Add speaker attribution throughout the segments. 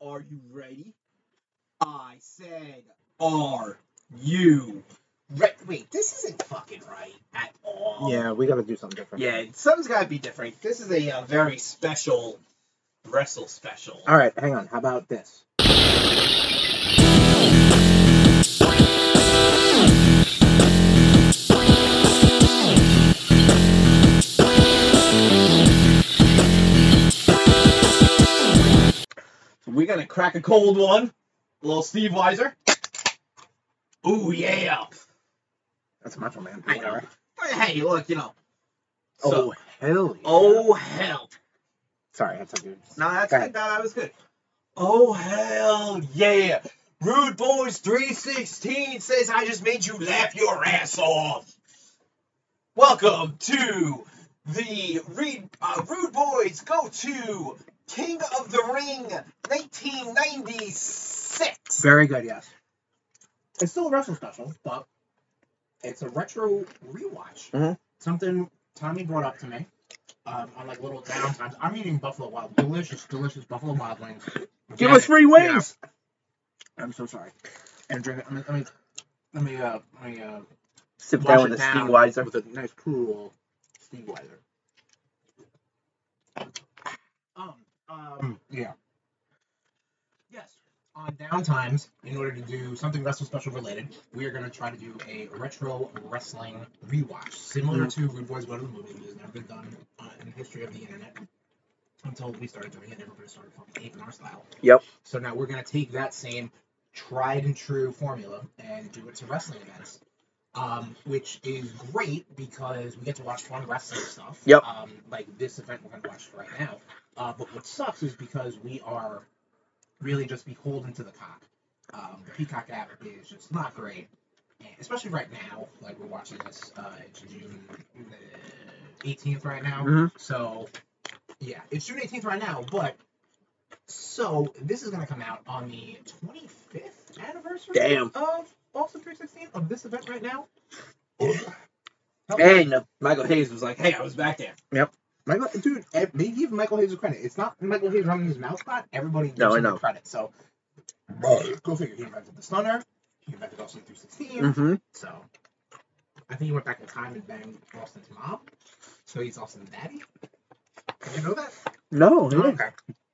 Speaker 1: Are you ready? I said, Are you re- Wait, this isn't fucking right at all.
Speaker 2: Yeah, we got to do something different.
Speaker 1: Yeah, something's got to be different. This is a uh, very special wrestle special.
Speaker 2: All right, hang on. How about this?
Speaker 1: We're gonna crack a cold one. A little Steve Weiser. Ooh yeah.
Speaker 2: That's Macho Man.
Speaker 1: I know. But hey, look, you know.
Speaker 2: Oh
Speaker 1: So-
Speaker 2: hell. yeah.
Speaker 1: oh hell.
Speaker 2: sorry, that's a good.
Speaker 1: No, that's
Speaker 2: Go
Speaker 1: good. No, that was good. Oh hell yeah. Rude Boys 316 says I just made you laugh your ass off. Welcome to the Reed, uh, Rude Boys go to King of the Ring 1996.
Speaker 2: Very good. Yes. It's still a wrestle special, but it's a retro rewatch.
Speaker 1: Mm-hmm.
Speaker 3: Mhm.
Speaker 2: Something Tommy brought up to me. Um, on like little downtimes, I'm eating Buffalo Wild, delicious, delicious Buffalo Wild wings.
Speaker 3: Give
Speaker 2: Yeah.
Speaker 3: us Oh, free wings.
Speaker 2: I'm so sorry. And drink it. Let me, let me, let me, uh, let me, uh,
Speaker 3: Sit
Speaker 2: wash
Speaker 3: down
Speaker 2: it
Speaker 3: with a
Speaker 2: down
Speaker 3: Steenweiser.
Speaker 2: With a nice cool Stewizer. Um,
Speaker 3: Hmm.
Speaker 2: um, yeah. Yes. On downtimes, in order to do something wrestle special related, we are going to try to do a retro wrestling rewatch, similar
Speaker 3: Hmm.
Speaker 2: to Rude Boys Go to the Movies, which has never been done uh, in the history of the internet until we started doing it. Everybody started fucking aping our style.
Speaker 3: Yep.
Speaker 2: So now we're going to take that same tried and true formula and do it to wrestling events um, which is great because we get to watch fun wrestling stuff.
Speaker 3: Yep.
Speaker 2: Um, like this event we're going to watch right now. Uh, but what sucks is because we are really just beholden to the cock. Um, the Peacock app is just not great, and especially right now. Like we're watching this uh, it's June uh, eighteenth right now.
Speaker 3: Mhm.
Speaker 2: So yeah, it's June eighteenth right now. But so this is going to come out on the twenty fifth anniversary
Speaker 3: Damn.
Speaker 2: of Austin 316 of this event right now.
Speaker 3: And Michael Hayes was like, "Hey, I was back there."
Speaker 2: Michael, dude, eh, they give Michael Hayes the credit. It's not Michael Hayes running his mouth spot. Everybody gives
Speaker 3: No, I
Speaker 2: him
Speaker 3: know.
Speaker 2: the credit. So go figure. He invented the stunner. He invented Austin 316.
Speaker 3: Mm-hmm.
Speaker 2: So I think he went back in time and banged Austin's mom. So he's Austin's daddy. Did you know that?
Speaker 3: No,
Speaker 2: Oh,
Speaker 3: yeah.
Speaker 2: okay.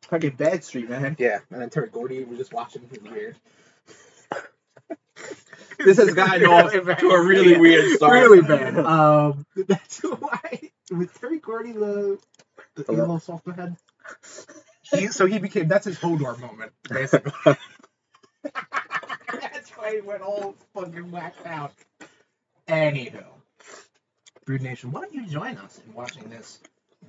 Speaker 3: fucking Bad Street, man.
Speaker 2: Yeah. And then Terry Gordy was just watching. He was weird.
Speaker 3: This has gotten off to a really
Speaker 2: Yeah.
Speaker 3: weird start.
Speaker 2: Really bad. Um, that's why with Terry Gordy the the
Speaker 3: Hello?
Speaker 2: evil software head. He, so he became that's his Hodor moment, basically. that's why he went all fucking whacked out. Anywho, Brood Nation, why don't you join us in watching this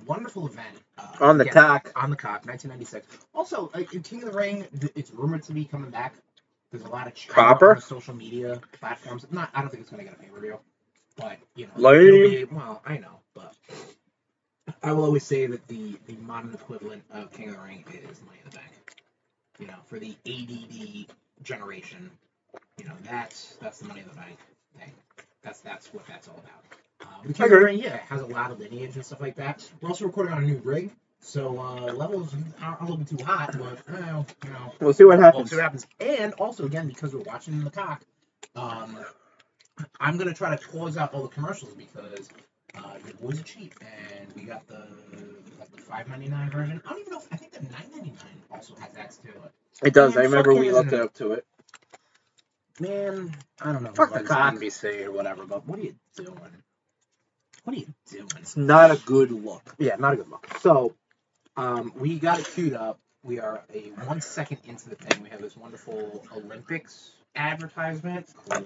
Speaker 2: wonderful event uh,
Speaker 3: On the
Speaker 2: again,
Speaker 3: tack.
Speaker 2: on the cock, 1996. Also, like in King of the Ring, th- it's rumored to be coming back. There's a lot of chatter
Speaker 3: Proper?
Speaker 2: on the social media platforms. Not, I don't think it's gonna get a pay per view, but you know,
Speaker 3: Lame.
Speaker 2: it'll be- well, I know, but I will always say that the the modern equivalent of King of the Ring is Money in the Bank. You know, for the ADD generation, you know, that's that's the Money in the Bank thing. That's that's what that's all about. Um, the King of the Ring, yeah, it has a lot of lineage and stuff like that. We're also recording on a new rig, so uh, levels aren't a little bit too hot, but well, you know,
Speaker 3: We'll see what
Speaker 2: we'll
Speaker 3: happens.
Speaker 2: see what happens. And also, again, because we're watching the cock, um, I'm gonna try to close out all the commercials because uh, your boys are cheap, and we got the like the 5.99 version. I don't even know. If, I think the 9.99 also has that to it.
Speaker 3: It does. I
Speaker 2: Man,
Speaker 3: remember
Speaker 2: fuck
Speaker 3: we
Speaker 2: him.
Speaker 3: looked up to it.
Speaker 2: Man, I don't know.
Speaker 3: Fuck the
Speaker 2: whether it's
Speaker 3: cock.
Speaker 2: NBC or whatever, but what are you doing? What are you doing?
Speaker 3: It's not a good look.
Speaker 2: Yeah, not a good look. So, um, we got it queued up. We are a one second into the thing. We have this wonderful Olympics advertisement. Cool.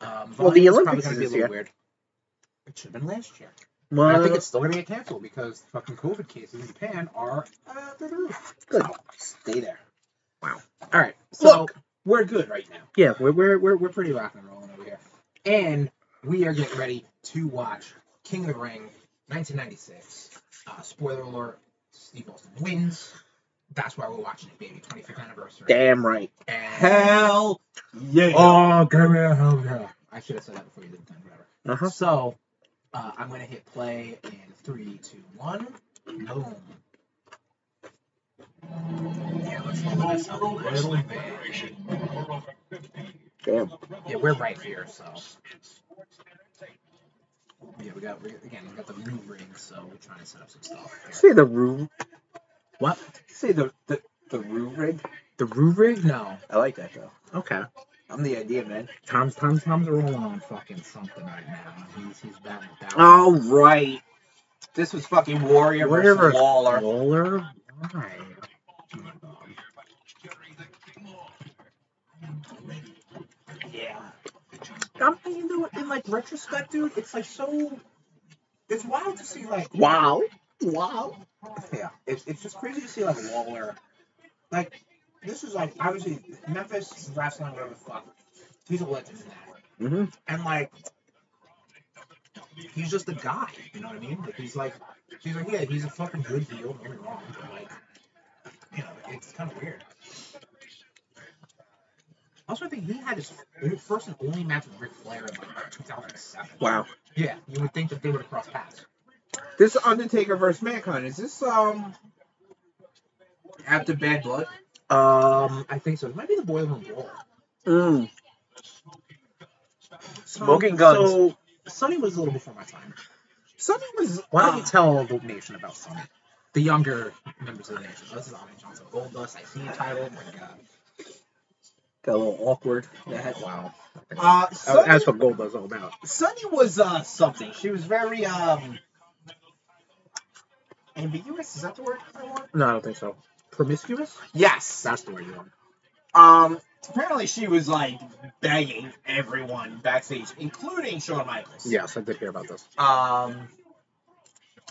Speaker 2: Um,
Speaker 3: Well,
Speaker 2: volume's
Speaker 3: the
Speaker 2: probably
Speaker 3: Olympics
Speaker 2: gonna
Speaker 3: is
Speaker 2: be a
Speaker 3: this
Speaker 2: little
Speaker 3: year. Uh,
Speaker 2: weird. It should have been last year. I
Speaker 3: Well,
Speaker 2: think it's still gonna get canceled because the fucking COVID cases in Japan are uh, through the roof.
Speaker 3: Good.
Speaker 2: So, stay there.
Speaker 3: Wow.
Speaker 2: All right. So
Speaker 3: Look.
Speaker 2: we're good right now.
Speaker 3: yeah.
Speaker 2: We're we're we're, we're pretty rocking and rolling over here, and we are getting ready to watch King of the Ring, 1996. Uh, spoiler alert: Steve Austin wins. That's why we're watching it, baby. 25th anniversary.
Speaker 3: Damn right.
Speaker 2: And-
Speaker 1: Hell yeah.
Speaker 2: Oh, give me a hell yeah! I should have said that before you did that. Whatever.
Speaker 3: Uh-huh.
Speaker 2: So, uh, I'm gonna hit play in three, two, one. Boom. Yeah,
Speaker 3: Damn.
Speaker 2: Yeah, we're right here, so. Yeah, we got we, again we got the new rig, so we're trying to set up some stuff. Here.
Speaker 3: Say the room.
Speaker 2: What?
Speaker 3: Say the the, the room rig.
Speaker 2: The roof rig? No.
Speaker 3: I like that though.
Speaker 2: Okay.
Speaker 3: I'm the idea man.
Speaker 2: Tom's Tom's Tom's rolling on fucking something right now. He's he's battling that.
Speaker 3: All right. This was fucking Warrior
Speaker 2: Whatever.
Speaker 3: versus Waller.
Speaker 2: Waller? Why? Oh my God.
Speaker 3: Yeah. I'm thinking though, in like retrospect, dude, it's like so. It's wild to see like. Wow. Wow.
Speaker 2: Yeah.
Speaker 3: It's, it's just crazy to see like Waller. Like,
Speaker 2: This is like obviously Memphis wrestling whatever the fuck. He's a legend in that.
Speaker 3: mm-hmm.
Speaker 2: and like he's just a guy, you know what I mean? Like he's like he's like yeah, he's a fucking good heel, don't get me wrong, but like you know, it's kind of weird. Also, I think he had his first and only match with Ric Flair in like 2007.
Speaker 3: wow.
Speaker 2: Yeah, you would think that they would have crossed paths.
Speaker 3: This Undertaker versus Mankind is this um after Bad Blood?
Speaker 2: Um, I think so. It might be the Boiler Room Brawl.
Speaker 3: Mm.
Speaker 2: So-
Speaker 3: Smoking guns.
Speaker 2: Um, So Sonny was a little before my time.
Speaker 3: Something was.
Speaker 2: Why don't you tell the nation about Sonny? The younger members of the nation. This is Ahmed Johnson. Gold Dust, I see your title. Oh my god.
Speaker 3: Got a little awkward.
Speaker 2: wow.
Speaker 1: Uh, Sunny,
Speaker 2: That's what Gold Dust's all about.
Speaker 1: Sunny was uh, something. She was very um. Ambiguous is that the word I want?
Speaker 2: No, I don't think so. Promiscuous?
Speaker 1: Yes.
Speaker 2: That's the way you want.
Speaker 1: Um. Apparently, she was like begging everyone backstage, including Shawn Michaels.
Speaker 2: Yes, I did hear about this.
Speaker 1: Um,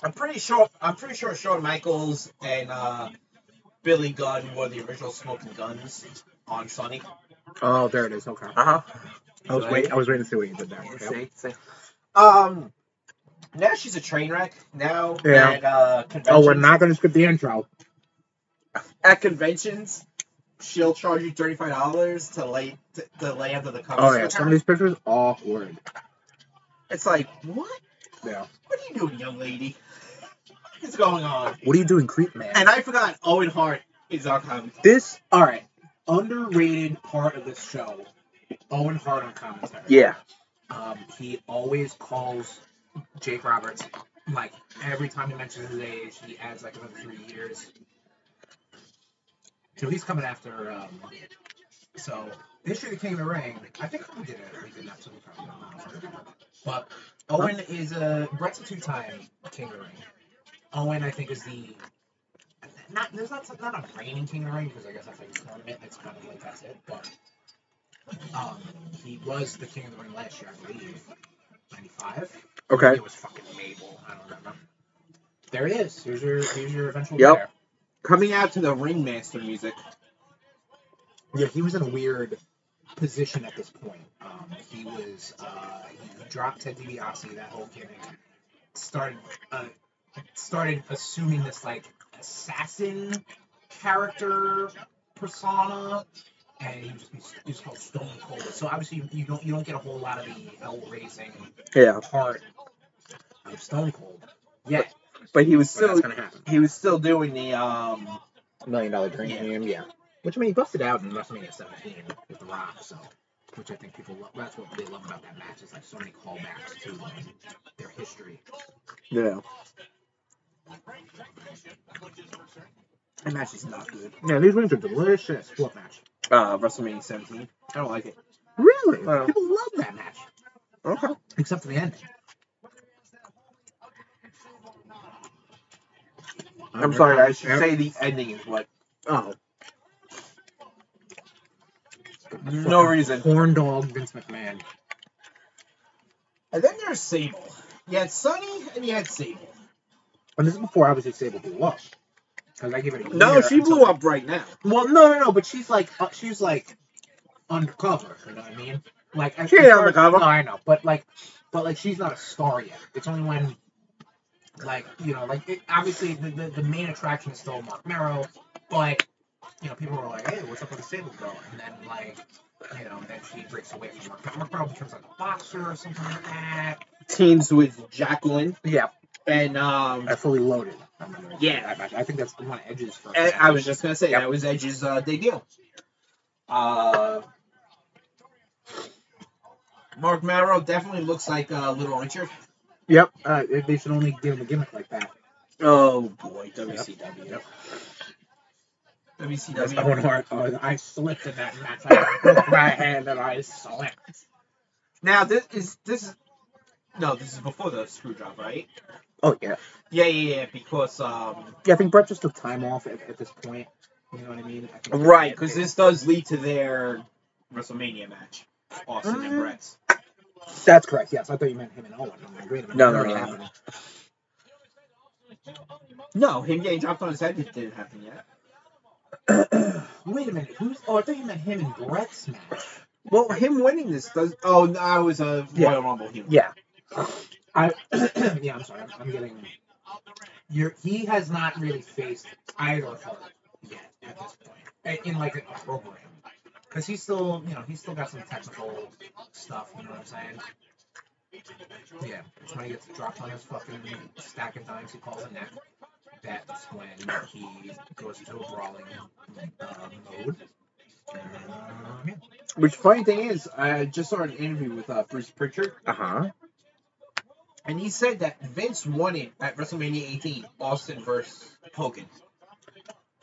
Speaker 1: I'm pretty sure I'm pretty sure Shawn Michaels and uh, Billy Gunn were the original Smoking Guns on Sunny.
Speaker 2: Oh, there it is. Okay.
Speaker 3: Uh huh.
Speaker 2: I was wait. I was waiting to see what you did there. Okay.
Speaker 1: Um, now she's a train wreck. Now
Speaker 2: Yeah.
Speaker 1: at uh, conventions,
Speaker 2: Oh, we're not gonna skip the intro.
Speaker 1: at conventions. She'll charge you thirty five dollars to lay to, to lay under the covers.
Speaker 2: Oh
Speaker 1: with
Speaker 2: yeah,
Speaker 1: her.
Speaker 2: some of these pictures awkward.
Speaker 1: It's like what?
Speaker 2: Yeah.
Speaker 1: What are you doing, young lady? What is going on?
Speaker 2: What are you doing, creep man?
Speaker 1: And I forgot Owen Hart is our comedy.
Speaker 2: this, all right, underrated part of this show. Owen Hart on commentary.
Speaker 3: Yeah.
Speaker 2: Um, he always calls Jake Roberts. Like every time he mentions his age, he adds like another three years. So he's coming after. Um, so history of the King of the Ring. I think we did it. We did not. So we probably don't know. But Owen is a Brett's a two-time King of the Ring. Owen, I think, is the not. There's not not a reigning King of the Ring because I guess that's like his tournament. It's kind of like that's it, but. Um, he was the King of the Ring last year, I believe. 95?
Speaker 3: Okay.
Speaker 2: It was fucking Mabel. I don't remember. There it is. Here's your, here's your eventual
Speaker 3: Yep.
Speaker 2: winner.
Speaker 3: Coming out to the Ringmaster music.
Speaker 2: Yeah, he was in a weird position at this point. Um, he was, uh, he dropped Ted DiBiase, that whole gimmick. Started, uh, started assuming this, like, assassin character persona. And he was, he was called Stone Cold. So obviously you, you don't you don't get a whole lot of the hell raising
Speaker 3: Yeah.
Speaker 2: part of Stone Cold. Yeah,
Speaker 3: But he was
Speaker 2: so that's
Speaker 3: still
Speaker 2: gonna happen.
Speaker 1: He was still doing the um.
Speaker 2: Million Dollar
Speaker 1: Dream,
Speaker 2: yeah. Which I mean, he busted out in WrestleMania 17 with The Rock, so which I think people love. That's what they love about that match is like so many callbacks to um, their history.
Speaker 3: Yeah. That match is not good.
Speaker 2: Yeah, these wings are delicious. What match?
Speaker 3: Uh, WrestleMania 17. I don't like it.
Speaker 2: Really?
Speaker 3: Wow.
Speaker 2: People love that match,
Speaker 3: Okay.
Speaker 2: except for the ending.
Speaker 3: I'm sorry. I should say the ending is what.
Speaker 2: Oh,
Speaker 3: No reason.
Speaker 2: Horn dog Vince McMahon.
Speaker 1: And then there's Sable. You had Sunny and you had Sable.
Speaker 2: And this is before obviously Sable blew up. Because I give it a
Speaker 3: No,
Speaker 2: year
Speaker 3: she blew
Speaker 2: until-
Speaker 3: up right now.
Speaker 2: Well, no, no, no, but she's like uh, she's like undercover. You know what I mean? Like I-
Speaker 3: She ain't undercover.
Speaker 2: No, I know, but like, but like she's not a star yet. It's only when, like you know, like it, obviously the, the the main attraction is still Mark Merrow, but you know people were like, hey, what's up with the Sable girl? And then like. You know, then she breaks away from Mark. Merrow. Mark Merrow becomes like a boxer or something like that.
Speaker 3: Teams with Jacqueline
Speaker 2: Yeah,
Speaker 3: and um
Speaker 2: fully loaded. I remember.
Speaker 3: Yeah.
Speaker 2: I, I- I think that's the one Edge's first.
Speaker 3: I, I
Speaker 2: match.
Speaker 3: was just gonna say
Speaker 2: Yep.
Speaker 3: that was Edge's uh, debut. Uh, Mark Marrow definitely looks like uh, Little Richard.
Speaker 2: Yep. Uh, they- they should only give him a gimmick like that.
Speaker 3: Oh boy, WCW.
Speaker 2: Yep. That's the
Speaker 3: WCW.
Speaker 2: one where uh, I slipped in that match. I broke my hand and I slipped.
Speaker 3: Now this is this is no, this is before the screw job, right?
Speaker 2: Oh yeah.
Speaker 3: Yeah, yeah, yeah. Because um,
Speaker 2: Yeah, I think Brett just took time off at, at this point. You know what I mean? I think-
Speaker 3: because this does lead to their WrestleMania match, Austin and
Speaker 1: Mm-hmm.
Speaker 2: Mm.
Speaker 3: Brett's.
Speaker 2: That's correct. Yes, I thought you meant him and Owen. I'm like, wait a minute.
Speaker 3: No,
Speaker 2: that
Speaker 3: no,
Speaker 2: already
Speaker 3: no, no.
Speaker 2: happened.
Speaker 3: No, him getting dropped on his head it didn't happen yet.
Speaker 2: Wait a minute. Who's? Oh, I thought you meant him and Brett's match.
Speaker 3: Well, him winning this does. Oh, no, I was a
Speaker 2: Yeah.
Speaker 3: Royal Rumble heel.
Speaker 2: Yeah. I. yeah, I'm sorry. I'm, I'm getting. You're, he has not really faced either of them yet at this point i- in like a program because he's still you know he's still got some technical stuff you know what I'm saying yeah it's when he gets dropped on his fucking stack of dimes he calls a neck that's when he goes into a brawling uh, mode um,
Speaker 3: Which funny thing is, I just saw an interview with uh, Bruce Pritchard,
Speaker 2: uh huh
Speaker 3: and he said that Vince wanted at WrestleMania 18 Austin versus Hogan.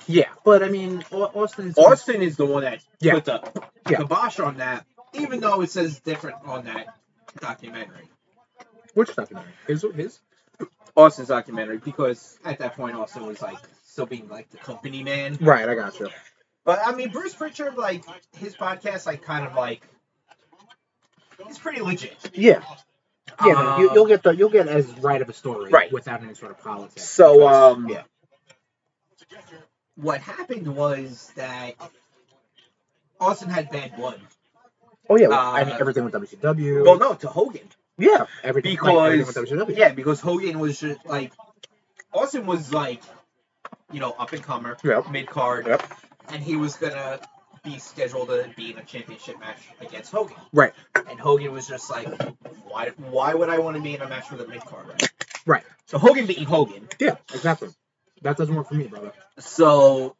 Speaker 2: yeah but I mean Au- Austin's
Speaker 3: Austin is the one that
Speaker 2: Yeah.
Speaker 3: put the
Speaker 2: Yeah.
Speaker 3: kibosh on that, even though it says different on that documentary.
Speaker 2: which documentary his his
Speaker 3: Austin's documentary, because at that point Austin was like still being like the company man.
Speaker 2: right I got you
Speaker 3: But I mean, Bruce Pritchard, like his podcast, like kind of like it's pretty legit.
Speaker 2: yeah Yeah, no, you,
Speaker 3: Um,
Speaker 2: you'll get the you'll get as right of a story
Speaker 3: Right.
Speaker 2: without any sort of politics.
Speaker 3: So,
Speaker 2: because-
Speaker 3: um,
Speaker 2: yeah,
Speaker 3: what happened was that Austin had bad blood.
Speaker 2: oh yeah, I mean,
Speaker 3: uh,
Speaker 2: everything with WCW.
Speaker 3: Well, no, to Hogan.
Speaker 2: yeah, everything, like, everything
Speaker 3: Because
Speaker 2: with WCW.
Speaker 3: yeah, because Hogan was just like Austin was like you know up and comer,
Speaker 2: Yep.
Speaker 3: mid card,
Speaker 2: Yep.
Speaker 3: and he was gonna be scheduled to be in a championship match against Hogan.
Speaker 2: Right.
Speaker 3: And Hogan was just like, why why would I want to be in a match with a mid carder?
Speaker 2: Right.
Speaker 3: So Hogan beat Hogan.
Speaker 2: yeah, exactly. That doesn't work for me, brother.
Speaker 3: So,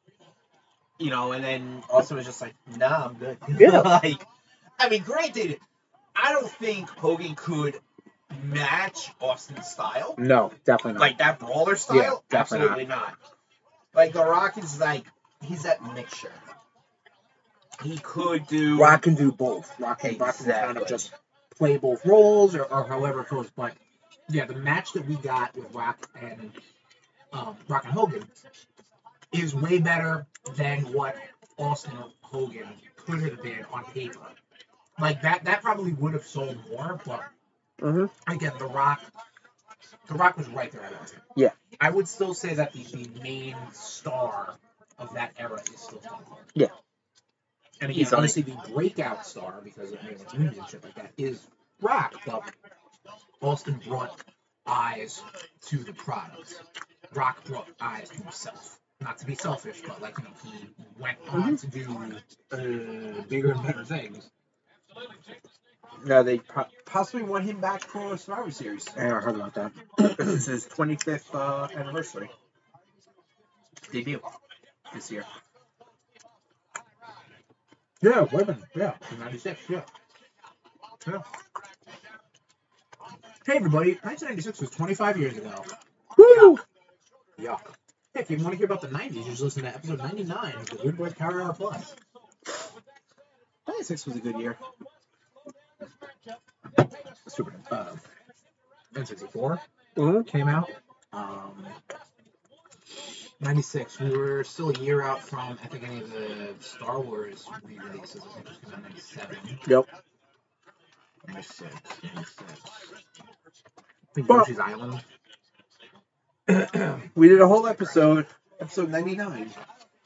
Speaker 3: you know, and then Austin was just like, nah, I'm good.
Speaker 2: Yeah.
Speaker 3: like, I mean, granted, I don't think Hogan could match Austin's style,
Speaker 2: No, definitely
Speaker 3: like that brawler style.
Speaker 2: Yeah, definitely
Speaker 3: absolutely not. Like The Rock is like, he's that mixture. He could do
Speaker 2: Rock can do both. Rock can Rock can kind
Speaker 3: Exactly.
Speaker 2: of just play both roles or, or however it goes. But yeah, the match that we got with Rock and um, Rock and Hogan is way better than what Austin Hogan could have been on paper. Like that, that probably would have sold more. But
Speaker 4: Mhm.
Speaker 2: again, The Rock, The Rock was right there. at Austin.
Speaker 4: Yeah.
Speaker 2: I would still say that the, the main star of that era is still Stone Cold.
Speaker 4: Yeah.
Speaker 2: And again,
Speaker 4: He's on it.
Speaker 2: obviously the breakout star because of Man's Union and shit like that is Rock, but Austin brought eyes to the product. Rock brought eyes to himself. Not to be selfish, but like you know, he went on to do uh, bigger and better things.
Speaker 3: No, they po- possibly want him back for Survivor Series.
Speaker 2: Yeah, I heard about that.
Speaker 3: This is his 25th uh, anniversary debut this year.
Speaker 2: Yeah, women. Yeah, '96. Yeah. Yeah. Hey everybody, 1996 was 25 years ago.
Speaker 4: Woo!
Speaker 2: Yuck. Hey, if you want to hear about the 90s, you just listen to episode 99 of the Good Boys Power Hour Plus.
Speaker 3: 96 was a good year.
Speaker 2: Super uh, N64
Speaker 4: Mhm.
Speaker 2: came out. Um, 96. We were still a year out from, I think, any of the Star Wars re releases. I think it came out in 97.
Speaker 4: Yep.
Speaker 2: 96. 96. I think
Speaker 4: But-
Speaker 2: Yoshi's Island. I
Speaker 3: We did a whole episode, episode 99.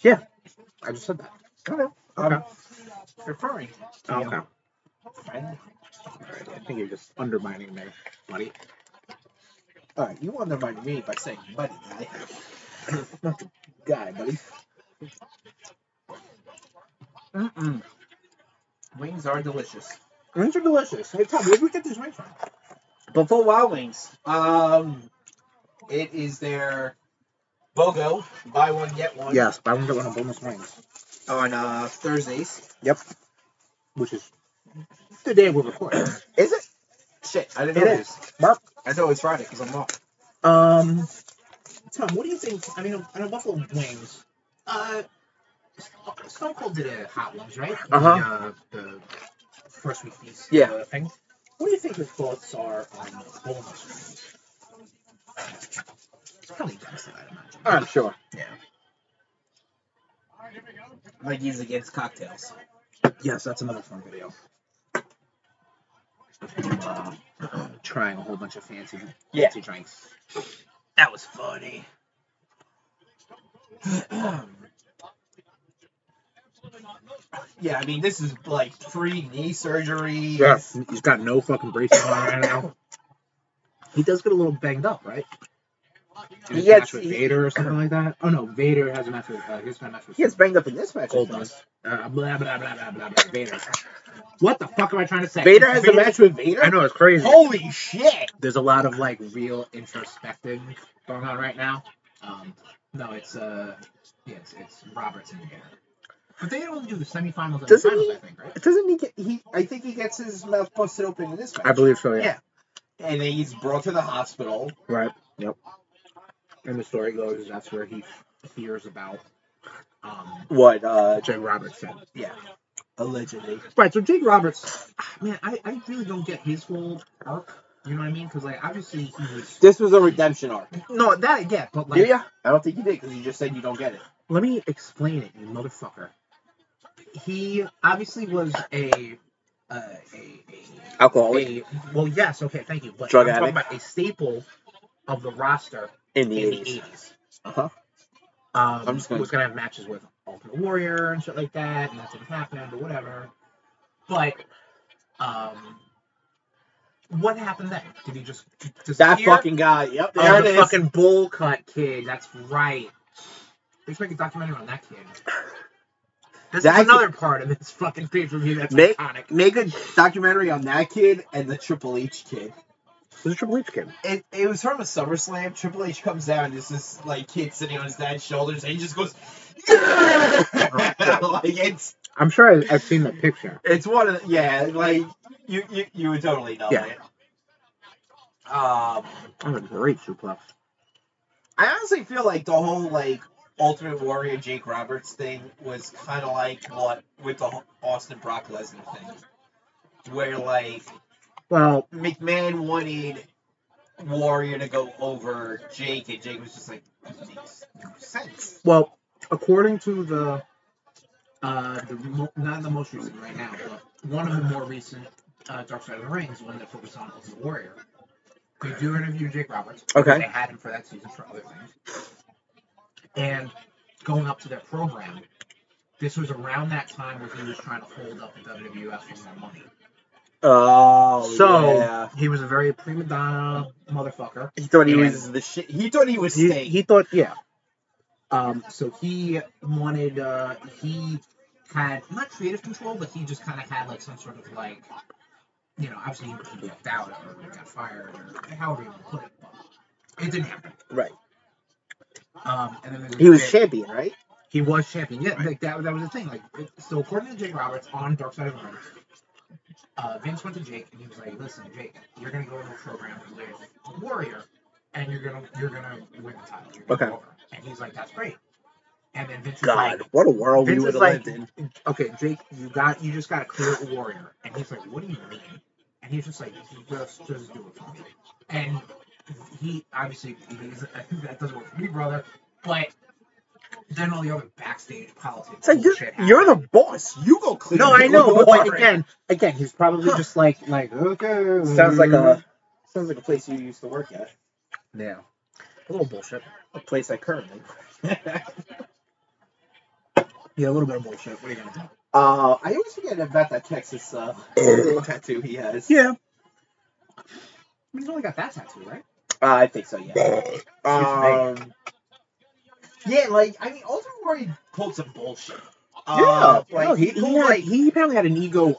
Speaker 2: just said that.
Speaker 3: Okay. I'm Um, referring to
Speaker 2: Okay.
Speaker 3: your friend.
Speaker 2: Alright, I think you're just undermining me, buddy.
Speaker 3: All right, you undermined me by saying buddy guy.
Speaker 2: Not the guy, buddy.
Speaker 3: Mm-mm. Wings are delicious.
Speaker 2: Wings are delicious. Hey, Tom, where did we get these wings from?
Speaker 3: Buffalo Wild Wings. Um, it is their BOGO, buy one, get one.
Speaker 1: Yes, but I want to get one of bonus points.
Speaker 5: on uh, Thursdays.
Speaker 1: Which is
Speaker 2: The day we're recording.
Speaker 1: is it?
Speaker 5: Shit, I
Speaker 1: It
Speaker 5: didn't know
Speaker 1: is.
Speaker 5: this.
Speaker 1: Mark.
Speaker 5: I know it's Friday because I'm off.
Speaker 1: Um
Speaker 2: Tom, what do you think? I mean, I know Buffalo Wings. Uh, Stone Cold did a Hot Ones, right? The, uh,
Speaker 1: Uh-huh.
Speaker 2: the first week feast.
Speaker 1: Yeah.
Speaker 2: uh, thing. What do you think your thoughts are on bonus rings? It's probably best that I imagine.
Speaker 1: I'm sure.
Speaker 5: Like he's against cocktails.
Speaker 1: Yes, that's another fun video.
Speaker 5: uh,
Speaker 2: trying a whole bunch of fancy,
Speaker 1: Yeah.
Speaker 2: fancy drinks. That was funny.
Speaker 3: Yeah, I mean, this is like pre knee surgery.
Speaker 1: Yes, he's got no fucking braces on right now.
Speaker 2: He does get a little banged up, right?
Speaker 1: He
Speaker 2: He
Speaker 1: gets-
Speaker 2: gets with
Speaker 1: he-
Speaker 2: Vader or something like that. Oh no, Vader has a match with. Uh, he's got a match with.
Speaker 1: He gets banged up in this match.
Speaker 2: Cold does. Uh, blah blah blah blah blah blah. Vader. What the fuck am I trying to say?
Speaker 1: Vader has a match with Vader. I know it's crazy.
Speaker 3: Holy shit!
Speaker 2: There's a lot of like real introspective going on right now. Um, no, it's uh, yeah, it's, it's Roberts and Vader. But they only do the semifinals and
Speaker 1: Doesn't
Speaker 2: the finals,
Speaker 1: he-
Speaker 2: I think, right?
Speaker 1: Doesn't he get? He.
Speaker 3: I think he gets his mouth busted open in this match.
Speaker 1: I believe so. Yeah.
Speaker 3: Yeah. and then he's brought to the hospital.
Speaker 1: Right. Yep.
Speaker 2: And the story goes is that's where he hears about um
Speaker 1: What? Uh, Jake Roberts.
Speaker 3: Yeah, allegedly.
Speaker 1: Right. So Jake Roberts.
Speaker 2: ah, man, I, I really don't get his whole arc. You know what I mean? Because like obviously he was
Speaker 3: This was a redemption arc.
Speaker 2: no that I get, but like
Speaker 1: Yeah. yeah.
Speaker 3: I don't think you did because you just said you don't get it.
Speaker 2: let me explain it, you motherfucker. He obviously was a uh, a, a
Speaker 1: Alcoholic
Speaker 2: a- well yes okay thank you but
Speaker 1: Drug
Speaker 2: I'm talking
Speaker 1: addict.
Speaker 2: about a staple of the roster
Speaker 1: in the
Speaker 2: in the
Speaker 1: eighties.
Speaker 2: eighties.
Speaker 1: Uh-huh.
Speaker 2: Um,
Speaker 1: I'm just
Speaker 2: who
Speaker 1: gonna-
Speaker 2: was gonna have matches with Ultimate Warrior and shit like that, and that didn't happen, but whatever. But um, what happened then? Did he just
Speaker 1: That
Speaker 2: disappear?
Speaker 1: fucking guy. Yep.
Speaker 2: oh,
Speaker 1: There it
Speaker 2: the
Speaker 1: is.
Speaker 2: fucking bowl cut kid? That's right. They should make a documentary on that kid. This
Speaker 1: That
Speaker 2: is
Speaker 1: kid-
Speaker 2: another part of this fucking pay per view that's
Speaker 1: Make-
Speaker 2: iconic.
Speaker 3: Make a documentary on that kid and the Triple H kid.
Speaker 1: Who's a Triple H kid?
Speaker 3: It, it was from a SummerSlam. Triple H comes down and there's this like kid sitting on his dad's shoulders and he just goes. like it's
Speaker 1: I'm sure I, I've seen that picture.
Speaker 3: it's one of the, yeah like you, you you would totally know
Speaker 1: Yeah.
Speaker 3: it. Um,
Speaker 1: That was a great suplex.
Speaker 3: I honestly feel like the whole like Ultimate Warrior Jake Roberts thing was kind of like what with the Austin Brock Lesnar thing, where like
Speaker 1: Well,
Speaker 3: McMahon wanted Warrior to go over Jake, and Jake was just like, "This makes no sense.
Speaker 1: well, according to the
Speaker 2: Uh, the mo- not the most recent right now, but one of the more recent uh, Dark Side of the Ring is one that focused on Ultimate Warrior. They do interview Jake Roberts.
Speaker 1: Okay.
Speaker 2: They had him for that season for other things. And going up to their program, this was around that time where he was trying to hold up the WWF for more money.
Speaker 1: oh
Speaker 2: so
Speaker 1: yeah.
Speaker 2: he was a very prima donna motherfucker.
Speaker 1: he thought he
Speaker 3: He
Speaker 1: was
Speaker 3: was the shit. He thought he was
Speaker 1: he,
Speaker 3: staying.
Speaker 1: he thought yeah
Speaker 2: Um, so he wanted, uh, he had not creative control, but he just kind of had like some sort of like, you know, obviously he- he left out or got fired or however you want to put it. But it didn't happen.
Speaker 1: right.
Speaker 2: Um, and then there
Speaker 1: He was
Speaker 2: bit-
Speaker 1: champion right.
Speaker 2: he was champion. Yeah, like that, that was the thing. Like, it- so according to Jake Roberts on Dark Side of the Ring, uh, Vince went to Jake and he was like, "Listen, Jake, you're gonna go into a program with Warrior, and you're gonna you're gonna win the title. You're gonna
Speaker 1: Okay.
Speaker 2: go over." And he's like, "That's great." And then Vince was like,
Speaker 1: God, what a world we
Speaker 2: Vince
Speaker 1: would
Speaker 2: is
Speaker 1: have
Speaker 2: like-
Speaker 1: lived in.
Speaker 2: okay, Jake, you got you just got to clear a warrior, and he's like, what do you mean? And he's just like, just just do it for me. And he obviously he's, that doesn't work for me, brother. But then all the other backstage
Speaker 1: It's
Speaker 2: politics.
Speaker 1: like, dude,
Speaker 2: bullshit
Speaker 1: you're the
Speaker 2: happened.
Speaker 1: boss. You go clean.
Speaker 2: no, I know, but like
Speaker 1: Warrior.
Speaker 2: again, again, he's probably
Speaker 1: Huh.
Speaker 2: just like like okay.
Speaker 1: sounds like
Speaker 3: Mm-hmm.
Speaker 1: a
Speaker 3: sounds like a place you used to work at.
Speaker 2: yeah, a little bullshit.
Speaker 3: A place I currently.
Speaker 2: Yeah, a little bit of bullshit. What are you gonna do?
Speaker 3: Uh, I always forget about that Texas uh, tattoo he has.
Speaker 1: yeah.
Speaker 2: I mean, he's only got that tattoo, right?
Speaker 3: Uh, I think so, yeah. Um, yeah, like, I mean, Ultimate Warrior pulled some bullshit. Uh,
Speaker 1: yeah,
Speaker 3: like,
Speaker 1: no, he,
Speaker 3: he
Speaker 1: he,
Speaker 3: pulled,
Speaker 1: had-
Speaker 3: like,
Speaker 1: he apparently had an ego.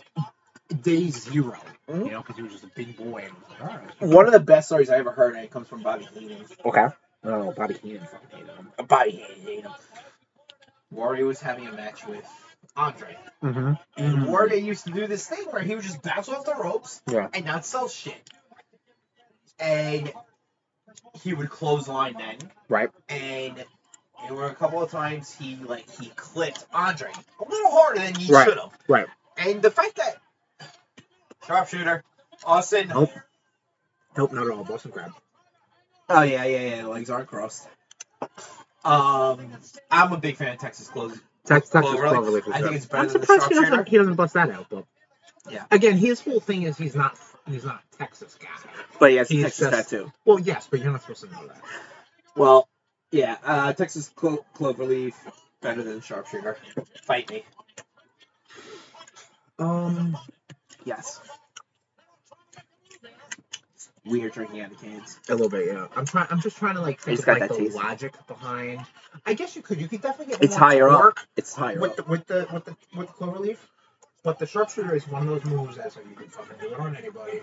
Speaker 2: Day 0
Speaker 1: Mhm.
Speaker 2: you know, because he was just a big boy and was like, all right.
Speaker 3: one of the best stories I ever heard, and it comes from Bobby Heenan.
Speaker 1: Okay.
Speaker 2: Oh, Bobby Heenan fucking hated him.
Speaker 1: Bobby Heenan hated him. Warrior was having a match with Andre.
Speaker 2: Mm-hmm.
Speaker 1: And
Speaker 2: Mhm.
Speaker 1: Warrior used to do this thing where he would just bounce off the ropes
Speaker 2: Yeah.
Speaker 1: and not sell shit. And he would clothesline then.
Speaker 2: Right.
Speaker 1: And there were a couple of times he like he clipped Andre a little harder than he
Speaker 2: Right,
Speaker 1: should have.
Speaker 2: right.
Speaker 1: And the fact that sharpshooter Austin.
Speaker 2: Nope. Nope, not at all. Boston Crab.
Speaker 1: Oh yeah, yeah, yeah. Legs aren't crossed. Um, I'm a big fan of Texas close.
Speaker 2: Tex- Texas
Speaker 1: Cloverleaf.
Speaker 2: Cloverleaf. is
Speaker 1: I think
Speaker 2: good.
Speaker 1: it's
Speaker 2: I'm
Speaker 1: better than the
Speaker 2: surprised he
Speaker 1: sharpshooter.
Speaker 2: doesn't, he doesn't bust that out, though.
Speaker 1: Yeah.
Speaker 2: Again, his whole thing is he's not he's not a Texas guy.
Speaker 3: But yeah, it's a
Speaker 2: He's
Speaker 3: Texas
Speaker 2: just-
Speaker 3: tattoo.
Speaker 2: Well, yes, but you're not supposed to know that.
Speaker 3: Well, yeah, uh, Texas clo- cloverleaf better than sharpshooter.
Speaker 1: Fight me.
Speaker 3: Um, yes. We are drinking out of cans.
Speaker 2: A little bit, yeah.
Speaker 1: I'm trying. I'm just trying to like think
Speaker 3: He's
Speaker 1: of
Speaker 3: got
Speaker 1: like
Speaker 3: that
Speaker 1: the
Speaker 3: taste.
Speaker 1: logic behind. I guess you could. You could definitely get. more
Speaker 3: It's higher up.
Speaker 1: torque
Speaker 3: It's higher
Speaker 1: With
Speaker 3: up.
Speaker 1: the, with the with the with the cloverleaf, but the sharpshooter is one of those moves that's like you can fucking do it on anybody,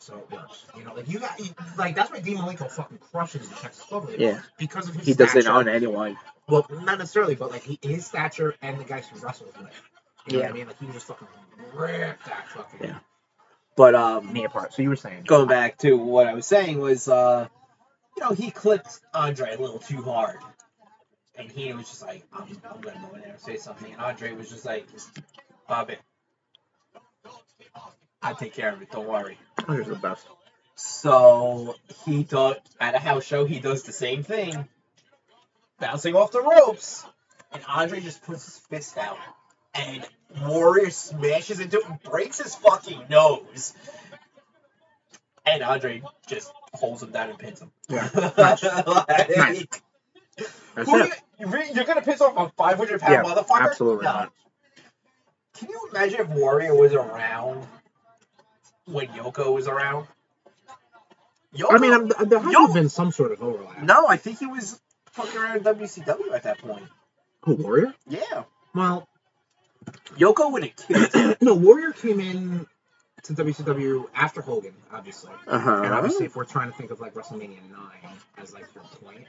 Speaker 1: so it works. You know, like you got you, like that's why Dean Malenko fucking crushes the Texas cloverleaf.
Speaker 3: Yeah,
Speaker 1: because of his
Speaker 3: he doesn't
Speaker 1: stature.
Speaker 3: own anyone.
Speaker 1: Well, not necessarily, but like he, his stature and the guys who wrestled with. You know what I mean? Like he was just fucking ripped that fucking.
Speaker 3: Yeah. But um,
Speaker 2: Me apart. So you were saying.
Speaker 3: going back to what I was saying was uh,
Speaker 1: you know, he clipped Andre a little too hard. And he was just like, I'm, I'm going to go in there and say something. And Andre was just like, Bobby, I'll take care of it. Don't worry.
Speaker 2: Here's the best.
Speaker 1: So he does, at a house show, he does the same thing, bouncing off the ropes. And Andre just puts his fist out. And Warrior smashes into it and breaks his fucking nose. And Andre just holds him down and pins him.
Speaker 2: Yeah.
Speaker 1: Like-
Speaker 2: Nice. That's
Speaker 1: who are
Speaker 2: it.
Speaker 1: you, you are gonna piss off a 500 pound
Speaker 2: Yeah,
Speaker 1: motherfucker?
Speaker 2: absolutely
Speaker 1: no.
Speaker 2: not.
Speaker 1: Can you imagine if Warrior was around when Yoko was around? Yoko,
Speaker 2: I mean, I'm, there has
Speaker 1: Yo-
Speaker 2: to have been some sort of overlap.
Speaker 1: no, I think he was fucking around in WCW at that point.
Speaker 2: Oh, Warrior?
Speaker 1: Yeah,
Speaker 2: Well,
Speaker 1: Yoko would have killed him.
Speaker 2: no, Warrior came in to WCW after Hogan, obviously.
Speaker 3: uh
Speaker 1: Uh-huh.
Speaker 2: And
Speaker 3: huh.
Speaker 2: obviously, if we're trying to think of like WrestleMania 9 as like your point,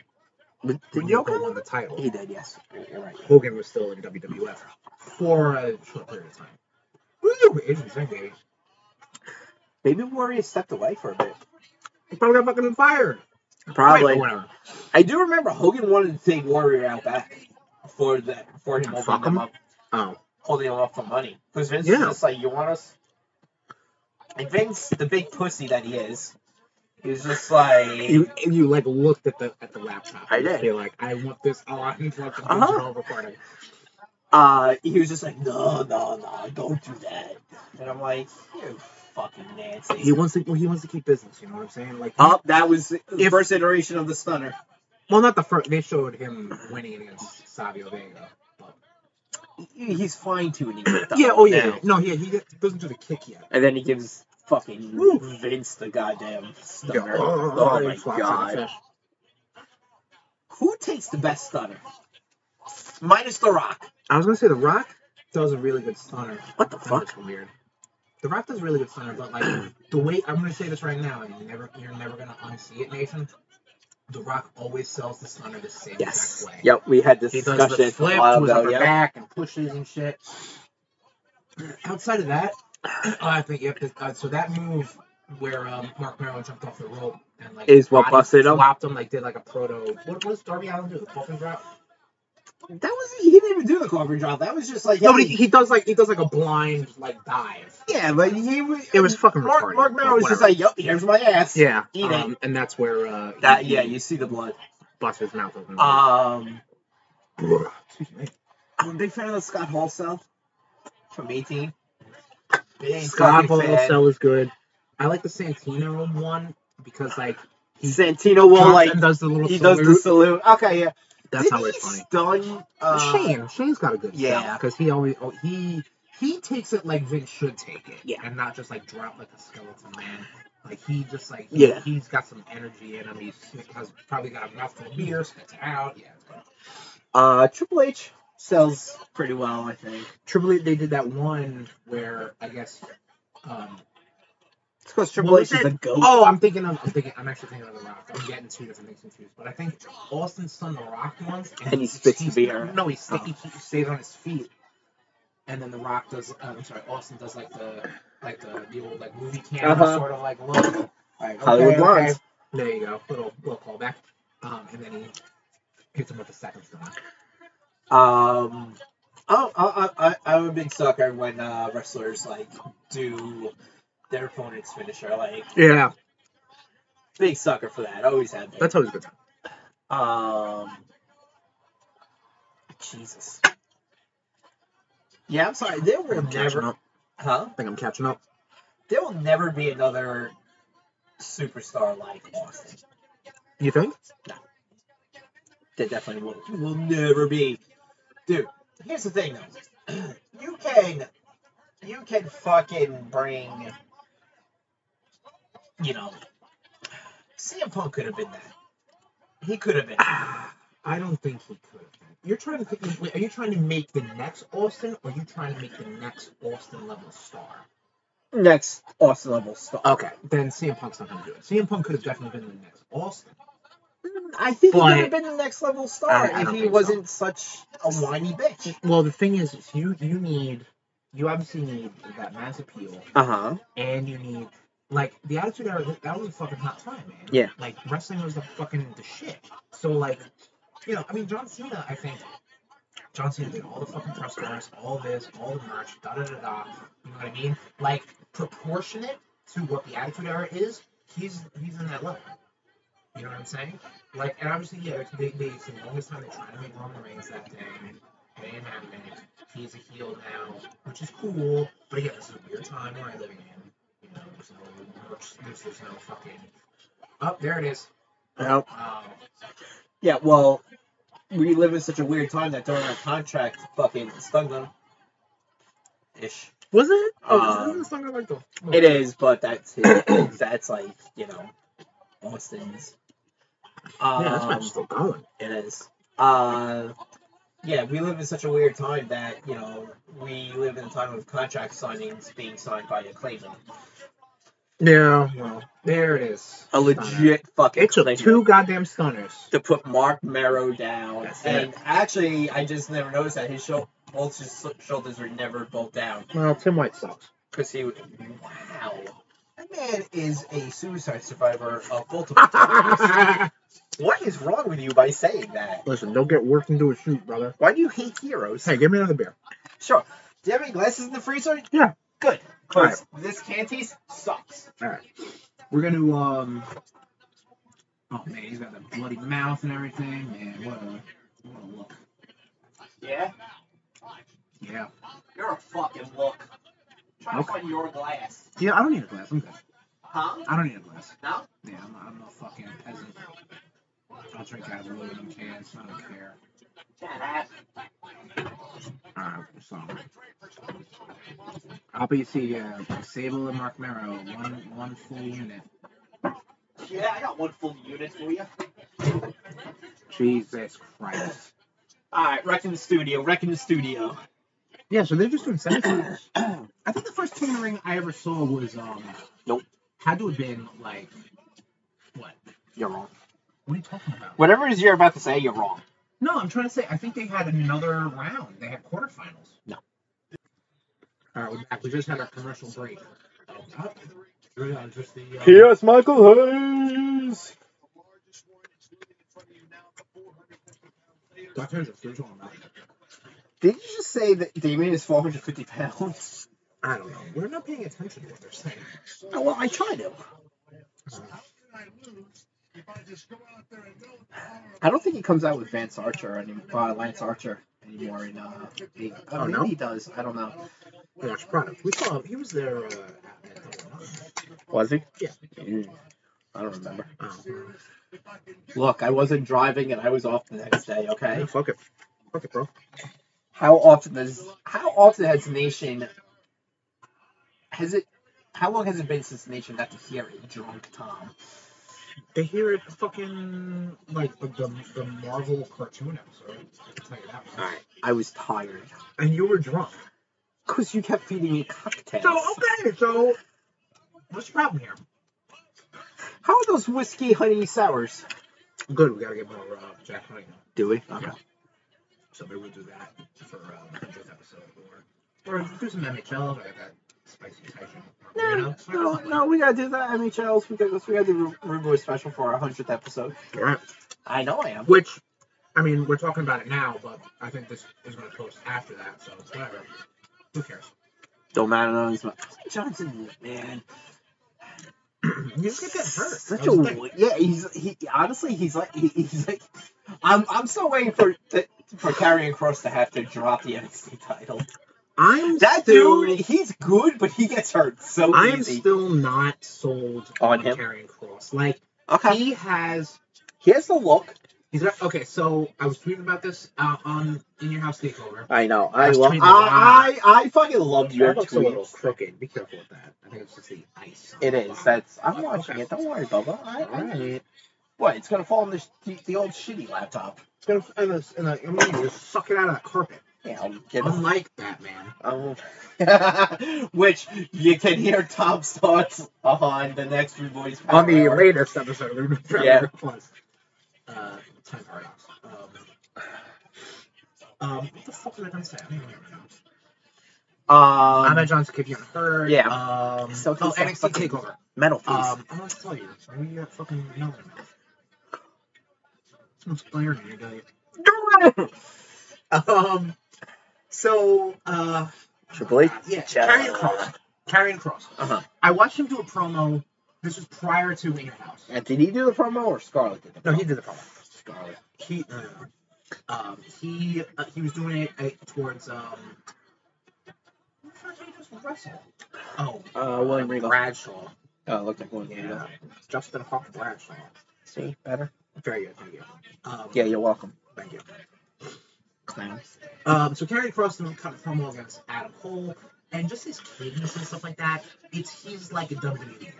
Speaker 3: Did
Speaker 2: when
Speaker 3: Yoko
Speaker 2: Yoko won the title,
Speaker 3: He did, yes.
Speaker 1: You're right.
Speaker 2: Hogan was still in WWF for a short period of time. Woo! Asian thing, baby.
Speaker 1: Maybe Warrior stepped away for a bit.
Speaker 2: He probably got fucking fired.
Speaker 3: Probably.
Speaker 2: Wait, whatever.
Speaker 1: I do remember Hogan wanted to take Warrior out back for that for him
Speaker 2: Fuck
Speaker 1: holding
Speaker 2: him?
Speaker 1: him up
Speaker 2: Oh,
Speaker 1: holding him up for money. Because Vince
Speaker 2: Yeah.
Speaker 1: was just like, you want us? And Vince, the big pussy that he is, he was just like,
Speaker 2: you you like looked at the at the laptop.
Speaker 3: I
Speaker 2: You
Speaker 3: did.
Speaker 2: feel like I want this on fucking
Speaker 3: Uh-huh.
Speaker 2: digital recording.
Speaker 1: uh, he was just like, no, no, no, don't do that. And I'm like, you fucking Nancy.
Speaker 2: He wants to well, he wants to keep business. You know what I'm saying? Like,
Speaker 3: Up, that was the
Speaker 2: If-
Speaker 3: first iteration of the stunner.
Speaker 2: well, not the first. They showed him winning against Savio Vega.
Speaker 1: He- He's fine tuning it. though,
Speaker 2: Yeah. Oh yeah.
Speaker 1: now.
Speaker 2: yeah. No. Yeah. He get- doesn't do the kick yet.
Speaker 3: And then he gives fucking
Speaker 2: Woo.
Speaker 3: Vince the goddamn
Speaker 2: Yeah.
Speaker 3: stunner. Oh,
Speaker 2: he
Speaker 3: my
Speaker 2: flops like a
Speaker 3: God.
Speaker 2: fish.
Speaker 1: Who takes the best stunner? Minus The Rock.
Speaker 2: I was gonna say the Rock does a really good stunner.
Speaker 3: What the
Speaker 2: That
Speaker 3: fuck?
Speaker 2: was weird. The Rock does a really good stunner, but like the way I'm gonna say this right now, and you never you're never gonna unsee it, Nation. The Rock always sells the stunner the same
Speaker 3: Yes.
Speaker 2: exact way.
Speaker 3: Yep, we had this
Speaker 2: He
Speaker 3: discussion
Speaker 2: does the
Speaker 3: a
Speaker 2: flip,
Speaker 3: while
Speaker 2: moves
Speaker 3: ago.
Speaker 2: over
Speaker 3: Yep.
Speaker 2: back and pushes and shit. Outside of that, I think yep. this- Uh, so that move where um, Mark Merrill jumped off the rope and like
Speaker 3: Is what
Speaker 2: body
Speaker 3: busted him?
Speaker 2: flopped him like did like a proto. What, what does Darby Allen do? The coffin drop.
Speaker 1: That was he didn't even do the coffee drop. That was just like
Speaker 2: No, but he, he does like he does like a blind like dive.
Speaker 1: yeah, but he was.
Speaker 2: It was fucking
Speaker 1: Mark
Speaker 2: retarded,
Speaker 1: Mark Merrill was
Speaker 2: but
Speaker 1: just
Speaker 2: whatever.
Speaker 1: like, yup, here's my ass.
Speaker 2: Yeah,
Speaker 1: Eat it.
Speaker 2: um, and that's where uh, he-
Speaker 1: That yeah,
Speaker 2: he
Speaker 1: you see the blood.
Speaker 2: busts his mouth open.
Speaker 1: Um.
Speaker 2: Excuse me.
Speaker 1: I'm a big fan of the Scott Hall cell from 18. Big
Speaker 2: Scott
Speaker 1: fucking
Speaker 2: Hall
Speaker 1: fan.
Speaker 2: cell is good. I like the Santino one because like
Speaker 1: Santino will
Speaker 2: Johnson
Speaker 1: like
Speaker 2: does the little
Speaker 1: he
Speaker 2: salute.
Speaker 1: does the salute. Okay, yeah.
Speaker 2: That's
Speaker 1: Didn't
Speaker 2: how it's
Speaker 1: he
Speaker 2: funny.
Speaker 1: Stun uh,
Speaker 2: Shane, Shane's got a good
Speaker 1: yeah.
Speaker 2: because he always oh, he he takes it like Vince should take it,
Speaker 3: Yeah.
Speaker 2: and not just like drop like a skeleton man. Like he just like
Speaker 3: Yeah.
Speaker 2: he's got some energy in him. He's, he has probably got a mouthful of beer, spits it out. Yeah, it's good.
Speaker 3: Uh, Triple H sells pretty well, I think.
Speaker 2: Triple H, they did that one where I guess um,
Speaker 3: It's because Triple
Speaker 2: What
Speaker 3: H
Speaker 2: was
Speaker 3: is
Speaker 2: it?
Speaker 3: a goat.
Speaker 2: Oh, I'm thinking of. I'm thinking. I'm actually thinking of The Rock. I'm getting two different things confused. But I think Austin's son The Rock once,
Speaker 3: And he spits the beer.
Speaker 2: No, he, sta- he he stays on his feet, and then The Rock does. Uh, I'm sorry, Austin does like the like the, the old like movie camera
Speaker 3: Uh-huh.
Speaker 2: sort of like look. Like,
Speaker 3: Hollywood
Speaker 2: okay,
Speaker 3: Blondes.
Speaker 2: okay. There you go. Little little callback. Um, and then he hits him with a second stone.
Speaker 1: Um, oh, I, I, I- I'm a big sucker when uh, wrestlers like do their opponent's finisher. Like
Speaker 2: Yeah,
Speaker 1: big sucker for that. Always have been.
Speaker 2: always a good time.
Speaker 1: Um, Jesus. Yeah, I'm sorry. There will
Speaker 2: I'm catching
Speaker 1: never,
Speaker 2: up.
Speaker 1: huh?
Speaker 2: I think I'm catching up.
Speaker 1: There will never be another superstar like Austin.
Speaker 2: You think?
Speaker 1: There definitely will, will never be. Dude, here's the thing though. you can, you can fucking bring, you know, CM Punk could have been that. He could have been.
Speaker 2: I don't think he could. You're trying to think. Wait, are you trying to make the next Austin, or are you trying to make the next Austin level star?
Speaker 3: Next Austin level stuff.
Speaker 2: Okay, then CM Punk's not gonna do it. CM Punk could have definitely been the next Austin.
Speaker 3: I think
Speaker 2: But-
Speaker 3: he would have been the next level star
Speaker 2: I- I
Speaker 3: if
Speaker 2: don't
Speaker 3: he
Speaker 2: think
Speaker 3: wasn't such a whiny bitch.
Speaker 2: Well, the thing is, is you you need, you obviously need that mass appeal,
Speaker 3: Uh huh.
Speaker 2: and you need like the Attitude Era. That was a fucking hot time, man.
Speaker 3: Yeah.
Speaker 2: Like wrestling was the fucking the shit. So like, you know, I mean, John Cena, I think. John Cena did all the fucking press tours, all this, all the merch, da da da da. You know what I mean? Like proportionate to what the Attitude Era is, he's he's in that level. You know what I'm saying? Like, and obviously, yeah, they, they, it's the longest time they tried to make Roman Reigns that day. They didn't have it. He's a heel now, which is cool. But again, this is a weird time we're living in. You know, there's no merch, there's, there's no fucking. Oh, there it is.
Speaker 3: Well,
Speaker 2: Um,
Speaker 1: Yeah, well, we live in such a weird time that during our contract, fucking stung them. Ish.
Speaker 3: was it?
Speaker 2: oh,
Speaker 1: Um,
Speaker 2: this is the song I like though.
Speaker 1: It is, but that's his, that's like you know, Austin's. Um,
Speaker 2: Yeah, that's why I'm still going.
Speaker 1: It is. Uh, yeah, we live in such a weird time that you know we live in a time of contract signings being signed by a Cleveland,
Speaker 2: Yeah, well, there it is.
Speaker 3: A legit fucking.
Speaker 2: It took
Speaker 3: claim
Speaker 2: two goddamn stunners.
Speaker 1: to put Mark Marrow down.
Speaker 2: That's
Speaker 1: and actually, I just never noticed that his shou- both his shoulders were never both down
Speaker 2: Well, Tim White sucks.
Speaker 1: because he. would- Wow, that man is a suicide survivor of multiple. what is wrong with you by saying that?
Speaker 2: Listen, don't get worked into a shoot, brother.
Speaker 1: Why do you hate heroes?
Speaker 2: Hey, give me another beer.
Speaker 1: Sure. Do you have any glasses in the freezer?
Speaker 2: Yeah.
Speaker 1: Good. Because this cantease sucks.
Speaker 2: We're gonna um. Oh man, he's got that bloody mouth and everything. Man, what a what a look.
Speaker 1: Yeah?
Speaker 2: Yeah.
Speaker 1: You're a fucking look. Try
Speaker 2: Okay.
Speaker 1: to find your glass.
Speaker 2: Yeah, I don't need a glass. I'm good.
Speaker 1: Huh?
Speaker 2: I don't need a glass.
Speaker 1: No?
Speaker 2: Yeah, I'm, I'm a fucking peasant. I'll drink out of aluminum cans. I don't care.
Speaker 1: Shut up.
Speaker 2: Alright, so I'll be see uh, Sable and Mark Merrow, one one full unit.
Speaker 1: Yeah, I got one full unit for you.
Speaker 2: Jesus Christ.
Speaker 1: Alright, wrecking the studio, wrecking the studio.
Speaker 2: Yeah, so they're just doing semifinals. I think the first King of the Ring I ever saw was um.
Speaker 3: Nope.
Speaker 2: Had to have been like, what?
Speaker 3: You're wrong.
Speaker 2: What are you talking about?
Speaker 3: Whatever it is you're about to say, you're wrong.
Speaker 2: No, I'm trying to say I think they had another round. They had quarterfinals.
Speaker 3: No.
Speaker 2: All right, we're back. We just had our commercial break. Oh, God. Yeah, just the, uh,
Speaker 3: Michael Hayes.
Speaker 2: Dr. Who's a visual novel.
Speaker 3: Did you just say that Damien is 450 pounds?
Speaker 2: I don't know. We're not paying attention to what they're saying.
Speaker 3: Oh, well, I tried to. I don't think he comes out with Vance Archer anymore. Uh, Lance Archer anymore in uh, the, uh,
Speaker 2: Oh,
Speaker 3: maybe
Speaker 2: no?
Speaker 3: he does. I don't know.
Speaker 2: Watch product. We saw him. He was there. Uh, at- at the-
Speaker 3: Was he?
Speaker 2: Yeah.
Speaker 3: I don't remember.
Speaker 2: Oh,
Speaker 3: Look, I wasn't driving and I was off the next day. Okay.
Speaker 2: yeah, fuck it. Fuck it, bro.
Speaker 3: How often does? How often has Nation? Has it? How long has it been since Nation got to hear a drunk Tom?
Speaker 2: They hear it fucking like the, the, the Marvel cartoon episode. I'll tell you that much.
Speaker 3: I was tired
Speaker 2: And you were drunk.
Speaker 3: because you kept feeding me cocktails.
Speaker 2: So okay, so What's your problem here?
Speaker 1: How are those whiskey honey sours?
Speaker 2: Good. We gotta get more uh, Jack Honey.
Speaker 1: Do we?
Speaker 2: Okay. So maybe we'll do that for um, the hundredth episode, or or do some MHL or that spicy Cajun.
Speaker 1: No,
Speaker 2: burrito.
Speaker 1: no, no, we gotta do that. MHLs, we gotta, we gotta do Rude Boy special for our hundredth episode.
Speaker 2: All right.
Speaker 1: I know I am.
Speaker 2: Which, I mean, we're talking about it now, but I think this is going to post after that, so whatever. Who cares?
Speaker 1: Don't matter none as much. Johnson, man,
Speaker 2: you just get that hurt.
Speaker 1: such
Speaker 2: That
Speaker 1: a
Speaker 2: was the thing.
Speaker 1: w- yeah. He's he honestly, he's like he, he's like, I'm I'm still waiting for the, for Karrion Cross to have to drop the NXT title.
Speaker 2: I'm
Speaker 1: That
Speaker 2: still,
Speaker 1: dude, he's good, but he gets hurt so
Speaker 2: I am
Speaker 1: easy.
Speaker 2: still not sold
Speaker 1: On
Speaker 2: on,
Speaker 1: him?
Speaker 2: carrying cross. Like
Speaker 1: okay,
Speaker 2: he has,
Speaker 1: he has the look.
Speaker 2: he's got, okay. So I was tweeting about this uh, on in your house takeover.
Speaker 1: I know. I
Speaker 2: That's
Speaker 1: love.
Speaker 2: tweeting a
Speaker 1: I, I I fucking loved your
Speaker 2: That looks a
Speaker 1: tweets.
Speaker 2: little crooked. Be careful with that. I think it's just the ice.
Speaker 1: It is. That's. I'm watching
Speaker 2: Okay.
Speaker 1: it. Don't worry, Bubba. I,
Speaker 2: all
Speaker 1: I,
Speaker 2: right.
Speaker 1: What? It's gonna fall on the, the, the old shitty laptop.
Speaker 2: It's gonna and, it's, and the, I'm gonna just suck it out of that carpet.
Speaker 1: Yeah, I'll get it.
Speaker 2: Unlike Batman.
Speaker 1: Um, which you can hear Tom's thoughts on the next Rude Boys Power
Speaker 2: on the
Speaker 1: Hour.
Speaker 2: latest episode of Rude Forever
Speaker 1: Yeah.
Speaker 2: Plus. Uh, time paradox. Um, um, what the fuck was I gonna say? I don't even remember.
Speaker 1: Um,
Speaker 2: Anna Johnson kept getting hurt.
Speaker 1: yeah.
Speaker 2: Um,
Speaker 1: So
Speaker 2: oh,
Speaker 1: he's like
Speaker 2: NXT
Speaker 1: fucking-
Speaker 2: Takeover.
Speaker 1: metal face.
Speaker 2: Um, I want to tell you, maybe you got fucking nail in your mouth. Someone's glaring at you, don't you? Um, so, uh,
Speaker 1: Triple H.
Speaker 2: yeah,
Speaker 1: Chad.
Speaker 2: Karrion Cross. Karrion Cross.
Speaker 1: Uh-huh.
Speaker 2: I watched him do a promo. This was prior to In Your House.
Speaker 1: And did he do the promo or Scarlett did the promo?
Speaker 2: No, he did the promo.
Speaker 1: Scarlett.
Speaker 2: he uh, um he uh, he was doing it uh, towards um who the fuck did he just wrestle? Oh,
Speaker 1: Uh, William Regal.
Speaker 2: Bradshaw.
Speaker 1: Oh, it looked like William Regal.
Speaker 2: Yeah, Justin Hawk Bradshaw.
Speaker 1: See, better.
Speaker 2: Very good, thank you. Um,
Speaker 1: Yeah, you're welcome,
Speaker 2: thank you.
Speaker 1: clown.
Speaker 2: Um, so Karrion Cross then cut a promo against Adam Cole, and just his cadence and stuff like that. It's he's like a WWE guy.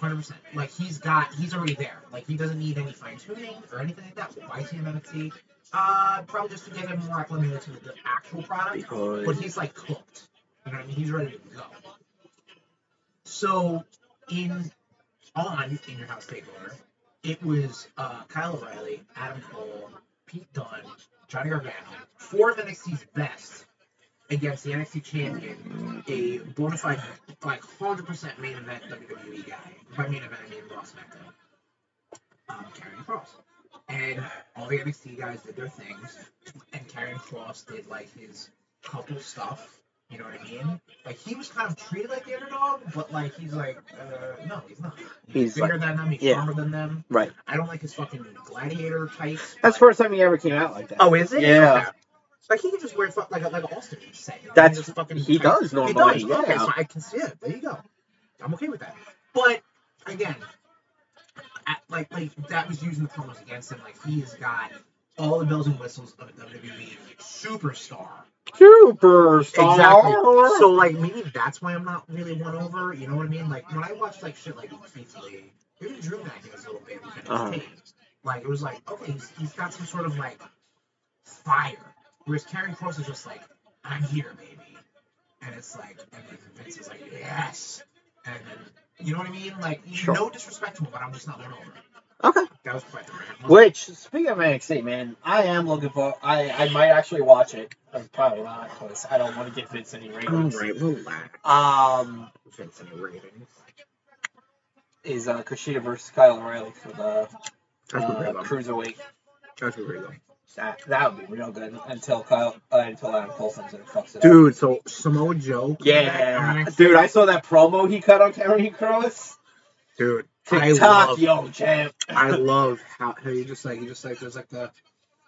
Speaker 2: 100%. Like, he's got, he's already there. Like, he doesn't need any fine tuning or anything like that. Why is he in NXT? Uh, probably just to get him more acclimated to the actual product. but
Speaker 1: Because
Speaker 2: he's like cooked. You know what I mean? He's ready to go. So in on in your house takeover, it was uh, Kyle O'Reilly, Adam Cole, Pete Dunne, Johnny Gargano, four of NXT's best against the NXT champion, a bona fide like hundred percent main event WWE guy. By main event, I mean Raw SmackDown. Um, Karrion Cross. And all the NXT guys did their things, and Karrion Cross did like his couple stuff. You know what I mean? Like he was kind of treated like the underdog, but like he's like, uh, no, he's not.
Speaker 1: He's
Speaker 2: bigger than them. He's
Speaker 1: yeah.
Speaker 2: stronger than them.
Speaker 1: Right.
Speaker 2: I don't like his fucking gladiator tights.
Speaker 1: that's the
Speaker 2: but-
Speaker 1: first time he ever came out like that.
Speaker 2: Oh, is it?
Speaker 1: Yeah.
Speaker 2: Okay. Like he could just wear fuck, like a, like an Austin would say. Like,
Speaker 1: That's-
Speaker 2: just fucking
Speaker 1: he does
Speaker 2: He
Speaker 1: normally.
Speaker 2: does.
Speaker 1: Yeah.
Speaker 2: Okay, so I can see it. There you go. I'm okay with that. But again, I, like like that was using the promos against him. Like he has got all the bells and whistles of a WWE superstar.
Speaker 1: Superstar.
Speaker 2: Exactly. So like maybe that's why I'm not really won over. You know what I mean? Like when I watch like shit like Keith Lee, even Drew McIntyre's little bit with NXT,
Speaker 1: Uh-huh.
Speaker 2: like it was like okay, he's, he's got some sort of like fire. Whereas Karen Cross is just like, I'm here, baby, and it's like, and then Vince is like, yes, and then you know what I mean? Like
Speaker 1: Sure.
Speaker 2: no disrespect to him, but I'm just not won over.
Speaker 1: okay.
Speaker 2: That was quite the rant.
Speaker 1: Which, speaking of NXT, man, I am looking for. I I might actually watch it. I'm probably not because I don't want to give Vince any
Speaker 2: All
Speaker 1: ratings.
Speaker 2: right, relax.
Speaker 1: Um,
Speaker 2: Vince and ratings.
Speaker 1: is uh, Kushida versus Kyle O'Reilly for the
Speaker 2: That's where we're
Speaker 1: uh,
Speaker 2: going.
Speaker 1: cruiserweight?
Speaker 2: That's where we're going.
Speaker 1: That that would be real good until Kyle uh, until Adam Cole comes in and fucks it up.
Speaker 2: Dude, so Samoa Joe. came back
Speaker 1: Yeah,
Speaker 2: on NXT.
Speaker 1: dude, I saw that promo he cut on Karrion Cross.
Speaker 2: Dude, I
Speaker 1: TikTok,
Speaker 2: love-
Speaker 1: yo, champ.
Speaker 2: I love how, how you just like you just like there's like the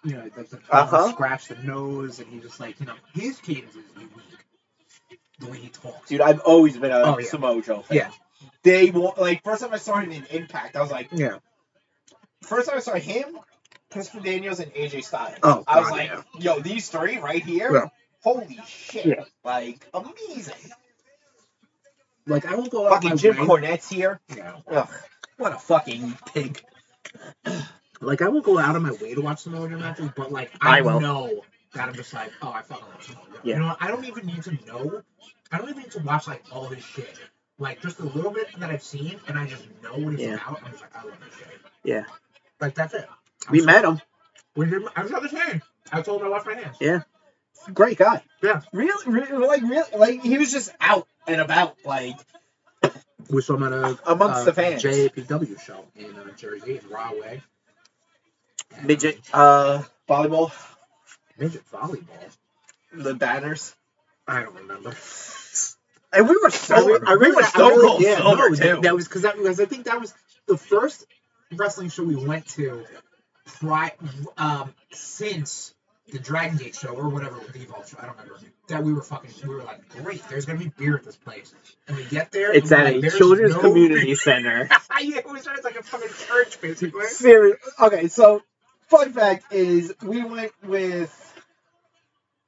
Speaker 2: you know like the
Speaker 1: Uh-huh.
Speaker 2: scratch the nose and he just like you know his cadence is unique the way he talks.
Speaker 1: Dude, I've always been a
Speaker 2: Oh, yeah.
Speaker 1: Samoa Joe fan.
Speaker 2: yeah,
Speaker 1: They wa- like first time I saw him in Impact, I was like,
Speaker 2: yeah.
Speaker 1: first time I saw him, Christopher Daniels and AJ Styles.
Speaker 2: Oh,
Speaker 1: I was
Speaker 2: God,
Speaker 1: like,
Speaker 2: yeah.
Speaker 1: yo, these three right here,
Speaker 2: Yeah.
Speaker 1: holy shit,
Speaker 2: Yeah.
Speaker 1: like amazing.
Speaker 2: Like I won't go out
Speaker 1: Fucking
Speaker 2: my
Speaker 1: Jim
Speaker 2: way.
Speaker 1: Cornette's here.
Speaker 2: Yeah.
Speaker 1: Ugh, what a fucking pig.
Speaker 2: Like I won't go out of my way to watch Samoa Joe matches, but like
Speaker 1: I
Speaker 2: I,
Speaker 1: will.
Speaker 2: know that I'm just like oh I fucking love Samoa Joe.
Speaker 1: Yeah.
Speaker 2: You know what? I don't even need to know. I don't even need to watch like all his shit. Like just a little bit that I've seen, and I just know what he's
Speaker 3: Yeah.
Speaker 2: about. I'm just like, I love this shit.
Speaker 3: Yeah.
Speaker 2: Like that's it. I'm
Speaker 3: We
Speaker 2: so-
Speaker 3: met him.
Speaker 2: We did. I was on the train. I told him I washed my hands.
Speaker 3: Great guy.
Speaker 2: Yeah.
Speaker 3: Really, really, like, really, like he was just out and about, like
Speaker 2: We saw him at a
Speaker 3: amongst
Speaker 2: uh,
Speaker 3: the fans.
Speaker 2: JAPW show in uh, Jersey, in Raw Way. And,
Speaker 3: Midget uh, volleyball,
Speaker 2: midget volleyball.
Speaker 3: the banners,
Speaker 2: I don't remember.
Speaker 3: and we were so
Speaker 2: Oh, I
Speaker 3: we
Speaker 2: really,
Speaker 3: were
Speaker 2: I
Speaker 3: so
Speaker 2: really-
Speaker 3: cold
Speaker 2: yeah,
Speaker 3: sober
Speaker 2: no,
Speaker 3: too.
Speaker 2: That, that was because that was I think that was the first wrestling show we went to, pri- um, since the Dragon Gate show or whatever the Evolve show. I don't remember. That we were fucking. We were like, great. There's gonna be beer at this place, and we get there.
Speaker 3: It's
Speaker 2: and
Speaker 3: at
Speaker 2: we're like,
Speaker 3: a
Speaker 2: "There's
Speaker 3: children's
Speaker 2: no
Speaker 3: community center.
Speaker 2: yeah, it was it's like a fucking church, basically.
Speaker 3: Serious. Okay, so fun fact is we went with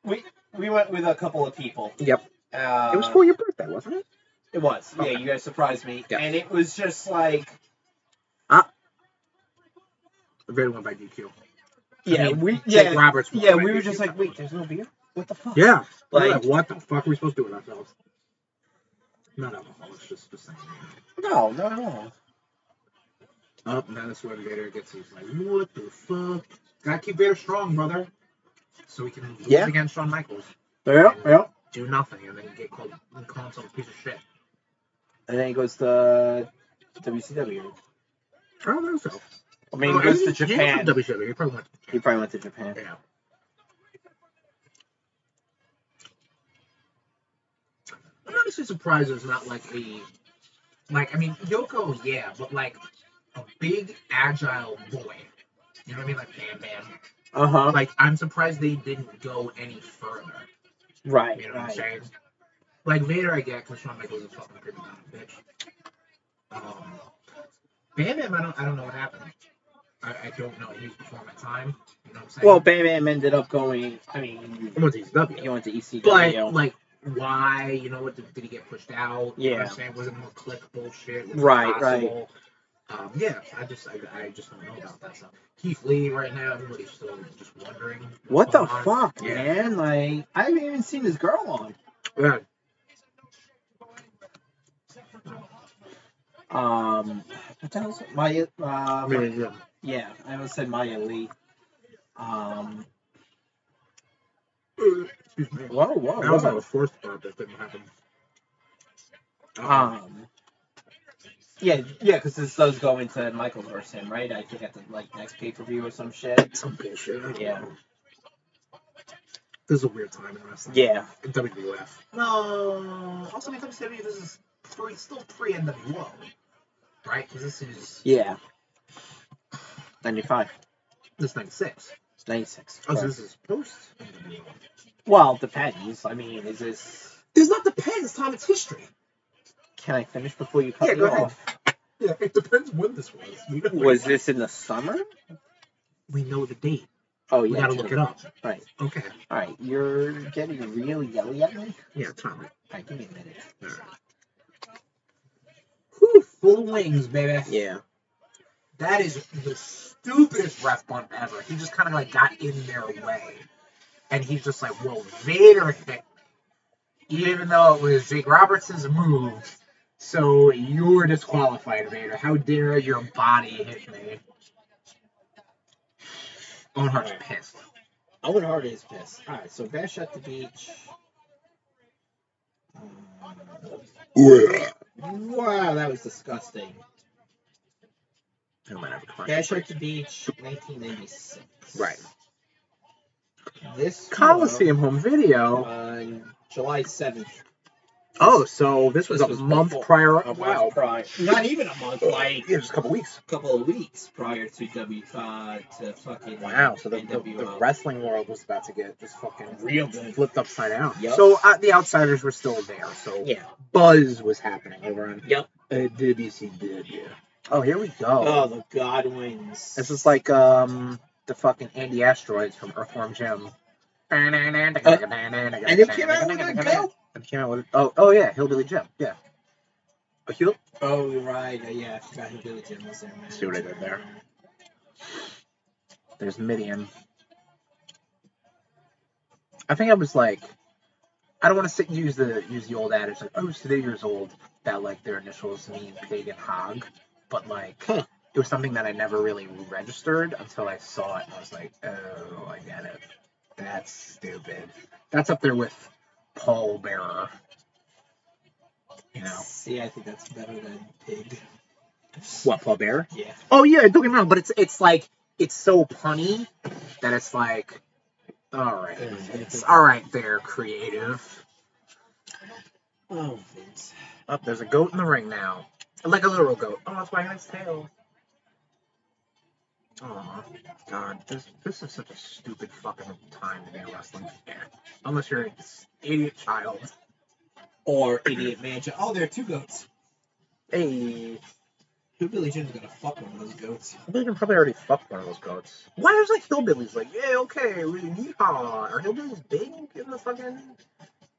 Speaker 3: we we went with a couple of people.
Speaker 2: Yep.
Speaker 3: Uh,
Speaker 2: It was for your birthday, wasn't it?
Speaker 3: It was.
Speaker 2: Okay.
Speaker 3: Yeah, you guys surprised me,
Speaker 2: Yeah.
Speaker 3: and it was just like
Speaker 2: Very won by DQ.
Speaker 3: yeah,
Speaker 2: mean,
Speaker 3: we
Speaker 2: Jake
Speaker 3: yeah
Speaker 2: Roberts. won
Speaker 3: yeah
Speaker 2: by
Speaker 3: we were
Speaker 2: DQ.
Speaker 3: just like wait, there's no beer. What the fuck?
Speaker 2: Yeah. we were
Speaker 3: Like-
Speaker 2: Like, what the fuck are we supposed to do with ourselves? Not alcoholics, just just saying.
Speaker 3: No, no, no.
Speaker 2: Up now that's where Vader gets. He's like, what the fuck? Gotta keep Vader strong, brother. So we can lose
Speaker 3: Yeah.
Speaker 2: against Shawn Michaels.
Speaker 3: Yeah, yeah.
Speaker 2: Do nothing and then get called and call himself a piece of shit.
Speaker 3: And then he goes to WCW.
Speaker 2: I don't know so.
Speaker 3: I mean,
Speaker 2: Oh,
Speaker 3: he goes to
Speaker 2: he- he
Speaker 3: Japan.
Speaker 2: was in WCW. E, He probably went to
Speaker 3: He probably went to Japan.
Speaker 2: Yeah. I'm honestly surprised there's not like a like I mean Yoko, yeah, but like a big agile boy. You know what I mean? Like Bam Bam.
Speaker 3: Uh huh.
Speaker 2: Like I'm surprised they didn't go any further.
Speaker 3: Right.
Speaker 2: You know what I'm
Speaker 3: right.
Speaker 2: saying? Like Vader, I get because Shawn Michaels is a fucking pretty bad bitch. Um, Bam Bam, I don't, I don't know what happened. I, I don't know. He was before my time. You know what I'm saying?
Speaker 3: Well, Bam Bam ended up going. I mean, E
Speaker 2: he went to ECW.
Speaker 3: he went to ECW.
Speaker 2: But like, why? You know what? Did, did he get pushed out? You know what
Speaker 3: Yeah.
Speaker 2: I'm saying was it more click bullshit? Was it
Speaker 3: Right, right.
Speaker 2: possible? Um, yeah, I just I, I just don't know about that stuff. Keith Lee right now, everybody's still just wondering. what's
Speaker 3: what the
Speaker 2: going on.
Speaker 3: fuck,
Speaker 2: Yeah.
Speaker 3: man? Like, I haven't even seen this girl on.
Speaker 2: Yeah.
Speaker 3: Um, what the hell's Maya? Uh,
Speaker 2: I mean, yeah.
Speaker 3: yeah, I almost said Maya Lee. Um,
Speaker 2: Excuse me.
Speaker 3: whoa, whoa,
Speaker 2: That was
Speaker 3: whoa.
Speaker 2: like a fourth part that didn't happen. Uh,
Speaker 3: Um, yeah, yeah, because this does go into Michael versus him, right? I think at the like next pay per view or some shit.
Speaker 2: some bullshit.
Speaker 3: yeah.
Speaker 2: This is a weird time in wrestling.
Speaker 3: Yeah,
Speaker 2: In WWF. No. Also, in WCW, this is pre, still pre NWO, right? Because this is
Speaker 3: yeah. 95,
Speaker 2: this is '96.
Speaker 3: 96.
Speaker 2: Oh, so
Speaker 3: correct.
Speaker 2: this is post NWO.
Speaker 3: Well, depends. I mean, is this?
Speaker 2: It's not depends, Tom. It's history.
Speaker 3: Can I finish before you cut
Speaker 2: Yeah,
Speaker 3: me
Speaker 2: go ahead.
Speaker 3: off?
Speaker 2: Yeah, it depends when this was. We know
Speaker 3: Was this in the summer?
Speaker 2: We know the date.
Speaker 3: Oh yeah.
Speaker 2: We gotta
Speaker 3: true.
Speaker 2: look it up.
Speaker 3: Right.
Speaker 2: Okay.
Speaker 3: All right. You're getting real yelly at me.
Speaker 2: Yeah, Tom.
Speaker 3: All right, give me a minute.
Speaker 2: All right. Whew, full wings, baby.
Speaker 3: Yeah.
Speaker 2: That is the stupidest ref bump ever. He just kind of like got in their way. And he's just like, well, Vader hit me. Even though it was Jake Robertson's move. So you're disqualified, Vader. How dare your body hit me? Owen Hart's pissed.
Speaker 3: Owen Hart is pissed. All right. So Bash at the beach. Wow, that was disgusting.
Speaker 2: I might have a question.
Speaker 3: Bash at the beach, 1996.
Speaker 2: Right.
Speaker 3: This
Speaker 2: Coliseum home
Speaker 3: show
Speaker 2: video.
Speaker 3: on July 7th.
Speaker 2: Oh, so this was
Speaker 3: This
Speaker 2: a
Speaker 3: was
Speaker 2: month
Speaker 3: before-
Speaker 2: prior.
Speaker 3: A month
Speaker 2: Oh, wow.
Speaker 3: prior. Not even a month. Like
Speaker 2: Yeah, just a couple weeks.
Speaker 3: a couple of weeks prior to W uh, to fucking
Speaker 2: Wow, so the, the, the
Speaker 3: NWO.
Speaker 2: wrestling world was about to get just fucking
Speaker 3: Real good.
Speaker 2: flipped upside down.
Speaker 3: Yep.
Speaker 2: So uh, the outsiders were still there. So
Speaker 3: Yeah.
Speaker 2: buzz was happening over on
Speaker 3: Yep.
Speaker 2: uh, WCW. Oh, here we go.
Speaker 3: Oh, the Godwins.
Speaker 2: this is like um the fucking Andy Asteroids from Earthworm Jim. Uh, and
Speaker 3: and
Speaker 2: they
Speaker 3: they came out with a goat?
Speaker 2: And came out with oh oh yeah Hillbilly Jim yeah. A heel?
Speaker 3: Oh, you're right. Uh, yeah, I forgot who Billy Jim was there, man.
Speaker 2: See what I did there. There's Midian. I think I was like, I don't want to sit, use the use the old adage like, oh, I was today years old, that like their initials mean pig and hog, but like it was something that I never really registered until I saw it. And I was like, oh, I get it. That's stupid. That's up there with Paul Bearer. You know
Speaker 1: See, I think that's better than pig.
Speaker 2: what Paul Bearer?
Speaker 1: Yeah.
Speaker 2: Oh yeah, don't get me wrong, but it's it's like it's so punny that it's like, all right, it's all right there, creative.
Speaker 1: Oh, Vince.
Speaker 2: Up there's a goat in the ring now. Like a literal goat. Oh, it's wagging its tail. Oh God, this this is such a stupid fucking time to be a wrestling fan. Unless you're an idiot child.
Speaker 1: Or idiot manager. Oh, there are two goats.
Speaker 2: Hey,
Speaker 1: Who Billy Jim's gonna fuck one of those goats?
Speaker 2: I believe you probably already fucked one of those goats. Why is like hillbillies like, yeah, okay, we yeehaw. Are hillbillies big in the fucking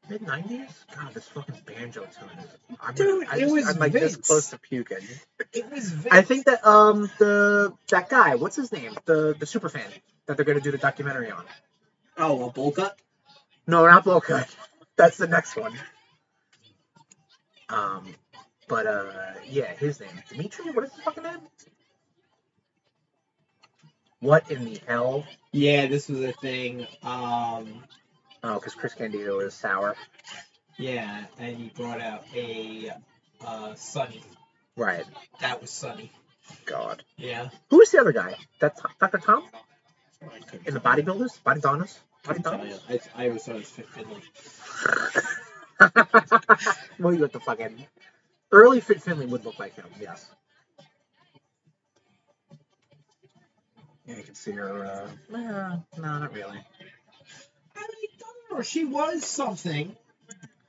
Speaker 2: mid nineties? God, this fucking banjo tune is. I'm,
Speaker 1: Dude,
Speaker 2: I
Speaker 1: it
Speaker 2: just,
Speaker 1: was
Speaker 2: I'm like
Speaker 1: Vince.
Speaker 2: this close to puking.
Speaker 1: It was Vince.
Speaker 2: I think that um the that guy, what's his name? The the super fan that they're gonna do the documentary on.
Speaker 1: Oh, well, bowl cut?
Speaker 2: No, not Blow Cut. That's the next one. Um, but uh, yeah, his name Dimitri. What is his fucking name? What in the hell?
Speaker 1: Yeah, this was a thing. Um,
Speaker 2: Oh, because Chris Candido is sour.
Speaker 1: yeah, and you brought out a uh, Sunny.
Speaker 2: Right.
Speaker 1: That was Sunny.
Speaker 2: God.
Speaker 1: Yeah.
Speaker 2: Who is the other guy? That's Dr. Tom
Speaker 1: I couldn't
Speaker 2: in the
Speaker 1: tell you.
Speaker 2: bodybuilders, body donors,
Speaker 1: Couldn't
Speaker 2: body
Speaker 1: tell
Speaker 2: donors.
Speaker 1: you. I, I always thought it was Fit Finley.
Speaker 2: well, you got the fucking early Fit Finley would look like him. Yes. Yeah, you can see her. Uh, no, not really.
Speaker 1: I don't remember. She was something.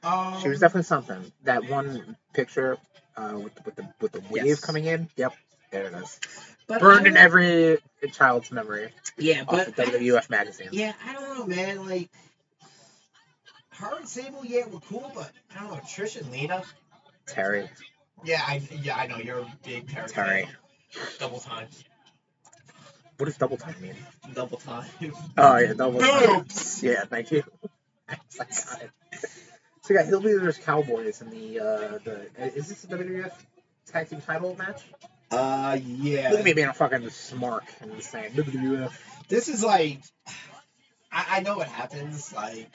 Speaker 1: Um,
Speaker 2: She was definitely something. That one picture uh, with the, with the with the wave
Speaker 1: Yes.
Speaker 2: coming in. Yep, there it is.
Speaker 1: but
Speaker 2: Burned
Speaker 1: I
Speaker 2: in
Speaker 1: don't-
Speaker 2: every child's memory
Speaker 1: Yeah,
Speaker 2: off
Speaker 1: but
Speaker 2: of WWF magazine.
Speaker 1: Yeah, I don't know, man. Like, her and Sable, yeah, were cool, but I don't know. Trish and Lena.
Speaker 2: Terry,
Speaker 1: Yeah, I yeah I know you're a big Terry.
Speaker 2: Terry.
Speaker 1: fan. Double time.
Speaker 2: What does double time mean?
Speaker 1: Double time.
Speaker 2: Oh yeah, double time.
Speaker 1: Boobs.
Speaker 2: Yeah, thank you. I was like, got it. So yeah, Hillbillies Cowboys in the uh the is this the WWF tag team title match?
Speaker 1: Uh, yeah.
Speaker 2: Look at me being a fucking smark and saying WWF.
Speaker 1: This is like, I, I know what happens. Like,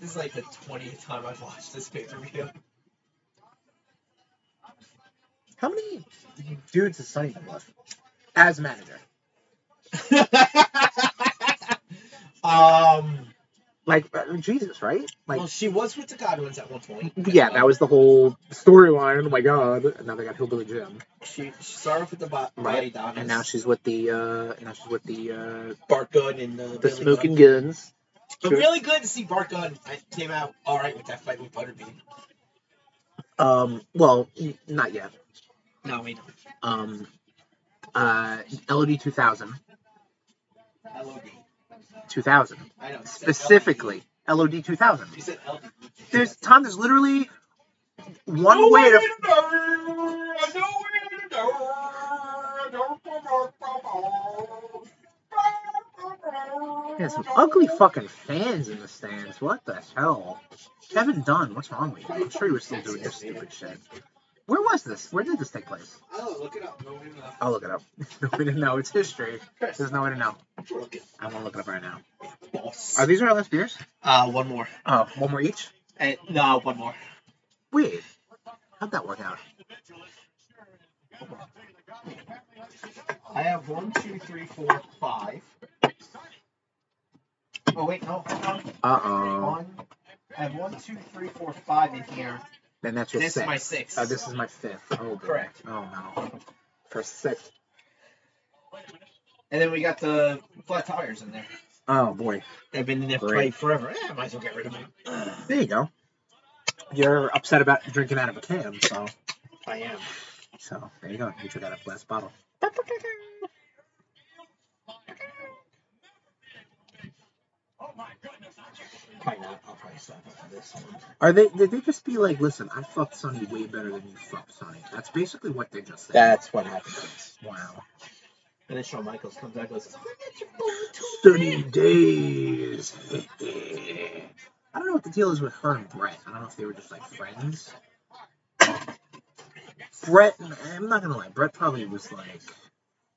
Speaker 1: this is like the twentieth time I've watched this pay per view.
Speaker 2: How many dudes has Sonny been with as manager?
Speaker 1: um.
Speaker 2: Like uh, Jesus, right? Like
Speaker 1: well, she was with the Godwins at one point.
Speaker 2: yeah, that was the whole storyline. Oh my god! And now they got Hillbilly Jim,
Speaker 1: She, she started off with the bo- body
Speaker 2: Right.
Speaker 1: Donners.
Speaker 2: and now she's with the uh, now she's with the uh,
Speaker 1: Bart Gunn and uh,
Speaker 2: the
Speaker 1: Billy
Speaker 2: Smoking
Speaker 1: Gunn.
Speaker 2: Guns.
Speaker 1: But really good to see Bart Gunn. I came out all right with that fight with Butterbean.
Speaker 2: Um, well, n- not yet.
Speaker 1: No, I mean,
Speaker 2: um, uh, LOD 2000,
Speaker 1: LOD.
Speaker 2: 2000
Speaker 1: I know. you said
Speaker 2: specifically LOD 2000.
Speaker 1: LOD. You said LOD.
Speaker 2: There's Tom. There's literally one
Speaker 1: No
Speaker 2: way to.
Speaker 1: know, no way to know.
Speaker 2: Yeah, some ugly fucking fans in the stands. What the hell? Kevin Dunn, what's wrong with you? I'm sure you were still doing your stupid shit. Where was this? Where did this take place?
Speaker 1: Oh, look it up. No, no, no.
Speaker 2: I'll look it up. no way to know. It's history.
Speaker 1: Chris,
Speaker 2: There's no way to know.
Speaker 1: look it
Speaker 2: I want to look it up right now.
Speaker 1: up. Boss.
Speaker 2: Are these our last beers?
Speaker 1: Uh, one more.
Speaker 2: Oh, one more each?
Speaker 1: Uh, no, one more.
Speaker 2: Wait. How'd that work out?
Speaker 1: I have one, two, three, four, five. Oh, wait, no. Hold on.
Speaker 2: Uh oh.
Speaker 1: One. I have one, two, three, four, five in here.
Speaker 2: Then that's your
Speaker 1: this
Speaker 2: six.
Speaker 1: is my six.
Speaker 2: Uh, this is my fifth. Oh, boy.
Speaker 1: Correct.
Speaker 2: Oh no. For six.
Speaker 1: And then we got the flat tires in there.
Speaker 2: Oh boy.
Speaker 1: They've been in there for
Speaker 2: Great.
Speaker 1: like forever. Eh, might as well get rid of them.
Speaker 2: There you go. You're upset about drinking out of a can, so
Speaker 1: I am.
Speaker 2: so there you go. You took out a glass bottle.
Speaker 1: Probably not. I'll probably stop after this one.
Speaker 2: Are they? Did they just be like, listen, I fucked Sonny way better than you fucked Sonny? That's basically what they just said.
Speaker 1: what happens.
Speaker 2: wow.
Speaker 1: And then Shawn Michaels comes out and goes,
Speaker 2: Thirty days. I don't know what the deal is with her and Brett. I don't know if they were just like friends. Brett, I'm not gonna lie, Brett probably was like,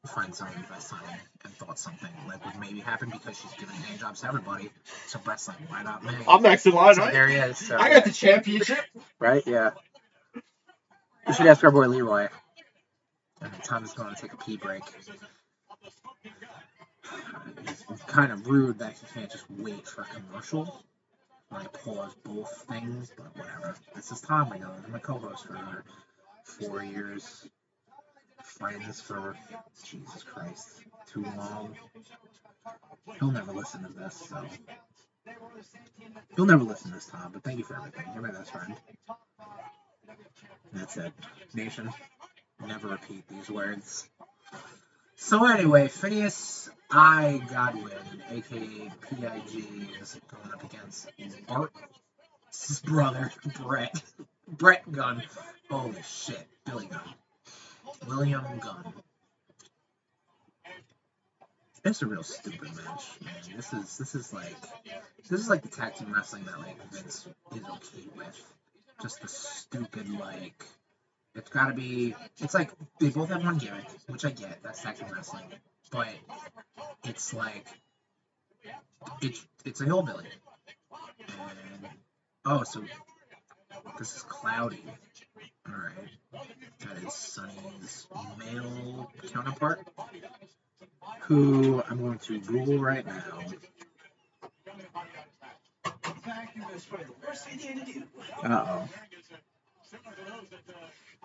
Speaker 2: find someone to invest time and thought something like would maybe happen because she's giving hand jobs to everybody. So Brett's like, why not me?
Speaker 1: I'm next in line.
Speaker 2: so
Speaker 1: right?
Speaker 2: there he is. So,
Speaker 1: I got the championship.
Speaker 2: right? Yeah.
Speaker 6: We should ask our boy Leroy.
Speaker 2: And Tom's going to take a pee break. It's, it's kind of rude that he can't just wait for a commercial. Like pause both things, but whatever. This is Tom. I know he's my co-host for another four years. Friends for Jesus Christ, too long. He'll never listen to this, so he'll never listen to this, Tom. But thank you for everything. You're my best friend. That's it, nation never repeat these words. So anyway, Phineas I Godwin, aka PIG, is going up against Bart's brother Brett. Brett Gunn. Holy shit, Billy Gunn. William Gunn. It's a real stupid match, man. This is this is like this is like the tag team wrestling that like Vince is okay with. Just the stupid like it's gotta be. It's like they both have one gimmick, which I get. That's tag team wrestling, but it's like it's it's a hillbilly. And, oh, so this is cloudy. All right, that is Sunny's male counterpart, who I'm going to Google right now. Uh oh.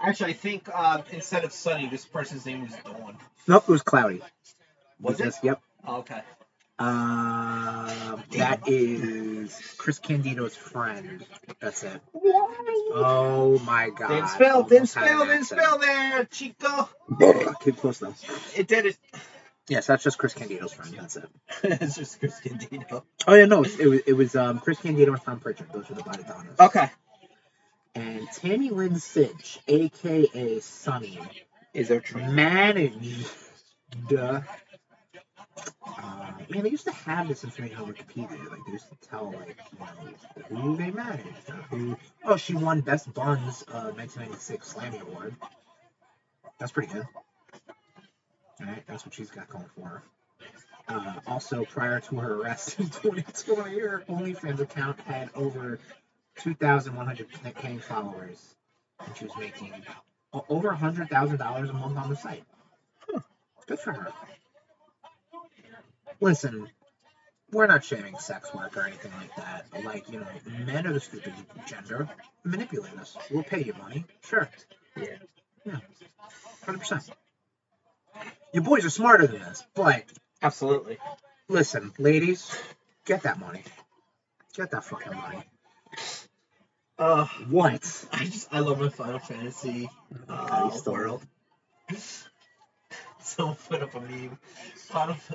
Speaker 1: Actually, I think uh, instead of Sunny, this person's name was Dawn.
Speaker 2: Nope, it was cloudy.
Speaker 1: Was it?
Speaker 2: Yes, Yep.
Speaker 1: Oh, okay.
Speaker 2: Um, that is Chris Candido's friend. That's it. Oh my god.
Speaker 1: Didn't spell, didn't
Speaker 2: Almost had
Speaker 1: spell,
Speaker 2: an
Speaker 1: didn't spell
Speaker 2: accident.
Speaker 1: there, Chico.
Speaker 2: Keep close though.
Speaker 1: It did it.
Speaker 2: Yes, that's just Chris Candido's friend. That's it.
Speaker 1: it's just Chris Candido.
Speaker 2: Oh yeah, no, it, it was it was um Chris Candido and Tom Pritchard. Those were the body donors.
Speaker 1: Okay.
Speaker 2: And Tammy Lynn Sitch, aka Sunny,
Speaker 3: Is there
Speaker 2: managed. Uh, man, uh, they used to have this information on Wikipedia. Like they used to tell like you know, who they managed. or Who? Oh, she won Best Buns uh, 1996 Slammy Award. That's pretty good. All right, that's what she's got going for her. Uh, also, prior to her arrest in 2020, her OnlyFans account had over 2,100 paying followers, and she was making o- over hundred thousand dollars a month on the site. Good for her. Listen, we're not shaming sex work or anything like that. Like you know, men are the stupid gender. Manipulate us. We'll pay you money. Sure.
Speaker 3: Yeah.
Speaker 2: Yeah. Hundred percent. Your boys are smarter than this, but
Speaker 3: Absolutely.
Speaker 2: listen, ladies, get that money. Get that fucking money.
Speaker 1: Uh,
Speaker 2: What?
Speaker 1: I just I love my Final Fantasy
Speaker 2: God,
Speaker 1: uh,
Speaker 2: he's still-
Speaker 1: world. Someone put up a meme. Final Fa-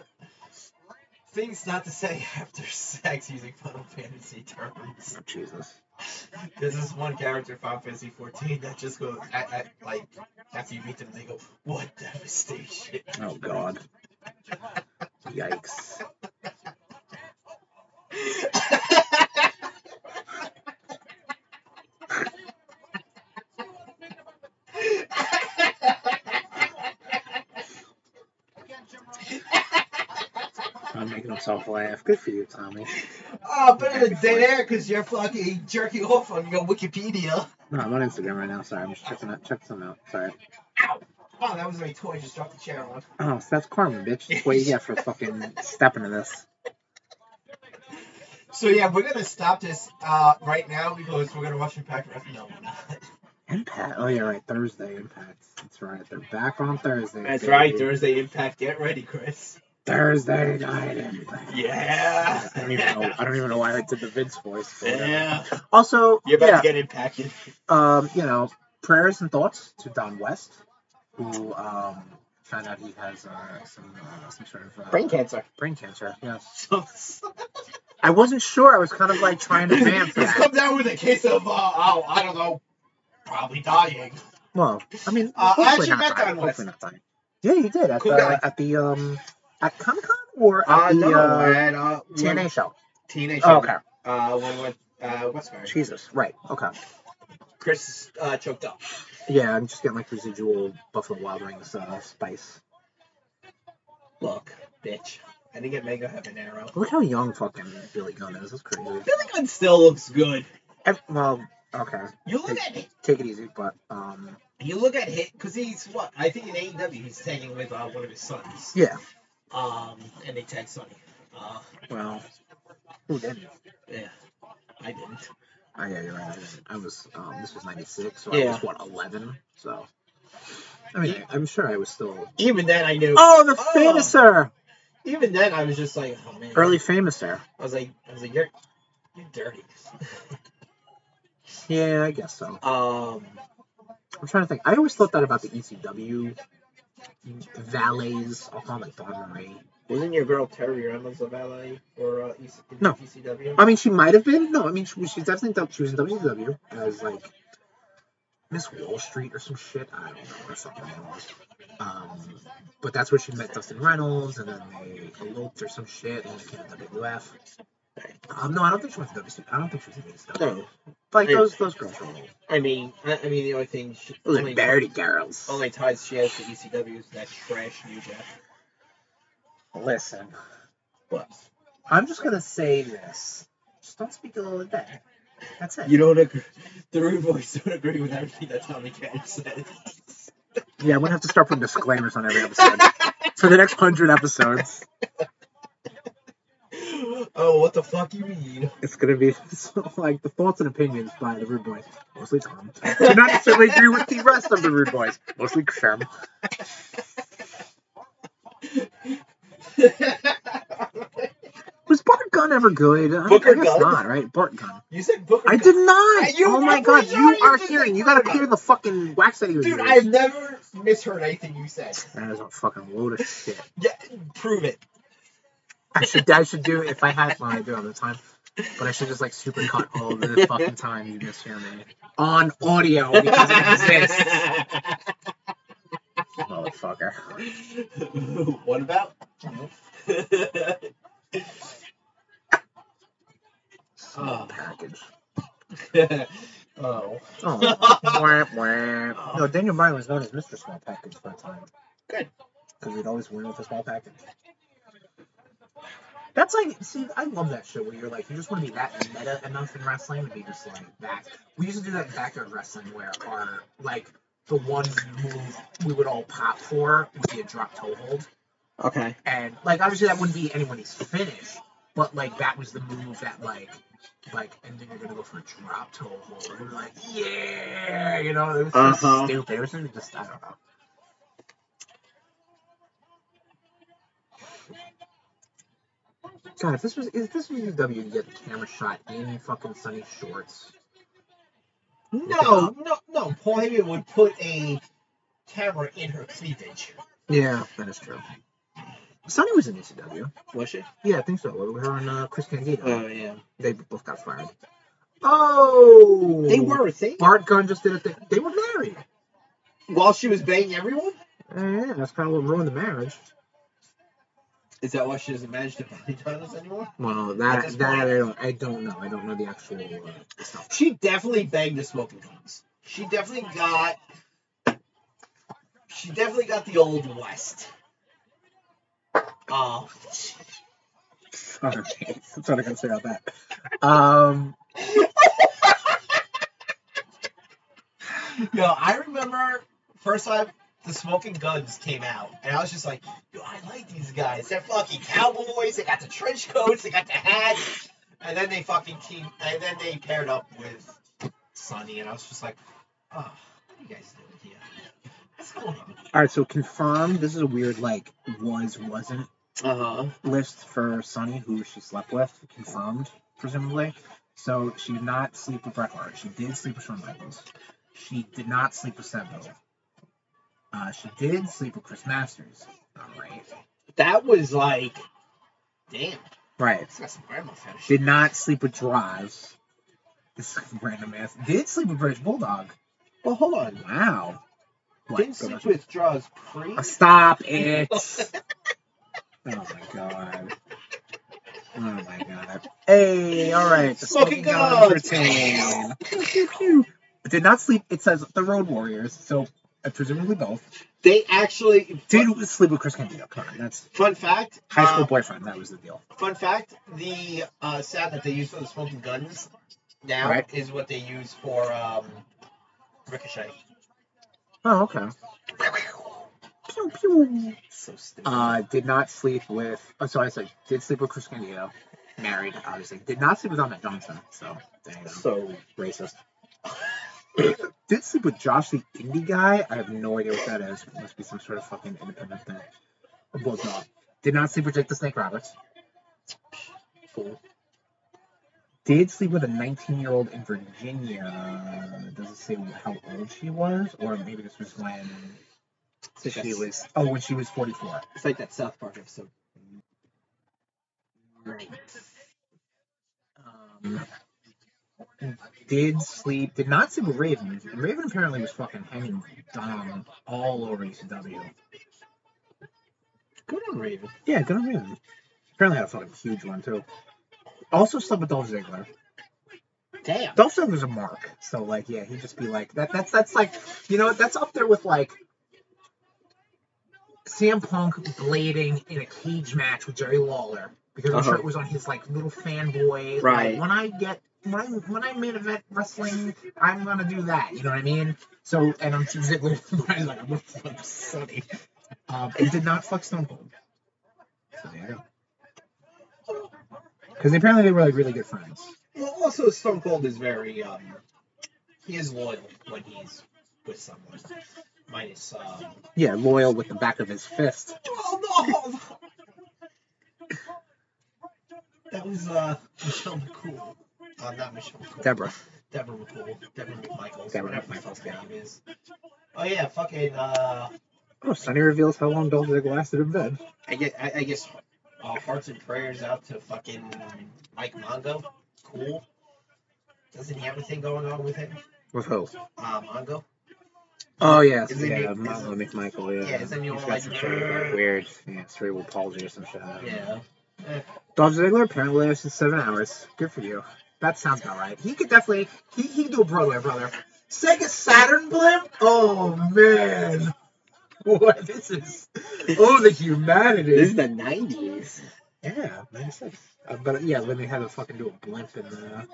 Speaker 1: things not to say after sex using Final Fantasy terms.
Speaker 2: Oh, Jesus.
Speaker 1: There's this one character in Final Fantasy 14 that just goes at, at, like after you beat them, they go, "What devastation!"
Speaker 2: Oh God. Yikes. I'm making himself laugh. Good for you, Tommy.
Speaker 1: oh, better than dead air because you're fucking jerking off on your Wikipedia.
Speaker 2: No, I'm on Instagram right now. Sorry, I'm just checking out. Check something out. Sorry.
Speaker 1: Oh, that was my toy. Just dropped the chair on.
Speaker 2: Oh, so that's karma, bitch. That's what you get for fucking stepping in this.
Speaker 1: So yeah, we're gonna stop this uh, right now because we're gonna watch Impact Wrestling. No, we're not.
Speaker 2: Impact. Oh yeah, right. Thursday Impact. That's right. They're back on Thursday.
Speaker 1: That's
Speaker 2: baby.
Speaker 1: right, Thursday Impact. Get ready, Chris.
Speaker 2: Thursday night Impact.
Speaker 1: Yeah.
Speaker 2: I don't even know. I don't even know why I did the Vince voice. but whatever.
Speaker 1: Yeah.
Speaker 2: Also,
Speaker 1: You're about
Speaker 2: yeah,
Speaker 1: to get impacted.
Speaker 2: um, you know, prayers and thoughts to Don West, who um found out he has uh, some uh, some sort of uh,
Speaker 3: Brain cancer.
Speaker 2: brain cancer. Yes.
Speaker 1: So,
Speaker 2: I wasn't sure. I was kind of like trying to vamp
Speaker 1: he's
Speaker 2: that.
Speaker 1: come down with a case of, uh, oh, I don't know, probably dying.
Speaker 2: Well, I mean,
Speaker 1: Uh, I
Speaker 2: hopefully
Speaker 1: actually
Speaker 2: not
Speaker 1: met
Speaker 2: dying,
Speaker 1: Don West.
Speaker 2: hopefully not dying. Yeah, you did at
Speaker 1: Cool guy.
Speaker 2: the at the um at Comic Con or at the uh,
Speaker 1: at, uh, when-
Speaker 2: TNA show.
Speaker 1: TNA.
Speaker 2: Oh,
Speaker 1: show.
Speaker 2: okay.
Speaker 1: Uh, when we went, uh, Westbury.
Speaker 2: Jesus. Right. Okay.
Speaker 1: Chris uh, choked up.
Speaker 2: Yeah, I'm just getting like residual Buffalo Wild Wings uh, spice.
Speaker 7: Look, bitch. I didn't get Mega Heaven Arrow.
Speaker 2: Look how young fucking Billy Gunn is. That's crazy.
Speaker 1: Billy Gunn still looks good.
Speaker 2: Ev- well, okay,
Speaker 1: You look at
Speaker 2: take it easy, but um,
Speaker 1: you look at him because he's what I think in AEW he's tagging with uh, one of his sons.
Speaker 2: yeah.
Speaker 1: Um, and they tag Sonny. Uh,
Speaker 2: Well, who didn't?
Speaker 1: yeah, I didn't.
Speaker 2: Oh yeah, you're right. I, didn't. I was um, this was '96, so I
Speaker 1: Yeah.
Speaker 2: was what 11. So I mean, I'm sure I was still.
Speaker 1: Even then, I knew.
Speaker 2: Oh, the
Speaker 1: Oh.
Speaker 2: famouser,
Speaker 1: Even then, I was just like, oh man.
Speaker 2: early famouser.
Speaker 1: I was like, I was like, you're, you're dirty.
Speaker 2: Yeah, I guess so.
Speaker 1: Um,
Speaker 2: I'm trying to think. I always thought that about the ECW valets. I'll call them like Dawn Marie.
Speaker 7: Wasn't your girl Terry Reynolds a valet for uh, EC-
Speaker 2: No.
Speaker 7: ECW?
Speaker 2: I mean, she might have been. No, I mean, she, she's definitely dub- she was in WCW as like Miss Wall Street or some shit. I don't know or something. It was. Um, but that's where she met Dustin Reynolds, and then they eloped or some shit, and then she came to WWF. Um, no, I don't think she went to WCW. I don't think she was in WCW.
Speaker 7: No.
Speaker 2: Like
Speaker 7: Hey.
Speaker 2: those those girls were old.
Speaker 7: I mean, I, I mean the only thing, she,
Speaker 2: Little
Speaker 7: only,
Speaker 2: dirty girls.
Speaker 7: only ties she has to ECW is that trash New Jack.
Speaker 2: Listen,
Speaker 7: But
Speaker 2: I'm just gonna say this. Just don't speak ill of that. That's it.
Speaker 1: you don't agree. The rude boys don't agree with everything that Tommy Cash said.
Speaker 2: Yeah, I'm gonna have to start putting disclaimers on every episode for the next hundred episodes.
Speaker 1: Oh, what the fuck you mean?
Speaker 2: It's gonna be so, like the thoughts and opinions by the Rude Boys, mostly Tom. Do not necessarily agree with the rest of the Rude Boys, mostly Shem. Was Bart Gunn ever good? I
Speaker 1: Booker
Speaker 2: I guess
Speaker 1: Gunn?
Speaker 2: not, right? Bart Gunn.
Speaker 1: you said Booker.
Speaker 2: I
Speaker 1: T-
Speaker 2: did not.
Speaker 1: You-
Speaker 2: oh my
Speaker 1: I'm
Speaker 2: god,
Speaker 1: pretty sure
Speaker 2: you
Speaker 1: you
Speaker 2: are
Speaker 1: just
Speaker 2: hearing.
Speaker 1: said
Speaker 2: You gotta
Speaker 1: Booker
Speaker 2: hear the fucking wax that he was
Speaker 1: Dude,
Speaker 2: doing.
Speaker 1: I've never misheard anything you said.
Speaker 2: That is a fucking load of shit.
Speaker 1: Yeah, prove it.
Speaker 2: I should I should do it if I had one I do it all the time. But I should just like super cut all of the fucking time you mishear me. On audio because it exists. Motherfucker.
Speaker 1: what about? Oh.
Speaker 2: Small package.
Speaker 1: oh.
Speaker 2: Oh wah, wah. No, Daniel Bryan was known as Mr. Small Package for a time.
Speaker 1: Good.
Speaker 2: Because he'd always win with a small package. That's like, see, I love that shit where you're like, you just want to be that meta enough in wrestling to be just like that. We used to do that in backyard wrestling where our, like, the one move we would all pop for would be a drop toe hold.
Speaker 7: okay.
Speaker 2: And, like, obviously that wouldn't be anybody's finish, but, like, that was the move that, like, like, and then you're going to go for a drop toe hold. And we're like, yeah, you know, it was so
Speaker 7: Uh-huh.
Speaker 2: stupid. It was just, I don't know. God, if this was if this was UW, you get the camera shot in fucking sunny shorts.
Speaker 1: No, no, no. Paul Heyman would put a camera in her cleavage.
Speaker 2: Yeah, that is true. Sunny was in ECW.
Speaker 7: Was she?
Speaker 2: Yeah, I think so. With her and uh, Chris Candido,
Speaker 7: Oh yeah.
Speaker 2: they both got fired. Oh,
Speaker 7: They were a thing
Speaker 2: Bart Gunn just did a thing. They were married.
Speaker 7: while she was banging everyone.
Speaker 2: Uh, yeah, that's kind of what ruined the marriage.
Speaker 7: Is that why she doesn't manage to bang titles anymore?
Speaker 2: Well,
Speaker 7: At
Speaker 2: that
Speaker 7: this
Speaker 2: that
Speaker 7: point-
Speaker 2: I don't, I don't know. I don't know the actual uh, stuff.
Speaker 7: She definitely banged the smoking guns. She definitely got.
Speaker 1: She definitely got the old West. Oh,
Speaker 2: Sorry, that's what I can say about that. Um,
Speaker 1: yo, I remember first time the Smoking Guns came out, and I was just like, yo, I like these guys. They're fucking cowboys. They got the trench coats. They got the hats. And then they fucking team, and then they paired up with Sonny, and I was just like, oh, what are you guys doing here? What's going on?
Speaker 2: all right, so confirmed. This is a weird like was wasn't
Speaker 7: Uh huh.
Speaker 2: list for Sunny, who she slept with, confirmed, presumably. So she did not sleep with Bret Hart. She did sleep with Shawn Michaels. She did not sleep with Seth Rollins. Uh, she did sleep with Chris Masters. All right.
Speaker 7: That was like, damn.
Speaker 2: Right.
Speaker 7: It's got some grandma fetish.
Speaker 2: Did not sleep with Drives. This is random ass. Did sleep with British Bulldog.
Speaker 7: Well, hold on.
Speaker 2: Wow. What?
Speaker 7: Didn't sleep with draws pre.
Speaker 2: Oh, Stop it. oh my god. Oh my god. Hey, all right. the
Speaker 7: Smoking
Speaker 2: guns
Speaker 7: guns.
Speaker 2: retain. Pew, pew, pew. did not sleep. It says the Road Warriors, so uh, presumably both.
Speaker 7: They actually
Speaker 2: Did sleep with Chris Candido. Come on, that's
Speaker 7: Fun fact.
Speaker 2: high school
Speaker 7: uh,
Speaker 2: boyfriend. That was the deal.
Speaker 7: Fun fact: the uh, sound that they use for the smoking guns now
Speaker 2: Right.
Speaker 7: is what they use for um, ricochet.
Speaker 2: Oh, okay. Pew pew.
Speaker 7: So stupid.
Speaker 2: Uh, did not sleep with. Oh, sorry, I said did sleep with Chris Candido. Married, obviously. Did not sleep with Ahmed Johnson. So there you go.
Speaker 7: so
Speaker 2: racist. Did sleep with Josh the indie guy? I have no idea what that is. It must be some sort of fucking independent thing. Well, no. Did not sleep with Jake the Snake Roberts. Fool. Did sleep with a 19 year old in Virginia. Does it say how old she was? Or maybe this was when she
Speaker 7: that's-
Speaker 2: was. Oh, when she was 44.
Speaker 7: it's like that South Park episode.
Speaker 2: Um, did sleep, did not sleep with Raven. Raven apparently was fucking hanging Dom all over E ECW.
Speaker 7: Good on Raven.
Speaker 2: Yeah, good on Raven. Apparently had a fucking huge one too. Also slept with Dolph Ziggler.
Speaker 7: Damn.
Speaker 2: Dolph Ziggler's a mark, so like, yeah, he'd just be like that. That's that's like, you know, that's up there with like CM Punk blading in a cage match with Jerry Lawler because I'm sure
Speaker 7: Uh-huh.
Speaker 2: it was on his like little fanboy. like,
Speaker 7: Right.
Speaker 2: when I get when I when I main event wrestling, I'm gonna do that. You know what I mean? So and I'm sure Ziggler Brian's like I'm gonna fuck Sonny. Um, and did not fuck Stone Cold. So there you go. Because apparently they were like really good friends.
Speaker 7: Well, also Stone Cold is very um, he is loyal when he's with someone. Minus um,
Speaker 2: Yeah, loyal with the back of his fist.
Speaker 7: oh no. That was uh, Michelle McCool. Uh, not Michelle McCool.
Speaker 2: Deborah.
Speaker 7: Deborah McCool, Deborah McMichaels,
Speaker 2: Deborah
Speaker 7: whatever my
Speaker 2: McMichaels,
Speaker 7: fucking name is. Oh yeah, fucking. Uh,
Speaker 2: Oh, Sonny reveals how long Dolph Ziggler lasted in bed.
Speaker 7: I get. I, I guess. Uh, hearts and prayers out to fucking Mike Mongo. Cool. Doesn't he have a thing going on with him?
Speaker 2: With who?
Speaker 7: Uh, Mongo.
Speaker 2: Oh yes,
Speaker 7: Is it
Speaker 2: yeah,
Speaker 7: Nick-
Speaker 2: Milo McMichael. Yeah,
Speaker 7: Yeah, isn't he
Speaker 2: He's
Speaker 7: all
Speaker 2: got
Speaker 7: like,
Speaker 2: some sort of like
Speaker 7: "Grrr"?
Speaker 2: weird yeah, cerebral palsy or some shit.
Speaker 7: Yeah.
Speaker 2: Dolph Ziggler apparently lasted seven hours. Good for you. That sounds about right. He could definitely he he could do a Broadway brother. Sega Saturn blimp. Oh man, what this is? Oh, the humanity.
Speaker 7: the '90s.
Speaker 2: Yeah, 96. Uh, but yeah, when they had to fucking do a blimp in the.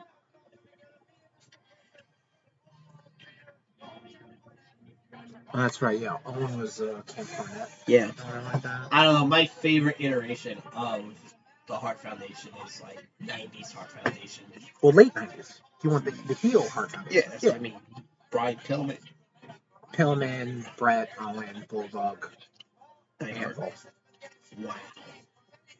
Speaker 2: Oh, that's right, yeah. Owen was uh, Camp Cornet.
Speaker 7: Yeah.
Speaker 2: or whatever like that.
Speaker 7: I don't know. My favorite iteration of the Heart Foundation is like '90s Heart Foundation.
Speaker 2: Well, late 90s. You want the, the heel hard time.
Speaker 7: Yeah, that's what I mean. Brian Pillman.
Speaker 2: Pillman, Brett, Owen, Bulldog,
Speaker 7: I heard.
Speaker 2: Anvil.
Speaker 7: Wow.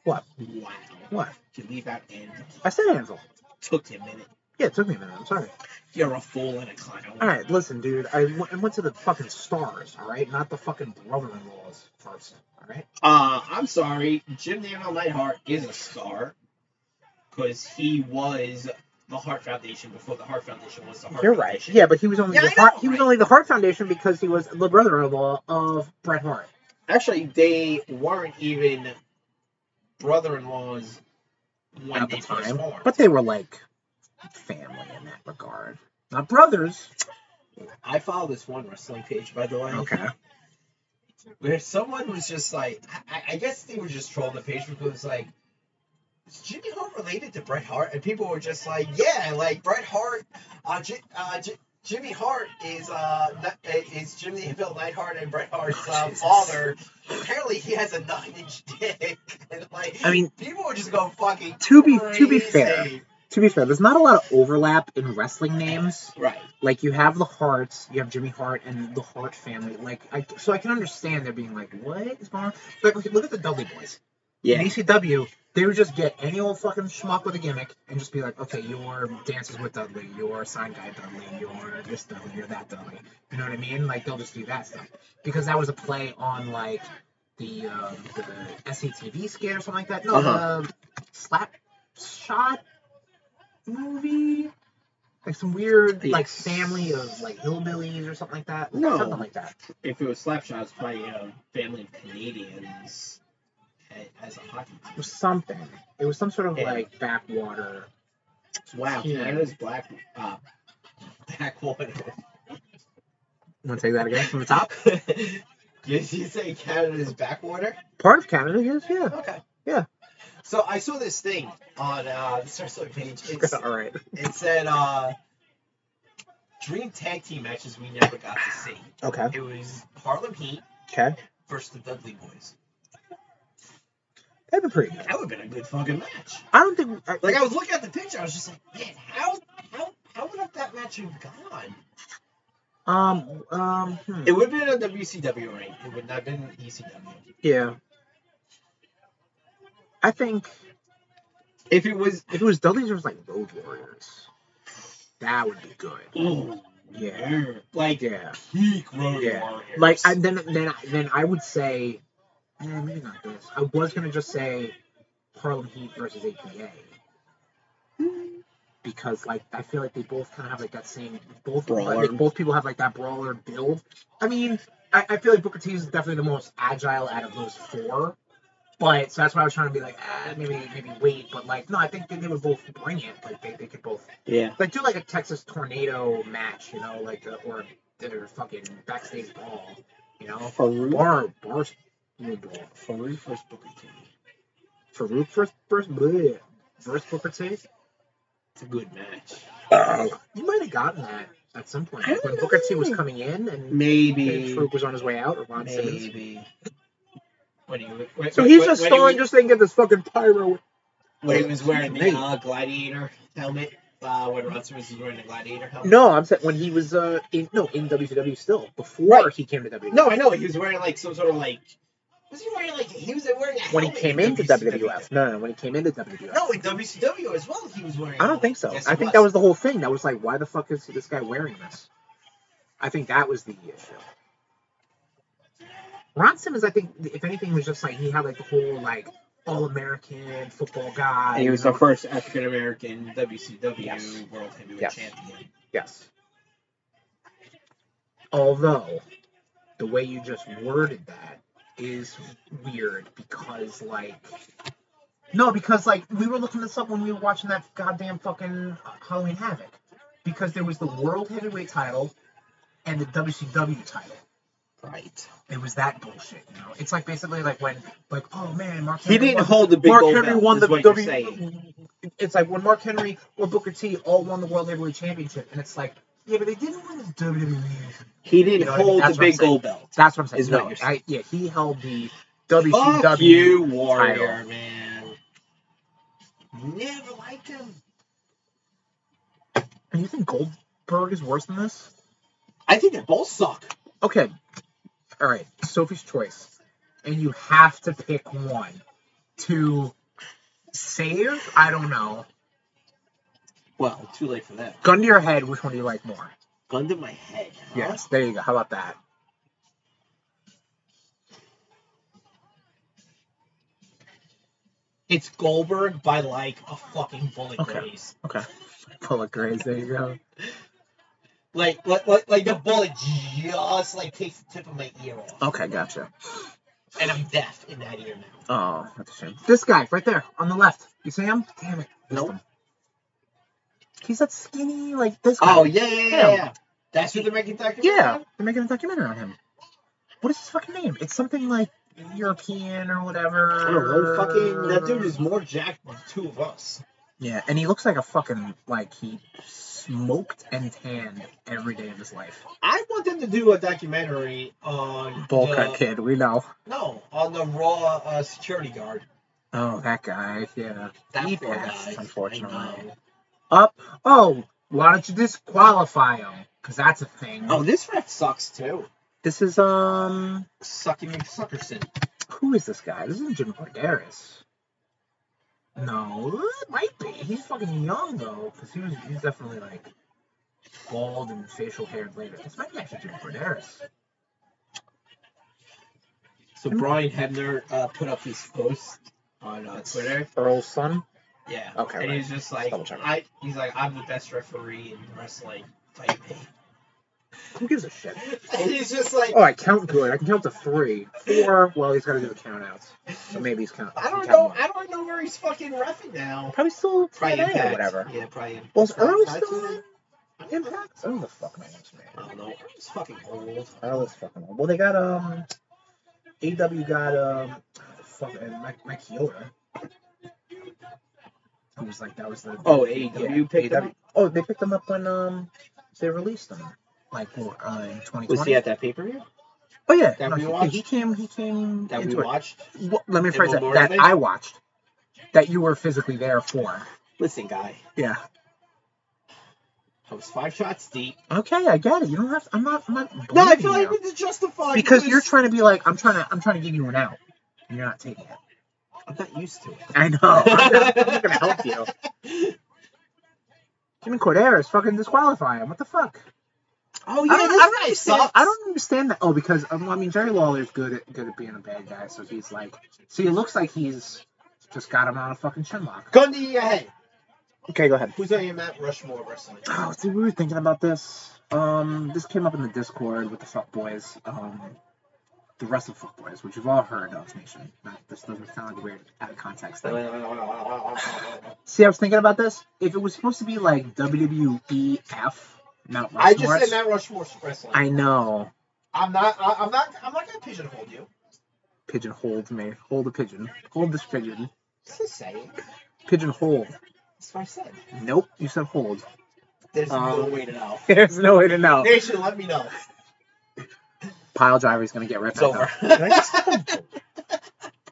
Speaker 2: What?
Speaker 7: Wow.
Speaker 2: What?
Speaker 7: You leave out Andy.
Speaker 2: I said Anvil.
Speaker 7: Took you a minute.
Speaker 2: Yeah, it took me a minute. I'm sorry.
Speaker 7: You're a fool and a clown.
Speaker 2: All right, listen, dude. I w- I went to the fucking stars, all right? Not the fucking brother-in-laws first, all right?
Speaker 7: Uh, I'm sorry. Jim Daniel Neidhart is a star because he was the Hart Foundation before the Hart Foundation was the Hart
Speaker 2: You're right.
Speaker 7: Foundation.
Speaker 2: Yeah, but he was only
Speaker 7: Yeah,
Speaker 2: the
Speaker 7: I know,
Speaker 2: Hart, he was
Speaker 7: right?
Speaker 2: only the Hart Foundation because he was the brother-in-law of Bret Hart.
Speaker 7: Actually, they weren't even brother-in-laws when
Speaker 2: At
Speaker 7: they
Speaker 2: the
Speaker 7: first
Speaker 2: time.
Speaker 7: formed.
Speaker 2: But they were like family in that regard. Not brothers.
Speaker 7: I follow this one wrestling page, by the way. where someone was just like, I, I- I guess they were just trolling the page because it was like, is Jimmy Hart related to Bret Hart? And people were just like, yeah, like Bret Hart, uh, J- uh, J- Jimmy Hart is uh ni- uh, is Jimmy Hill Neidhart and Bret Hart's
Speaker 2: Oh,
Speaker 7: uh,
Speaker 2: Jesus.
Speaker 7: father. Apparently, he has a nine inch dick, and like
Speaker 2: I mean,
Speaker 7: people were just going fucking
Speaker 2: To be- to be fair.
Speaker 7: crazy.
Speaker 2: to be fair, there's not a lot of overlap in wrestling names.
Speaker 7: right?
Speaker 2: Like you have the Harts, you have Jimmy Hart and the Hart family. Like, I, so I can understand they're being like, "What is going on?" Like, look- look at the Dudley Boys. In ECW, they would just get any old fucking schmuck with a gimmick and just be like, okay, you're Dances with Dudley, you're Sign Guy Dudley, you're this Dudley, you're that Dudley. You know what I mean? Like, they'll just do that stuff. Because that was a play on, like, the, um, the SCTV skit or something like that. No, the Slap Shot movie? Like, some weird, like,
Speaker 7: Yes.
Speaker 2: family of, like, hillbillies or something like that.
Speaker 7: No.
Speaker 2: Something like that.
Speaker 7: If it was Slapshot, it's probably a family of Canadians as a hockey
Speaker 2: It was something. It was some sort of,
Speaker 7: Yeah.
Speaker 2: like, backwater.
Speaker 7: Wow,
Speaker 2: Yeah.
Speaker 7: Canada's black uh, back one.
Speaker 2: Want to take that again from the top?
Speaker 7: Did you say Canada's backwater?
Speaker 2: Part of Canada is, yeah.
Speaker 7: Okay.
Speaker 2: Yeah.
Speaker 7: So I saw this thing on uh, the Star Slug page. It's,
Speaker 2: All right.
Speaker 7: it said uh, dream tag team matches we never got to see.
Speaker 2: Okay.
Speaker 7: It was Harlem Heat
Speaker 2: Okay.
Speaker 7: versus the Dudley Boys.
Speaker 2: That'd be pretty good.
Speaker 7: That would have been a good fucking match.
Speaker 2: I don't think. uh, I-
Speaker 7: Like I was looking at the picture, I was just like, man, how how how would have that match have gone?
Speaker 2: Um. Um. hmm.
Speaker 7: It would have been a WCW ring. It would not have been E ECW.
Speaker 2: Yeah. I think
Speaker 7: If it was,
Speaker 2: if it was Dudley's, it was like Road Warriors. That would be good.
Speaker 7: ooh,
Speaker 2: Yeah.
Speaker 7: yeah, like
Speaker 2: Yeah.
Speaker 7: peak Road
Speaker 2: Yeah.
Speaker 7: Warriors.
Speaker 2: Like I, then, then, then I would say, eh, maybe not this. I was gonna just say Harlem Heat versus APA because, like, I feel like they both kind of have like that same both
Speaker 7: Brawler.
Speaker 2: Like, both people have like that brawler build. I mean, I, I feel like Booker T is definitely the most agile out of those four. But so that's why I was trying to be like, ah, maybe maybe wait, but like no, I think they, they would both bring it. Like they, they could both
Speaker 7: yeah,
Speaker 2: like do like a Texas tornado match, you know, like uh, or their fucking backstage brawl, you know,
Speaker 7: Farouk,
Speaker 2: bar bar stool brawl.
Speaker 7: Farouk versus Booker T.
Speaker 2: Farouk first first bleh, first Booker T.
Speaker 7: It's a good match.
Speaker 2: You might have gotten that at some point
Speaker 7: I
Speaker 2: like, when
Speaker 7: don't
Speaker 2: Booker T was
Speaker 7: know.
Speaker 2: coming in and and
Speaker 7: Maybe,
Speaker 2: Farouk was on his way out or Ron Simmons.
Speaker 7: maybe. When he, wa- when,
Speaker 2: So he's
Speaker 7: when-
Speaker 2: just
Speaker 7: when he
Speaker 2: stalling
Speaker 7: was-
Speaker 2: just so they can get this fucking pyro.
Speaker 7: when he was wearing the
Speaker 2: Nate.
Speaker 7: uh, gladiator helmet. Uh, when Ron Simmons was wearing the gladiator helmet.
Speaker 2: No, I'm saying when he was uh in no in WCW still before
Speaker 7: Right.
Speaker 2: he came to WWE.
Speaker 7: No, I know he was wearing like some sort of like. Was he wearing like he was wearing a
Speaker 2: when he
Speaker 7: helmet
Speaker 2: came
Speaker 7: in
Speaker 2: into WWF. No, no, no, when he came into WWF.
Speaker 7: No, in WCW as well, he was wearing.
Speaker 2: I don't think so.
Speaker 7: Yes,
Speaker 2: I
Speaker 7: he
Speaker 2: think that was the whole thing. That was like, why the fuck is this guy wearing this? I think that was the issue. Ron Simmons, I think, if anything, was just like he had like the whole like all American football guy.
Speaker 7: And he was
Speaker 2: you
Speaker 7: the
Speaker 2: know?
Speaker 7: first African American WCW
Speaker 2: Yes.
Speaker 7: World Heavyweight
Speaker 2: Yes.
Speaker 7: Champion.
Speaker 2: Yes. Although the way you just worded that is weird because like no, because like we were looking this up when we were watching that goddamn fucking Halloween Havoc. Because there was the world heavyweight title and the WCW title.
Speaker 7: Right.
Speaker 2: It was that bullshit, you know. It's like basically like when like oh man, Mark
Speaker 7: He
Speaker 2: Henry
Speaker 7: didn't
Speaker 2: won-
Speaker 7: hold the big
Speaker 2: Mark
Speaker 7: gold
Speaker 2: Henry
Speaker 7: belt,
Speaker 2: won
Speaker 7: is
Speaker 2: the
Speaker 7: what you're saying.
Speaker 2: W. It's like when Mark Henry or Booker T all won the World Heavyweight Championship, and it's like, yeah, but they didn't win the WWE.
Speaker 7: He didn't
Speaker 2: You know what I mean?
Speaker 7: hold
Speaker 2: That's what I'm
Speaker 7: the big
Speaker 2: saying.
Speaker 7: gold belt.
Speaker 2: That's what I'm saying.
Speaker 7: Is
Speaker 2: no,
Speaker 7: what you're
Speaker 2: I, yeah, he held the
Speaker 7: Fuck
Speaker 2: WCW.
Speaker 7: you, Warrior man. Never liked him.
Speaker 2: And you think Goldberg is worse than this?
Speaker 7: I think they both suck.
Speaker 2: Okay, all right, Sophie's choice, and you have to pick one to save. I don't know.
Speaker 7: Well, too late for that.
Speaker 2: Gun to your head, which one do you like more?
Speaker 7: Gun to my head. Huh?
Speaker 2: Yes, there you go. How about that?
Speaker 7: It's Goldberg by like a fucking bullet
Speaker 2: Okay.
Speaker 7: graze.
Speaker 2: Okay. Bullet Grays, there you go.
Speaker 7: Like, like, like, like the bullet just like takes the tip of my ear off,
Speaker 2: Okay, gotcha.
Speaker 7: and I'm deaf in that ear now.
Speaker 2: Oh, that's a shame. This guy right there on the left. You see him? Damn it. missed
Speaker 7: Nope.
Speaker 2: him. He's that skinny, like this guy.
Speaker 7: Oh yeah, yeah, yeah.
Speaker 2: Him.
Speaker 7: yeah. That's who they're making documentary.
Speaker 2: yeah.
Speaker 7: on?
Speaker 2: They're making a documentary on him. What is his fucking name? It's something like European or whatever.
Speaker 7: I don't know. Fucking that dude is more jacked than the two of us.
Speaker 2: Yeah, and he looks like a fucking like he smoked and tanned every day of his life.
Speaker 7: I want them to do a documentary on
Speaker 2: Bowl
Speaker 7: the,
Speaker 2: cut kid, we know.
Speaker 7: No, on the raw uh, security guard.
Speaker 2: Oh, that guy. Yeah.
Speaker 7: That
Speaker 2: He
Speaker 7: poor
Speaker 2: passed,
Speaker 7: guy.
Speaker 2: unfortunately.
Speaker 7: I know.
Speaker 2: Up. Oh, why don't you disqualify him? Because that's a thing.
Speaker 7: Oh, this ref sucks too.
Speaker 2: This is um
Speaker 7: Sucky McSuckerson.
Speaker 2: who is this guy? This isn't Jim Corderas. No, it might be. He's fucking young though, because he was he's definitely like bald and facial haired later. This might be actually Jim Corderas.
Speaker 7: So Brian Hebner uh, put up this post on uh, Twitter.
Speaker 2: Earl's son.
Speaker 7: Yeah.
Speaker 2: Okay,
Speaker 7: And
Speaker 2: right.
Speaker 7: he's just like,
Speaker 2: Double check.
Speaker 7: I. He's like, I'm the best referee in wrestling. Fight me.
Speaker 2: Who gives a shit?
Speaker 7: And he's just like,
Speaker 2: Oh, I count good. I can count to three. Four. Well, he's got to do the count outs. So maybe he's count.
Speaker 7: I don't
Speaker 2: count
Speaker 7: know.
Speaker 2: more.
Speaker 7: I don't know where he's fucking refing now.
Speaker 2: Probably still
Speaker 7: Probably
Speaker 2: TNA or
Speaker 7: Impact.
Speaker 2: whatever.
Speaker 7: Yeah, probably.
Speaker 2: Was
Speaker 7: Impact.
Speaker 2: Earl
Speaker 7: That's
Speaker 2: still
Speaker 7: it.
Speaker 2: in? Impact? I don't know the fuck my name's man.
Speaker 7: I don't know. It's fucking old.
Speaker 2: All this fucking. Well, they got um, AW got um, the fuck uh, Mike, Mike Chioda. Who was like that was the
Speaker 7: Oh, AEW picked him
Speaker 2: AEW. Oh, they picked them up when um they released them, like well, uh, in 2020.
Speaker 7: Was he at that pay per view
Speaker 2: oh yeah,
Speaker 7: that
Speaker 2: no,
Speaker 7: we
Speaker 2: he-
Speaker 7: watched?
Speaker 2: he came. He came
Speaker 7: that we
Speaker 2: into it.
Speaker 7: watched?
Speaker 2: Well, let me
Speaker 7: In
Speaker 2: phrase that.
Speaker 7: Memorial
Speaker 2: That
Speaker 7: Day?
Speaker 2: I watched. That you were physically there for.
Speaker 7: Listen, guy,
Speaker 2: Yeah.
Speaker 7: I was five shots deep.
Speaker 2: Okay, I get it. You don't have. To, I'm not. I'm not.
Speaker 7: No, I
Speaker 2: blaming
Speaker 7: feel like
Speaker 2: you.
Speaker 7: we did justify
Speaker 2: because you're trying to be like I'm trying to. I'm trying to give you an out. and You're not taking it.
Speaker 7: I'm not used to it.
Speaker 2: I know. I'm not, I'm not gonna help you. Jimmy Cordero is fucking disqualifying him. What the fuck?
Speaker 7: Oh
Speaker 2: I, don't, I, don't
Speaker 7: guy
Speaker 2: understand, I don't understand that. Oh, because um, I mean Jerry Lawler's good at good at being a bad guy, so he's like, see, it looks like he's just got him on a fucking chin lock.
Speaker 7: Gun to your head.
Speaker 2: Okay, go ahead.
Speaker 7: Who's on your Matt Rushmore wrestling?
Speaker 2: Oh, see, we were thinking about this. Um, this came up in the Discord with the Fuck Boys. Um, the rest of Fuck Boys, which you've all heard of, Nation. Not, this doesn't sound like a weird out of context thing. See, I was thinking about this. If it was supposed to be like E WWEF Mount Rushmore,
Speaker 7: I just said Matt Rushmore wrestling.
Speaker 2: I know.
Speaker 7: I'm not. I, I'm not. I'm not gonna pigeonhole you.
Speaker 2: Pigeon holds me. Hold the pigeon. Hold this pigeon.
Speaker 7: Just say it.
Speaker 2: Pigeon hold.
Speaker 7: That's what I said.
Speaker 2: Nope, you said hold.
Speaker 7: There's no
Speaker 2: Um,
Speaker 7: way to know.
Speaker 2: There's no way to know.
Speaker 7: Nation, let me know.
Speaker 2: Pile driver's gonna get right
Speaker 7: It's
Speaker 2: back
Speaker 7: over.
Speaker 2: up.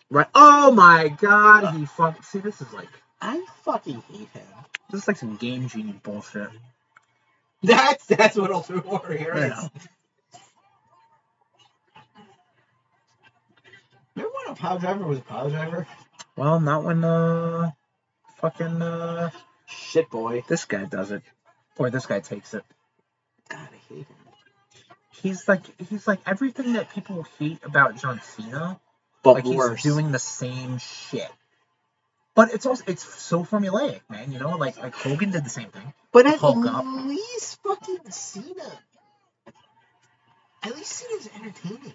Speaker 2: Right. Oh my god, he fuck. See, this is like
Speaker 7: I fucking hate him.
Speaker 2: this is like some game genie bullshit.
Speaker 7: That's that's what Ultimate Warrior
Speaker 2: I
Speaker 7: is.
Speaker 2: know.
Speaker 7: Remember when a pile driver was a pile driver?
Speaker 2: Well, not when uh, fucking uh,
Speaker 7: Shit, boy.
Speaker 2: this guy does it, or this guy takes it.
Speaker 7: God, I hate him.
Speaker 2: He's like he's like everything that people hate about John Cena. like
Speaker 7: But
Speaker 2: he's doing the same shit. But it's also it's so formulaic, man. You know, like like Hogan did the same thing.
Speaker 7: But at
Speaker 2: Hulk up.
Speaker 7: least fucking Cena. At least Cena's entertaining.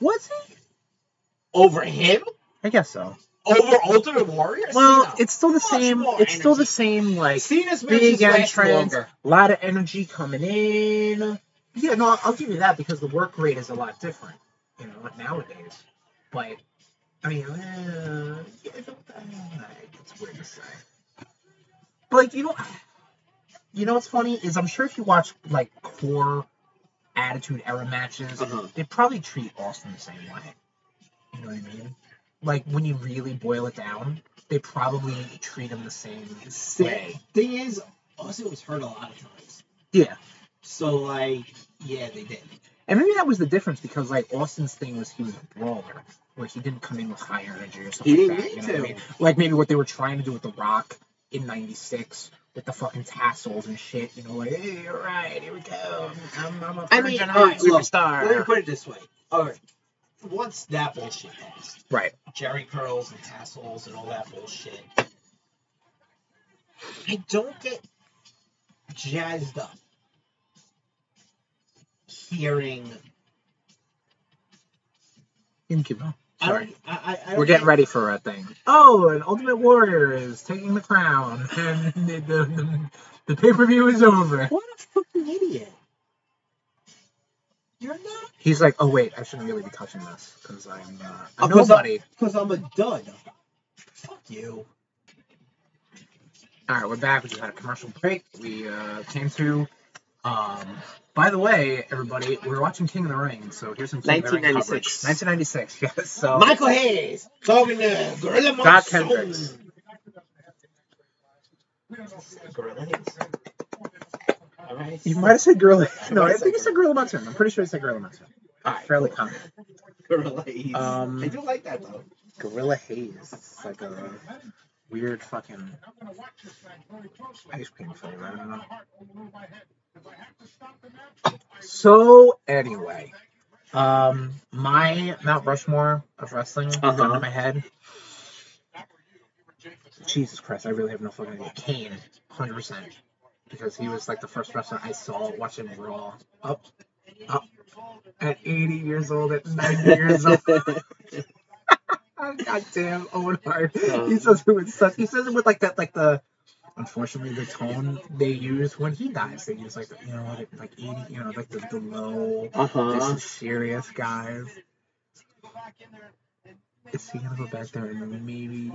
Speaker 2: Was he?
Speaker 7: Over him?
Speaker 2: I guess so.
Speaker 7: Over Ultimate Warrior?
Speaker 2: Well,
Speaker 7: Cena.
Speaker 2: it's still the
Speaker 7: Much
Speaker 2: same. It's
Speaker 7: more
Speaker 2: still the
Speaker 7: energy.
Speaker 2: same. Like
Speaker 7: Cena's matches
Speaker 2: big
Speaker 7: last
Speaker 2: entrance, a
Speaker 7: longer.
Speaker 2: lot of energy coming in.
Speaker 3: Yeah, no, I'll- I'll give you that because the work rate is a lot different, you know, nowadays. But I mean, uh, yeah, I don't- I don't know, it's weird to say.
Speaker 2: But like you know, you know what's funny is I'm sure if you watch like core Attitude Era matches,
Speaker 7: Uh-huh.
Speaker 2: they probably treat Austin the same way. You know what I mean? Like when you really boil it down, they probably treat him the same
Speaker 7: Sa-
Speaker 2: way.
Speaker 7: Thing is, Austin was hurt a lot of times.
Speaker 2: Yeah.
Speaker 7: So like, yeah, they did.
Speaker 2: And maybe that was the difference because like Austin's thing was he was a brawler, where he didn't come in with high energy or something
Speaker 7: He
Speaker 2: like
Speaker 7: didn't
Speaker 2: that.
Speaker 7: need
Speaker 2: you know what I
Speaker 7: to.
Speaker 2: mean? Like maybe what they were trying to do with The Rock in '96 with the fucking tassels and shit. You know, like hey, all right, here we go. I'm, I'm a
Speaker 7: I
Speaker 2: third
Speaker 7: mean, all right,
Speaker 2: generation
Speaker 7: look,
Speaker 2: superstar.
Speaker 7: Let me put it this way. All right. Once that bullshit passed,
Speaker 2: Right.
Speaker 7: Jerry curls and tassels and all that bullshit. I don't get jazzed up hearing.
Speaker 2: You can keep going.
Speaker 7: I
Speaker 2: Sorry.
Speaker 7: don't, I, I, I don't
Speaker 2: We're getting
Speaker 7: get-
Speaker 2: ready for a thing. Oh, an Ultimate Warrior is taking the crown, and the the, the, the pay per view is over.
Speaker 7: What a fucking idiot! You're not
Speaker 2: He's like, oh wait, I shouldn't really be touching this because I'm uh,
Speaker 7: Oh,
Speaker 2: a
Speaker 7: 'cause I'm-
Speaker 2: nobody.
Speaker 7: because I'm a dud. Fuck you.
Speaker 2: All right, we're back. We just had a commercial break. We uh, came to. Um, by the way, everybody, we're watching King of the Ring, so here's some King of the Ring coverage. 1996,
Speaker 7: 1996.
Speaker 2: yes. So
Speaker 7: Michael Hayes talking to Gorilla
Speaker 2: Doc
Speaker 7: Monsoon.
Speaker 2: Hendricks.
Speaker 7: Gorilla Hayes. All right.
Speaker 2: you might have said Gorilla. No,
Speaker 7: might
Speaker 2: I
Speaker 7: have
Speaker 2: think
Speaker 7: said
Speaker 2: you said Gorilla Monsoon. I'm pretty sure you said Gorilla Monsoon. All right, fairly common.
Speaker 7: Gorilla Hayes.
Speaker 2: Um,
Speaker 7: I do like that though.
Speaker 2: Gorilla Haze. It's like a weird fucking ice cream flavor. I don't know. So anyway, um, my Mount Rushmore of wrestling uh
Speaker 7: Uh-huh.
Speaker 2: gun to my head. Jesus Christ, I really have no fucking idea. Kane, hundred percent, because he was like the first wrestler I saw watching Raw up, up at eighty years old, at ninety years old. Oh, Goddamn Owen Hart. He says it with such. He says it with like that, like the unfortunately the tone they use when he dies they use like the, you know like, like 80 you know like the, the low
Speaker 3: Uh-huh.
Speaker 2: this is serious guys is he gonna go back there and maybe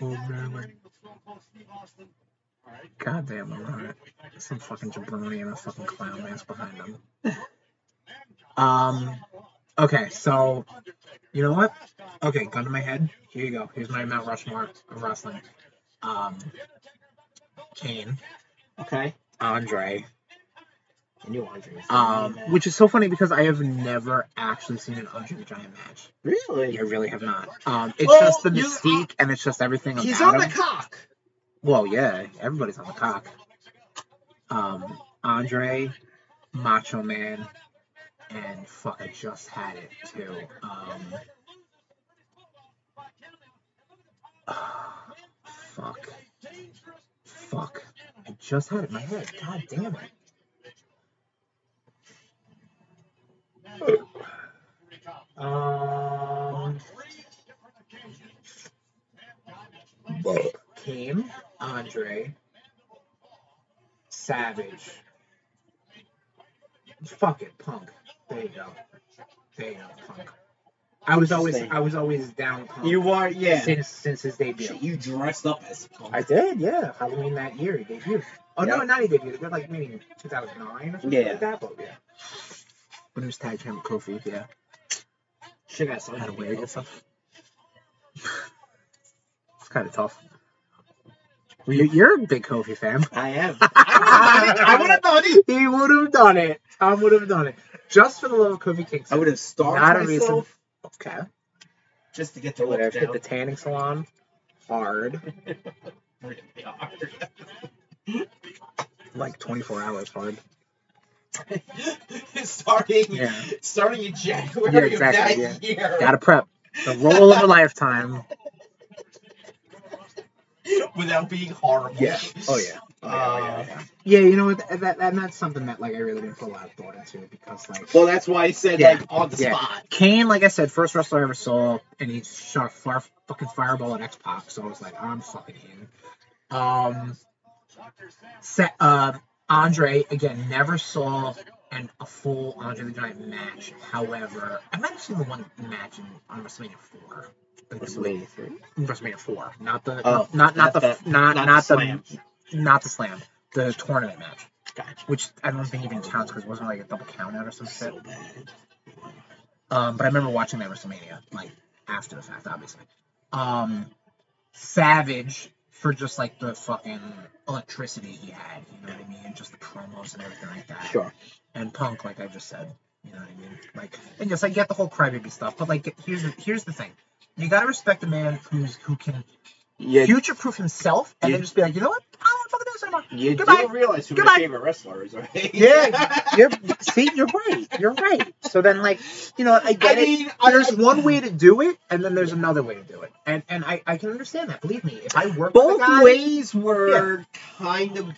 Speaker 2: Oh, man, like- goddamn alright some fucking jabroni and a fucking clown mask behind him um okay so you know what okay gun to my head here you go here's my mount rushmore of wrestling um kane
Speaker 3: Okay.
Speaker 2: andre
Speaker 3: I knew Andre. was
Speaker 2: Um,
Speaker 3: gonna be
Speaker 2: which is so funny because I have never actually seen an Andre the Giant match.
Speaker 3: that. really?
Speaker 2: I really have not. Um, it's
Speaker 3: Well,
Speaker 2: just the
Speaker 3: you-
Speaker 2: mystique and it's just everything
Speaker 3: He's
Speaker 2: about
Speaker 3: on the
Speaker 2: him.
Speaker 3: cock.
Speaker 2: well, yeah, everybody's on the cock. Um, Andre, Macho Man, and fuck, I just had it too. Um, fuck, fuck, I just had it in my head. God damn it. Um, Kane, Andre, Savage. Fuck it, Punk. There you go. There you go, Punk. I was always
Speaker 3: Interesting.
Speaker 2: I was always down with Punk
Speaker 3: You are, yeah.
Speaker 2: since since his debut.
Speaker 3: Shit, you dressed up as punk.
Speaker 2: I did, yeah. Halloween that year, he debuted. Oh no,
Speaker 3: Yeah.
Speaker 2: not he debuted. It was like maybe 2009 or something
Speaker 3: Yeah.
Speaker 2: like that. But yeah. When it was tag champ Kofi, yeah.
Speaker 3: Shit, that's
Speaker 2: Had a wig and stuff. it's kind of tough. You- You're a big Kofi fan.
Speaker 3: I am.
Speaker 2: I would have done it. He would have done it. Tom would have done it. Just for the love of Kofi
Speaker 3: I
Speaker 2: Kingston.
Speaker 3: would have starved
Speaker 2: Not a
Speaker 3: myself
Speaker 2: reason. Okay.
Speaker 3: just to get the
Speaker 2: I would
Speaker 3: look
Speaker 2: have hit
Speaker 3: down.
Speaker 2: the tanning salon hard,
Speaker 3: Really hard.
Speaker 2: like 24 hours hard.
Speaker 7: starting
Speaker 2: Yeah.
Speaker 7: starting in January
Speaker 2: Yeah, exactly,
Speaker 7: of that year
Speaker 2: Gotta prep. The role of a lifetime.
Speaker 7: without being horrible.
Speaker 2: Yeah. Oh, yeah.
Speaker 7: Uh,
Speaker 2: Yeah, you know what? That, that, and that's something that like I really didn't put a lot of thought into because like
Speaker 7: Well, that's why I said
Speaker 2: Yeah.
Speaker 7: like on the
Speaker 2: Yeah.
Speaker 7: spot.
Speaker 2: Kane, like I said, first wrestler I ever saw, and he shot a fire, fucking fireball at X Pac, so I was like, I'm fucking in. Um, set, uh, Andre again never saw an a full Andre the Giant match. However, I might have seen the one match in, on WrestleMania four.
Speaker 3: WrestleMania three.
Speaker 2: WrestleMania four, not the
Speaker 3: Oh,
Speaker 2: not not,
Speaker 3: not
Speaker 2: the
Speaker 3: that-
Speaker 2: not
Speaker 3: not
Speaker 2: not,
Speaker 3: the
Speaker 2: the,
Speaker 3: slam.
Speaker 2: not the slam, the tournament match,
Speaker 3: Gotcha.
Speaker 2: which I don't think even counts because it wasn't like a double count out or some shit.
Speaker 3: So bad.
Speaker 2: Um, but I remember watching that WrestleMania, like after the fact, obviously. Um, Savage for just like the fucking electricity he had, you know what I mean, and just the promos and everything like that.
Speaker 3: Sure.
Speaker 2: And Punk, like I just said, you know what I mean. Like, and yes, I get the whole crybaby stuff, but like, here's the, here's the thing: you gotta respect a man who's who can
Speaker 3: You,
Speaker 2: future-proof himself, and
Speaker 3: You-
Speaker 2: then just be like, you know what, I don't want to fucking do this anymore.
Speaker 3: you
Speaker 2: Goodbye.
Speaker 3: do realize who
Speaker 2: Goodbye.
Speaker 3: my favorite wrestler is, right?
Speaker 2: Yeah, you're see, you're right. You're right. So then, like, you know, I
Speaker 7: I
Speaker 2: get it.
Speaker 7: mean, I,
Speaker 2: there's one way to do it, and then there's another way to do it, and and I, I can understand that. Believe me, if I work with
Speaker 7: both
Speaker 2: a guy,
Speaker 7: ways were kind of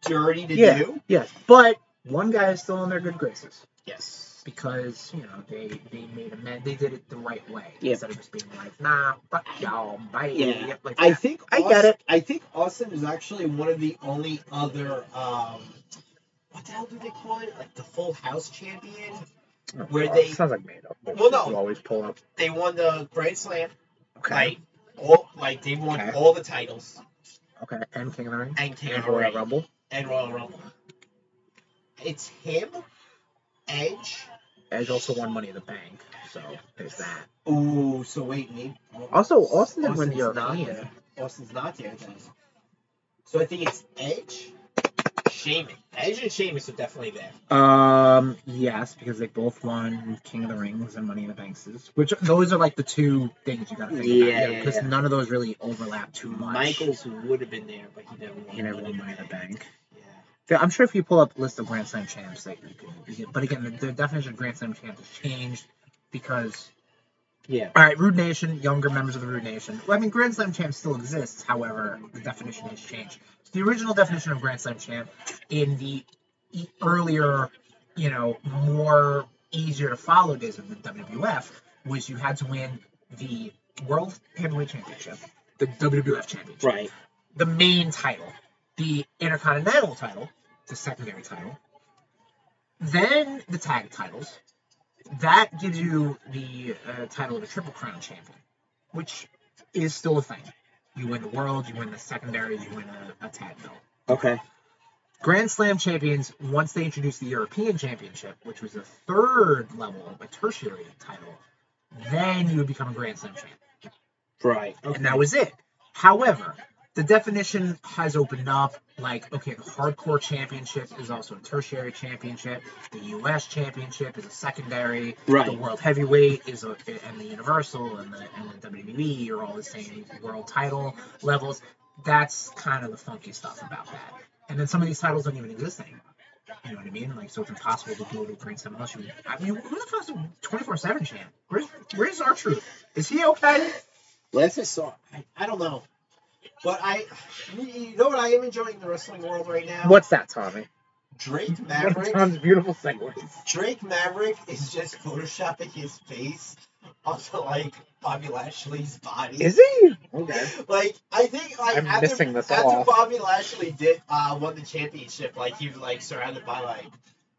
Speaker 7: dirty to
Speaker 2: Yeah.
Speaker 7: do.
Speaker 2: yes, but one guy is still in their good graces
Speaker 7: Yes.
Speaker 2: because you know they they made a man, they did it the right way
Speaker 3: Yeah.
Speaker 2: instead of just being like, nah, fuck y'all, bye.
Speaker 3: Yeah.
Speaker 2: like
Speaker 7: I think
Speaker 2: I
Speaker 7: Aus-
Speaker 2: get it.
Speaker 7: I think Austin is actually one of the only other um, what the hell do they call it? Like the Full House champion. where they-
Speaker 2: sounds like made up.
Speaker 7: Well, no.
Speaker 2: you always pull up.
Speaker 7: They won the Grand Slam.
Speaker 2: Okay,
Speaker 7: Like all like they won
Speaker 2: Okay.
Speaker 7: all the titles
Speaker 2: okay, and King of the Ring,
Speaker 7: and King
Speaker 2: and
Speaker 7: of the
Speaker 2: Royal
Speaker 7: Ring
Speaker 2: Rumble.
Speaker 7: and Royal Rumble. It's him, Edge.
Speaker 2: Edge also won Money in the Bank, so there's that.
Speaker 7: Ooh, so wait, maybe
Speaker 2: Also, Austin didn't win
Speaker 7: Austin's
Speaker 2: the
Speaker 7: not
Speaker 2: European.
Speaker 7: there. Austin's not there then. So I think it's Edge, Sheamus. Edge and Sheamus are definitely there.
Speaker 2: Um, yes, because they both won King of the Rings and Money in the Banks, which those are like the two things you gotta think
Speaker 3: Yeah,
Speaker 2: about.
Speaker 3: yeah,
Speaker 2: because
Speaker 3: yeah.
Speaker 2: none of those really overlap too much.
Speaker 7: Michaels would have been there, but he never won.
Speaker 2: he never
Speaker 7: Money
Speaker 2: won
Speaker 7: in the
Speaker 2: Money in the
Speaker 7: Bank.
Speaker 2: Bank.
Speaker 7: Yeah.
Speaker 2: Yeah, I'm sure if you pull up a list of Grand Slam champs, that you can. You can but again, the, the definition of Grand Slam champ has changed because.
Speaker 3: Yeah.
Speaker 2: All right, Rude Nation, younger members of the Rude Nation. Well, I mean, Grand Slam champ still exists. However, the definition has changed. The original definition of Grand Slam champ in the e- earlier, you know, more easier to follow days of the WWF was you had to win the World Heavyweight Championship, the WWF Championship,
Speaker 3: Right.
Speaker 2: the main title, the Intercontinental title, the secondary title, then the tag titles. That gives you the uh, title of a Triple Crown champion, which is still a thing. You win the world, you win the secondary, you win a, a tag belt.
Speaker 3: Okay.
Speaker 2: Grand Slam champions, once they introduced the European Championship, which was a third level, a tertiary title, then you would become a Grand Slam champion.
Speaker 3: Right.
Speaker 2: And that was it. However, the definition has opened up. Like, okay, the hardcore championship is also a tertiary championship. The U.S. championship is a secondary. The
Speaker 3: Right.
Speaker 2: world heavyweight is a, and the universal and the, and the WWE are all the same world title levels. That's kind of the funky stuff about that. And then some of these titles don't even exist anymore. You know what I mean? Like, so it's impossible to go to Grand Slam unless you. I mean, who the fuck's a 24 7 champ? Where's, where's our truth? Is he okay?
Speaker 3: Last I saw.
Speaker 1: I, I don't know. But I, you know what I am enjoying in the wrestling world right now?
Speaker 2: What's that, Tommy?
Speaker 1: Drake
Speaker 2: One of
Speaker 1: Maverick.
Speaker 2: Tom's beautiful segues.
Speaker 1: Drake Maverick is just photoshopping his face onto like Bobby Lashley's body.
Speaker 2: he? Okay.
Speaker 1: like I think like
Speaker 2: I'm
Speaker 1: after,
Speaker 2: missing this
Speaker 1: after
Speaker 2: all.
Speaker 1: Bobby Lashley did uh, won the championship, like he was like surrounded by like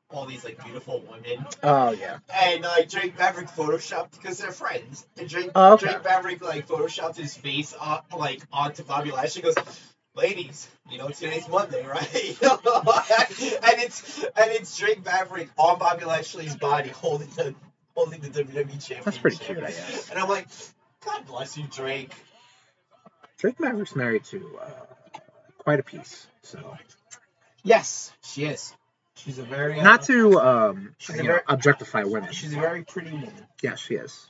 Speaker 1: all these like beautiful women,
Speaker 2: Oh yeah.
Speaker 1: and like Drake Maverick photoshopped because they're friends, and Drake
Speaker 2: Oh, okay.
Speaker 1: Drake Maverick like photoshopped his face on, like onto Bobby Lashley. Goes, ladies, you know today's Monday, right? and it's and it's Drake Maverick on Bobby Lashley's body holding the holding the WWE championship.
Speaker 2: That's pretty cute, I guess.
Speaker 1: And I'm like, God bless you, Drake.
Speaker 2: Drake Maverick's married to uh, quite a piece, so
Speaker 1: Yes, she is. She's a very uh,
Speaker 2: not to um,
Speaker 1: She's
Speaker 2: you
Speaker 1: a
Speaker 2: know,
Speaker 1: very-
Speaker 2: objectify women.
Speaker 1: She's a very pretty woman.
Speaker 2: Yeah, she is.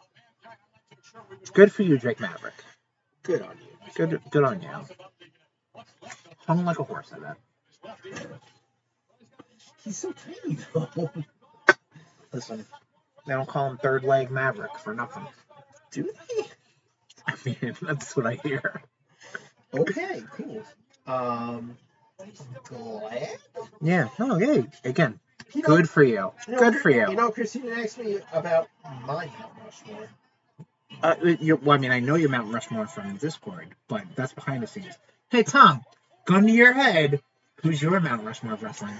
Speaker 2: Good for you, Drake Maverick.
Speaker 1: Good on you.
Speaker 2: Good, good on you. Hung like a horse, I bet.
Speaker 1: He's so pretty though.
Speaker 2: Listen, they don't call him third leg Maverick for nothing.
Speaker 1: Do they?
Speaker 2: I mean, that's what I hear.
Speaker 1: Okay, cool. Um, glad.
Speaker 2: Yeah. Oh, No. Yay. Again,
Speaker 1: You know-
Speaker 2: good for you.
Speaker 1: you know,
Speaker 2: Good for
Speaker 1: You
Speaker 2: you.
Speaker 1: know, Christina asked me about my Mount Rushmore.
Speaker 2: Uh, you well, I mean, I know you're Mount Rushmore from Discord, but that's behind the scenes. Hey, Tom, gun to your head. Who's your Mount Rushmore of wrestling?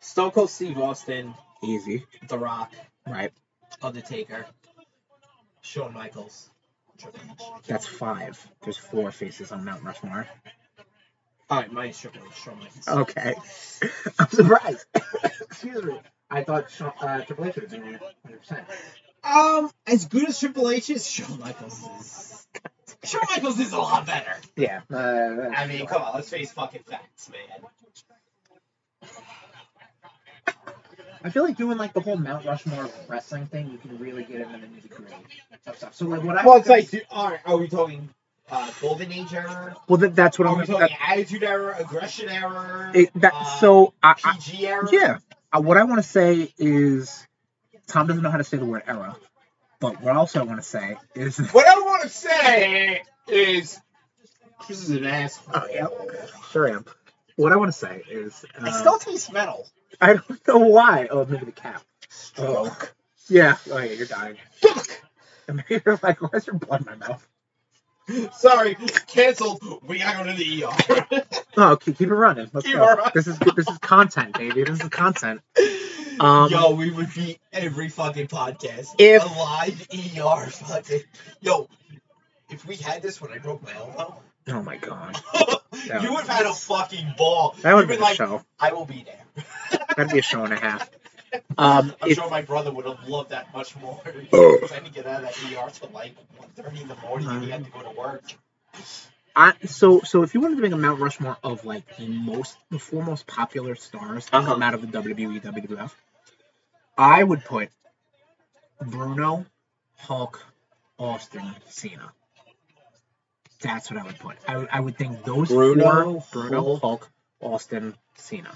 Speaker 1: Stone Cold Steve Austin,
Speaker 2: Easy.
Speaker 1: The Rock,
Speaker 2: Right.
Speaker 1: Undertaker, Shawn Michaels, Triple H.
Speaker 2: That's five. There's four faces on Mount Rushmore.
Speaker 1: All right, mine's Triple H, Shawn Michaels.
Speaker 2: Okay. I'm surprised. Excuse me. I thought Shawn- uh, Triple H would have been there 100%.
Speaker 1: Um, as good as Triple H is, Shawn Michaels is. Shawn Michaels is a lot better.
Speaker 2: Yeah. Uh,
Speaker 1: I mean, come on, Oh, let's face fucking facts, man.
Speaker 2: I feel like doing like the whole Mount Rushmore wrestling thing, you can really get into the nitty gritty of stuff. So like what I
Speaker 1: Well, it's like, all right, are we talking uh, golden age era?
Speaker 2: well that, that's what
Speaker 1: Are
Speaker 2: I'm
Speaker 1: we
Speaker 2: that,
Speaker 1: talking attitude era, aggression era?
Speaker 2: it, that
Speaker 1: Oh, uh,
Speaker 2: so I, I
Speaker 1: PG era?
Speaker 2: Yeah. Uh, what I want to say is Tom doesn't know how to say the word era, but what also I want to say is
Speaker 1: What I want to say is, Chris is an asshole.
Speaker 2: Oh, yeah. sure am. What I want to say is
Speaker 1: It
Speaker 2: um,
Speaker 1: still tastes metal.
Speaker 2: I don't know why. Oh, maybe the cap.
Speaker 1: Stroke.
Speaker 2: Yeah. Oh yeah, you're dying.
Speaker 1: Fuck!
Speaker 2: And maybe you're like, why's your blood in my mouth?
Speaker 1: Sorry, canceled. We gotta go to the ER.
Speaker 2: Oh, okay, keep it running. Let's
Speaker 1: Keep
Speaker 2: go.
Speaker 1: it running.
Speaker 2: This is this is content, baby. This is content. Um,
Speaker 1: yo, we would be every fucking podcast.
Speaker 2: If-
Speaker 1: a live ER fucking yo, if we had this when I broke my elbow,
Speaker 2: Oh my god,
Speaker 1: you
Speaker 2: That would-
Speaker 1: would have had a fucking ball.
Speaker 2: that would
Speaker 1: You'd
Speaker 2: be
Speaker 1: been
Speaker 2: a
Speaker 1: like,
Speaker 2: show.
Speaker 1: I will be there.
Speaker 2: That'd be a show and a half. Um,
Speaker 1: I'm
Speaker 2: if-
Speaker 1: sure my brother would have loved that much more. He had to get out of that ER till like 1.30 in the morning, and he had to go to work.
Speaker 2: I, so so if you wanted to make a Mount Rushmore of like the most the four most popular stars to
Speaker 3: Uh-huh.
Speaker 2: come out of the E, WWE WWF, I would put Bruno, Hulk, Austin, Cena. That's what I would put. I would, I would think those
Speaker 3: Bruno,
Speaker 2: four Bruno,
Speaker 3: Hulk.
Speaker 2: Hulk, Austin, Cena.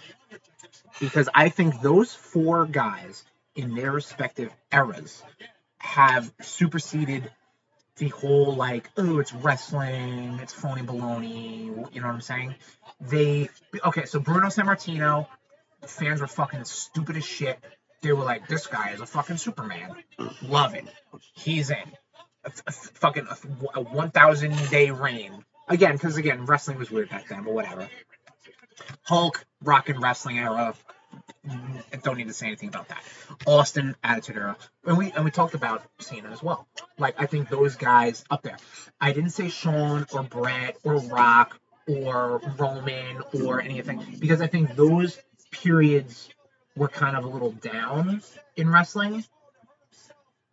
Speaker 2: Because I think those four guys in their respective eras have superseded the whole like, oh, it's wrestling, it's phony baloney. You know what I'm saying? They okay. So Bruno Sammartino, fans were fucking stupid as shit. They were like, this guy is a fucking Superman. Love it. He's in. a, f- a f- fucking a, f- a 1,000 day reign. Again, because again, wrestling was weird back then, but whatever. Hulk, rock and wrestling era. I don't need to say anything about that. Austin, attitude era, and we and we talked about Cena as well. Like I think those guys up there. I didn't say Sean or Brett or Rock or Roman or anything because I think those periods were kind of a little down in wrestling.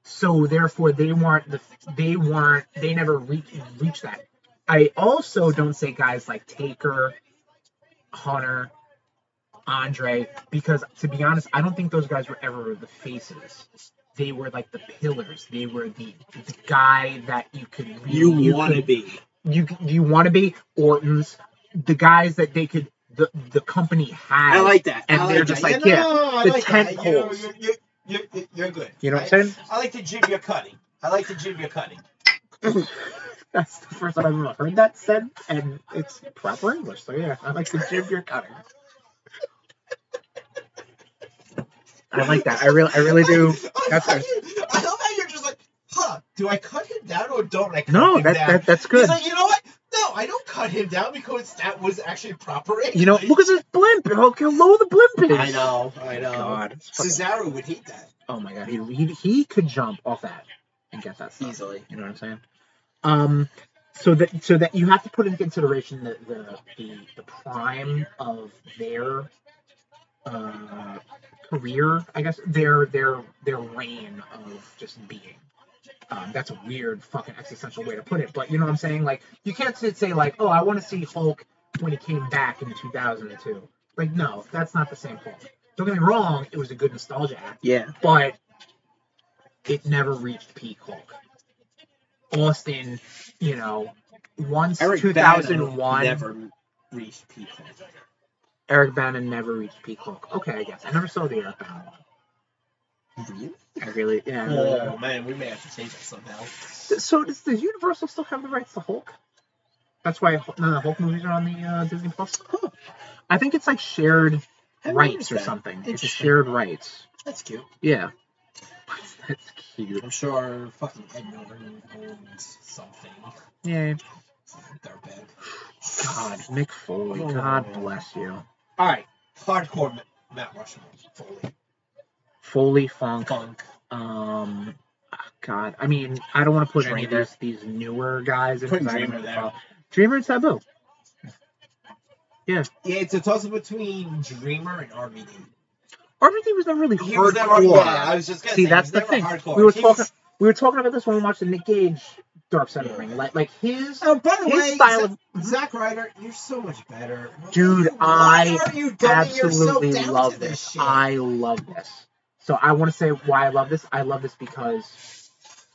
Speaker 2: So therefore, they weren't the they weren't they never reached reached that. I also don't say guys like Taker, Hunter, Andre, because to be honest, I don't think those guys were ever the faces. They were like the pillars. They were the, the guy that you could really,
Speaker 1: You want to
Speaker 2: could-
Speaker 1: be.
Speaker 2: you you want to be Orton's the guys that they could the the company had.
Speaker 1: I like that.
Speaker 2: And
Speaker 1: I like
Speaker 2: they're just
Speaker 1: that.
Speaker 2: like,
Speaker 1: no,
Speaker 2: yeah,
Speaker 1: no, no, I
Speaker 2: the
Speaker 1: like
Speaker 2: tent
Speaker 1: that. You know,
Speaker 2: poles.
Speaker 1: You're, you're, you're, you're, you're good.
Speaker 2: you know
Speaker 1: I,
Speaker 2: what I'm saying?
Speaker 1: I like the jib you're cutting. I like the jib you're cutting.
Speaker 2: That's the first time I've ever heard that said, and it's proper English. So yeah, I like the jib you're cutting. I like that. I really, I really do.
Speaker 1: I,
Speaker 2: That's
Speaker 1: love
Speaker 2: ours.
Speaker 1: you- I love how you're just like, huh, do I cut him down or don't I cut
Speaker 2: No,
Speaker 1: him
Speaker 2: that,
Speaker 1: down?
Speaker 2: that that's good.
Speaker 1: He's like, you know what? No, I don't cut him down because that was actually proper English.
Speaker 2: You know, look at this blimp. Look how low the blimp is.
Speaker 1: I know, Oh, I know.
Speaker 2: God. it's fucking-
Speaker 1: Cesaro would hate that.
Speaker 2: oh my god, he, he he could jump off that and get that stuff.
Speaker 1: Easily.
Speaker 2: You know what I'm saying? Um, so that so that you have to put into consideration the the the, the prime of their uh, career, I guess their their their reign of just being. Um, that's a weird fucking existential way to put it, but you know what I'm saying? Like you can't sit, say like, oh, I want to see Hulk when he came back in 2002. Like no, that's not the same Hulk. Don't get me wrong, it was a good nostalgia act
Speaker 3: Yeah.
Speaker 2: but it never reached peak Hulk. Austin, you know, once
Speaker 1: Eric Bana
Speaker 2: 2001,
Speaker 1: never reached people.
Speaker 2: Eric Bana never reached peak Hulk. Okay, I guess I never saw the Eric Bana one.
Speaker 1: Really?
Speaker 2: I really, yeah. I really-
Speaker 1: Oh man, we may have to change that somehow.
Speaker 2: So does the Universal still have the rights to Hulk? That's why Hulk- none of the Hulk movies are on the uh, Disney Plus. I think it's like shared
Speaker 1: Haven't
Speaker 2: rights
Speaker 1: noticed
Speaker 2: or
Speaker 1: that.
Speaker 2: something. It's a
Speaker 1: Interesting.
Speaker 2: shared rights.
Speaker 1: That's cute.
Speaker 2: Yeah. That's cute.
Speaker 1: I'm sure fucking Ed Norton owns something.
Speaker 2: Yeah.
Speaker 1: Their bed.
Speaker 2: God, Mick Foley.
Speaker 1: Oh.
Speaker 2: God bless you. All right.
Speaker 1: Hardcore Ma- Matt Rushmore. Fully.
Speaker 2: Foley Funk.
Speaker 1: Funk.
Speaker 2: Um, ah, God, I mean, I don't want to put any of
Speaker 1: Dreamer.
Speaker 2: these, these newer guys in
Speaker 1: Put
Speaker 2: 'cause I don't
Speaker 1: Dreamer
Speaker 2: really
Speaker 1: there.
Speaker 2: follow- Dreamer and Sabu.
Speaker 1: Yeah, it's a toss up between Dreamer and RVD.
Speaker 2: RVD was never really
Speaker 1: He
Speaker 2: hardcore.
Speaker 1: was never, yeah, I was just gonna
Speaker 2: See,
Speaker 1: say,
Speaker 2: that's
Speaker 1: he
Speaker 2: the
Speaker 1: was
Speaker 2: thing.
Speaker 1: never Hardcore.
Speaker 2: We were
Speaker 1: He
Speaker 2: talking.
Speaker 1: was-
Speaker 2: We were talking about this when we watched the Nick Gage Dark Side of the
Speaker 1: Yeah.
Speaker 2: Ring. Like, like his
Speaker 1: Oh, by the
Speaker 2: his
Speaker 1: way,
Speaker 2: style
Speaker 1: Zack,
Speaker 2: of
Speaker 1: Zack Ryder, you're so much better.
Speaker 2: Dude,
Speaker 1: Why
Speaker 2: I
Speaker 1: are you dumbing yourself
Speaker 2: absolutely
Speaker 1: down
Speaker 2: love
Speaker 1: to
Speaker 2: this.
Speaker 1: this, shit?
Speaker 2: I love this. So I want to say why I love this. I love this because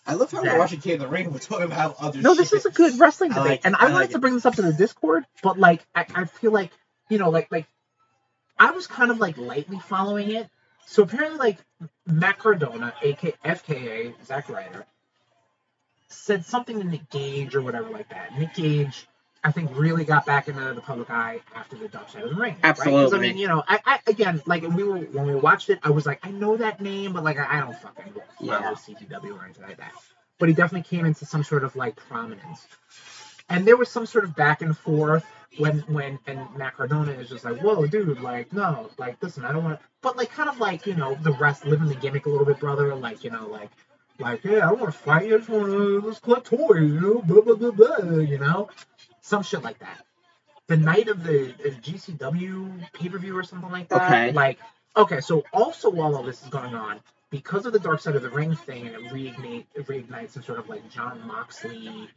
Speaker 1: I love how
Speaker 2: Zach.
Speaker 1: we're watching King of the Ring. We're talking about other
Speaker 2: no, this
Speaker 1: shit.
Speaker 2: is a good wrestling
Speaker 1: I
Speaker 2: debate,
Speaker 1: like it.
Speaker 2: and I,
Speaker 1: I
Speaker 2: wanted
Speaker 1: like
Speaker 2: to
Speaker 1: it.
Speaker 2: bring this up to the Discord, but like I, I feel like you know, like like I was kind of like lightly following it. So apparently, like Matt Cardona, aka FKA Zack Ryder, said something to Nick Gage or whatever like that. Nick Gage, I think, really got back into the public eye after the Dark Side of the Ring. right? 'Cause, I
Speaker 3: Absolutely.
Speaker 2: mean, you know, I, I again, like we were when we watched it, I was like, I know that name, but like I, I don't fucking follow
Speaker 3: Yeah.
Speaker 2: CTW or anything like that. But he definitely came into some sort of like prominence and there was some sort of back and forth when when and Matt Cardona is just like, whoa, dude, like no, like listen, I don't want to, but like kind of like you know the rest living the gimmick a little bit, brother, like you know like like yeah, I don't want to fight you, I just want to let's collect toys, you know, blah blah blah blah, you know, some shit like that. The night of the uh, GCW pay per view or something like that.
Speaker 3: Okay.
Speaker 2: Like okay, so also while all this is going on. Because of the Dark Side of the Ring thing, and it reignite, it reignites some sort of like John Moxley,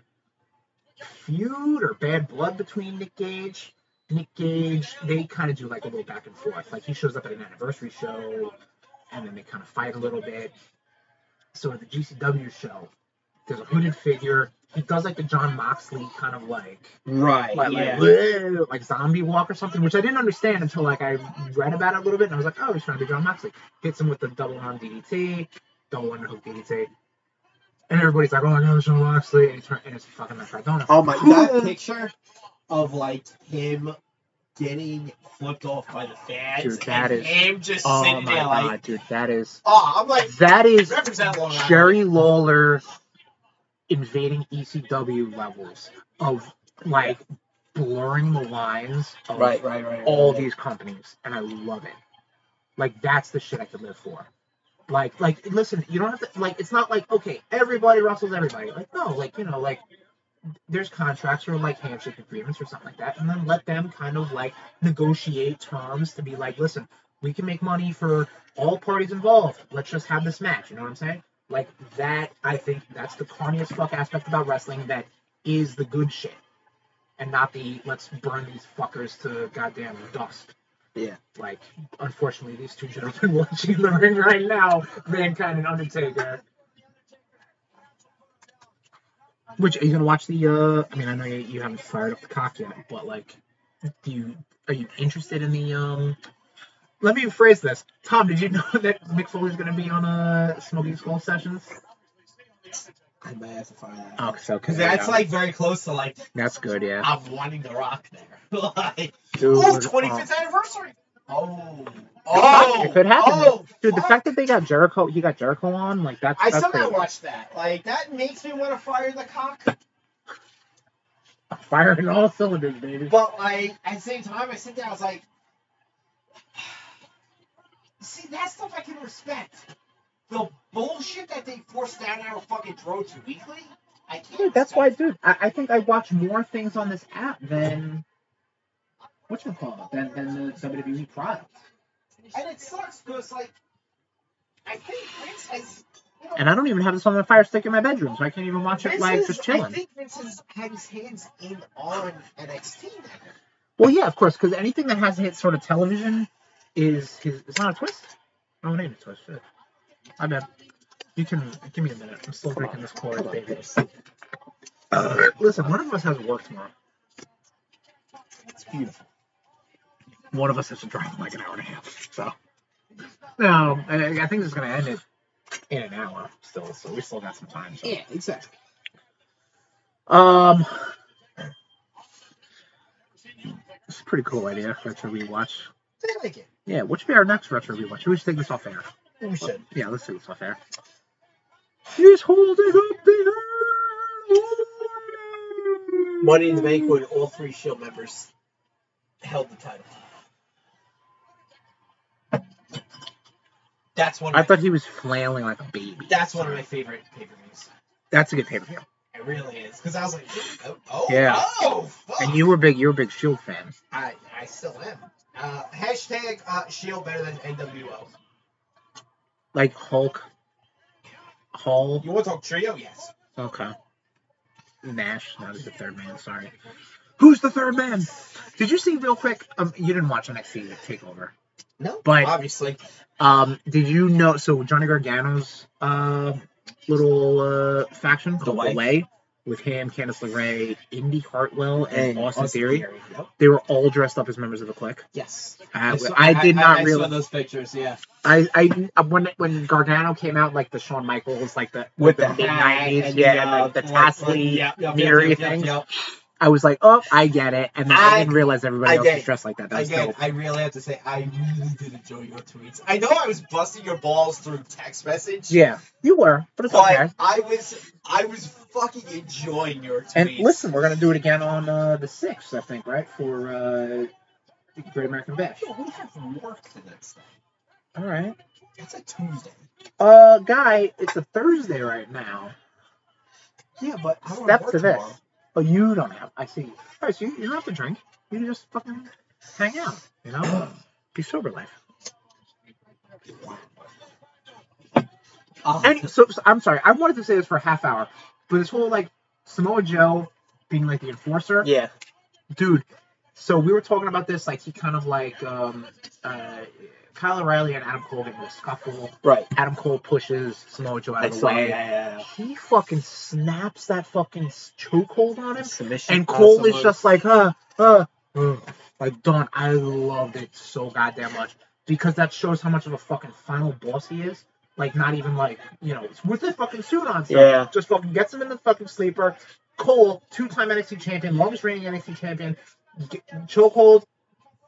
Speaker 2: feud or bad blood between Nick Gage. Nick Gage, they kind of do like a little back and forth. Like he shows up at an anniversary show, and then they kind of fight a little bit. So at the GCW show, there's a hooded figure. He does like the John Moxley kind of like
Speaker 3: Right.
Speaker 2: like,
Speaker 3: yeah.
Speaker 2: like, "Whoa," like zombie walk or something, which I didn't understand until like I read about it a little bit and I was like, oh, he's trying to be John Moxley. Hits him with the double arm DDT, double underhook DDT. And everybody's like, oh my god, it's John Moxley. And, he's trying, and it's fucking Matt Cardona.
Speaker 3: oh my
Speaker 1: that
Speaker 3: god.
Speaker 1: picture of like him getting flipped off by the fans
Speaker 2: Dude, that
Speaker 1: and
Speaker 2: is-
Speaker 1: him just
Speaker 2: Oh
Speaker 1: sitting
Speaker 2: my
Speaker 1: there
Speaker 2: god,
Speaker 1: like,
Speaker 2: dude, that is
Speaker 1: oh, I'm like,
Speaker 2: that is
Speaker 1: reference that long. Island.
Speaker 2: Jerry Lawler
Speaker 8: invading ECW levels of like blurring the lines of
Speaker 1: Right, right, right. right,
Speaker 8: all
Speaker 1: right.
Speaker 8: these companies, and I love it. Like that's the shit I could live for. Like, like, listen, you don't have to. Like, it's not like okay, everybody wrestles everybody. Like, no, like you know, like there's contracts or like handshake agreements or something like that, and then let them kind of like negotiate terms to be like, listen, we can make money for all parties involved. Let's just have this match. You know what I'm saying? Like that. I think that's the corny as fuck aspect about wrestling that is the good shit and not the let's burn these fuckers to goddamn dust.
Speaker 1: Yeah.
Speaker 8: Like, unfortunately, these two gentlemen watching in the ring right now, Mankind and Undertaker.
Speaker 2: Which are you gonna watch the? uh I mean, I know you, you haven't fired up the cock yet, but like, do you are you interested in the? um
Speaker 8: Let me rephrase this. Tom, did you know that Mick Foley's going to be on uh, Smoky Skull Sessions?
Speaker 1: I might have to find that.
Speaker 2: Oh, so okay,
Speaker 1: Because that's
Speaker 2: yeah.
Speaker 1: like very close to like
Speaker 2: that's good, yeah.
Speaker 1: I'm wanting to rock there. like,
Speaker 2: Dude,
Speaker 1: ooh,
Speaker 2: uh,
Speaker 1: 25th Oh, anniversary. Oh,
Speaker 2: Oh,
Speaker 1: oh,
Speaker 2: it could happen.
Speaker 1: Oh,
Speaker 2: Dude, the
Speaker 1: fuck.
Speaker 2: fact that they got Jericho, he got Jericho on, like that's.
Speaker 1: I
Speaker 2: that's
Speaker 1: somehow
Speaker 2: crazy.
Speaker 1: watched that. Like that makes me want to fire the cock.
Speaker 2: firing all cylinders, baby.
Speaker 1: But like at the same time, I sit there. I was like, see, that stuff I can respect. The bullshit that they force down our fucking throats weekly, I can't.
Speaker 2: Dude, that's why,
Speaker 1: respect.
Speaker 2: dude. I, I think I watch more things on this app than what's it called? Than than the WWE product.
Speaker 1: And it sucks because like, I think Vince has. you know,
Speaker 2: And I don't even have this on the fire stick in my bedroom, so I can't even watch it
Speaker 1: Vince
Speaker 2: like
Speaker 1: is-
Speaker 2: just
Speaker 1: I
Speaker 2: chilling.
Speaker 1: think Vince has had his hands in on NXT now.
Speaker 2: Well, yeah, of course, because anything that has hit sort of television is his. It's not a twist. I don't need a twist. Shit. I bet. You can give me a minute. I'm still drinking this Kool-Aid, baby. Uh, listen, one of us has work tomorrow.
Speaker 1: It's beautiful.
Speaker 2: One of us has to drive like an hour and a half. So, no, I, I think this is gonna end it in an hour still. So we still got some time. So.
Speaker 1: Yeah, exactly.
Speaker 2: Um, it's a pretty cool idea, retro rewatch.
Speaker 1: I like it.
Speaker 2: Yeah, what should be our next retro rewatch? We should take this off air.
Speaker 1: We should.
Speaker 2: Yeah, let's take this off air. He's holding up the hand.
Speaker 1: Money in the Bank when all three Shield members held the title. That's one. Of
Speaker 2: I
Speaker 1: my,
Speaker 2: thought he was flailing like a baby.
Speaker 1: that's one of my favorite pay per views.
Speaker 2: That's a good pay per view.
Speaker 1: It really is because I was like, oh, oh,
Speaker 2: Yeah.
Speaker 1: oh, fuck.
Speaker 2: And you were big. You were a big Shield fan.
Speaker 1: I, I still am. Uh, hashtag uh, Shield better than NWO.
Speaker 2: Like Hulk. Hall.
Speaker 1: You want to talk trio? Oh, Yes.
Speaker 2: Okay. Nash, not as the third man. Sorry. Who's the third man? Did you see real quick? Um, you didn't watch NXT Takeover.
Speaker 1: No.
Speaker 2: But-
Speaker 1: obviously,
Speaker 2: Um, did you know? So Johnny Gargano's uh, little uh, faction called
Speaker 1: Way.
Speaker 2: The Way, with him, Candice LeRae, Indy Hartwell, and, Austin, Theory,
Speaker 1: Yep.
Speaker 2: they were all dressed up as members of the Clique.
Speaker 1: Yes.
Speaker 2: I,
Speaker 1: saw-
Speaker 2: I did
Speaker 1: I
Speaker 2: not
Speaker 1: saw
Speaker 2: realize.
Speaker 1: those pictures. Yeah.
Speaker 2: I, I uh, when when Gargano came out like the Shawn Michaels, like the
Speaker 1: With
Speaker 2: the
Speaker 1: the
Speaker 2: mid
Speaker 1: hat
Speaker 2: nineties,
Speaker 1: and
Speaker 2: yeah,
Speaker 1: the,
Speaker 2: and the, the
Speaker 1: uh, like-
Speaker 2: Tasley
Speaker 1: yeah, yeah, yeah,
Speaker 2: mirror
Speaker 1: yeah, yeah,
Speaker 2: things.
Speaker 1: yeah.
Speaker 2: I was like, oh, I get it, and then I,
Speaker 1: I-
Speaker 2: didn't realize everybody
Speaker 1: I
Speaker 2: else
Speaker 1: get
Speaker 2: was
Speaker 1: it.
Speaker 2: dressed like that. That was
Speaker 1: Again,
Speaker 2: dope.
Speaker 1: I really have to say, I really did enjoy your tweets. I know I was busting your balls through text message.
Speaker 2: Yeah, you were, but it's
Speaker 1: But
Speaker 2: okay.
Speaker 1: I was, I was fucking enjoying your tweets.
Speaker 2: And listen, we're gonna do it again on uh, the sixth, I think, right? For uh, Great American Bash.
Speaker 1: Yo, we have work the next day.
Speaker 2: All right.
Speaker 1: That's a Tuesday.
Speaker 2: Uh, guy, it's a Thursday right now.
Speaker 1: Yeah, but I don't
Speaker 2: Step
Speaker 1: work
Speaker 2: to this.
Speaker 1: tomorrow.
Speaker 2: Oh, you don't have. I see. All right, so you, you don't have to drink. You can just fucking hang out. You know, be sober life.
Speaker 1: Uh,
Speaker 2: And so, so- I'm sorry. I wanted to say this for a half hour, but this whole like Samoa Joe being like the enforcer.
Speaker 1: yeah.
Speaker 2: dude. So we were talking about this, like he kind of like um, uh, Kyle O'Reilly and Adam Cole get in a scuffle.
Speaker 1: Right.
Speaker 2: Adam Cole pushes Samoa Joe out
Speaker 1: I
Speaker 2: of the
Speaker 1: saw. Yeah,
Speaker 2: way.
Speaker 1: yeah, yeah.
Speaker 2: He fucking snaps that fucking s- chokehold on him,
Speaker 1: Submission.
Speaker 2: and Cole
Speaker 1: uh,
Speaker 2: is just like, uh, uh, uh, like done. I loved it so goddamn much because that shows how much of a fucking final boss he is. Like not even like you know it's with the fucking suit on. So
Speaker 1: Yeah.
Speaker 2: just fucking gets him in the fucking sleeper. Cole, two-time NXT champion, longest reigning NXT champion, g- chokehold.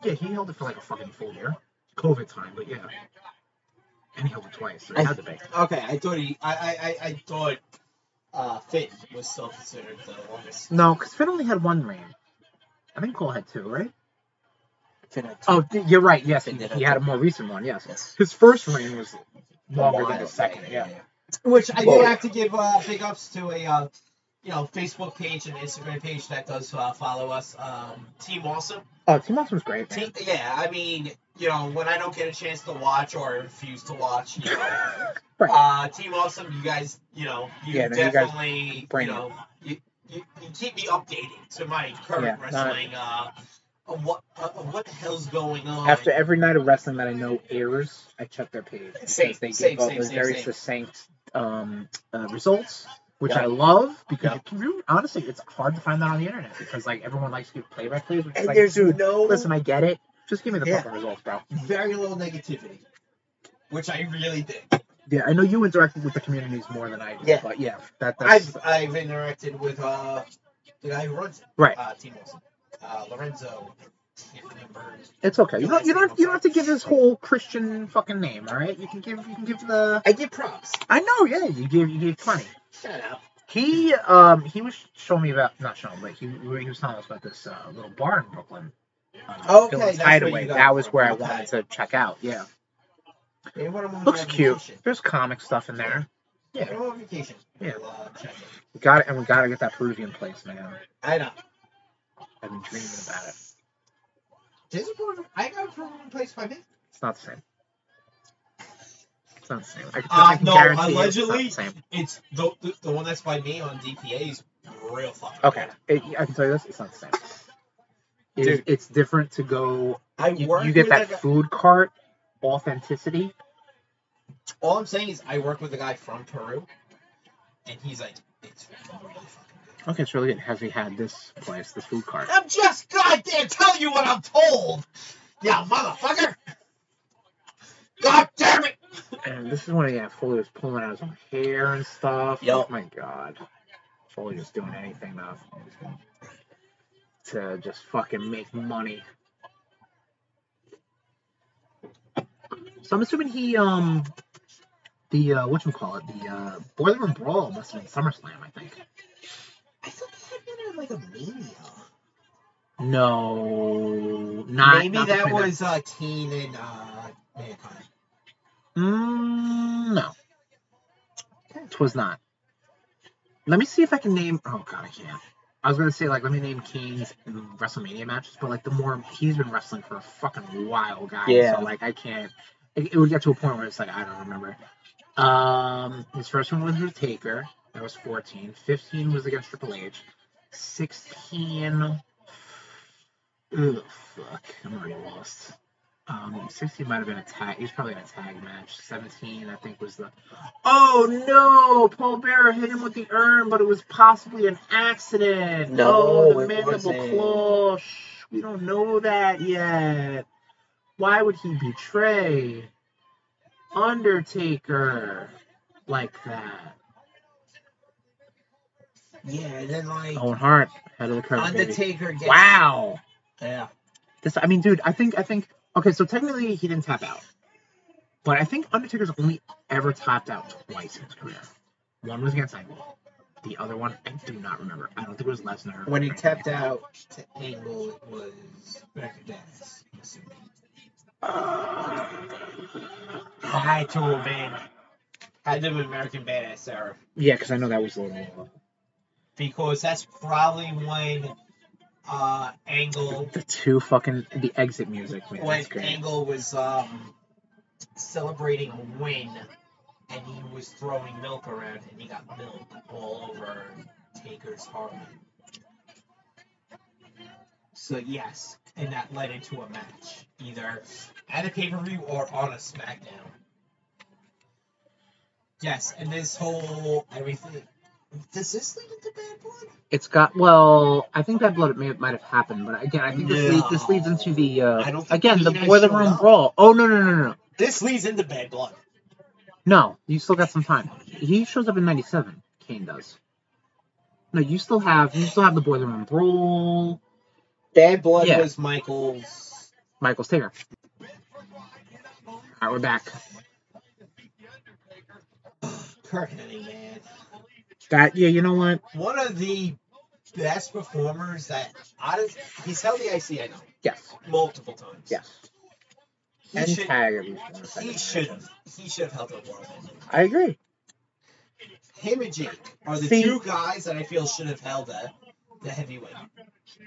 Speaker 2: Yeah, he held it for like a fucking full year, COVID time, but yeah. And he held it twice, so it
Speaker 1: I-
Speaker 2: had to be.
Speaker 1: Okay, I thought he. I, I, I, I thought uh, Finn was still considered the longest.
Speaker 2: No, because Finn only had one reign. I think Cole had two, right?
Speaker 7: Finn had two.
Speaker 2: Oh, th- you're right. Yes, he,
Speaker 7: Finn did
Speaker 2: he
Speaker 7: have
Speaker 2: had a more recent one. Yes,
Speaker 7: Yes.
Speaker 2: his first reign was longer
Speaker 7: Wild,
Speaker 2: than his second.
Speaker 7: right,
Speaker 2: Yeah.
Speaker 1: Which I do
Speaker 7: Whoa.
Speaker 1: have to give uh, big ups to a uh, you know Facebook page and Instagram page that does uh, follow us. Um, Team Awesome.
Speaker 2: Oh, Team Awesome's great. man.
Speaker 1: Team, yeah, I mean, you know, when I don't get a chance to watch or refuse to watch, you know,
Speaker 2: Right.
Speaker 1: uh, Team Awesome, you guys, you know, you
Speaker 2: Yeah, no, you guys
Speaker 1: definitely, you,
Speaker 2: bring it.
Speaker 1: know, you, you, you keep me updated to my current
Speaker 2: Yeah, no, I-
Speaker 1: wrestling. Uh, of what uh, of what the hell's going on?
Speaker 2: After every night of wrestling that I know airs, I check their page
Speaker 1: Same,
Speaker 2: because they give
Speaker 1: same,
Speaker 2: all
Speaker 1: same,
Speaker 2: those
Speaker 1: same,
Speaker 2: very
Speaker 1: same.
Speaker 2: succinct um, uh, results, which
Speaker 7: Yeah.
Speaker 2: I love because you can really, honestly, it's hard to find that on the internet because like everyone likes to give play-by-plays. Which is
Speaker 7: And
Speaker 2: like,
Speaker 7: there's no
Speaker 2: listen, I get it. Just give me the
Speaker 7: Yeah.
Speaker 2: fucking results, bro.
Speaker 7: very little negativity, which I really did.
Speaker 2: Yeah, I know you interacted with the communities more than I do,
Speaker 7: Yeah.
Speaker 2: but yeah, that, that's
Speaker 1: I've I've interacted with uh the guy who runs it,
Speaker 2: Right.
Speaker 1: uh, Team Awesome, uh, Lorenzo. I can't remember.
Speaker 2: it's okay. You don't you don't you don't have to give his whole Christian fucking name, all right? You can give you can give the
Speaker 7: I give props.
Speaker 2: I know, yeah, you give you give twenty.
Speaker 7: Shut up.
Speaker 2: He um he was showing me about not showing, but he he was telling us about this uh, little bar in Brooklyn. Uh,
Speaker 7: Okay,
Speaker 2: Dylan's
Speaker 7: that's where you
Speaker 2: Hideaway.
Speaker 7: got
Speaker 2: That
Speaker 7: it
Speaker 2: was
Speaker 7: from.
Speaker 2: where I
Speaker 7: Okay.
Speaker 2: wanted to check out. Yeah,
Speaker 7: They want to move
Speaker 2: looks
Speaker 7: on
Speaker 2: cute.
Speaker 7: vacation.
Speaker 2: There's comic stuff in there.
Speaker 7: They want on vacation.
Speaker 2: Yeah.
Speaker 7: We'll, uh, check it.
Speaker 2: We got it, and we gotta get that Peruvian place, man.
Speaker 7: I know.
Speaker 2: I've been dreaming about it.
Speaker 7: There's a Peruvian- I got a Peruvian place by me.
Speaker 2: It's not the same. It's not the same. I can,
Speaker 1: Uh,
Speaker 2: I can
Speaker 1: no,
Speaker 2: guarantee you
Speaker 1: allegedly-
Speaker 2: it's not the same.
Speaker 1: It's the, the the one that's by me on DPA is real fucking.
Speaker 2: Okay, it- I can tell you this. It's not the same. It is-
Speaker 1: Dude.
Speaker 2: it's different to go.
Speaker 7: I
Speaker 2: You,
Speaker 7: work
Speaker 2: you get
Speaker 7: with
Speaker 2: that
Speaker 7: a guy-
Speaker 2: food cart authenticity.
Speaker 1: All I'm saying is I work with a guy from Peru, and he's like, it's really fucking. good.
Speaker 2: Okay, it's really good. Have we had this place, this food cart?
Speaker 1: I'm just goddamn telling you what I'm told. Yeah, motherfucker. God damn it.
Speaker 2: And this is when yeah, Foley was pulling out his own hair and stuff.
Speaker 7: Yup.
Speaker 2: Oh my god. Foley was doing anything to, to just fucking make money. So I'm assuming he um the uh whatchamacallit, the uh Boiler Room Brawl must have been SummerSlam, I think.
Speaker 7: I thought they had been on like a mania.
Speaker 2: No not
Speaker 7: Maybe
Speaker 2: not
Speaker 7: that
Speaker 2: between the-
Speaker 7: was uh, Kane and uh, Mankind.
Speaker 2: Mm, no. Twas not. Let me see if I can name. Oh god, I can't. I was gonna say like let me name Kane's WrestleMania matches, but like the more he's been wrestling for a fucking while, guys.
Speaker 7: Yeah.
Speaker 2: So like I can't. It, it would get to a point where it's like I don't remember. Um, his first one was with Taker. That was 14. 15 was against Triple H. 16. Ugh, fuck. I'm already lost. Um, 16 might have been a tag. He was probably in a tag match. 17, I think, was the. Oh no! Paul Bearer hit him with the urn, but it was possibly an accident.
Speaker 7: No,
Speaker 2: oh, the
Speaker 7: it
Speaker 2: mandible
Speaker 7: wasn't.
Speaker 2: claw. Shh, we don't know that yet. Why would he betray Undertaker like that?
Speaker 7: Yeah, and then like
Speaker 2: Owen Hart, head of the curve. baby.
Speaker 7: Undertaker gets
Speaker 2: Wow.
Speaker 7: Yeah.
Speaker 2: This, I mean, dude, I think, I think, okay, so technically he didn't tap out, but I think Undertaker's only ever tapped out twice in his career. One was against Angle. The other one, I do not remember. I don't think it was Lesnar.
Speaker 7: When he
Speaker 2: or anything like
Speaker 7: tapped
Speaker 2: that.
Speaker 7: out to Angle, it was back to Dennis.
Speaker 1: Uh, Hi, Tool Man. Had to be American Badass Sarah.
Speaker 2: Yeah, because I know that was a little.
Speaker 1: because that's probably when uh Angle
Speaker 2: The two fucking the exit music, man.
Speaker 1: when
Speaker 2: That's great.
Speaker 1: Angle was um celebrating a win and he was throwing milk around and he got milk all over Taker's Harley. So yes, and that led into a match, either at a pay-per-view or on a SmackDown. Yes, and this whole everything does this lead into bad blood?
Speaker 2: It's got well. I think that blood may might have happened, but again, I think this leads this leads into the
Speaker 1: I
Speaker 2: uh,
Speaker 1: don't think
Speaker 2: again the
Speaker 1: Cena
Speaker 2: boiler
Speaker 1: showed
Speaker 2: room
Speaker 1: up.
Speaker 2: brawl. Oh no no no no no
Speaker 1: This leads into bad blood.
Speaker 2: No, you still got some time. He shows up in '97. Kane does. No, you still have you still have the Boiler Room Brawl.
Speaker 1: Bad Blood
Speaker 2: Yeah.
Speaker 1: was Michael's.
Speaker 2: Michael's Taker. All right, we're back.
Speaker 1: Kurt Hennig, man.
Speaker 2: That yeah, you know what?
Speaker 7: One of the best performers that out of he's held the IC, I know,
Speaker 2: Yes,
Speaker 7: multiple times.
Speaker 2: yes.
Speaker 7: He
Speaker 2: and
Speaker 7: should
Speaker 2: tag every one of the
Speaker 7: he
Speaker 2: second
Speaker 7: should
Speaker 2: matches.
Speaker 7: have he should have held the world. title.
Speaker 2: I agree.
Speaker 7: Him and Jake are the
Speaker 2: See-
Speaker 7: two guys that I feel should have held the the heavyweight.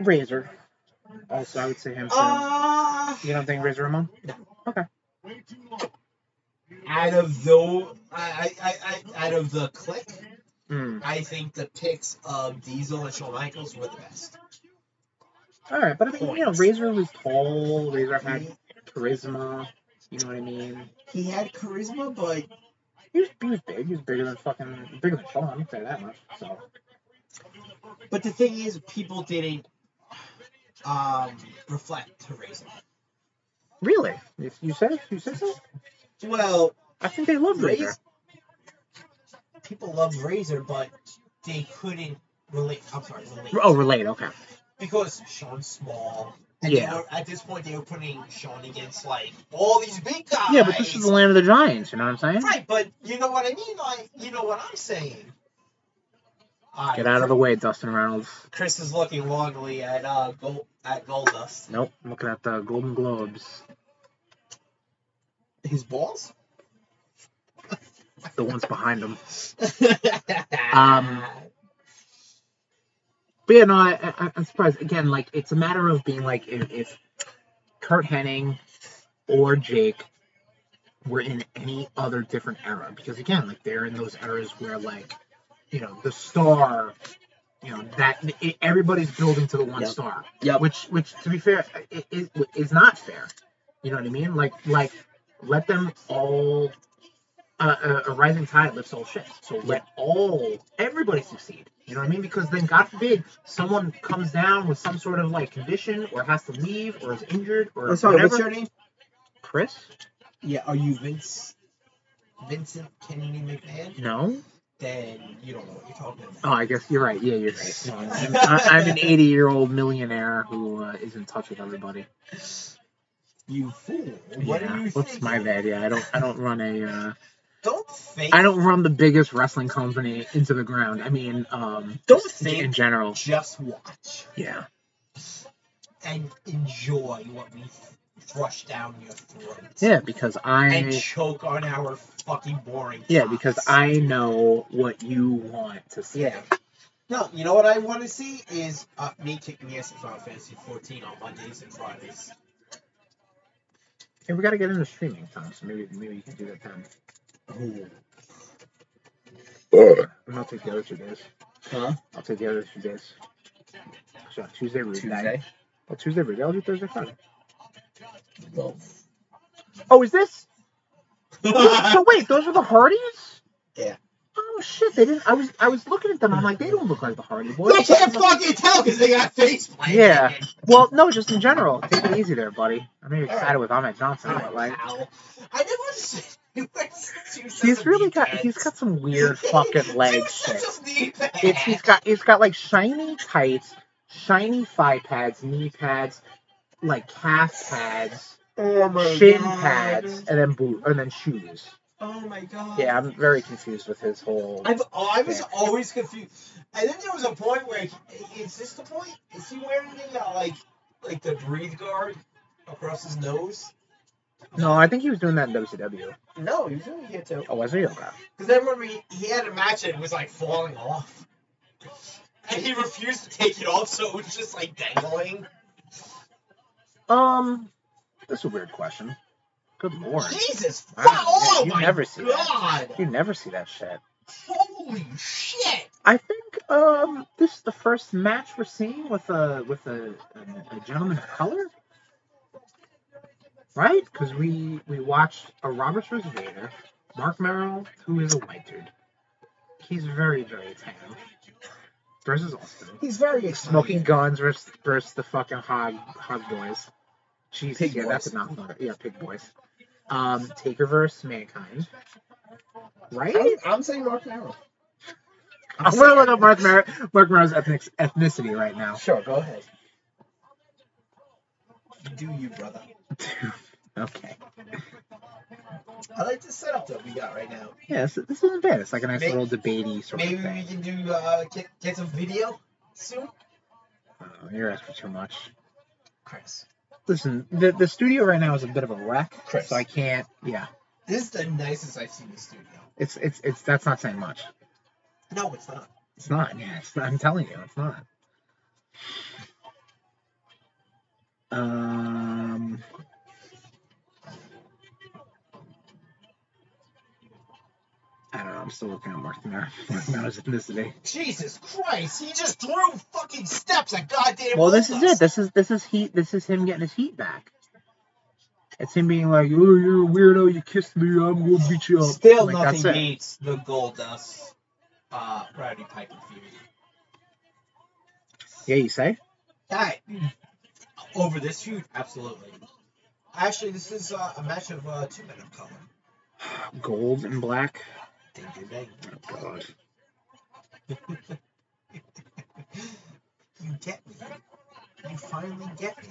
Speaker 2: Razor. Also, I would say him too.
Speaker 7: Uh,
Speaker 2: you don't think Razor Ramon?
Speaker 7: out of though I, I, I, I out of the click,
Speaker 2: Hmm.
Speaker 7: I think the picks of Diesel and Shawn Michaels were the best.
Speaker 2: All right, but I mean, you know,
Speaker 7: Points.
Speaker 2: Razor was tall. Razor had
Speaker 7: He,
Speaker 2: charisma. You know what I mean?
Speaker 7: he had charisma, but
Speaker 2: He was, he was big. He was bigger than fucking bigger than Sean. I don't say that much. So
Speaker 7: but the thing is, people didn't um reflect to Razor.
Speaker 2: really, if you say you say so,
Speaker 7: Well,
Speaker 2: I think they loved Razor.
Speaker 7: Razor. People loved Razor, but they couldn't relate. I'm sorry, relate
Speaker 2: Oh, relate. Okay.
Speaker 7: because Sean's small. And
Speaker 2: Yeah.
Speaker 7: They were, at this point, they were putting Sean against like all these big guys.
Speaker 2: Yeah, but this is the land of the giants. You know what I'm saying?
Speaker 7: Right, but you know what I mean? Like, you know what I'm saying? Alright,
Speaker 2: Get out of the way, Dustin Reynolds.
Speaker 7: Chris is looking longly at uh Gold at Goldust.
Speaker 2: Nope. I'm looking at the Golden Globes.
Speaker 7: His balls?
Speaker 2: The ones behind him.
Speaker 7: um
Speaker 2: But yeah, no, I, I, I'm surprised. Again, like it's a matter of being like if, if Kurt Hennig or Jake were in any other different era, because again, like they're in those eras where like you know the star, you know that it, everybody's building to the one
Speaker 3: Yep.
Speaker 2: star.
Speaker 3: Yep.
Speaker 2: Which, which to be fair, i- i- is is not fair. You know what I mean? Like, like let them all. Uh, a- a rising tide lifts all ships. So let all everybody succeed. You know what I mean? Because then, God forbid, someone comes down with some sort of like condition, or has to leave, or is injured, or
Speaker 3: I'm sorry, what's
Speaker 2: whatever.
Speaker 3: your name?
Speaker 2: Chris?
Speaker 7: Yeah, are you Vince Vincent Kennedy McMahon?
Speaker 2: No.
Speaker 7: Then you don't know what you're talking about.
Speaker 2: Oh, I guess you're right. Yeah, you're right. No, I'm, I- I'm an 80 year old millionaire who uh, is in touch with everybody.
Speaker 7: You fool. What
Speaker 2: yeah.
Speaker 7: are you
Speaker 2: What's
Speaker 7: thinking?
Speaker 2: my bad? Yeah, I don't. I don't run a. Uh,
Speaker 7: Don't think
Speaker 2: I don't run the biggest wrestling company into the ground. I mean, um,
Speaker 7: Don't
Speaker 2: just
Speaker 7: think-
Speaker 2: in general.
Speaker 7: just watch
Speaker 2: Yeah.
Speaker 7: and enjoy what we thrush down your throat.
Speaker 2: Yeah, because
Speaker 7: and
Speaker 2: I.
Speaker 7: choke on our fucking boring.
Speaker 2: Yeah,
Speaker 7: tops.
Speaker 2: because I know what you want to see.
Speaker 7: Yeah. No, you know what I want to see is uh, me kicking ass in Final Fantasy 14 on Mondays and Fridays.
Speaker 2: Hey, we gotta get into streaming, Tom. So maybe maybe you can do that then. And I'll take the other two days.
Speaker 7: Huh?
Speaker 2: I'll take the other two days. So Tuesday, we're Well, Tuesday, we're I'll do Thursday, Friday. Oh, is this? so wait, those are the Hardys?
Speaker 7: Yeah.
Speaker 2: Oh shit, they didn't. I was I was looking at them. I'm like, they don't look like the Hardy Boys.
Speaker 7: They can't fucking tell because they got face planted.
Speaker 2: Yeah. Well, no, just in general. Take it easy there, buddy. I know you're
Speaker 7: All right.
Speaker 2: excited with Ahmed Johnson,
Speaker 7: Ow.
Speaker 2: but like,
Speaker 7: I never said you were such a
Speaker 2: he's really got
Speaker 7: meathead.
Speaker 2: he's got some weird fucking
Speaker 7: You're
Speaker 2: legs.
Speaker 7: such a meathead.
Speaker 2: It's he's got he's got like shiny tights, shiny thigh pads, knee pads, like calf pads,
Speaker 7: oh
Speaker 2: shin pads, and then boot and then shoes.
Speaker 7: Oh my god.
Speaker 2: Yeah, I'm very confused with his whole.
Speaker 7: I've, oh, I was
Speaker 2: Yeah.
Speaker 7: always confused. And then there was a point where, he- is this the point? Is he wearing the, uh, like, like the breathe guard across his nose?
Speaker 2: No, I think he was doing that in WCW.
Speaker 7: No, he was doing it here too.
Speaker 2: Oh, was he? Okay.
Speaker 7: Because I remember he, he had a match and it was like falling off. And he refused to take it off, so it was just like dangling.
Speaker 2: Um, that's a weird question. Good lord.
Speaker 7: Jesus!
Speaker 2: I
Speaker 7: Fuck!
Speaker 2: don't know.
Speaker 7: Oh
Speaker 2: You
Speaker 7: my
Speaker 2: never see that.
Speaker 7: god!
Speaker 2: You never see that shit.
Speaker 7: Holy shit!
Speaker 2: I think um this is the first match we're seeing with a with a, a, a gentleman of color, right? Because we we watched a Roberts versus Vader, Mark Merrill, who is a white dude. He's very very tan. Versus Austin,
Speaker 7: He's very
Speaker 2: smoking guns versus, versus the fucking hog hog boys. Jesus,
Speaker 7: Pig
Speaker 2: yeah, that's
Speaker 7: boys.
Speaker 2: enough. Yeah, pig boys. Um, Taker versus Mankind, right?
Speaker 7: I'm, I'm saying Mark Merrill.
Speaker 2: I'm gonna look up Mark Mer- Mark Merrill's ethnic- ethnicity right now.
Speaker 7: Sure, go ahead. Do you, brother?
Speaker 2: Okay.
Speaker 7: I like the setup that we got right now.
Speaker 2: Yeah, this, this isn't bad. It's like a nice
Speaker 7: Maybe-
Speaker 2: little debatey sort
Speaker 7: Maybe
Speaker 2: of
Speaker 7: we
Speaker 2: thing.
Speaker 7: can do uh, get get some video soon.
Speaker 2: Oh, you're asking too much.
Speaker 7: Chris,
Speaker 2: Listen, the, the studio right now is a bit of a wreck,
Speaker 7: Chris.
Speaker 2: so I can't. Yeah,
Speaker 7: this is the nicest I've seen the studio.
Speaker 2: it's it's it's that's not saying much.
Speaker 7: No, it's not.
Speaker 2: It's not. Yeah, it's not, I'm telling you, it's not. Um. I don't know. I'm still looking at Martin there. Martin Mara's ethnicity.
Speaker 7: Jesus Christ! He just threw fucking steps at goddamn.
Speaker 2: Well, this is
Speaker 7: robots.
Speaker 2: it. This is this is heat. This is him getting his heat back. It's him being like, "Oh, you're a weirdo. You kissed me. I'm gonna beat you up."
Speaker 7: Still
Speaker 2: Like, that's
Speaker 7: nothing
Speaker 2: it.
Speaker 7: beats the gold dust uh Rowdy Piper Fury.
Speaker 2: Yeah, you say?
Speaker 7: That over this feud, absolutely. Actually, this is uh, a match of uh, two men of color.
Speaker 2: Gold and black.
Speaker 7: Ding, ding, ding.
Speaker 2: Oh, God.
Speaker 7: You get me. You finally get me.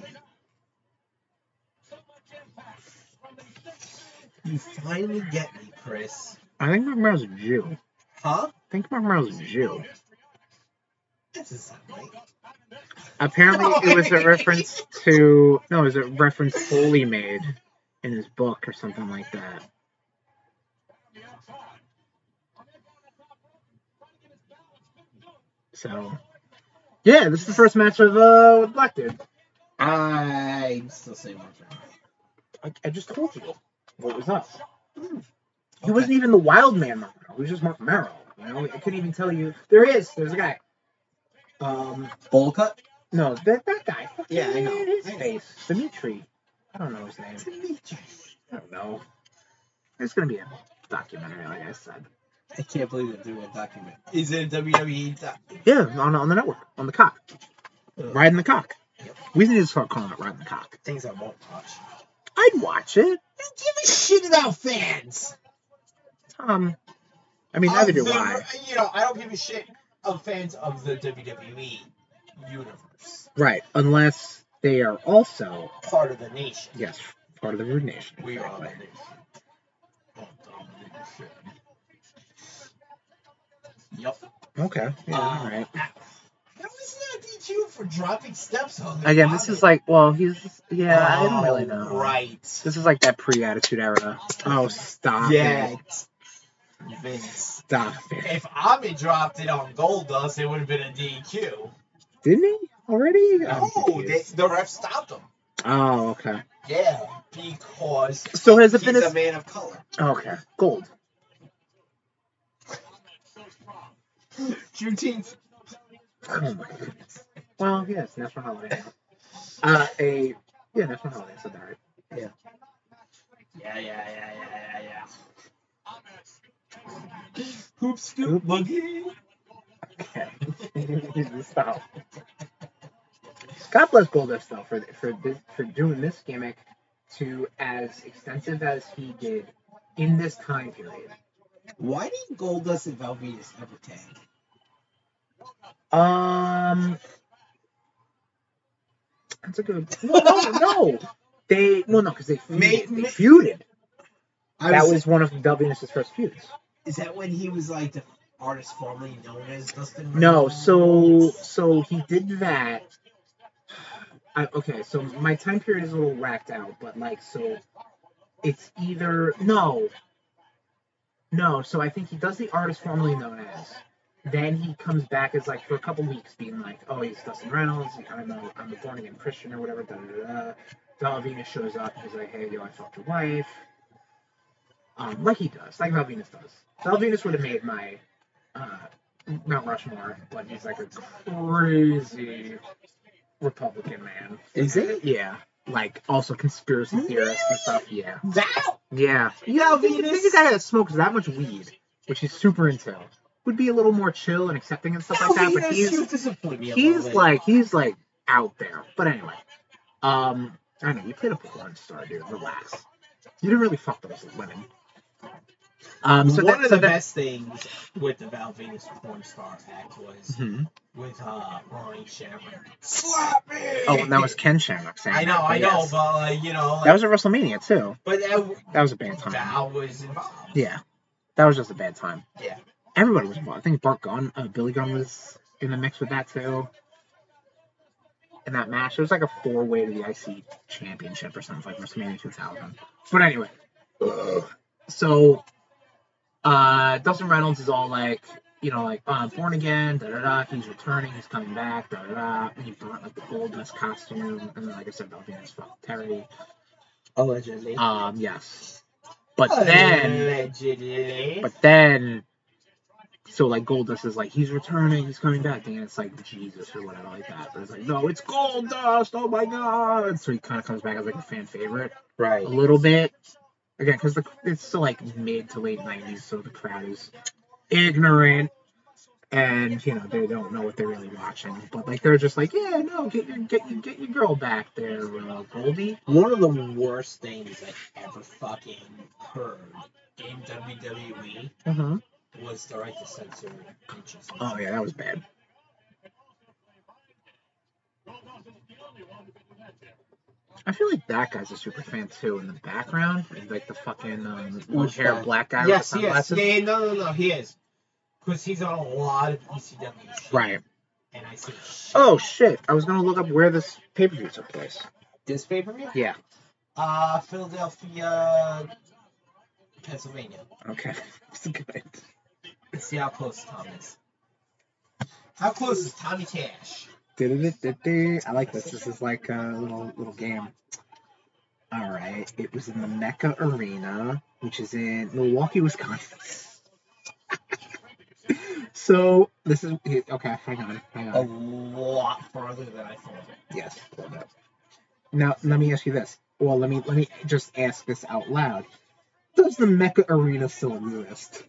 Speaker 7: You finally get me, Chris.
Speaker 2: I think Martin Mara's a Jew.
Speaker 7: Huh?
Speaker 2: I think Martin Mara's a Jew.
Speaker 7: This is not right.
Speaker 2: Apparently, it was a reference to no, it was a reference Holy made in his book or something like that. So, yeah, this is the first match of uh with Black Dude.
Speaker 7: I'm still saying one thing.
Speaker 2: I, I just told you what was up. He
Speaker 7: Okay.
Speaker 2: wasn't even the Wild Man Mark Merrill. He was just Mark Merrill. You know, I couldn't even tell you. There is. There's a guy. Um,
Speaker 7: Bowl cut?
Speaker 2: no, that that guy.
Speaker 7: Yeah, I know.
Speaker 2: His
Speaker 7: I know.
Speaker 2: face, Dimitri. I don't know his name. I don't know. It's gonna be a documentary, like I said.
Speaker 7: I can't believe they're doing a document. Is it a E WWE doc?
Speaker 2: Yeah, on on the network, on the cock,
Speaker 7: Ugh.
Speaker 2: riding the cock.
Speaker 7: Yep.
Speaker 2: We need to start calling it riding the cock.
Speaker 7: Things I won't watch.
Speaker 2: I'd watch it.
Speaker 7: I don't give a shit about fans.
Speaker 2: Um, I mean, neither
Speaker 7: Of
Speaker 2: do
Speaker 7: the-
Speaker 2: I.
Speaker 7: You know, I don't give a shit of fans of the WWE E universe,
Speaker 2: Right, unless they are also
Speaker 7: part of the nation.
Speaker 2: yes part of the Rude Nation.
Speaker 7: We are the
Speaker 2: exactly.
Speaker 7: nation. Don't dumb little shit. Yep.
Speaker 2: Okay. Yeah,
Speaker 7: Uh,
Speaker 2: all right.
Speaker 7: How is that DQ for dropping steps on the
Speaker 2: Again, this is like, well, he's just, yeah, I don't really
Speaker 7: Oh,
Speaker 2: know.
Speaker 7: Right.
Speaker 2: This is like that pre-attitude era. Oh, stop
Speaker 7: Yeah.
Speaker 2: it!
Speaker 7: Vince.
Speaker 2: Stop it!
Speaker 7: If Amit dropped it on Goldust, it would have been a DQ.
Speaker 2: Didn't he already? I'm
Speaker 7: No, Oh, they,
Speaker 2: confused.
Speaker 7: the ref stopped him.
Speaker 2: Oh, okay.
Speaker 7: Yeah, because
Speaker 2: So has it
Speaker 7: he's
Speaker 2: been as
Speaker 7: a man of color.
Speaker 2: Okay, gold.
Speaker 7: Juneteenth.
Speaker 2: Oh my goodness. Well, yeah, it's national holiday. Uh, a yeah, national holiday. So that right.
Speaker 7: Yeah, yeah, yeah, yeah, yeah, yeah. Hoop
Speaker 2: Hoop.
Speaker 7: scoop boogie.
Speaker 2: Okay. Stop. God bless Goldust though for for this, for doing this gimmick to as extensive as he did in this time period.
Speaker 7: Why did Goldust and Valvinus ever tag?
Speaker 2: Um, that's a good. No, no, no. They no, no, because they feuded.
Speaker 7: May-
Speaker 2: they
Speaker 7: may-
Speaker 2: feuded.
Speaker 7: I
Speaker 2: that was one of WNS's first feuds.
Speaker 7: Is that when he was like the artist formerly known as Dustin?
Speaker 2: No,
Speaker 7: Rhodes?
Speaker 2: so so he did that. I, okay, so my time period is a little racked out, but like so, it's either no, no. So I think he does the artist formerly known as. Then he comes back as like for a couple weeks, being like, "Oh, he's Dustin Reynolds. I'm a I'm a born again Christian or whatever." Da da da. da. Donald Venus shows up. He's like, "Hey, yo, I fucked your wife." Um, like he does, like Valvinus does. Valvinus would have made my uh, Mount Rushmore, but he's like a crazy Republican man.
Speaker 7: Is it?
Speaker 2: Yeah. Like also conspiracy theorists and stuff. Yeah.
Speaker 7: That
Speaker 2: Yeah.
Speaker 7: Yeah,
Speaker 2: I think, I think a guy that smokes that much weed, which he's super into, would be a little more chill and accepting and stuff like that. But he's
Speaker 7: disappointed me. a little
Speaker 2: he's
Speaker 7: bit.
Speaker 2: like he's like out there. But anyway. Um I know, you played a porn star, dude. Relax. You didn't really fuck those women. Um, so
Speaker 7: One
Speaker 2: that,
Speaker 7: of
Speaker 2: so
Speaker 7: the
Speaker 2: that-
Speaker 7: best things with the Val Venus Porn Star Act was
Speaker 2: Mhm.
Speaker 7: with uh, Ronnie Shamrock. Slap me!
Speaker 2: Oh, and that was Ken Shamrock saying
Speaker 7: I know,
Speaker 2: that, but
Speaker 7: I know,
Speaker 2: yes.
Speaker 7: but like, you know, like,
Speaker 2: That was at WrestleMania too.
Speaker 7: but that,
Speaker 2: That was a bad time.
Speaker 7: Val was involved.
Speaker 2: Yeah, that was just a bad time.
Speaker 7: Yeah.
Speaker 2: Everybody was involved. I think Bart Gunn, uh, Billy Gunn was in the mix with that too. In that match, it was like a four-way to the IC Championship or something like WrestleMania 2000. But anyway, so uh, Dustin Reynolds is all like, you know, like oh, I'm born again, da da da. He's returning, he's coming back, da da da. And he brought like the gold dust costume, and then like I said, Valvinus fucked Terry.
Speaker 7: Allegedly.
Speaker 2: Um, yes, but then.
Speaker 7: Allegedly.
Speaker 2: But then, so like Goldust is like he's returning, he's coming back, and it's like Jesus or whatever like that. But it's like no, it's Goldust. Oh my God! So he kind of comes back as like a fan favorite
Speaker 7: Right.
Speaker 2: a little bit again because it's still like mid to late '90s, so the crowd is ignorant. And you know they don't know what they're really watching, but like they're just like, yeah, no, get your get your get your girl back there, uh, Goldie.
Speaker 7: One of the worst things I ever fucking heard in WWE
Speaker 2: Uh-huh.
Speaker 7: was the right to censor conscious.
Speaker 2: Oh yeah, that was bad. I feel like that guy's a super fan too in the background. He's like the fucking um, orange
Speaker 7: Which
Speaker 2: hair
Speaker 7: guy?
Speaker 2: black guy
Speaker 7: Uh, yes,
Speaker 2: with the
Speaker 7: yes.
Speaker 2: sunglasses.
Speaker 7: Yeah, no, no, no, he is. Because he's on a lot of ECW shit.
Speaker 2: Right.
Speaker 7: And I said, shit.
Speaker 2: Oh shit! I was gonna look up where this pay per view took place.
Speaker 7: This pay per view?
Speaker 2: Yeah.
Speaker 7: Uh, Philadelphia, Pennsylvania.
Speaker 2: Okay. That's good.
Speaker 7: Let's see how close Tom is. How close is Tommy Cash?
Speaker 2: Du-du-du-du-du. I like this. This is like a little little game. All right. It was in the Mecca Arena, which is in Milwaukee, Wisconsin. so this is okay. Hang on. Hang
Speaker 7: A
Speaker 2: on.
Speaker 7: lot farther than I thought.
Speaker 2: Yes. Hold up. Now let me ask you this. Well, let me let me just ask this out loud. Does the Mecca Arena still exist?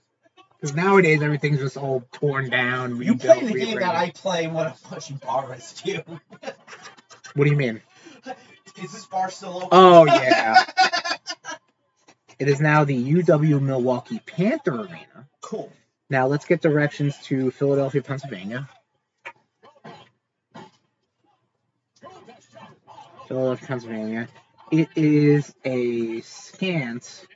Speaker 2: Because nowadays everything's just all torn down.
Speaker 7: You
Speaker 2: rebuilt,
Speaker 7: play the game
Speaker 2: rebranded.
Speaker 7: that I play when I'm punching bar rescue.
Speaker 2: What do you mean?
Speaker 7: Is this bar still open?
Speaker 2: Oh yeah. it is now the UW Milwaukee Panther Arena.
Speaker 7: Cool.
Speaker 2: Now let's get directions to Philadelphia, Pennsylvania. Philadelphia, Pennsylvania. It is a scant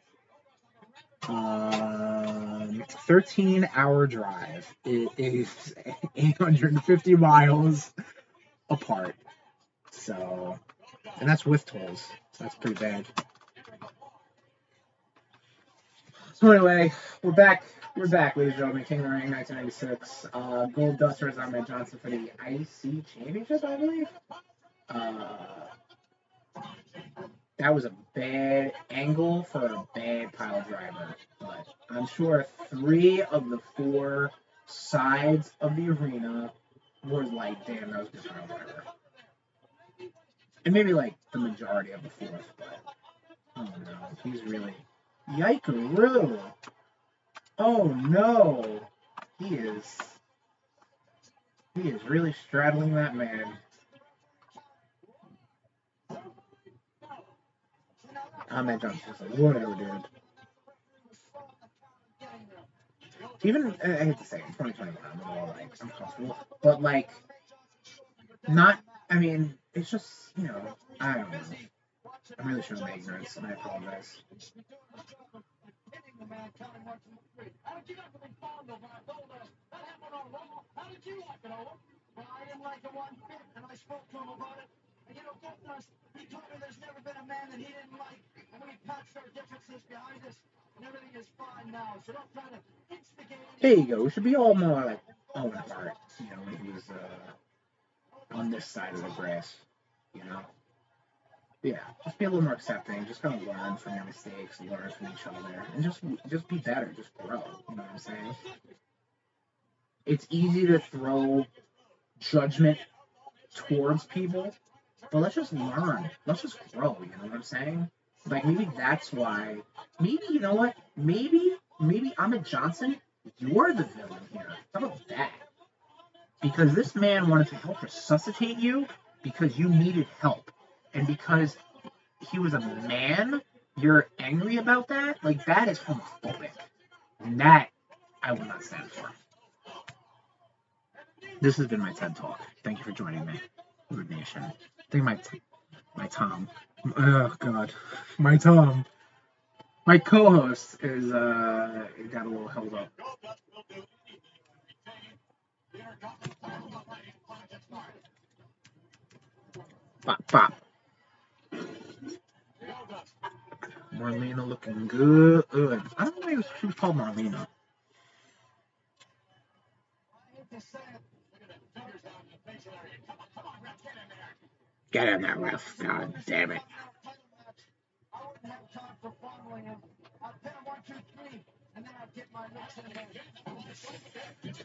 Speaker 2: um, 13 hour drive. It is 850 miles apart. So, and that's with tolls. That's pretty bad. So, anyway, we're back. We're back, ladies and gentlemen. King of the Ring, 1996. Uh, Gold Dust versus Ahmed Johnson for the IC Championship, I believe. Uh, that was a bad angle for a bad pile driver, but I'm sure three of the four sides of the arena were like, "Damn, that was a good pile driver." And maybe like the majority of the fourth, but oh no, he's really yikeroo. Oh no, he is. He is really straddling that man. Ahmed Johnson's like, whatever, dude. Even I I hate to say, it, 2021, I'm a little like uncomfortable, but like, not. I mean, it's just you know, I don't know. I'm really showing my ignorance, and I apologize. There you go. We should be all more like Owen Hart, you know, when he was uh, on this side of the grass, you know. Yeah, just be a little more accepting. Just kind of learn from your mistakes, learn from each other, and just just be better. Just grow. You know what I'm saying? It's easy to throw judgment towards people, but let's just learn. Let's just grow. You know what I'm saying? Like maybe that's why. Maybe you know what? Maybe maybe Ahmed Johnson you're the villain here. How about that? Because this man wanted to help resuscitate you because you needed help. And because he was a man, you're angry about that? Like, that is homophobic. And that I will not stand for. This has been my TED Talk. Thank you for joining me, Rude Nation. Thank my t- my Tom. Oh God, my Tom. My co-host is uh got a little held up. Bop bop. Marlena looking good. I don't know why she was called Marlena. Get in there, ref. God damn it.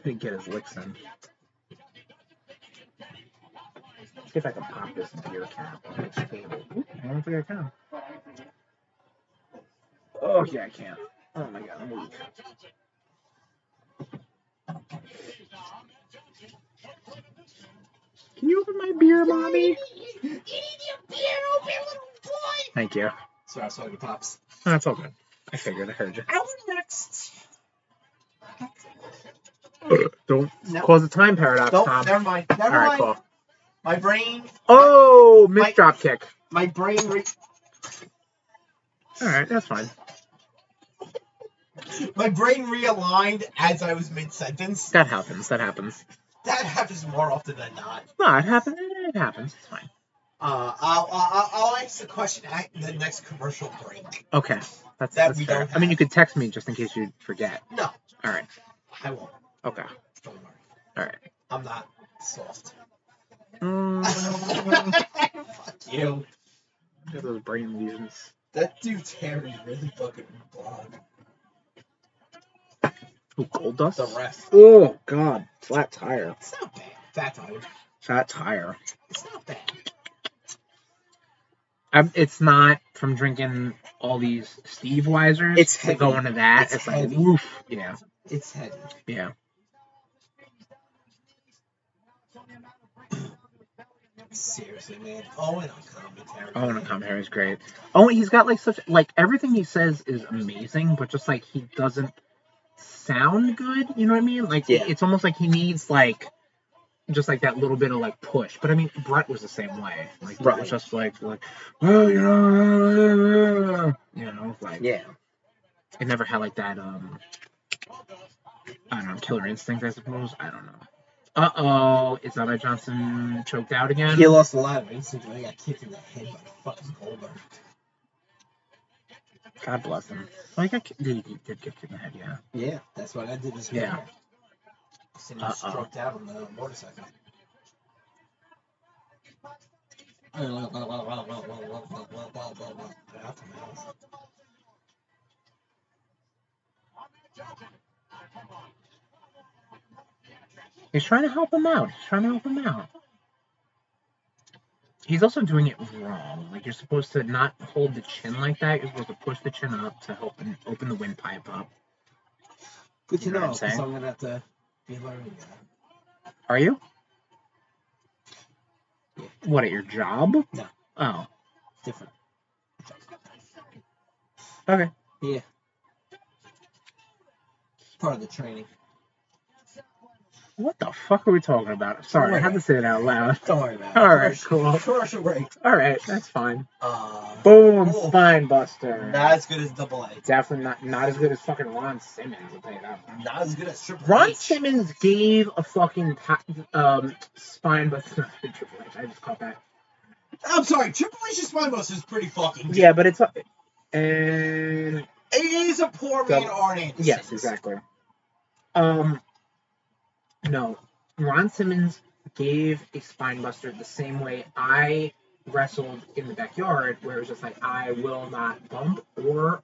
Speaker 2: Didn't get his licks in. Let's see if I can pop this beer can on this table. Ooh, I don't think I can. Oh yeah, I can. Oh my god, I'm weak. Can you open my beer, mommy?
Speaker 9: You need your beer open, little boy.
Speaker 2: Thank you.
Speaker 7: So I was talking to Pops.
Speaker 2: That's all good. I figured. I heard you.
Speaker 9: Our next.
Speaker 2: Don't
Speaker 7: No.
Speaker 2: cause the time paradox,
Speaker 7: Nope,
Speaker 2: Tom.
Speaker 7: never mind. Never
Speaker 2: all right,
Speaker 7: mind.
Speaker 2: cool.
Speaker 7: My brain,
Speaker 2: Oh, missed
Speaker 7: Mike-
Speaker 2: drop kick.
Speaker 7: my brain. Re-
Speaker 2: All right, that's fine.
Speaker 7: My brain realigned as I was mid sentence.
Speaker 2: That happens. That happens.
Speaker 7: That happens more often than not.
Speaker 2: No, it happens. It happens. It's fine.
Speaker 7: Uh, I'll, I'll, I'll ask the question at the next commercial break.
Speaker 2: Okay, that's
Speaker 7: That
Speaker 2: that's
Speaker 7: we
Speaker 2: fair.
Speaker 7: don't
Speaker 2: I mean,
Speaker 7: have.
Speaker 2: you could text me just in case you forget.
Speaker 7: No,
Speaker 2: All right.
Speaker 7: I won't.
Speaker 2: Okay.
Speaker 7: Don't worry.
Speaker 2: All right.
Speaker 7: I'm not soft.
Speaker 2: Mm,
Speaker 7: Fuck you.
Speaker 2: look at those brain lesions.
Speaker 7: That dude Terry really fucking blogged.
Speaker 2: Ooh, gold dust.
Speaker 7: The ref.
Speaker 2: Oh God, flat tire.
Speaker 7: It's not bad. Fat tire.
Speaker 2: Flat tire.
Speaker 7: It's not bad.
Speaker 2: I'm, it's not from drinking all these Steve Weisers.
Speaker 7: It's
Speaker 2: to
Speaker 7: heavy.
Speaker 2: going to that.
Speaker 7: It's
Speaker 2: It's, like
Speaker 7: heavy.
Speaker 2: woof. Yeah,
Speaker 7: It's heavy.
Speaker 2: yeah.
Speaker 7: Seriously, man. Owen on commentary.
Speaker 2: Owen Oh, and Tom Harry's great. Owen, he's got like such like everything he says is amazing, but just like he doesn't sound good. You know what I mean? Like
Speaker 7: Yeah.
Speaker 2: it's almost like he needs like just like that little bit of like push. But I mean, Brett was the same way. Like Brett was
Speaker 7: Right.
Speaker 2: just like like well, you know, you know, like
Speaker 7: Yeah.
Speaker 2: it never had like that um I don't know, killer instinct I suppose. I don't know. Uh oh, is Ahmed Johnson choked out again?
Speaker 7: He lost a lot of instinct when he got kicked in the head by fucking Goldberg.
Speaker 2: God bless him. Well, he got ki- did, he did get kicked in the head, yeah.
Speaker 7: Yeah, that's what I did this
Speaker 2: Yeah.
Speaker 7: weekend. So he
Speaker 2: Uh-oh.
Speaker 7: struck out on the motorcycle.
Speaker 2: He's trying to help him out. He's trying to help him out. He's also doing it wrong. Like you're supposed to not hold the chin like that. You're supposed to push the chin up to help and open the windpipe up.
Speaker 7: Good to
Speaker 2: You know what
Speaker 7: know,
Speaker 2: I'm
Speaker 7: 'cause
Speaker 2: saying?
Speaker 7: I'm gonna have to be learning uh, that.
Speaker 2: Are you? What at your job?
Speaker 7: No.
Speaker 2: Oh.
Speaker 7: Different.
Speaker 2: Okay.
Speaker 7: Yeah. Part of the training.
Speaker 2: What the fuck are we talking about? Sorry, I had to say it out loud.
Speaker 7: Don't worry about it.
Speaker 2: All right,
Speaker 7: Commercial-
Speaker 2: cool.
Speaker 7: Commercial break.
Speaker 2: All right, that's fine.
Speaker 7: Uh,
Speaker 2: Boom,
Speaker 7: Cool.
Speaker 2: spine buster.
Speaker 7: not as good as Double A.
Speaker 2: Definitely not not as good as fucking Ron Simmons. I'll tell you that much.
Speaker 7: Not as good as Triple
Speaker 2: Ron
Speaker 7: H.
Speaker 2: Simmons gave a fucking pa- um spine buster. to Triple H. I just caught that.
Speaker 7: I'm sorry, Triple H's Spinebuster is pretty fucking good.
Speaker 2: Yeah, but it's a- and
Speaker 7: It is a poor man
Speaker 2: Double-
Speaker 7: Arn Anderson.
Speaker 2: yes, exactly. Um, no, Ron Simmons gave a spine buster the same way I wrestled in the backyard, where it was just like I will not bump or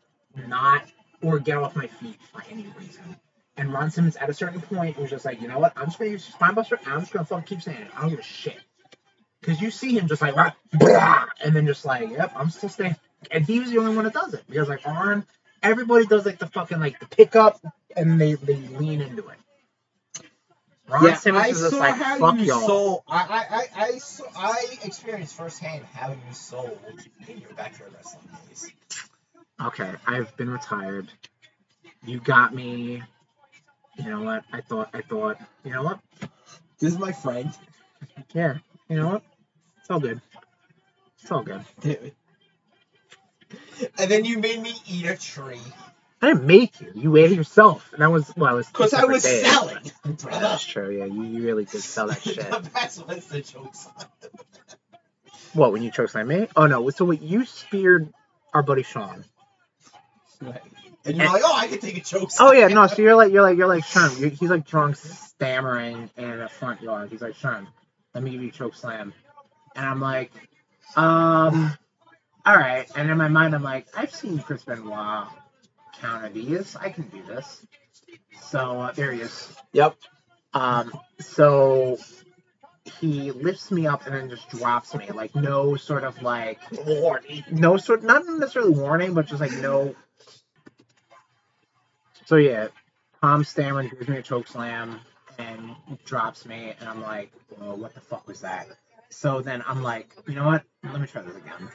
Speaker 2: not or get off my feet for any reason. And Ron Simmons, at a certain point, was just like, you know what? I'm just gonna use spine buster. and I'm just gonna fucking keep saying it. I don't give a shit. Cause you see him just like rah, brah, and then just like, yep, I'm still staying. And he was the only one that does it because like Arn, everybody does like the fucking like the pickup and they they lean into it. Ron
Speaker 7: Yeah,
Speaker 2: Simmons
Speaker 7: I
Speaker 2: is just
Speaker 7: saw
Speaker 2: like,
Speaker 7: how
Speaker 2: fuck
Speaker 7: you
Speaker 2: y'all.
Speaker 7: sold. I, I, I, I, saw, I experienced firsthand how you sold in your backyard wrestling days.
Speaker 2: Okay, I've been retired. You got me. You know what? I thought. I thought. You know what?
Speaker 1: This is my friend.
Speaker 2: Yeah. You know what? It's all good. It's all good.
Speaker 1: Dude. And then you made me eat a tree.
Speaker 2: I didn't make you. You ate it yourself. And that was well, I was two
Speaker 1: Because I
Speaker 2: separate
Speaker 1: was
Speaker 2: days.
Speaker 1: selling, brother.
Speaker 2: That's true. Yeah, you, you really did sell that shit.
Speaker 1: That's what's the joke's on.
Speaker 2: what when you chose my mate? Oh no. So what you speared our buddy Sean.
Speaker 1: Right. And you're like, oh, I can take a joke.
Speaker 2: Oh yeah, no. So you're like you're like you're like Sean. you he's like drunk, stammering in a front yard. He's like Sean, let me give you a choke slam, and I'm like, um, all right. And in my mind, I'm like, I've seen Chris Benoit counter these. I can do this. So uh, there he is.
Speaker 1: Yep.
Speaker 2: Um. So he lifts me up and then just drops me, like no sort of like warning, no sort, not necessarily warning, but just like no so yeah, Tom Stammer gives me a choke slam and drops me, and I'm like, Whoa, what the fuck was that? So then I'm like, you know what? Let me try this again.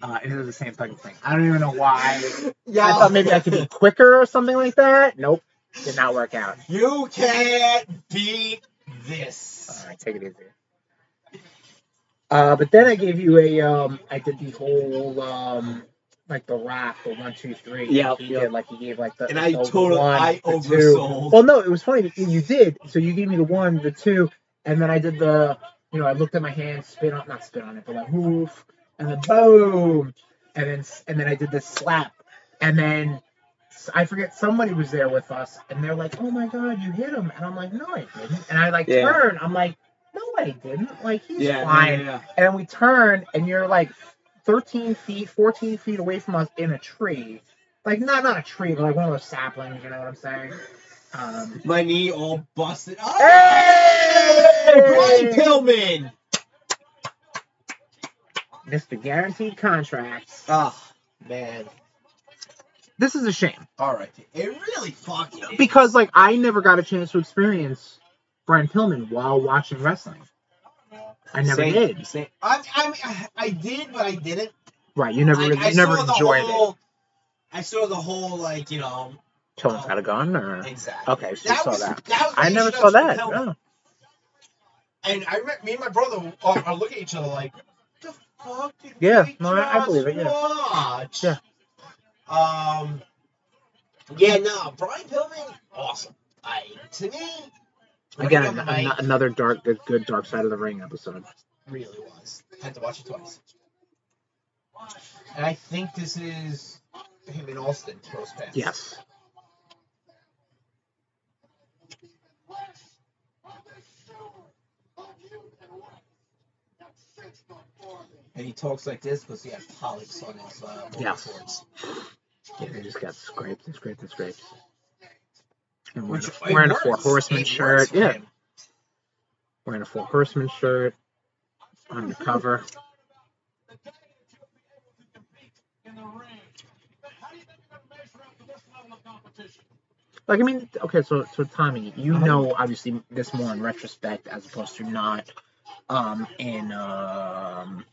Speaker 2: Uh, and it was the same fucking thing. I don't even know why.
Speaker 1: Yeah.
Speaker 2: I thought maybe I could be quicker or something like that. Nope, did not work out.
Speaker 1: You can't beat this.
Speaker 2: All right, take it easy. Uh, but then I gave you a um, I did the whole um, like the rock, the one, two, three.
Speaker 1: Yep,
Speaker 2: he
Speaker 1: yep.
Speaker 2: did like he gave like the
Speaker 1: And I
Speaker 2: the
Speaker 1: totally,
Speaker 2: one,
Speaker 1: I
Speaker 2: the two.
Speaker 1: oversold.
Speaker 2: Well, no, it was funny. You you did. So you gave me the one, the two, and then I did the, you know, I looked at my hand, spit on, not spit on it, but like woof, and then boom, and then s- and then I did this slap, and then s- I forget somebody was there with us, and they're like, oh my god, you hit him, and I'm like, no, I didn't, and I like
Speaker 1: Yeah.
Speaker 2: turn, I'm like, no, I didn't, like he's
Speaker 1: Yeah,
Speaker 2: fine,
Speaker 1: yeah,
Speaker 2: and then we turn, and you're like 13 feet, 14 feet away from us in a tree. Like, not not a tree, but like one of those saplings, you know what I'm saying? Um,
Speaker 1: yeah. My knee all busted. Oh,
Speaker 2: Hey!
Speaker 1: Brian Pillman.
Speaker 2: Mr. Guaranteed Contracts.
Speaker 1: Ah, man.
Speaker 2: This is a shame
Speaker 1: All right. It really fucking is.
Speaker 2: because, like, I never got a chance to experience Brian Pillman while watching wrestling. I never
Speaker 1: Same,
Speaker 2: did.
Speaker 1: same. I, I, mean, I did, but I didn't.
Speaker 2: Right, you never,
Speaker 1: I,
Speaker 2: really,
Speaker 1: I
Speaker 2: you never
Speaker 1: saw the
Speaker 2: enjoyed it.
Speaker 1: whole, I saw the whole, like, you know,
Speaker 2: Tillman's got a gun, or
Speaker 1: exactly.
Speaker 2: okay, so you saw
Speaker 1: was,
Speaker 2: that.
Speaker 1: was
Speaker 2: I
Speaker 1: the
Speaker 2: never saw that. Oh.
Speaker 1: introduction to Pillman.
Speaker 2: no.
Speaker 1: And I remember me and my brother are, are looking at each other like, the fuck did
Speaker 2: Yeah,
Speaker 1: we
Speaker 2: no, I- I believe it, yeah.
Speaker 1: just watch?"
Speaker 2: Yeah.
Speaker 1: Um. Yeah, no, Brian Pillman, awesome. I to me,
Speaker 2: Again,
Speaker 1: Ring of
Speaker 2: an,
Speaker 1: the Night
Speaker 2: an- another dark, good, good dark side of the ring episode.
Speaker 1: really was. I had to watch it twice. And I think this is him in Austin, close pass.
Speaker 2: Yes.
Speaker 1: And he talks like this because he had polyps on his uh,
Speaker 2: Yeah.
Speaker 1: swords.
Speaker 2: Yeah, they just got scraped and scraped and scraped. And wearing,
Speaker 1: Which
Speaker 2: a, wearing a
Speaker 1: it
Speaker 2: Four
Speaker 1: works.
Speaker 2: Horsemen
Speaker 1: It works
Speaker 2: shirt.
Speaker 1: for
Speaker 2: Yeah,
Speaker 1: him.
Speaker 2: wearing a Four Horsemen shirt. Undercover. Like I mean, okay, so so Tommy, you
Speaker 1: Uh-huh.
Speaker 2: know obviously this more in retrospect as opposed to not um in um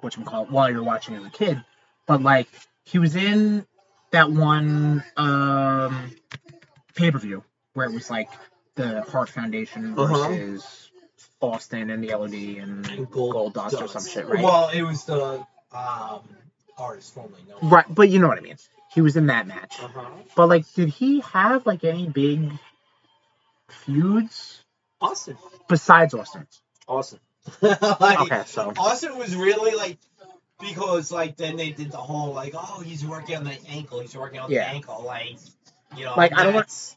Speaker 2: what you call while you're watching as a kid, but like he was in that one um pay per view where it was like the Hart Foundation
Speaker 1: Uh-huh.
Speaker 2: versus Austin and the LOD and
Speaker 1: Gold
Speaker 2: Gold, Dust, or some
Speaker 1: Dust.
Speaker 2: shit, right?
Speaker 1: Well, it was the um, artist formerly known.
Speaker 2: right, but you know what I mean. He was in that match.
Speaker 1: Uh-huh.
Speaker 2: But like, did he have like any big feuds
Speaker 1: Austin.
Speaker 2: besides Austin?
Speaker 1: Austin. Like,
Speaker 2: Okay, so
Speaker 1: Austin was really like because like then they did the whole like oh he's working on the ankle he's working on
Speaker 2: Yeah.
Speaker 1: the ankle like you know
Speaker 2: Like, I don't want-
Speaker 1: that's-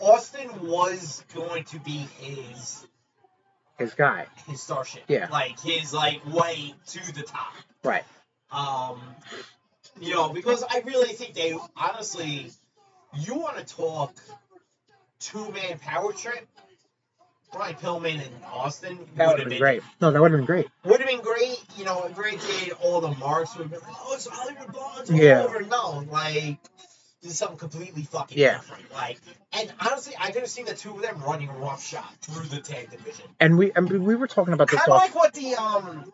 Speaker 1: Austin was going to be his
Speaker 2: his guy,
Speaker 1: his starship
Speaker 2: Yeah.
Speaker 1: like his like way to the top
Speaker 2: right?
Speaker 1: um you know because I really think they honestly you want to talk two man power trip Brian Pillman and Austin
Speaker 2: That
Speaker 1: would
Speaker 2: would have been great. No, that would have been great.
Speaker 1: would have been great, you know, a great day. All the marks would have been like, oh, it's Hollywood Blondes all
Speaker 2: Yeah.
Speaker 1: over. No, like, this is something completely fucking
Speaker 2: Yeah.
Speaker 1: different. Like, and honestly, I could have seen the two of them running roughshod through the tag division.
Speaker 2: And we and we were talking about this
Speaker 1: Kind of
Speaker 2: off.
Speaker 1: like what the um,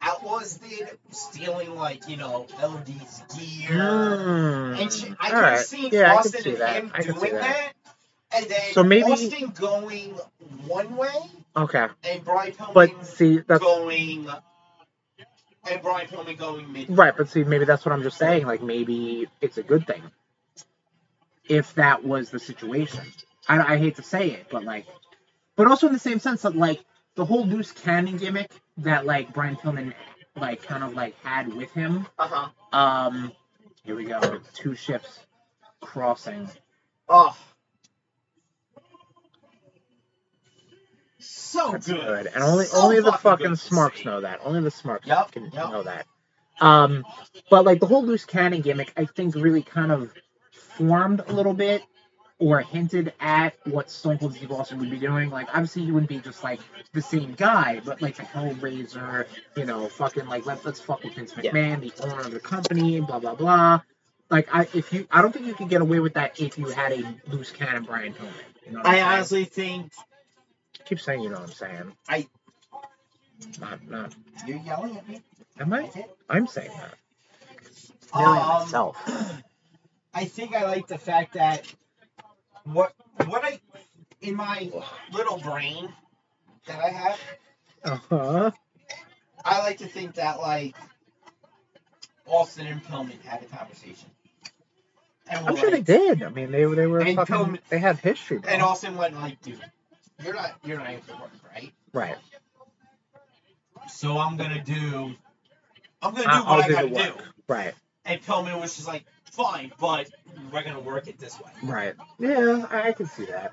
Speaker 1: out,
Speaker 7: busted stealing like you know LOD's gear,
Speaker 2: Mm.
Speaker 7: and she, I
Speaker 2: All
Speaker 7: can
Speaker 2: right.
Speaker 7: see
Speaker 2: Yeah, I can
Speaker 7: Austin
Speaker 2: see
Speaker 7: and
Speaker 2: that.
Speaker 7: him
Speaker 2: I can see
Speaker 7: doing that. and then
Speaker 2: So maybe-
Speaker 7: Austin going one way
Speaker 2: Okay.
Speaker 7: and Brian Pillman
Speaker 2: But see, that's
Speaker 7: going and Brian Pillman going mid.
Speaker 2: Right, but see, maybe that's what I'm just saying. Like, maybe it's a good thing if that was the situation. I, I hate to say it, but like, but also in the same sense that like the whole loose cannon gimmick that like Brian Pillman like kind of like had with him.
Speaker 7: Uh huh.
Speaker 2: Um, here we go. Two ships crossing.
Speaker 7: Oh. So
Speaker 2: That's
Speaker 7: good.
Speaker 2: good. And only
Speaker 7: So
Speaker 2: only the
Speaker 7: fucking good
Speaker 2: fucking
Speaker 7: to
Speaker 2: smarks
Speaker 7: see.
Speaker 2: know that. Only the smarks
Speaker 7: Yup,
Speaker 2: can
Speaker 7: yup.
Speaker 2: know that. Um, but like the whole loose cannon gimmick, I think really kind of formed a little bit or hinted at what Stone Cold Steve Austin would be doing. Like obviously he wouldn't be just like the same guy, but like the Hellraiser, you know, fucking like let's let's fuck with Vince
Speaker 1: Yeah.
Speaker 2: McMahon, the owner of the company, blah blah blah. Like I if you I don't think you could get away with that if you had a loose cannon Brian Pillman. You know what I'm
Speaker 7: I
Speaker 2: saying?
Speaker 7: honestly think
Speaker 2: keep saying you know what I'm saying.
Speaker 7: I-
Speaker 2: not not
Speaker 7: you're yelling at me.
Speaker 2: am I I'm saying that. Yelling at
Speaker 7: Um,
Speaker 2: myself.
Speaker 7: I think I like the fact that what what I in my little brain that I have,
Speaker 2: Uh-huh.
Speaker 7: I like to think that like Austin and Pillman had a conversation. And,
Speaker 2: I'm
Speaker 7: were
Speaker 2: sure they
Speaker 7: like-
Speaker 2: did. I mean they were they were
Speaker 7: And
Speaker 2: fucking,
Speaker 7: Pillman-
Speaker 2: they had history. bro.
Speaker 7: and Austin went like, dude, you're not you're not able to work, right?
Speaker 2: right.
Speaker 7: So I'm gonna do I'm gonna do
Speaker 2: I- I'll
Speaker 7: what I
Speaker 2: do the
Speaker 7: gotta do.
Speaker 2: work. Right.
Speaker 7: And Pillman was just like, fine, but we're gonna work it this way.
Speaker 2: Right. Yeah, I, I can see that.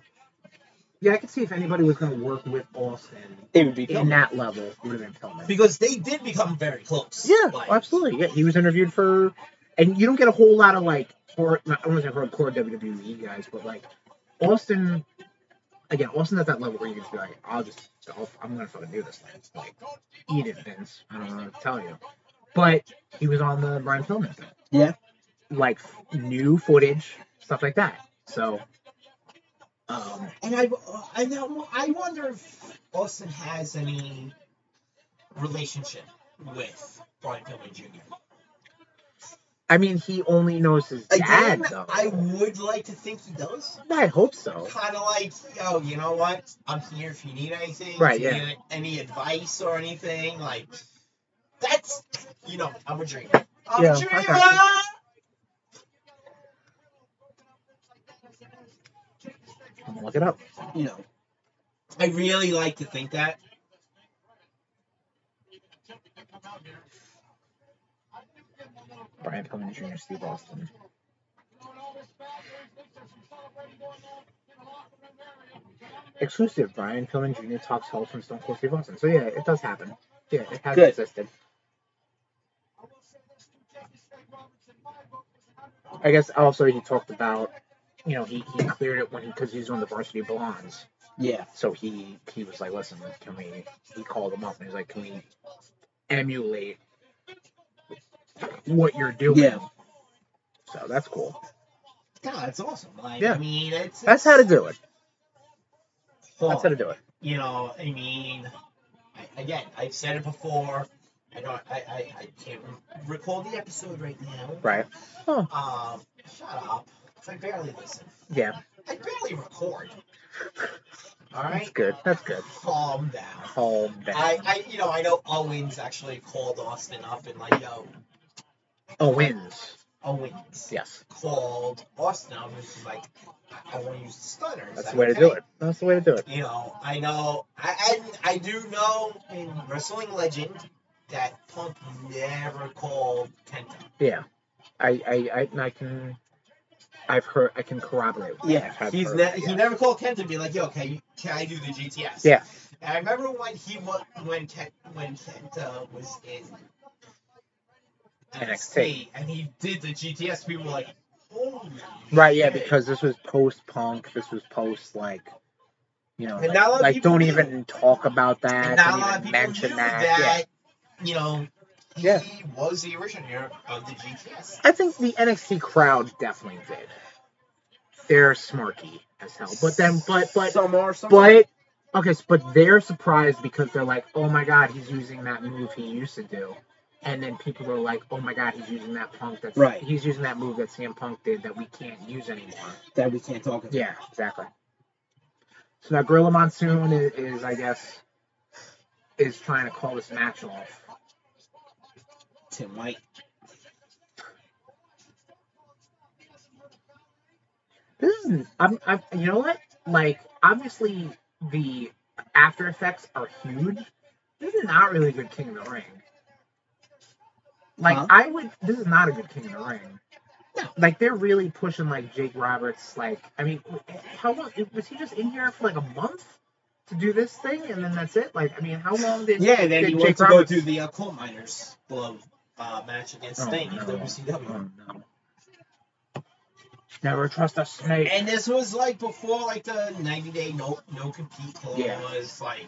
Speaker 3: Yeah, I could see if anybody was going to work with Austin.
Speaker 1: It would be
Speaker 2: In that level it would have been Pillman.
Speaker 7: Because they did become very close.
Speaker 2: Yeah,
Speaker 7: Like,
Speaker 2: absolutely. Yeah, he was interviewed for and you don't get a whole lot of like hard, not, I don't want to say hardcore WWE E guys, but like Austin again, Austin's at that level where you can just be like, I'll just I'll, I'm gonna fucking do this thing. Like eat it, Vince. I don't know what to tell you. But he was on the Brian Pillman thing.
Speaker 1: Yeah.
Speaker 2: Like f- new footage, stuff like that. So, um,
Speaker 7: And I, I know, I wonder if Austin has any relationship with Brian Pillman Jr.
Speaker 2: I mean, he only knows his dad,
Speaker 7: Again,
Speaker 2: though.
Speaker 7: I would like to think he does.
Speaker 2: I hope so.
Speaker 7: Kind of like, yo, you know what? I'm here if you need anything. if
Speaker 2: Right,
Speaker 7: you
Speaker 2: yeah.
Speaker 7: need Any advice or anything like. That's, you know, I'm a dreamer. I'm
Speaker 2: Yeah,
Speaker 7: a
Speaker 2: I
Speaker 7: dreamer.
Speaker 2: got I'm gonna look it up.
Speaker 7: You know, I really like to think that.
Speaker 2: Brian Pillman Jr., Steve Austin. Exclusive. Brian Pillman Jr. talks hell from Stone Cold Steve Austin. So yeah, it does happen. Yeah, it has
Speaker 1: Good.
Speaker 2: existed. I guess also he talked about, you know, he, he cleared it when he because he's on the Varsity Blondes.
Speaker 1: Yeah.
Speaker 2: So he he was like, listen, can we? He called him up and he's like, can we emulate what you're doing?
Speaker 1: Yeah.
Speaker 2: So that's cool.
Speaker 7: God, it's awesome. Like,
Speaker 2: Yeah.
Speaker 7: I mean, it's.
Speaker 2: That's how to do it.
Speaker 7: Cool.
Speaker 2: That's how to do it.
Speaker 7: you know, I mean, I, again, I've said it before. I don't, I, I, I can't re- recall the episode right now.
Speaker 2: Right. Huh.
Speaker 7: Um, shut up. I barely listen.
Speaker 2: Yeah.
Speaker 7: I barely record. All
Speaker 2: That's
Speaker 7: right,
Speaker 2: good. That's good.
Speaker 7: calm down.
Speaker 2: Calm down.
Speaker 7: I, I, you know, I know Owens actually called Austin up and like, yo,
Speaker 2: Owens.
Speaker 7: Owens
Speaker 2: Oh, Yes.
Speaker 7: called Austin up and was like, I, I want to use the stunner. Is
Speaker 2: That's
Speaker 7: that
Speaker 2: the way to
Speaker 7: okay?
Speaker 2: do it. That's the way to do it.
Speaker 7: you know, I know, I, I, I do know in wrestling legend that Punk never called Kenta.
Speaker 2: Yeah. I I I, and I can. I've heard. I can corroborate. with that. I've had
Speaker 7: he's
Speaker 2: heard
Speaker 7: ne-
Speaker 2: that,
Speaker 7: he
Speaker 2: yeah.
Speaker 7: never called Kenta and be like, "Yo, can you, can I do the GTS?"
Speaker 2: Yeah.
Speaker 7: And I remember when he wa- when Ken- when Kenta was in NXT and he did the GTS, people were like, "Holy
Speaker 2: Right. Yeah.
Speaker 7: shit."
Speaker 2: Because this was post punk. This was post like. You know,
Speaker 7: And
Speaker 2: like,
Speaker 7: not a lot of
Speaker 2: like,
Speaker 7: people
Speaker 2: don't
Speaker 7: knew.
Speaker 2: even talk about that.
Speaker 7: and not a
Speaker 2: don't
Speaker 7: lot of
Speaker 2: even
Speaker 7: people
Speaker 2: mention
Speaker 7: knew
Speaker 2: that.
Speaker 7: that,
Speaker 2: Yeah.
Speaker 7: you know, he
Speaker 2: Yeah.
Speaker 7: was the originator of the GTS.
Speaker 2: I think the NXT crowd definitely did. They're smarky as hell, but then, but but
Speaker 1: Some are, some
Speaker 2: but Okay, so, but they're surprised because they're like, "Oh my God, he's using that move he used to do," and then people are like, "Oh my God, he's using that punk that's
Speaker 3: Right.
Speaker 2: He's using that move that CM Punk did that we can't use anymore."
Speaker 3: that we can't talk about.
Speaker 2: Yeah, exactly. So now Gorilla Monsoon is, is I guess, is trying to call this match off.
Speaker 3: Tim White.
Speaker 2: This is I'm, I'm you know what? Like obviously the after effects are huge. This is not really a good King of the Ring. Like
Speaker 3: Huh?
Speaker 2: I would this is not a good King of the Ring. Like they're really pushing like Jake Roberts like I mean how long was he just in here for like a month to do this thing and then that's it? Like I mean how long did
Speaker 3: Yeah, and then
Speaker 2: did
Speaker 3: he
Speaker 2: Jake
Speaker 3: went to go
Speaker 2: Roberts-
Speaker 3: do the uh, coal miners glove uh, match against
Speaker 2: Oh,
Speaker 3: Sting in
Speaker 2: no.
Speaker 3: WCW.
Speaker 2: no. Never trust a snake.
Speaker 3: And this was like before like the 90 day no no compete clause.
Speaker 2: Yeah.
Speaker 3: Like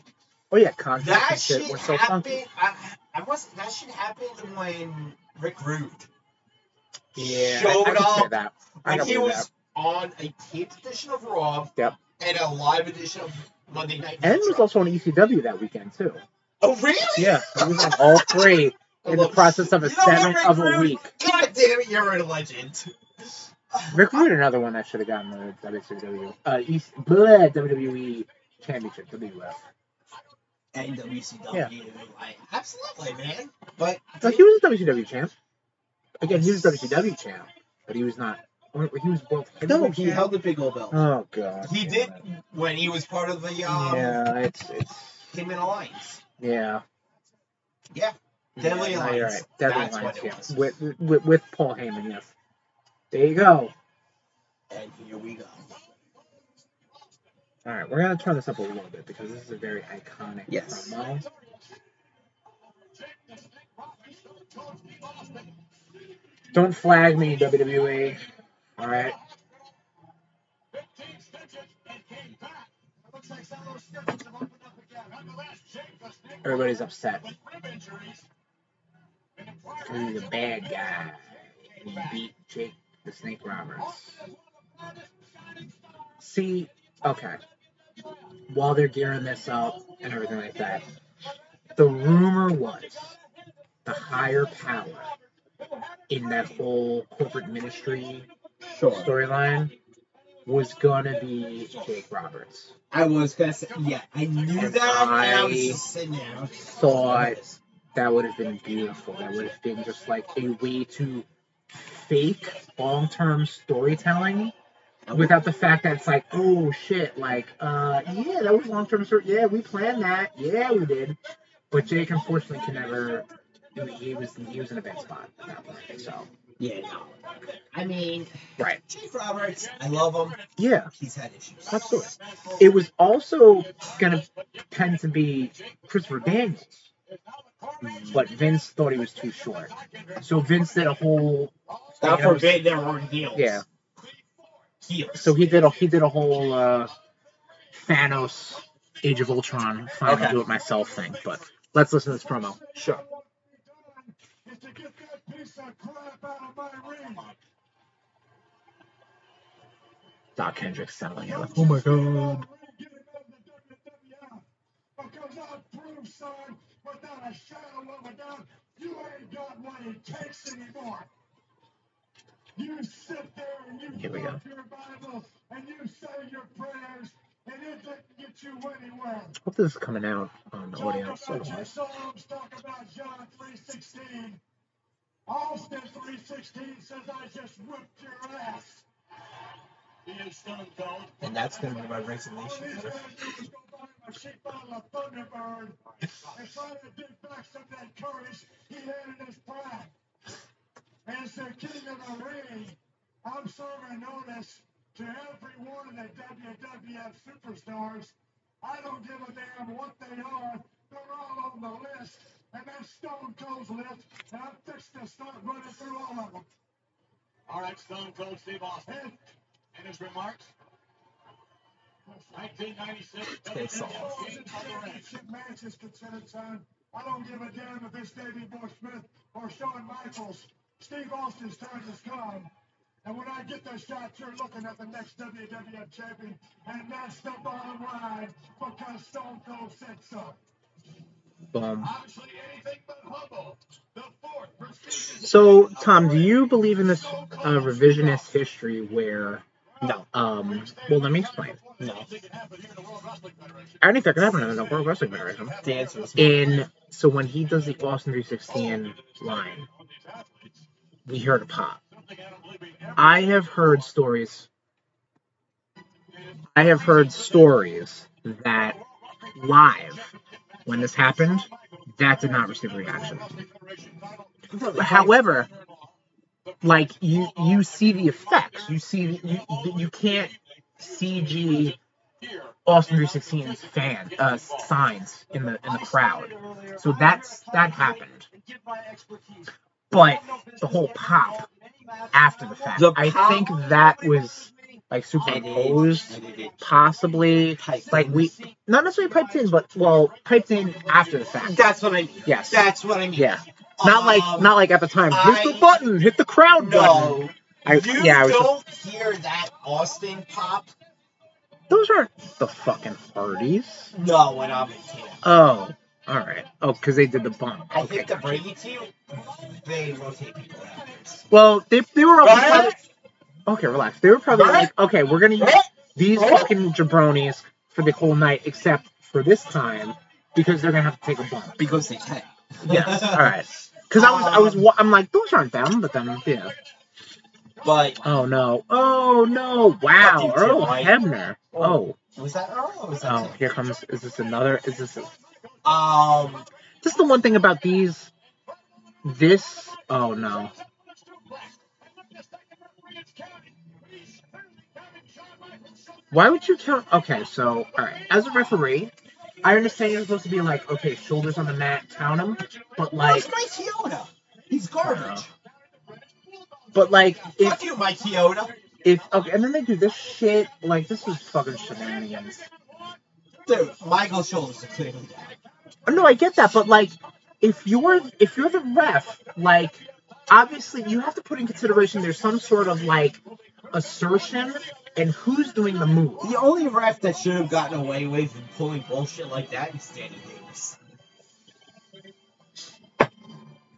Speaker 2: Oh yeah, contracts
Speaker 3: that
Speaker 2: and
Speaker 3: shit
Speaker 2: shit were so
Speaker 3: happened.
Speaker 2: funky.
Speaker 3: I, I was that shit happened when Rick Rude
Speaker 2: Yeah,
Speaker 3: showed
Speaker 2: I, I can say
Speaker 3: up
Speaker 2: that. I
Speaker 3: when
Speaker 2: can
Speaker 3: he
Speaker 2: believe
Speaker 3: was
Speaker 2: that.
Speaker 3: on a taped edition of Raw
Speaker 2: Yep.
Speaker 3: and a live edition of Monday Night.
Speaker 2: And it was
Speaker 3: Nitro.
Speaker 2: also on ECW that weekend too.
Speaker 3: oh really?
Speaker 2: Yeah, it was on all three in the
Speaker 3: Look,
Speaker 2: process of a
Speaker 3: you know what,
Speaker 2: seventh
Speaker 3: Rick
Speaker 2: of a
Speaker 3: Rude?
Speaker 2: week.
Speaker 3: God damn it, you're a legend.
Speaker 2: Rick Rude, another one that should have gotten the WCW, uh, East, blah, WWE E Championship, WWF.
Speaker 3: and WCW.
Speaker 7: E.
Speaker 3: Like, absolutely, man.
Speaker 2: Like he was a WCW champ. Again, he was WCW champ, but he was not. Or he was both. heavyweight champ.
Speaker 3: the big old belt.
Speaker 2: Oh god.
Speaker 3: He
Speaker 2: damn
Speaker 3: did
Speaker 2: it.
Speaker 3: when he was part of the um,
Speaker 2: Yeah, it's it's
Speaker 3: him in alliance.
Speaker 2: yeah.
Speaker 3: Yeah. Deadly
Speaker 2: yeah,
Speaker 3: Alliance.
Speaker 2: you're right. Deadly
Speaker 3: That's
Speaker 2: Alliance,
Speaker 3: what it
Speaker 2: yeah.
Speaker 3: was.
Speaker 2: With, with with Paul Heyman, yes. There you go.
Speaker 3: And here we go.
Speaker 2: All right, we're gonna turn this up a little bit because this is a very iconic
Speaker 3: Yes.
Speaker 2: promo. Don't flag me, WWE. All right. Everybody's upset. He's a bad guy. He beat Jake the Snake Roberts. See, okay. While they're gearing this up and everything like that, the rumor was the higher power in that whole corporate ministry
Speaker 3: Sure.
Speaker 2: storyline was gonna be Jake Roberts.
Speaker 3: I was gonna say yeah, I knew
Speaker 2: And
Speaker 3: that and I was
Speaker 2: I
Speaker 3: just sitting there.
Speaker 2: Thought that would have been beautiful. That would have been just like a way to fake long term storytelling without the fact that it's like, oh shit, like, uh, yeah, that was long term story. Yeah, we planned that. Yeah, we did. But Jake unfortunately can never. I mean, he was he was in a bad spot at that point. So
Speaker 3: Yeah, no. I mean
Speaker 2: right,
Speaker 3: Chief Roberts, I love him.
Speaker 2: yeah,
Speaker 3: He's had issues.
Speaker 2: absolutely. It was also gonna tend to be Christopher Daniels, but Vince thought he was too short. So Vince did a whole
Speaker 3: God
Speaker 2: Yeah, it was-
Speaker 3: forbid there were heels.
Speaker 2: Yeah.
Speaker 3: Heels.
Speaker 2: So he did a he did a whole uh, Thanos Age of Ultron final
Speaker 3: Okay.
Speaker 2: do it myself thing. But let's listen to this promo.
Speaker 3: sure.
Speaker 2: Doc Hendricks sounding it. Like, oh my god. Here we go. Hope this is coming out on audio. So nice.
Speaker 3: And that's gonna be my resignation letter.
Speaker 10: As the king of the ring, I'm serving notice to every one of the WWF superstars. I don't give a damn what they are. They're all on the list, and that's Stone Cold's list, and I'm fixing to start running through all of them.
Speaker 11: All right, Stone Cold Steve Austin. And his remarks. 1996.
Speaker 3: Piss
Speaker 10: As
Speaker 3: off.
Speaker 10: far as the championship match is concerned, son, I don't give a damn if it's Davey Boy Smith or Shawn Michaels. Steve Austin's time has come. And when I get those shots, you're looking at the next WWF champion. And that's the bottom line because Stone Cold said so.
Speaker 2: Boom.
Speaker 12: Obviously, anything but humble. The fourth prestigious.
Speaker 2: So, Tom, do you believe in this uh, revisionist history where?
Speaker 1: No.
Speaker 2: Um, well, let me explain.
Speaker 1: No.
Speaker 2: I don't think that could happen in the World Wrestling Federation.
Speaker 1: The answer is no.
Speaker 2: In so when he does the Austin 316 line, we heard a pop. I have heard stories. I have heard stories that live when this happened, that did not receive a reaction. However, like you, you see the effects. You see you, you can't CG Austin 316's fan uh, signs in the in the crowd. So that's that happened. But the whole pop after the fact,
Speaker 1: The
Speaker 2: I
Speaker 1: pop-
Speaker 2: think that was like superimposed, possibly like we not necessarily piped in, but well piped in after the fact.
Speaker 1: That's what I mean.
Speaker 2: Yes.
Speaker 1: That's what I mean.
Speaker 2: yeah. Not like
Speaker 1: Um,
Speaker 2: not like at the time. Hit
Speaker 1: I-
Speaker 2: the button. Hit the crowd button.
Speaker 1: No.
Speaker 2: I,
Speaker 1: you
Speaker 2: yeah, I was
Speaker 1: don't hear that Austin pop.
Speaker 2: those aren't the fucking parties.
Speaker 1: No, when I'm in town.
Speaker 2: Oh, all right. Oh, because they did the bump.
Speaker 1: I
Speaker 2: Okay.
Speaker 1: think to break it to you, they rotate people out.
Speaker 2: Well, they they were all
Speaker 1: Right?
Speaker 2: okay. Relax. They were probably like, okay, we're gonna use these fucking jabronis for the whole night, except for this time because they're gonna have to take a bump.
Speaker 1: Because they can.
Speaker 2: Yes. all right. Because I was I was wa- I'm like those aren't them, but then yeah.
Speaker 1: But
Speaker 2: Oh no. Oh no. Wow.
Speaker 1: Fucking Tim
Speaker 2: Earl
Speaker 1: White.
Speaker 2: Hebner. Oh.
Speaker 1: was that Earl or was that
Speaker 2: Oh. Here comes. Is this another? Is this a,
Speaker 1: Tim?
Speaker 3: Oh.
Speaker 1: Um,
Speaker 2: Just the one thing about these. This. Oh no. Why would you count? Okay, so all right. As a referee, I understand you're supposed to be like, okay, shoulders on the mat, count them, but like,
Speaker 1: where's Mike Chioda? He's garbage.
Speaker 2: but like,
Speaker 1: Fuck
Speaker 2: if
Speaker 1: you, Mike Chioda.
Speaker 2: if okay, and then they do this shit. Like, this is fucking shenanigans.
Speaker 1: Dude, Michael Shoulders are clearly down.
Speaker 2: No, I get that, but like, if you're if you're the ref, like, obviously you have to put in consideration there's some sort of like assertion and who's doing the move.
Speaker 1: The only ref that should have gotten away with pulling bullshit like that is Danny Davis.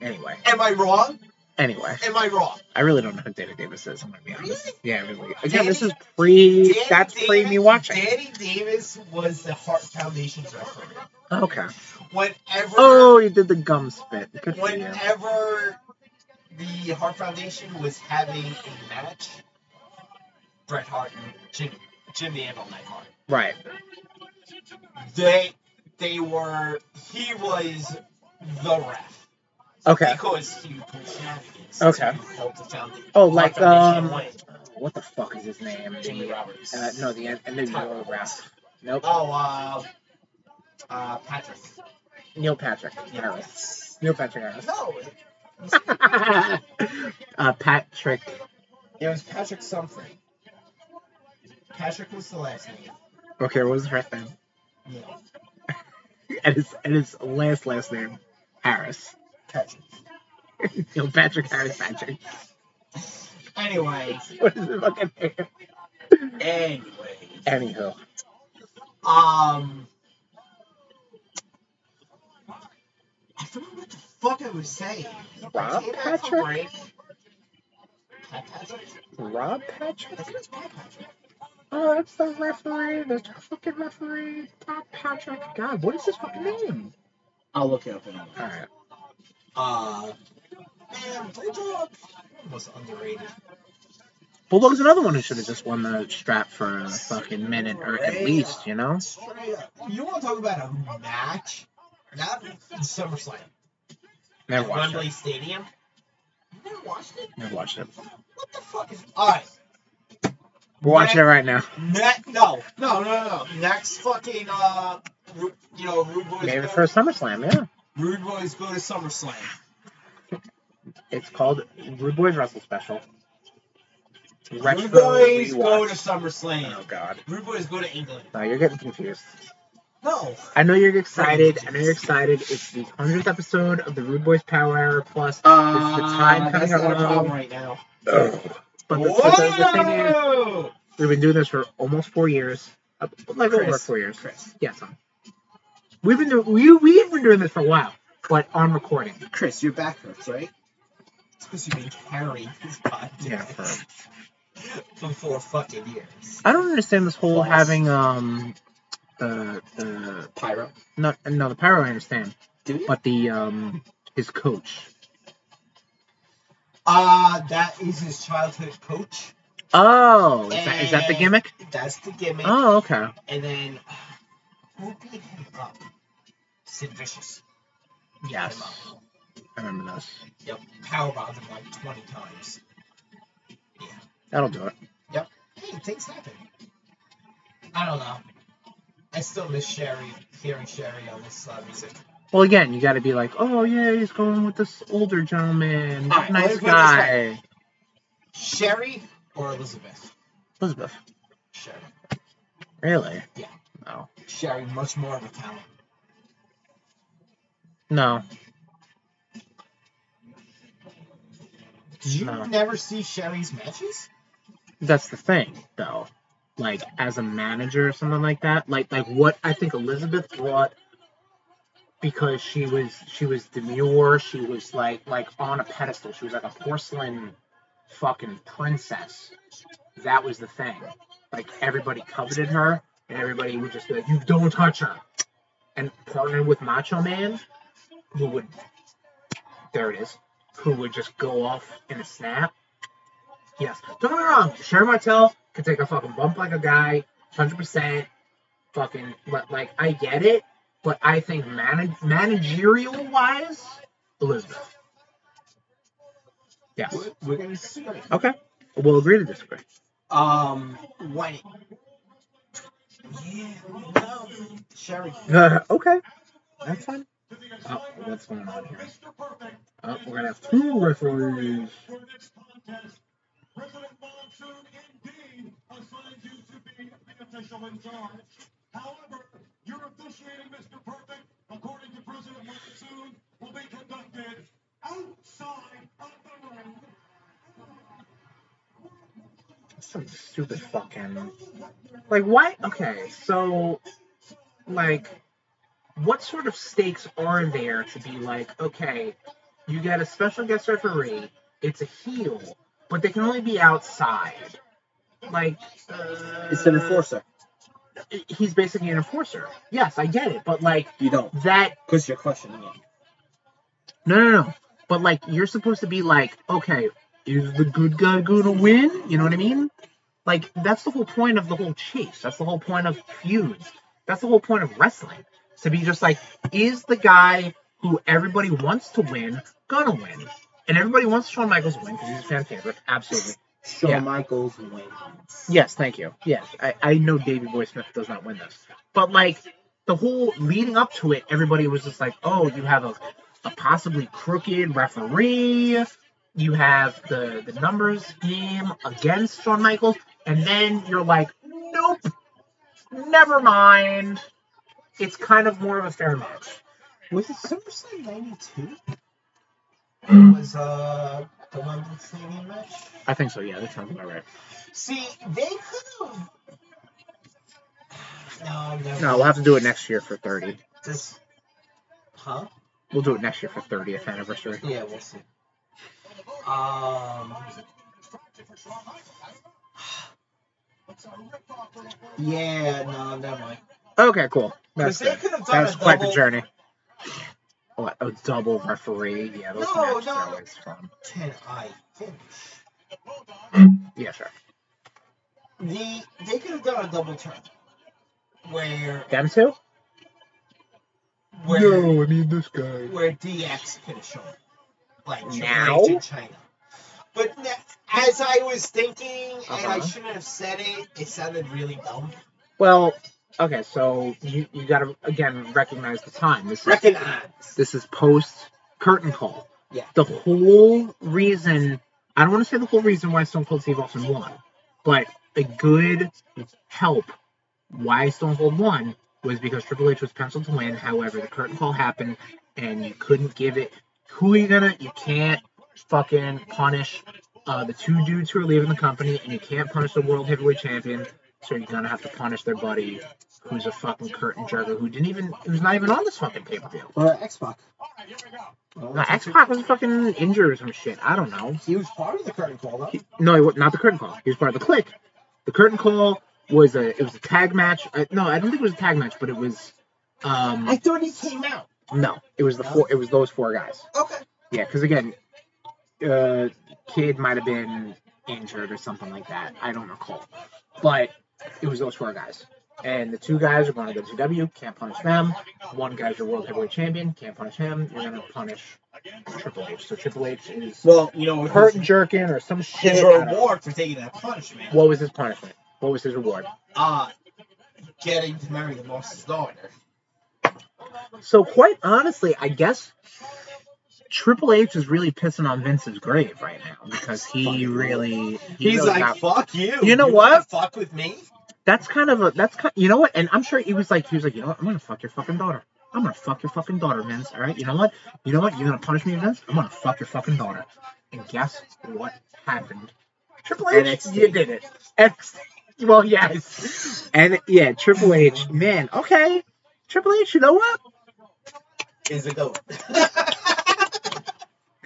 Speaker 2: Anyway,
Speaker 1: Am I wrong?
Speaker 2: anyway,
Speaker 1: Am I wrong?
Speaker 2: I really don't know who Danny Davis is. I'm gonna be honest.
Speaker 1: Really?
Speaker 2: Yeah, really. Again, this is pre.
Speaker 1: Danny
Speaker 2: that's pre
Speaker 1: Davis-
Speaker 2: me watching.
Speaker 1: Danny Davis was the Hart Foundation's referee.
Speaker 2: Okay.
Speaker 1: Whenever,
Speaker 2: Oh, you did the gum spit. Good for you.
Speaker 1: whenever the Hart Foundation was having a match, Bret Hart and Jim, Jim the Anvil Neidhart,
Speaker 2: Right.
Speaker 1: they they were he was the ref
Speaker 2: Okay.
Speaker 1: because he pulled shenanigans.
Speaker 2: Okay.
Speaker 1: to help the foundation.
Speaker 2: Oh, like
Speaker 1: Foundation
Speaker 2: um,
Speaker 1: win.
Speaker 2: what the fuck is his name?
Speaker 1: Jimmy
Speaker 2: The,
Speaker 1: Roberts.
Speaker 2: uh, no, the and then Neil Ralph. Nope.
Speaker 1: Oh, uh, uh, Patrick.
Speaker 2: Neil Patrick Harris.
Speaker 1: Yes.
Speaker 2: Neil Patrick Harris.
Speaker 1: No,
Speaker 2: uh, Patrick.
Speaker 1: it was Patrick something. Patrick was the last name.
Speaker 2: Okay, what was the first name?
Speaker 1: Yeah,
Speaker 2: And his and his last last name, Harris.
Speaker 1: Patrick.
Speaker 2: Neil Patrick Harris Patrick.
Speaker 1: Anyway,
Speaker 2: What is the fucking name?
Speaker 1: anyway,
Speaker 2: Anywho.
Speaker 1: um, I forgot what the fuck I was saying.
Speaker 2: Rob
Speaker 1: Came back from
Speaker 2: Patrick?
Speaker 1: break. Pat Patrick?
Speaker 2: Rob
Speaker 1: I
Speaker 2: Patrick?
Speaker 1: think it was Pat Patrick.
Speaker 2: Oh, that's the referee. That's the fucking referee. Bob Patrick. God, what is his fucking name?
Speaker 1: I'll look it up in a minute.
Speaker 2: Alright.
Speaker 1: Uh, man, Bulldog was underrated.
Speaker 2: Bulldog's another one who should have just won the strap for a fucking minute or at least, you know?
Speaker 1: Straight up. You want to talk about a match? Not SummerSlam.
Speaker 2: Never watched
Speaker 1: Wembley
Speaker 2: it.
Speaker 1: Stadium. You never watched it?
Speaker 2: Never watched it.
Speaker 1: What the fuck is? All right.
Speaker 2: We're watching it right now.
Speaker 1: Ne- no, no, no, no. Next fucking uh, Ru- you know, Rude Boys.
Speaker 2: Maybe
Speaker 1: go,
Speaker 2: for a SummerSlam, yeah.
Speaker 1: Rude Boys go to SummerSlam.
Speaker 2: It's called Rude Boys Wrestle Special.
Speaker 1: Rude Boys go
Speaker 2: rewatch.
Speaker 1: to SummerSlam.
Speaker 2: Oh God!
Speaker 1: Rude Boys go to England.
Speaker 2: No, you're getting confused.
Speaker 1: No.
Speaker 2: I know you're excited. I know you're excited. It's the hundredth episode of the Rude Boys Power Hour Plus.
Speaker 1: Uh,
Speaker 2: time coming
Speaker 1: that's not a
Speaker 2: along.
Speaker 1: problem right now.
Speaker 2: Ugh. But the, but the, the thing is,
Speaker 1: Whoa!
Speaker 2: we've been doing this for almost four years. Uh, Like over
Speaker 3: Chris,
Speaker 2: four years.
Speaker 3: Chris.
Speaker 2: Yeah, son. We've been doing we we've been doing this for a while, but on recording.
Speaker 3: Chris, your back hurts, right?
Speaker 7: It's because you've been carrying this podcast for four fucking years.
Speaker 2: I don't understand this whole
Speaker 7: False.
Speaker 2: having um uh uh
Speaker 7: Pyro.
Speaker 2: not no the power I understand,
Speaker 7: Do you?
Speaker 2: but the um his coach.
Speaker 7: Ah, that is his childhood coach.
Speaker 2: Oh, is that, is that
Speaker 7: Eh.
Speaker 2: the gimmick?
Speaker 7: That's the gimmick.
Speaker 2: Oh, okay.
Speaker 7: And then uh, who beat him up? Sid Vicious.
Speaker 2: Yes, I remember this.
Speaker 7: Yep. Powerbombed him like 20 times.
Speaker 2: That'll do it.
Speaker 7: Hey, things happen. I don't know. I still miss Sherry, hearing Sherry on this uh, music.
Speaker 2: Well, again, you got to be like, oh yeah, he's going with this older gentleman,
Speaker 7: All right, let me
Speaker 2: nice
Speaker 7: put it this
Speaker 2: guy.
Speaker 7: Sherry or Elizabeth?
Speaker 2: Elizabeth,
Speaker 7: Sherry.
Speaker 2: really?
Speaker 7: Sherry, much more of a talent.
Speaker 2: No,
Speaker 7: Did you
Speaker 2: No.
Speaker 7: never see Sherry's matches?
Speaker 2: that's the thing, though. Like as a manager or something like that. Like like what I think Elizabeth brought because she was she was demure. She was like like on a pedestal. She was like a porcelain fucking princess. That was the thing. Like everybody coveted her, and everybody would just be like, "You don't touch her." And partnered with Macho Man, who would there it is, who would just go off in a snap. Yes. Don't get me wrong. Sherry Martel could take a fucking bump like a guy, hundred percent. Fucking, but like I get it, but I think manag- managerial wise, Elizabeth. Yes.
Speaker 7: We're, we're gonna see it.
Speaker 2: Okay. We'll agree to disagree.
Speaker 7: Um, White. Yeah, no. Sherry.
Speaker 2: Uh, okay. That's fine. Oh, what's going on here? Oh, we're gonna have two referees.
Speaker 10: However, your officiating, Mr. Perfect, according to President Monsoon, will be conducted outside of the ring.
Speaker 2: Some stupid fucking. Like why? Okay, so, like, what sort of stakes are there to be like? Okay, you get a special guest referee. It's a heel, but they can only be outside. Like, uh,
Speaker 3: It's an enforcer.
Speaker 2: He's basically an enforcer. Yes, I get it, but like
Speaker 3: You don't,
Speaker 2: that
Speaker 3: because you're questioning it.
Speaker 2: No, no, no. But like, you're supposed to be like, okay, is the good guy gonna win? You know what I mean? Like, that's the whole point of the whole chase. That's the whole point of feuds. That's the whole point of wrestling. To be just like, is the guy who everybody wants to win gonna win? And everybody wants Shawn Michaels to win because he's a fan favorite. Absolutely.
Speaker 3: Shawn
Speaker 2: Yeah.
Speaker 3: Michaels wins.
Speaker 2: Yes, thank you. Yes, I, I know Davey Boy Smith does not win this, but like the whole leading up to it, everybody was just like, "Oh, you have a, a possibly crooked referee. You have the the numbers game against Shawn Michaels, and then you're like, nope, never mind. It's kind of more of a fair match.
Speaker 7: Was it SummerSlam 92?
Speaker 2: Mm.
Speaker 7: It was uh, the London Stadium match?
Speaker 2: I think so. Yeah, that sounds about right.
Speaker 7: See, they could have. No, no.
Speaker 2: No, we'll have to do it next year for 30.
Speaker 7: This... Huh?
Speaker 2: We'll do it next year for 30th anniversary.
Speaker 7: Yeah, we'll see. Um. Yeah, no, never mind.
Speaker 2: Okay, cool. That's
Speaker 7: Because they
Speaker 2: good.
Speaker 7: could have done
Speaker 2: That was
Speaker 7: a
Speaker 2: quite the
Speaker 7: double-
Speaker 2: journey. What, a double referee? Yeah, those
Speaker 7: No,
Speaker 2: matches are
Speaker 7: no.
Speaker 2: always fun.
Speaker 7: Can I finish?
Speaker 2: Yeah, sure.
Speaker 7: The they could have done a double turn, where
Speaker 2: Them two?
Speaker 7: where
Speaker 2: I mean this guy.
Speaker 7: where DX could have shown, up, like Triple
Speaker 2: Now?
Speaker 7: H in China. But na- as I was thinking, and I
Speaker 2: Uh-huh.
Speaker 7: shouldn't have said it, it sounded really dumb.
Speaker 2: Well, okay, so you, you gotta, again, recognize the time. This is,
Speaker 7: Recognize.
Speaker 2: this is post curtain call.
Speaker 7: Yeah.
Speaker 2: The whole reason, I don't want to say the whole reason why Stone Cold Steve Austin won, but a good help why Stone Cold won was because Triple H was penciled to win. However, the curtain call happened and you couldn't give it. Who are you gonna? You can't fucking punish uh, the two dudes who are leaving the company, and you can't punish the world heavyweight champion, so you're gonna have to punish their buddy, who's a fucking curtain jerker who didn't even, who's not even on this fucking pay per view.
Speaker 3: Well, X Pac.
Speaker 2: Nah, X Pac was fucking injured or some shit. I don't know.
Speaker 3: He was part of the curtain call, though.
Speaker 2: No, he was not the curtain call. He was part of the click. The curtain call was a it was a tag match. Uh, no, I don't think it was a tag match, but it was. Um,
Speaker 3: I thought he came out.
Speaker 2: no, it was the four. It was those four guys.
Speaker 3: Okay.
Speaker 2: Yeah, because again, uh, kid might have been injured or something like that. I don't recall, but it was those four guys. And the two guys are going to WCW. Can't punish them. One guy's your world heavyweight champion. Can't punish him. You're gonna punish Triple H. So Triple H is
Speaker 3: Well, you know,
Speaker 2: hurt and jerking or some shit.
Speaker 3: his
Speaker 2: I don't know.
Speaker 3: reward for taking that punishment.
Speaker 2: What was his punishment? What was his reward?
Speaker 3: Uh, getting to marry the boss's daughter.
Speaker 2: So quite honestly, I guess Triple H is really pissing on Vince's grave right now because he really he
Speaker 3: He's
Speaker 2: really
Speaker 3: like,
Speaker 2: got-
Speaker 3: fuck you.
Speaker 2: You know
Speaker 3: wanna
Speaker 2: what?
Speaker 3: Fuck with me.
Speaker 2: that's kind of a that's kind you know what? And I'm sure he was like he was like you know what I'm gonna fuck your fucking daughter. I'm gonna fuck your fucking daughter, Vince. All right, you know what? You know what? You're gonna punish me, Vince. I'm gonna fuck your fucking daughter. And guess what happened?
Speaker 3: Triple H.
Speaker 2: NXT. You did it. NXT. Well, yes. And yeah, Triple H. Man, okay. Triple H. You know what?
Speaker 3: is a goat.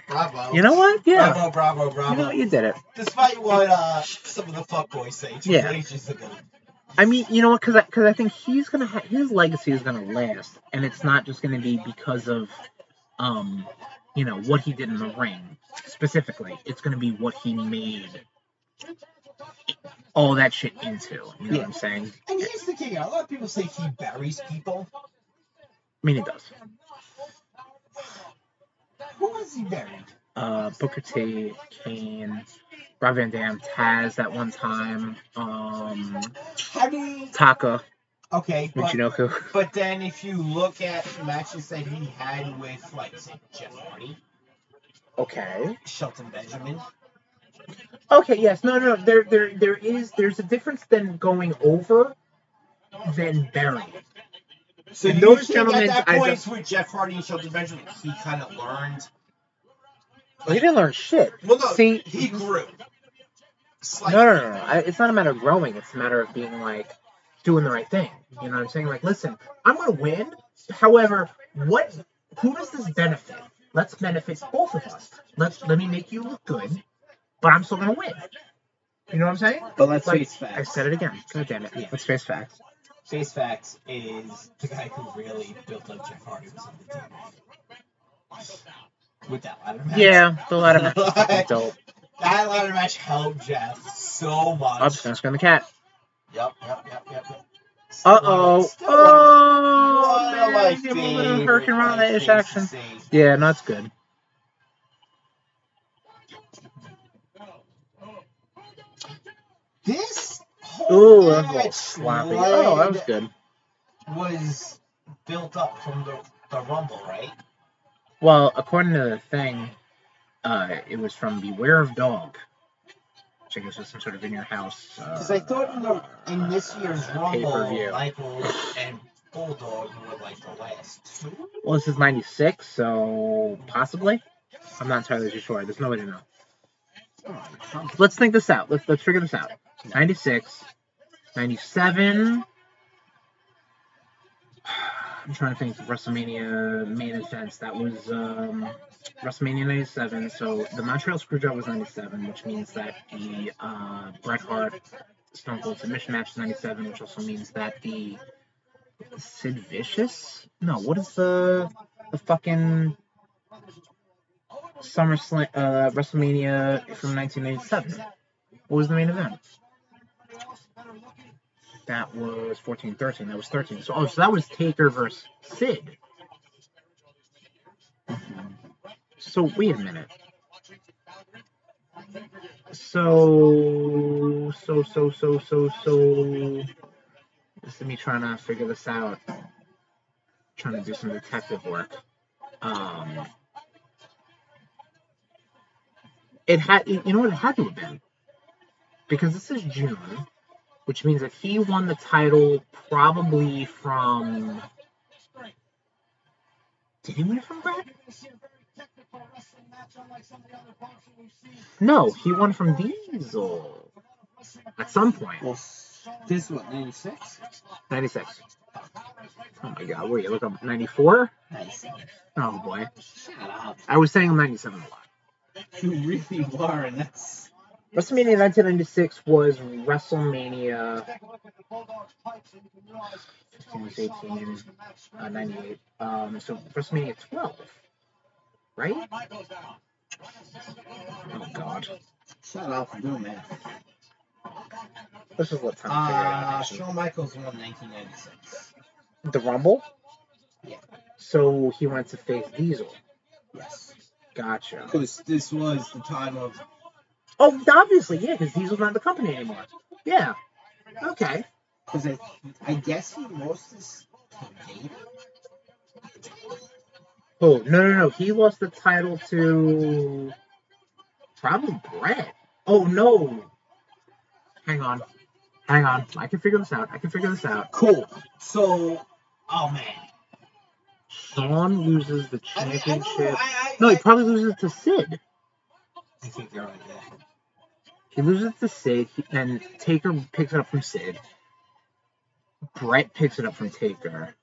Speaker 7: Bravo.
Speaker 2: You know what? Yeah.
Speaker 3: Bravo, bravo, bravo.
Speaker 2: You know what? You did it.
Speaker 3: Despite what uh, some of the fuckboys say, Triple
Speaker 2: Yeah.
Speaker 3: H is a goat.
Speaker 2: I mean, you know what? Because because I, think he's gonna ha- his legacy is gonna last, and it's not just gonna be because of, um, you know what he did in the ring specifically. It's gonna be what he made all that shit into. You know what I'm saying?
Speaker 3: And here's the thing: a lot of people say he buries people.
Speaker 2: I mean, it does.
Speaker 3: Who was he buried?
Speaker 2: Uh, Booker T, Kane, Rob Van Dam, Taz that one time, um,
Speaker 3: I mean,
Speaker 2: Taka,
Speaker 3: okay, but,
Speaker 2: Michinoku.
Speaker 3: but then if you look at the matches that he had with, like, say, Jeff Hardy,
Speaker 2: Okay.
Speaker 3: Shelton Benjamin,
Speaker 2: Okay, yes. No, no, there there there is there's a difference than going over than burying.
Speaker 3: so
Speaker 2: And
Speaker 3: you
Speaker 2: those
Speaker 3: think
Speaker 2: gentlemen,
Speaker 3: at
Speaker 2: I
Speaker 3: that point with Jeff Hardy and Shelton Benjamin, he kind of learned.
Speaker 2: Well, he didn't learn shit.
Speaker 3: Well, no,
Speaker 2: See,
Speaker 3: he grew.
Speaker 2: no,
Speaker 3: Slightly.
Speaker 2: no, no, no. I, it's not a matter of growing. It's a matter of being like doing the right thing. You know what I'm saying? Like, listen, I'm gonna win. However, what? Who does this benefit? Let's benefit both of us. Let's let me make you look good, but I'm still gonna win. You know what I'm saying?
Speaker 3: But let's
Speaker 2: Like,
Speaker 3: face
Speaker 2: I
Speaker 3: facts.
Speaker 2: said it again. God damn it.
Speaker 3: Yeah.
Speaker 2: Let's face facts.
Speaker 3: Face facts is the guy who really built up Jeff Hardy was on the team. With that ladder match.
Speaker 2: Yeah, the ladder match was fucking dope.
Speaker 3: That ladder match helped Jeff so much.
Speaker 2: Up, gonna scream the cat.
Speaker 3: Yep, yep, yep, yep. yep.
Speaker 2: Uh oh.
Speaker 3: Still one of-
Speaker 2: Oh,
Speaker 3: one of my
Speaker 2: man, give him a little
Speaker 3: favorite
Speaker 2: Hurricane Rana
Speaker 3: things
Speaker 2: ish
Speaker 3: to
Speaker 2: action.
Speaker 3: see.
Speaker 2: Yeah, no, it's good.
Speaker 3: This
Speaker 2: Ooh,
Speaker 3: whole
Speaker 2: that was a little
Speaker 3: match
Speaker 2: sloppy.
Speaker 3: Slade
Speaker 2: Oh, that was good.
Speaker 3: was built up from the, the Rumble, right?
Speaker 2: Well, according to the thing, uh, it was from Beware of Dog. Which I guess was some sort of in your house. uh,
Speaker 3: Because I thought in, the, in this year's Rumble,
Speaker 2: pay-per-view.
Speaker 3: Michaels and Bulldog were like the last two.
Speaker 2: Well, this is 96, so possibly. I'm not entirely too sure. There's no way to know. Oh, Let's think this out. Let's let's figure this out. 96, 97. I'm trying to think of WrestleMania main events. That was um, WrestleMania 97. So the Montreal Screwjob was 97, which means that the uh, Bret Hart Stone Cold submission match is 97, which also means that the Sid Vicious? No, what is the the fucking SummerSlam uh, WrestleMania from 1987? What was the main event? That was 14 13. That was 13. So, oh, so that was Taker versus Sid. So, wait a minute. So, so, so, so, so, so. This is me trying to figure this out. Trying to do some detective work. Um, it had, you know what, it had to have been because this is June, which means that he won the title probably from. Did he win it from Brett? No, he won from Diesel at some point.
Speaker 7: Well, this is what, 96?
Speaker 2: 96. Oh my god, were you looking up 94?
Speaker 7: 97.
Speaker 2: Oh boy.
Speaker 7: Shut up.
Speaker 2: I was saying 97 a lot.
Speaker 7: You really were, and that's.
Speaker 2: WrestleMania 1996 was WrestleMania was 18, uh, 98. Um, so WrestleMania 12, right? Oh God,
Speaker 7: Shut up, I'm doing math.
Speaker 2: this is what time. to figure it out,
Speaker 7: Uh,
Speaker 2: actually.
Speaker 7: Shawn Michaels won 1996.
Speaker 2: The Rumble.
Speaker 7: Yeah.
Speaker 2: So he went to face Diesel.
Speaker 7: Yes.
Speaker 2: Gotcha.
Speaker 7: Because this was the time of.
Speaker 2: Oh, obviously, yeah, because Diesel's not in the company anymore. Yeah. Okay.
Speaker 7: Because I, I guess he lost this to Vader?
Speaker 2: Oh no no no! He lost the title to probably Brett. Oh no! Hang on, hang on. I can figure this out. I can figure this out.
Speaker 7: Cool. So, oh man.
Speaker 2: Sean loses the
Speaker 7: I mean, I don't know.
Speaker 2: championship.
Speaker 7: I, I,
Speaker 2: No,
Speaker 7: I,
Speaker 2: he probably loses it to Sid.
Speaker 7: I think you're right. Yeah.
Speaker 2: He loses it to Sid, he- and Taker picks it up from Sid. Brett picks it up from Taker,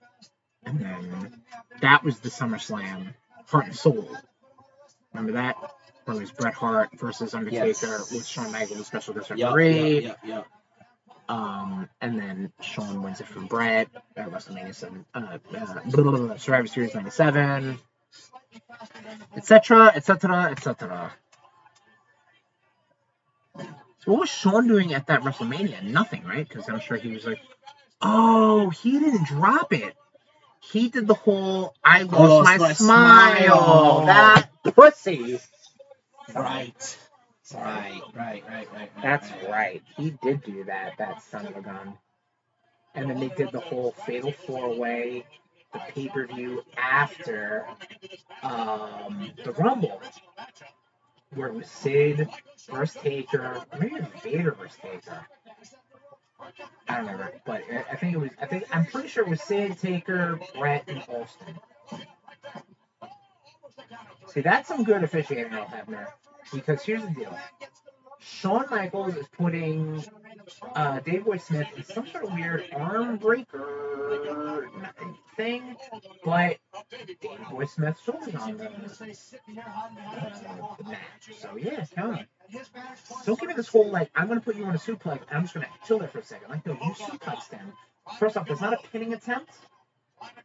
Speaker 2: and then that was the SummerSlam Heart and Soul. Remember that? Where it was Bret Hart versus Undertaker
Speaker 7: Yes.
Speaker 2: with Shawn Michaels as special guest
Speaker 7: Yup,
Speaker 2: referee.
Speaker 7: yup, yup, yup.
Speaker 2: Um, and then Sean wins it from Brett at WrestleMania 7, uh, uh, blah, blah, blah, Survivor Series 97, etc., etc., etc. So what was Sean doing at that WrestleMania? Nothing, right? Because I'm sure he was like, oh, he didn't drop it. He did the whole I lost my,
Speaker 7: lost my
Speaker 2: smile.
Speaker 7: smile.
Speaker 2: That pussy.
Speaker 7: Right. Right, right, right, right.
Speaker 2: That's right. He did do that, that son of a gun. And then they did the whole fatal four way, the pay per view after um, the Rumble, where it was Sid versus Taker. Maybe it was Vader versus Taker. I don't remember, but I- I think it was. I think I'm pretty sure it was Sid, Taker, Brett, and Austin. See, that's some good officiating I'll have there. Because here's the deal: Shawn Michaels is putting uh, Dave Boy Smith in some sort of weird arm breaker thing, but Dave Boy Smith's shoulders on the, the match. So yeah, come on. Don't give me this whole like I'm gonna put you on a suplex. and I'm just gonna chill there for a second. Like no, you suplexed him. First off, it's not a pinning attempt.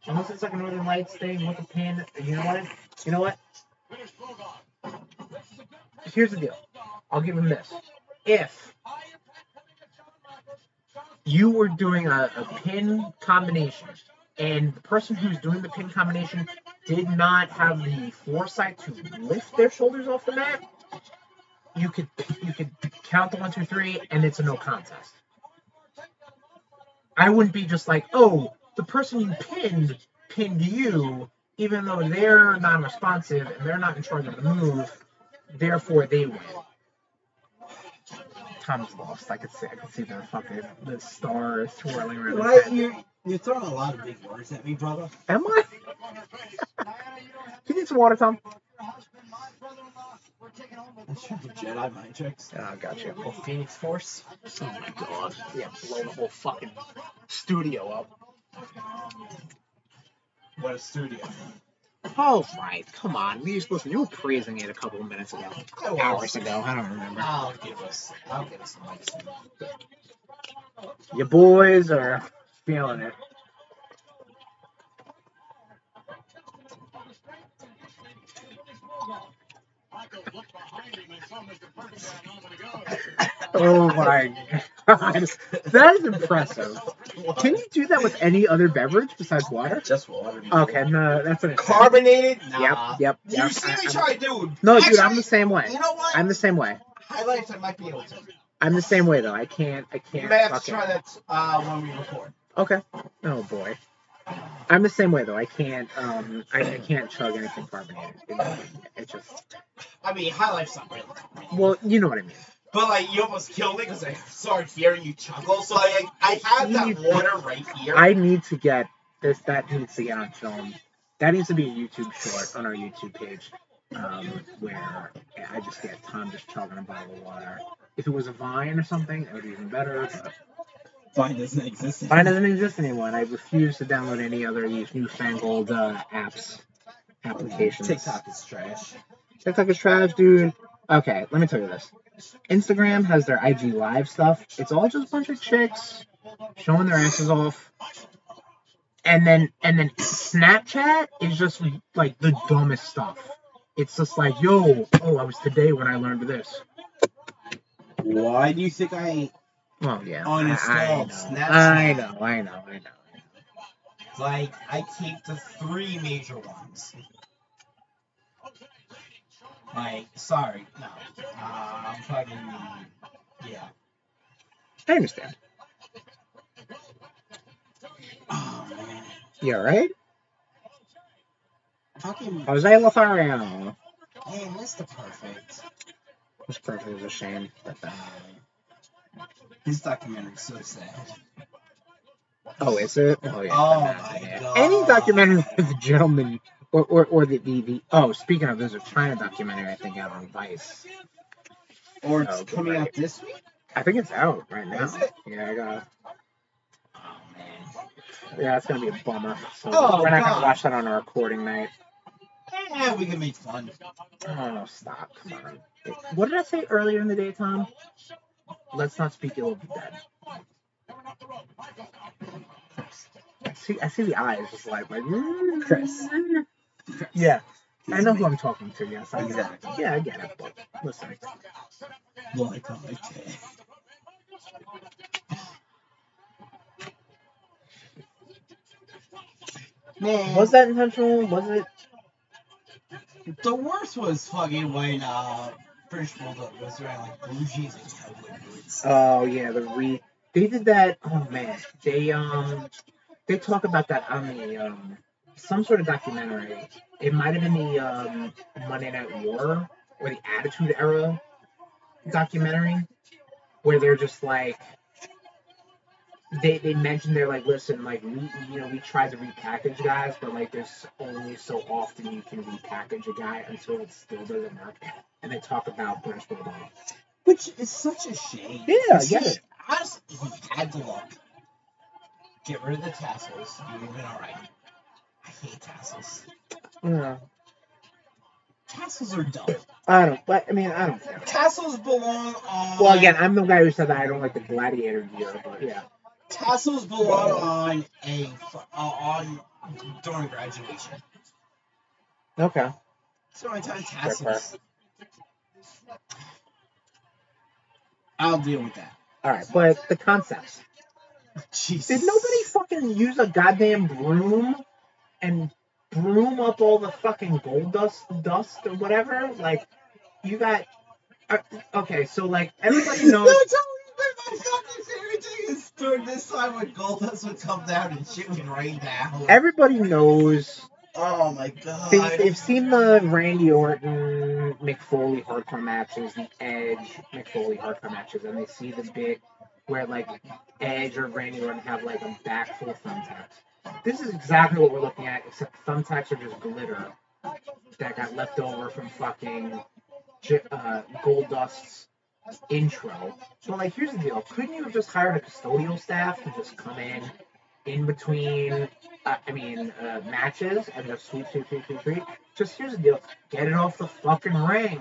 Speaker 2: Unless it's like a Northern Lights thing with a pin. You know what? You know what? Here's the deal. I'll give him this. If you were doing a, a pin combination and the person who's doing the pin combination did not have the foresight to lift their shoulders off the mat, you could you could count the one, two, three, and it's a no contest. I wouldn't be just like, oh, the person you pinned pinned you, even though they're non-responsive and they're not in charge of the move, therefore they win. Tom's lost. I could see, I could see the fucking the star swirling around. his
Speaker 7: Why
Speaker 2: head.
Speaker 7: you you're throwing a lot of big words at me, brother?
Speaker 2: Am I? you need some water, Tom?
Speaker 7: That's from the Jedi mind tricks.
Speaker 2: Oh, gotcha.
Speaker 7: Or Phoenix Force.
Speaker 2: Oh my god. Yeah, blow the whole fucking studio up.
Speaker 7: What a studio.
Speaker 2: Oh, right. Come on. We just listen. You were praising it a couple of minutes ago.
Speaker 7: I was.
Speaker 2: Hours ago. I don't remember.
Speaker 7: I'll give us. I'll give us some medicine.
Speaker 2: Your boys are feeling it. Oh my god. That is impressive. Can you do that with any other beverage besides water?
Speaker 7: Just water.
Speaker 2: Okay, no, that's an
Speaker 7: Carbonated? Nah.
Speaker 2: Yep, yep.
Speaker 7: You
Speaker 2: yep,
Speaker 7: see
Speaker 2: I-
Speaker 7: me
Speaker 2: I'm-
Speaker 7: try, dude.
Speaker 2: No,
Speaker 7: Actually,
Speaker 2: dude, I'm the same way.
Speaker 7: You know what?
Speaker 2: I'm the same way.
Speaker 7: Highlights I might be able to.
Speaker 2: I'm the same way though. I can't. I can't.
Speaker 7: You may have
Speaker 2: fuck
Speaker 7: to
Speaker 2: it.
Speaker 7: try that uh, when we record.
Speaker 2: Okay. Oh boy. I'm the same way though. I can't. Um. I, I can't chug anything carbonated. It, it just.
Speaker 7: I mean, highlights not really.
Speaker 2: Well, you know what I mean.
Speaker 7: But like, you almost killed me because I started hearing you chuckle. So like, I have that water right here.
Speaker 2: I need to get this. That needs to get on film. That needs to be a YouTube short on our YouTube page. um, where I just get Tom just chugging a bottle of water. If it was a Vine or something, it would be even better. But
Speaker 1: Vine doesn't exist.
Speaker 2: Vine doesn't exist anymore, and I refuse to download any other of these newfangled uh, apps applications.
Speaker 1: TikTok is trash.
Speaker 2: TikTok is trash, dude. Okay, let me tell you this. Instagram has their IG live stuff. It's all just a bunch of chicks showing their asses off. And then and then Snapchat is just like the dumbest stuff. It's just like, yo, oh, I was today when I learned this.
Speaker 1: Why do you think I
Speaker 2: Well, yeah.
Speaker 1: uninstalled
Speaker 2: I, I
Speaker 1: Snapchat?
Speaker 2: know, I know, I know.
Speaker 1: Like I keep the three major ones. Like, sorry, no. Uh, I'm fucking yeah.
Speaker 2: I understand.
Speaker 1: Oh man.
Speaker 2: You alright?
Speaker 1: Fucking
Speaker 2: Jose Lothario.
Speaker 1: man, that's the perfect.
Speaker 2: This person is a shame. But, uh,
Speaker 1: His documentary's so sad.
Speaker 2: oh, is it? Oh, yeah.
Speaker 1: Oh,
Speaker 2: I'm not-
Speaker 1: my
Speaker 2: yeah.
Speaker 1: God.
Speaker 2: Any documentary with the gentleman, or, or, or the, the, the, oh, speaking of, there's a China documentary, I think, out on Vice.
Speaker 1: Or it's
Speaker 2: Oh,
Speaker 1: coming
Speaker 2: right.
Speaker 1: out this week?
Speaker 2: I think it's out right now.
Speaker 1: Is it?
Speaker 2: Yeah, I got.
Speaker 1: Oh man.
Speaker 2: Yeah, it's gonna be a bummer. So
Speaker 1: Oh,
Speaker 2: we're not
Speaker 1: God.
Speaker 2: gonna watch that on a recording night.
Speaker 1: Yeah, we can make fun.
Speaker 2: Oh no, stop! Come on. What did I say earlier in the day, Tom? Let's not speak ill of the dead. I see, I see the eyes just like, like mm,
Speaker 1: Chris.
Speaker 2: Yeah, I know who I'm talking to. Yes, I know.
Speaker 1: Exactly.
Speaker 2: Yeah, I get it. But listen,
Speaker 1: Like oh, I did. Man,
Speaker 2: was that intentional? Was it?
Speaker 1: the worst was fucking when uh British Bulldog was wearing like blue jeans and cowboy boots.
Speaker 2: Oh yeah, the re. They did that. Oh man, they um, they talk about that on the um, some sort of documentary. It might have been the um Monday Night War or the Attitude Era documentary, where they're just like. They, they mentioned they're like listen like we you know we tried to repackage guys but like there's only so often you can repackage a guy until it still doesn't work and they talk about British Bulldog.
Speaker 1: Which is such a shame.
Speaker 2: Yeah, I get
Speaker 1: Shit. Honestly, he had to look. Get rid of the tassels. You would have been alright. I hate tassels.
Speaker 2: Yeah.
Speaker 1: Tassels are dumb.
Speaker 2: I don't. But I mean, I don't care.
Speaker 1: Tassels belong on.
Speaker 2: Well, again, I'm the guy who said that I don't like the gladiator gear, but yeah.
Speaker 1: tassels belong on a fu- uh, on during graduation.
Speaker 2: Okay.
Speaker 1: So I tie tassels. I'll deal with that.
Speaker 2: All right, but the concepts.
Speaker 1: Jesus.
Speaker 2: Did nobody fucking use a goddamn broom and broom up all the fucking gold dust, dust or whatever? Like, you got. Uh, okay, so like everybody knows.
Speaker 1: That's how we live. I thought this everything is during this time when Goldust would come down and shit would rain down.
Speaker 2: Everybody knows.
Speaker 1: oh my god.
Speaker 2: They, they've seen the Randy Orton McFoley hardcore matches, the Edge McFoley hardcore matches, and they see the bit where like Edge or Randy Orton have like a back full of thumbtacks. This is exactly what we're looking at, except thumbtacks are just glitter that got left over from fucking J- uh, Goldust's intro. So like, here's the deal: couldn't you have just hired a custodial staff to just come in? In between, uh, I mean, uh, matches and just sweep, sweep, sweep, sweep, sweep. Just here's the deal: get it off the fucking ring.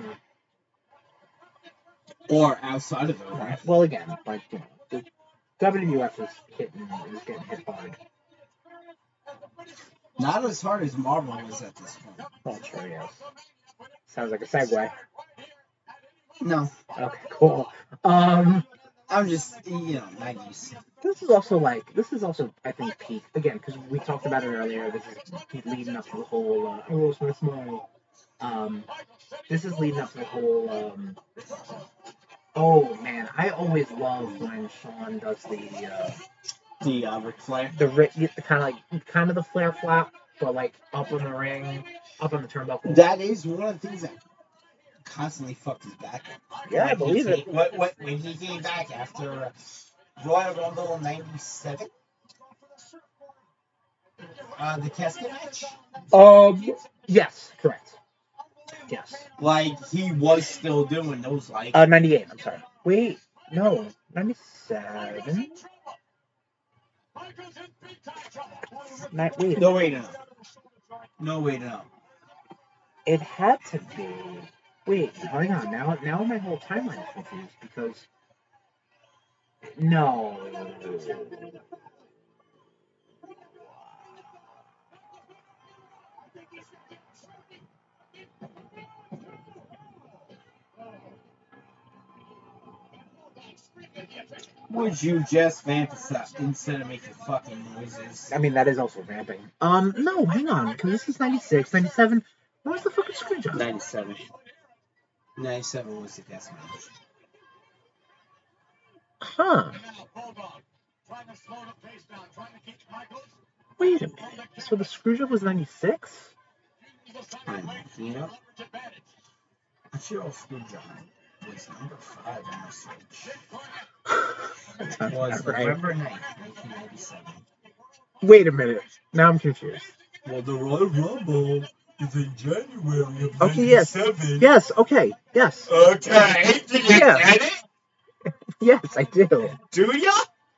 Speaker 1: or outside of the ring.
Speaker 2: Well, again, like you know, the WWF is hitting is getting hit hard.
Speaker 1: Not as hard as Marvel was at this point.
Speaker 2: Well, it sure is. Sounds like a segue.
Speaker 1: No,
Speaker 2: Okay, cool. Um,
Speaker 1: I'm just you know not used.
Speaker 2: this is also like this is also I think peak again because we talked about it earlier. This is leading up to the whole uh, oh it's my smile. Um, this is leading up to the whole. Um, oh man, I always love when Sean does the. Uh,
Speaker 1: The uh, Ric Flair.
Speaker 2: the ri- kind of like kind of the flare flop, but like up on the ring, up on the turnbuckle.
Speaker 1: That is one of the things that constantly fucked his back up.
Speaker 2: Yeah, I
Speaker 1: When he
Speaker 2: believe it.
Speaker 1: came- What, what, when he came back after Royal Rumble 97? Uh, the casket match?
Speaker 2: Um. Yes, correct. Yes.
Speaker 7: Like he was still doing those like
Speaker 2: Uh, 98, I'm sorry. Wait, no, 97? Night, wait,
Speaker 7: No way no. No way no.
Speaker 2: it had to be. Wait, hang on. Now, now my whole timeline is confused because. No.
Speaker 7: Would you just fantasize instead of making fucking noises?
Speaker 2: I mean, that is also ramping. Um, no, hang on, because this is 96, 97. Where's the fucking screenshot?
Speaker 7: Ninety seven. Ninety seven was the death match.
Speaker 2: Huh. Wait a minute. So the Screwjob was 96?
Speaker 7: I know, you know? I'm sure old Screwjob was number five on the search. was
Speaker 2: right.
Speaker 7: November 9th, 1997.
Speaker 2: Wait a minute. Now I'm confused.
Speaker 7: Well, the Royal Rumble is in January of
Speaker 2: Okay, yes.
Speaker 7: 97.
Speaker 2: Yes, okay. Yes.
Speaker 7: Okay, did you
Speaker 2: Yeah.
Speaker 7: get it?
Speaker 2: Yes, I do.
Speaker 7: Do ya?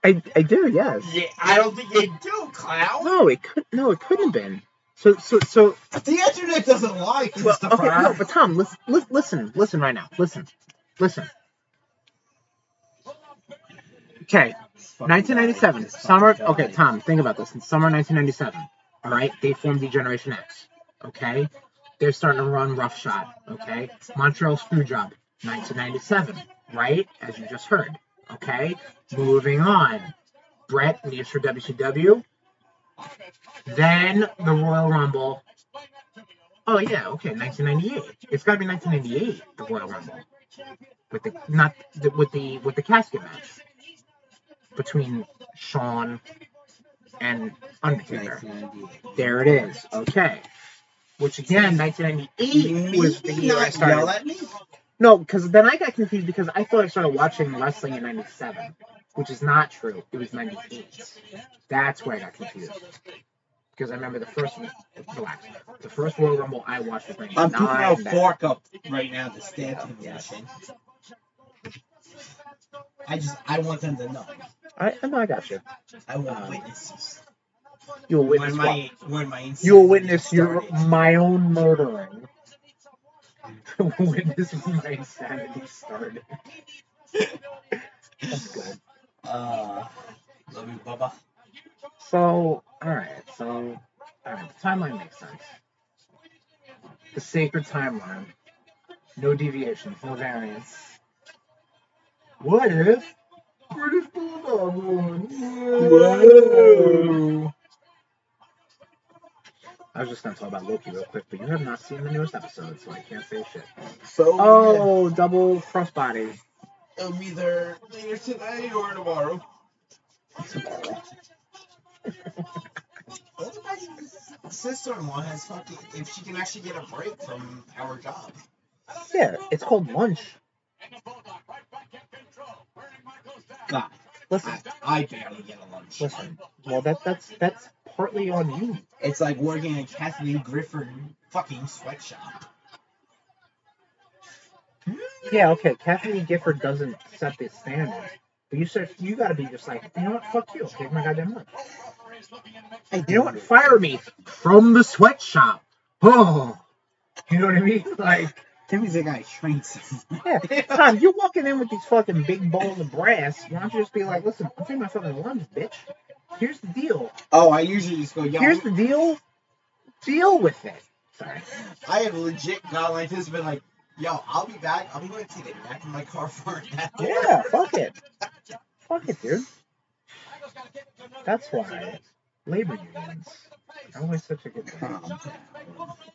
Speaker 2: I, I do, yes.
Speaker 7: Yeah, I don't think you do, clown.
Speaker 2: No, it could no, it couldn't have been. So so so
Speaker 7: The internet doesn't lie,
Speaker 2: well,
Speaker 7: Christopher.
Speaker 2: okay, no, but Tom, listen, listen, listen right now. Listen. Listen. Okay,
Speaker 7: Fucking
Speaker 2: 1997,
Speaker 7: guy, this
Speaker 2: summer.
Speaker 7: fucking
Speaker 2: Okay,
Speaker 7: guy.
Speaker 2: Tom, think about this. In summer 1997, all right, they formed the Generation X. Okay, they're starting to run roughshod. Okay, Montreal Screwjob, 1997, right? As you just heard. Okay, moving on. Brett leaves for WCW. Then the Royal Rumble. Oh yeah, okay, 1998. It's got to be 1998, the Royal Rumble, with the not the, with the with the casket match between Sean and Undertaker.
Speaker 7: 1998.
Speaker 2: There it is. Okay. Which again, 1998 was the
Speaker 7: Me?
Speaker 2: year I
Speaker 7: Not yell
Speaker 2: started.
Speaker 7: at me?
Speaker 2: No, because then I got confused because I thought I started watching wrestling in 97, which is not true. It was 98. That's where I got confused. Because I remember the first relax, the first Royal Rumble I watched was
Speaker 7: I'm putting out
Speaker 2: 99.
Speaker 7: fork up right now to stand to the machine. I just, I want them to know.
Speaker 2: I, I know I got you.
Speaker 7: I want
Speaker 2: Um,
Speaker 7: witnesses.
Speaker 2: You'll witness
Speaker 7: When
Speaker 2: what?
Speaker 7: my, when my
Speaker 2: You'll witness your
Speaker 7: started.
Speaker 2: my own murdering. You'll witness my insanity started. That's good.
Speaker 7: Uh, love you, Bubba.
Speaker 2: So, alright, so, alright, the timeline makes sense. The sacred timeline. No deviations, no variance. What if British Bulldog won?
Speaker 7: Whoa.
Speaker 2: I was just gonna talk about Loki real quick, but you have not seen the newest episode, so I can't say shit.
Speaker 7: So
Speaker 2: Oh, double crossbody.
Speaker 7: it'll be there Um, later tonight or tomorrow. What if my sister-in-law has fucking if she can actually get a break from our job?
Speaker 2: Yeah, it's called lunch.
Speaker 7: God,
Speaker 2: Listen,
Speaker 7: I, I barely get a lunch.
Speaker 2: listen. Well, that that's that's partly on you.
Speaker 7: It's like working in Kathleen Griffin fucking sweatshop.
Speaker 2: Yeah, okay. Kathleen Gifford doesn't set the standards, but you said you gotta be just like, you know what? Fuck you. I'll Take my goddamn lunch. You know what? Fire me from the sweatshop. Oh, you know what I mean? Like,
Speaker 7: That means they got trained someone.
Speaker 2: yeah, Tom, you're walking in with these fucking big balls of brass. Why don't you just be like, listen, I'm taking my fucking lunch, bitch. Here's the deal.
Speaker 7: Oh, I usually just go, yo,
Speaker 2: Here's the deal. Deal with it. Sorry.
Speaker 7: I have legit gone like this, been like, yo, I'll be back. I'm going to get back in my car for an hour.
Speaker 2: Yeah, fuck it. Fuck it, dude. That's why labor unions are always such a good thing.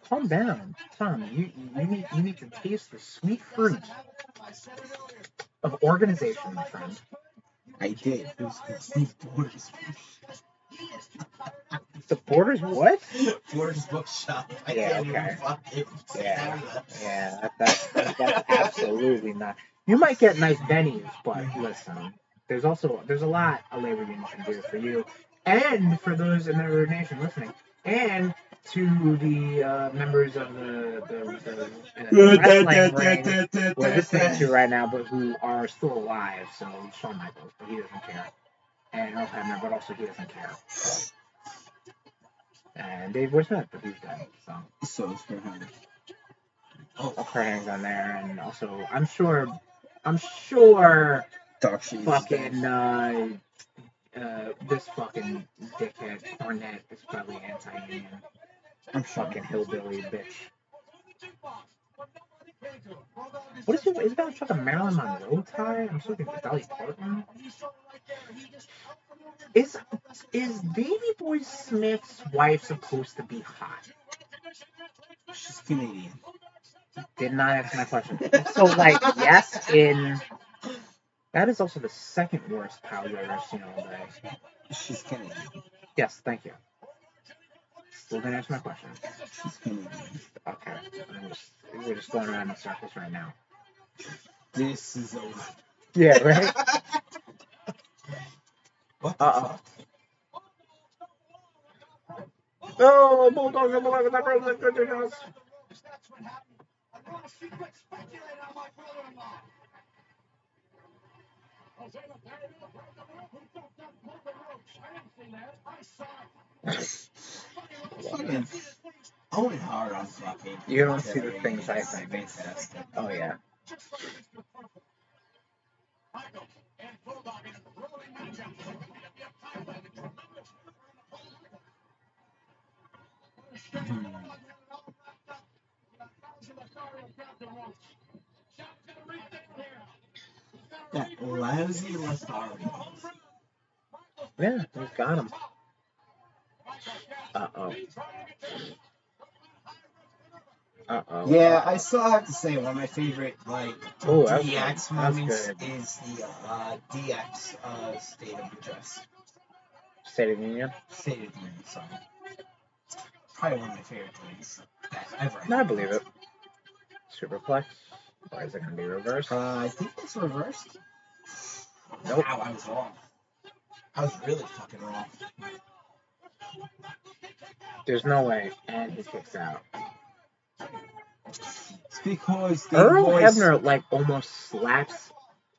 Speaker 2: Calm down, Tom. You you need you need to taste the sweet fruit of organization, my friend.
Speaker 7: I did. It was complete Borders.
Speaker 2: The borders what?
Speaker 7: Borders bookshop. I
Speaker 2: Yeah,
Speaker 7: can't
Speaker 2: okay.
Speaker 7: even fucking say
Speaker 2: Yeah.
Speaker 7: that.
Speaker 2: Yeah, that, that's that, that's absolutely not. You might get nice bennies, but listen, there's also there's a lot a labor union can do for you and for those in the nation listening. and to the uh, members of the, the, the uh, wrestling ring, we're listening to right now, but who are still alive. So Shawn Michaels, but he doesn't care, and Earl Hebner, but also he doesn't care. And Dave Smith, but he's dead. So
Speaker 7: So it's for him.
Speaker 2: O'Conning's on there, and also I'm sure, I'm sure
Speaker 7: Doc Sheets.
Speaker 2: fucking uh, uh, this fucking dickhead Cornette is probably anti-union.
Speaker 7: I'm fucking
Speaker 2: Fucking hillbilly bitch. What is it? Is that like a Marilyn Monroe tie? I'm sorry, Dolly Parton. Is is Baby Boy Smith's wife supposed to be hot?
Speaker 7: She's Canadian.
Speaker 2: Did not answer my question. So like yes in. That is also the second worst powder I've ever seen all day.
Speaker 7: She's Canadian.
Speaker 2: Yes, thank you. Still didn't answer my question.
Speaker 7: She's Canadian.
Speaker 2: Okay. I'm just, we're just going around in circles right now.
Speaker 7: This is over.
Speaker 2: Yeah, right?
Speaker 7: What
Speaker 2: Uh-uh. No,
Speaker 7: Oh,
Speaker 2: Bulldog, Bulldog, Bulldog,
Speaker 7: Fucking Owen Hart on fucking.
Speaker 2: You don't see the things I
Speaker 7: It's
Speaker 2: think.
Speaker 7: Fantastic.
Speaker 2: Oh, yeah.
Speaker 7: That lousy Lothario.
Speaker 2: Yeah, we've got him. Uh oh. Uh oh.
Speaker 7: Yeah, I still have to say one of my favorite like
Speaker 2: Oh, that's good.
Speaker 7: DX
Speaker 2: That's
Speaker 7: moments
Speaker 2: good.
Speaker 7: is the uh, DX uh, State of Address.
Speaker 2: State of the Union?
Speaker 7: State of the Union song. It's probably one of my favorite things that ever.
Speaker 2: No, I believe it. Superplex. Or is it going to be reversed?
Speaker 7: Uh, I think it's reversed.
Speaker 2: Nope.
Speaker 7: Wow, I was wrong. I was really fucking wrong.
Speaker 2: There's no way. And he kicks out.
Speaker 7: It's because the
Speaker 2: Earl
Speaker 7: voice-
Speaker 2: Hebner, like, almost slaps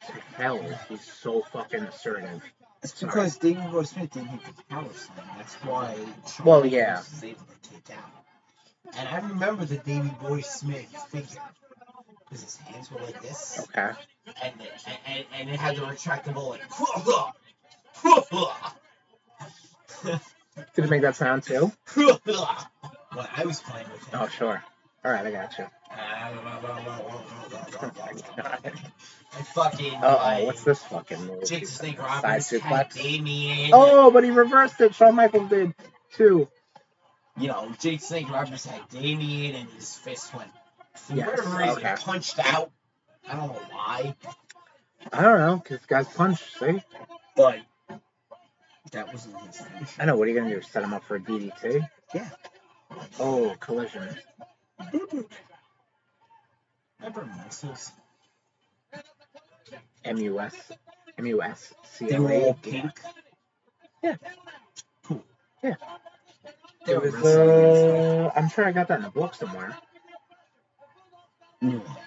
Speaker 2: to hell. He's so fucking assertive.
Speaker 7: It's because David Boy Smith didn't hit the power slam. That's why. Shawn
Speaker 2: Well,
Speaker 7: Michaels
Speaker 2: yeah.
Speaker 7: Was able to take out. And I remember the Davey Boy Smith figure. Because his hands were like this,
Speaker 2: Okay.
Speaker 7: and it, and, and it had the retractable like.
Speaker 2: Did it make that sound too?
Speaker 7: What I was playing with him.
Speaker 2: Oh, sure. All right, I got you.
Speaker 7: I fucking.
Speaker 2: Uh
Speaker 7: like,
Speaker 2: oh, what's this fucking move?
Speaker 7: Jake the Snake
Speaker 2: Side
Speaker 7: Roberts had
Speaker 2: suplex.
Speaker 7: Damien.
Speaker 2: Oh, but he reversed it. Shawn Michaels did too.
Speaker 7: you know, Jake Snake Roberts had Damien and his fist went for
Speaker 2: Yes,
Speaker 7: whatever reason
Speaker 2: okay.
Speaker 7: punched out. I don't know why,
Speaker 2: I don't know, because guys punched. See,
Speaker 7: but that wasn't his thing.
Speaker 2: I know. What are you gonna do? Set him up for a DDT?
Speaker 7: Yeah.
Speaker 2: Oh, collision.
Speaker 7: Remember muscles?
Speaker 2: MUS. MUS.
Speaker 7: They were all
Speaker 2: CLA.
Speaker 7: pink.
Speaker 2: Yeah.
Speaker 7: Cool.
Speaker 2: Yeah.
Speaker 7: They
Speaker 2: It
Speaker 7: were
Speaker 2: was.
Speaker 7: wrestling
Speaker 2: Uh, I'm sure I got that in a book somewhere.
Speaker 7: against, like,
Speaker 2: Mm.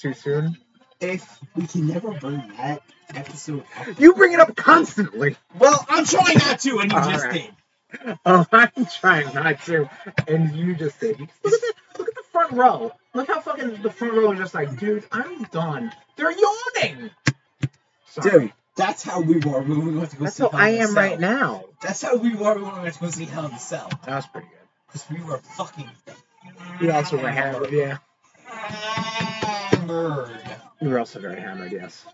Speaker 2: Too soon.
Speaker 7: If we can never bring that episode up.
Speaker 2: You bring it up constantly.
Speaker 7: Well, I'm trying not to, and you
Speaker 2: All
Speaker 7: just
Speaker 2: right.
Speaker 7: did.
Speaker 2: Oh, I'm trying not to, and you just did. Look at the look at the front row. Look how fucking the front row is just like, dude, I'm done. They're yawning. Sorry.
Speaker 7: Dude, that's how we were when we went to go
Speaker 2: that's
Speaker 7: see
Speaker 2: how
Speaker 7: Hell in
Speaker 2: I
Speaker 7: a
Speaker 2: am
Speaker 7: Cell.
Speaker 2: right now.
Speaker 7: That's how we were when we went to go see Hell in a Cell.
Speaker 2: That's pretty good.
Speaker 7: Because we were fucking
Speaker 2: You also were hammered, yeah.
Speaker 7: hammered.
Speaker 2: You were also very hammered, yes.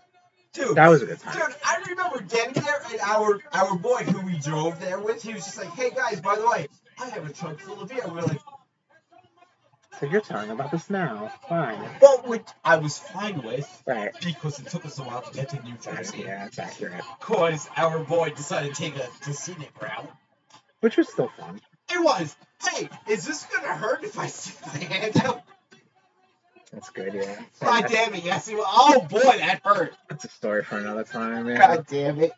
Speaker 7: Dude,
Speaker 2: That was a good
Speaker 7: dude,
Speaker 2: time.
Speaker 7: I remember getting there and our our boy who we drove there with, he was just like, hey guys, by the way, I have a trunk full of beer. We're like,
Speaker 2: So you're talking about this now. Fine.
Speaker 7: well, which I was fine with
Speaker 2: Right.
Speaker 7: because it took us a while to get to New
Speaker 2: That's-
Speaker 7: Jersey.
Speaker 2: Yeah, that's accurate.
Speaker 7: Because our boy decided to take a the scenic route.
Speaker 2: Which was still fun.
Speaker 7: It was, hey, is this gonna hurt if I stick my hand out?
Speaker 2: That's good, yeah.
Speaker 7: God
Speaker 2: That's,
Speaker 7: damn it, yes, it was. Oh boy, that hurt.
Speaker 2: that's a story for another time, yeah.
Speaker 7: God damn it.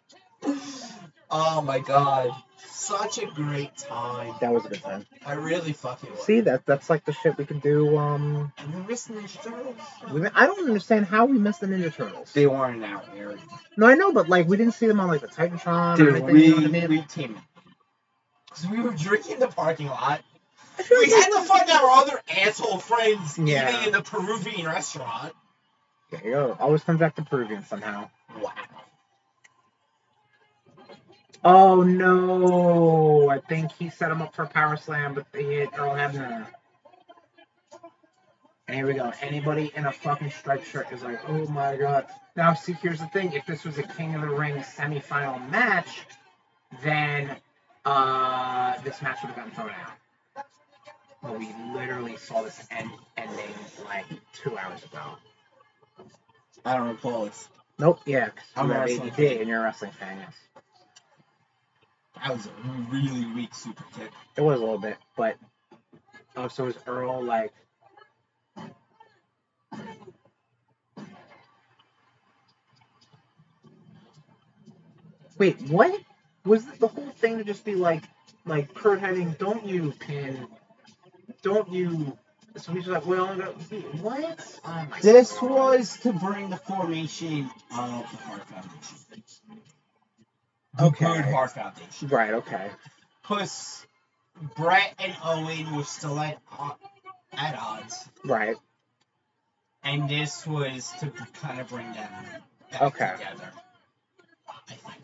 Speaker 7: Oh my god. such a great time.
Speaker 2: That was a good time.
Speaker 7: I really fucking was.
Speaker 2: See that that's like the shit we can do. Um,
Speaker 7: And we missed Ninja Turtles.
Speaker 2: we, I don't understand how we missed the Ninja Turtles.
Speaker 7: They weren't out there.
Speaker 2: No, I know, but like we didn't see them on like the Titantron or
Speaker 7: Dude,
Speaker 2: anything.
Speaker 7: we,
Speaker 2: you know what I mean?
Speaker 7: we teamed. Because we were drinking in the parking lot.
Speaker 2: I feel
Speaker 7: We
Speaker 2: like-
Speaker 7: had to find our other asshole friends
Speaker 2: Yeah.
Speaker 7: eating in the Peruvian restaurant.
Speaker 2: There you go. Always comes back to Peruvian somehow.
Speaker 7: Wow.
Speaker 2: Oh no! I think he set him up for a power slam, but they hit Earl Hebner. And here we go. Anybody in a fucking striped shirt is like, oh my god. Now, see, here's the thing. If this was a King of the Ring semifinal match, then uh, this match would have gotten thrown out. But we literally saw this end ending like two hours ago.
Speaker 7: I don't recall. It's,
Speaker 2: Nope. Yeah. 'cause
Speaker 7: I'm a
Speaker 2: you're an
Speaker 7: wrestling
Speaker 2: AED
Speaker 7: fan.
Speaker 2: and you're a wrestling fan. Yes.
Speaker 7: that was a really weak super kick.
Speaker 2: It was a little bit, but oh, so is Earl like? Wait, what was the whole thing to just be like, like Kurt Henning? Don't you pin? Don't you? So he's like, well, no, what? Oh my
Speaker 7: This
Speaker 2: God.
Speaker 7: was to bring the formation of the Heart Foundation. The
Speaker 2: Okay.
Speaker 7: Good Heart Foundation.
Speaker 2: right. Okay.
Speaker 7: Plus, Brett and Owen were still at, o- at odds,
Speaker 2: Right.
Speaker 7: and this was to kind of bring them back
Speaker 2: Okay.
Speaker 7: together. I think.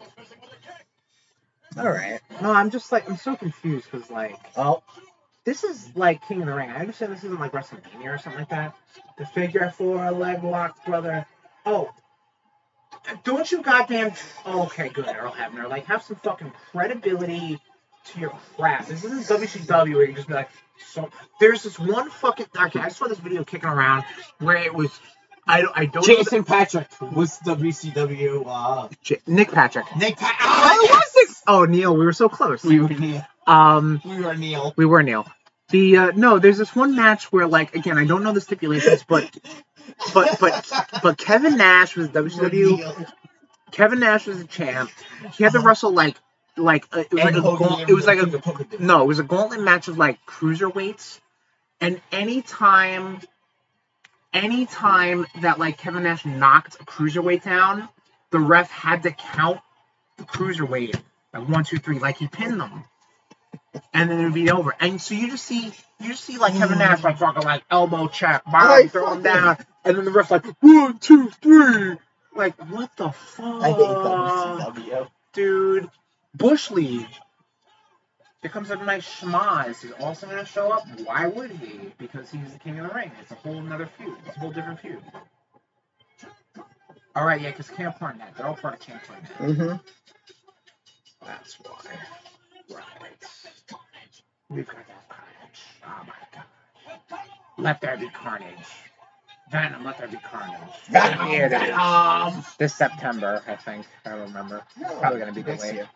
Speaker 2: All right. No, I'm just like I'm so confused because like
Speaker 7: Oh,
Speaker 2: this is like King of the Ring. I understand this isn't like WrestleMania or something like that. The figure four leg lock, brother. Oh, don't you goddamn? Oh, okay, good, Earl Hebner. Like, have some fucking credibility to your crap. This isn't WCW where you just be like, so. There's this one fucking. Okay, I saw this video kicking around where it was. I don't. I don't. know
Speaker 1: Jason Patrick was WCW. Uh,
Speaker 2: the- J- Nick Patrick.
Speaker 7: Nick Pat.
Speaker 2: Oh,
Speaker 7: Oh,
Speaker 2: it was Nick- oh, Neil, we were so close.
Speaker 7: We were Neil.
Speaker 2: Um.
Speaker 7: We were Neil.
Speaker 2: We were Neil. The uh, no, there's this one match where like again I don't know the stipulations, but but but but Kevin Nash was
Speaker 7: We're
Speaker 2: WCW.
Speaker 7: Neil.
Speaker 2: Kevin Nash was a champ. He had to wrestle like like uh, it was like
Speaker 7: And
Speaker 2: a
Speaker 7: Hogan
Speaker 2: gaunt,
Speaker 7: and
Speaker 2: it was like a
Speaker 7: King of Poker.
Speaker 2: no, it was a gauntlet match of like cruiserweights. And anytime anytime that like Kevin Nash knocked a cruiserweight down, the ref had to count the cruiserweight like one, two, three, like he pinned them. And then it would be over. And so you just see you just see like Kevin Nash like fucking like elbow check, bottom
Speaker 7: I
Speaker 2: throw him
Speaker 7: fucking-
Speaker 2: down, and then the ref's like one, two, three. Like what the fuck?
Speaker 7: I hate WCW.
Speaker 2: dude. Bush League. Here comes up nice schmaz. He's also going to show up. Why would he? Because he's the king of the ring. It's a whole another feud. It's a whole different feud. All right, yeah, because Camp Cornet. They're all part of Camp Cornet.
Speaker 7: Mm-hmm.
Speaker 2: That's why. Right. We've got that carnage. Oh my god. Let there be carnage. Venom, let there be carnage.
Speaker 7: Venom,
Speaker 2: Here it is.
Speaker 7: Venom.
Speaker 2: This September, I think. I don't remember. Probably gonna be
Speaker 7: Next
Speaker 2: delayed.
Speaker 7: year.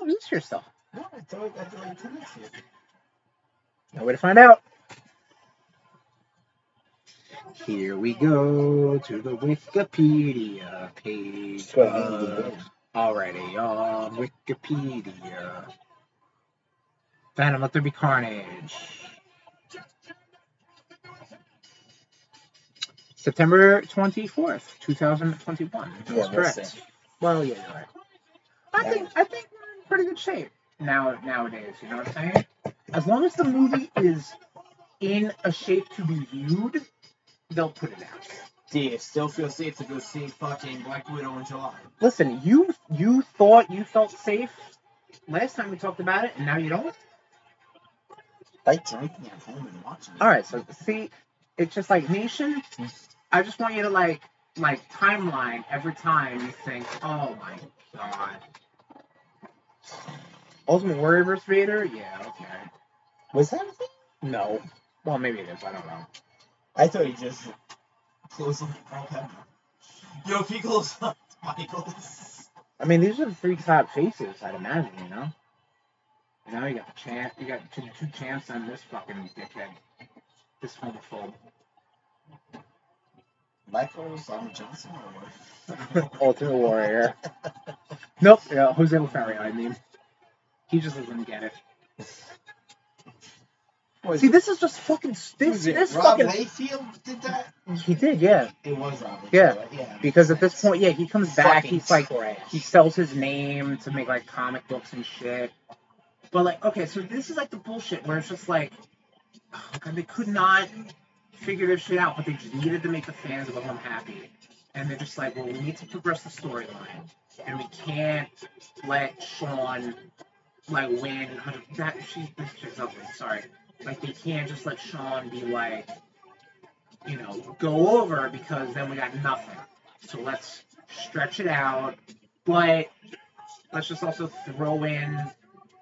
Speaker 2: Oh, lose yourself.
Speaker 7: No, I don't. I don't do this year.
Speaker 2: No way to find out. Here we go to the Wikipedia page. Uh, of- Already on Wikipedia. Phantom, let there be carnage. September 24th, 2021. That's
Speaker 7: Yeah, that's
Speaker 2: correct. Well, yeah, you're right. I think, I think we're in pretty good shape now nowadays, you know what I'm saying? as long as the movie is in a shape to be viewed, they'll put it out.
Speaker 7: Do you still feel safe to go see fucking Black Widow in July?
Speaker 2: Listen, you you thought you felt safe last time we talked about it, and now you don't.
Speaker 7: Like drinking at home and watching.
Speaker 2: All right, so see, it's just like nation.
Speaker 7: Hmm.
Speaker 2: I just want you to like like timeline every time you think, oh my god, Ultimate Warrior versus Vader. Yeah, okay.
Speaker 7: Was that a thing?
Speaker 2: No, well maybe it is. I don't know.
Speaker 7: I thought you just closed up Carl Pepper. Yo, if he closed up Michaels.
Speaker 2: I mean, these are the three top faces, I'd imagine, you know? And now you got the champ, you got two, two champs on this fucking dickhead. This homophobe.
Speaker 7: Michaels, Simon Johnson, or what?
Speaker 2: Ultimate Warrior. Nope, yeah, Jose Lothario, I mean.
Speaker 3: He just doesn't get it.
Speaker 7: Was,
Speaker 2: See, this is just fucking this.
Speaker 7: was it
Speaker 2: This
Speaker 7: Rob
Speaker 2: fucking.
Speaker 7: Layfield did that?
Speaker 2: He did, yeah.
Speaker 7: It was Rob Layfield.
Speaker 2: Yeah,
Speaker 7: yeah.
Speaker 2: Because at this point, yeah, he comes back.
Speaker 7: Fucking
Speaker 2: He's like,
Speaker 7: trash.
Speaker 2: he sells his name to make like comic books and shit. But like, okay, so this is like the bullshit where it's just like, God, they could not figure this shit out, but they just needed to make the fans of them happy, and they're just like, well, we need to progress the storyline, and we can't let Sean like win. That she's this chick's ugly. Sorry, like they can't just let Sean be like, you know, go over because then we got nothing. So let's stretch it out, but let's just also throw in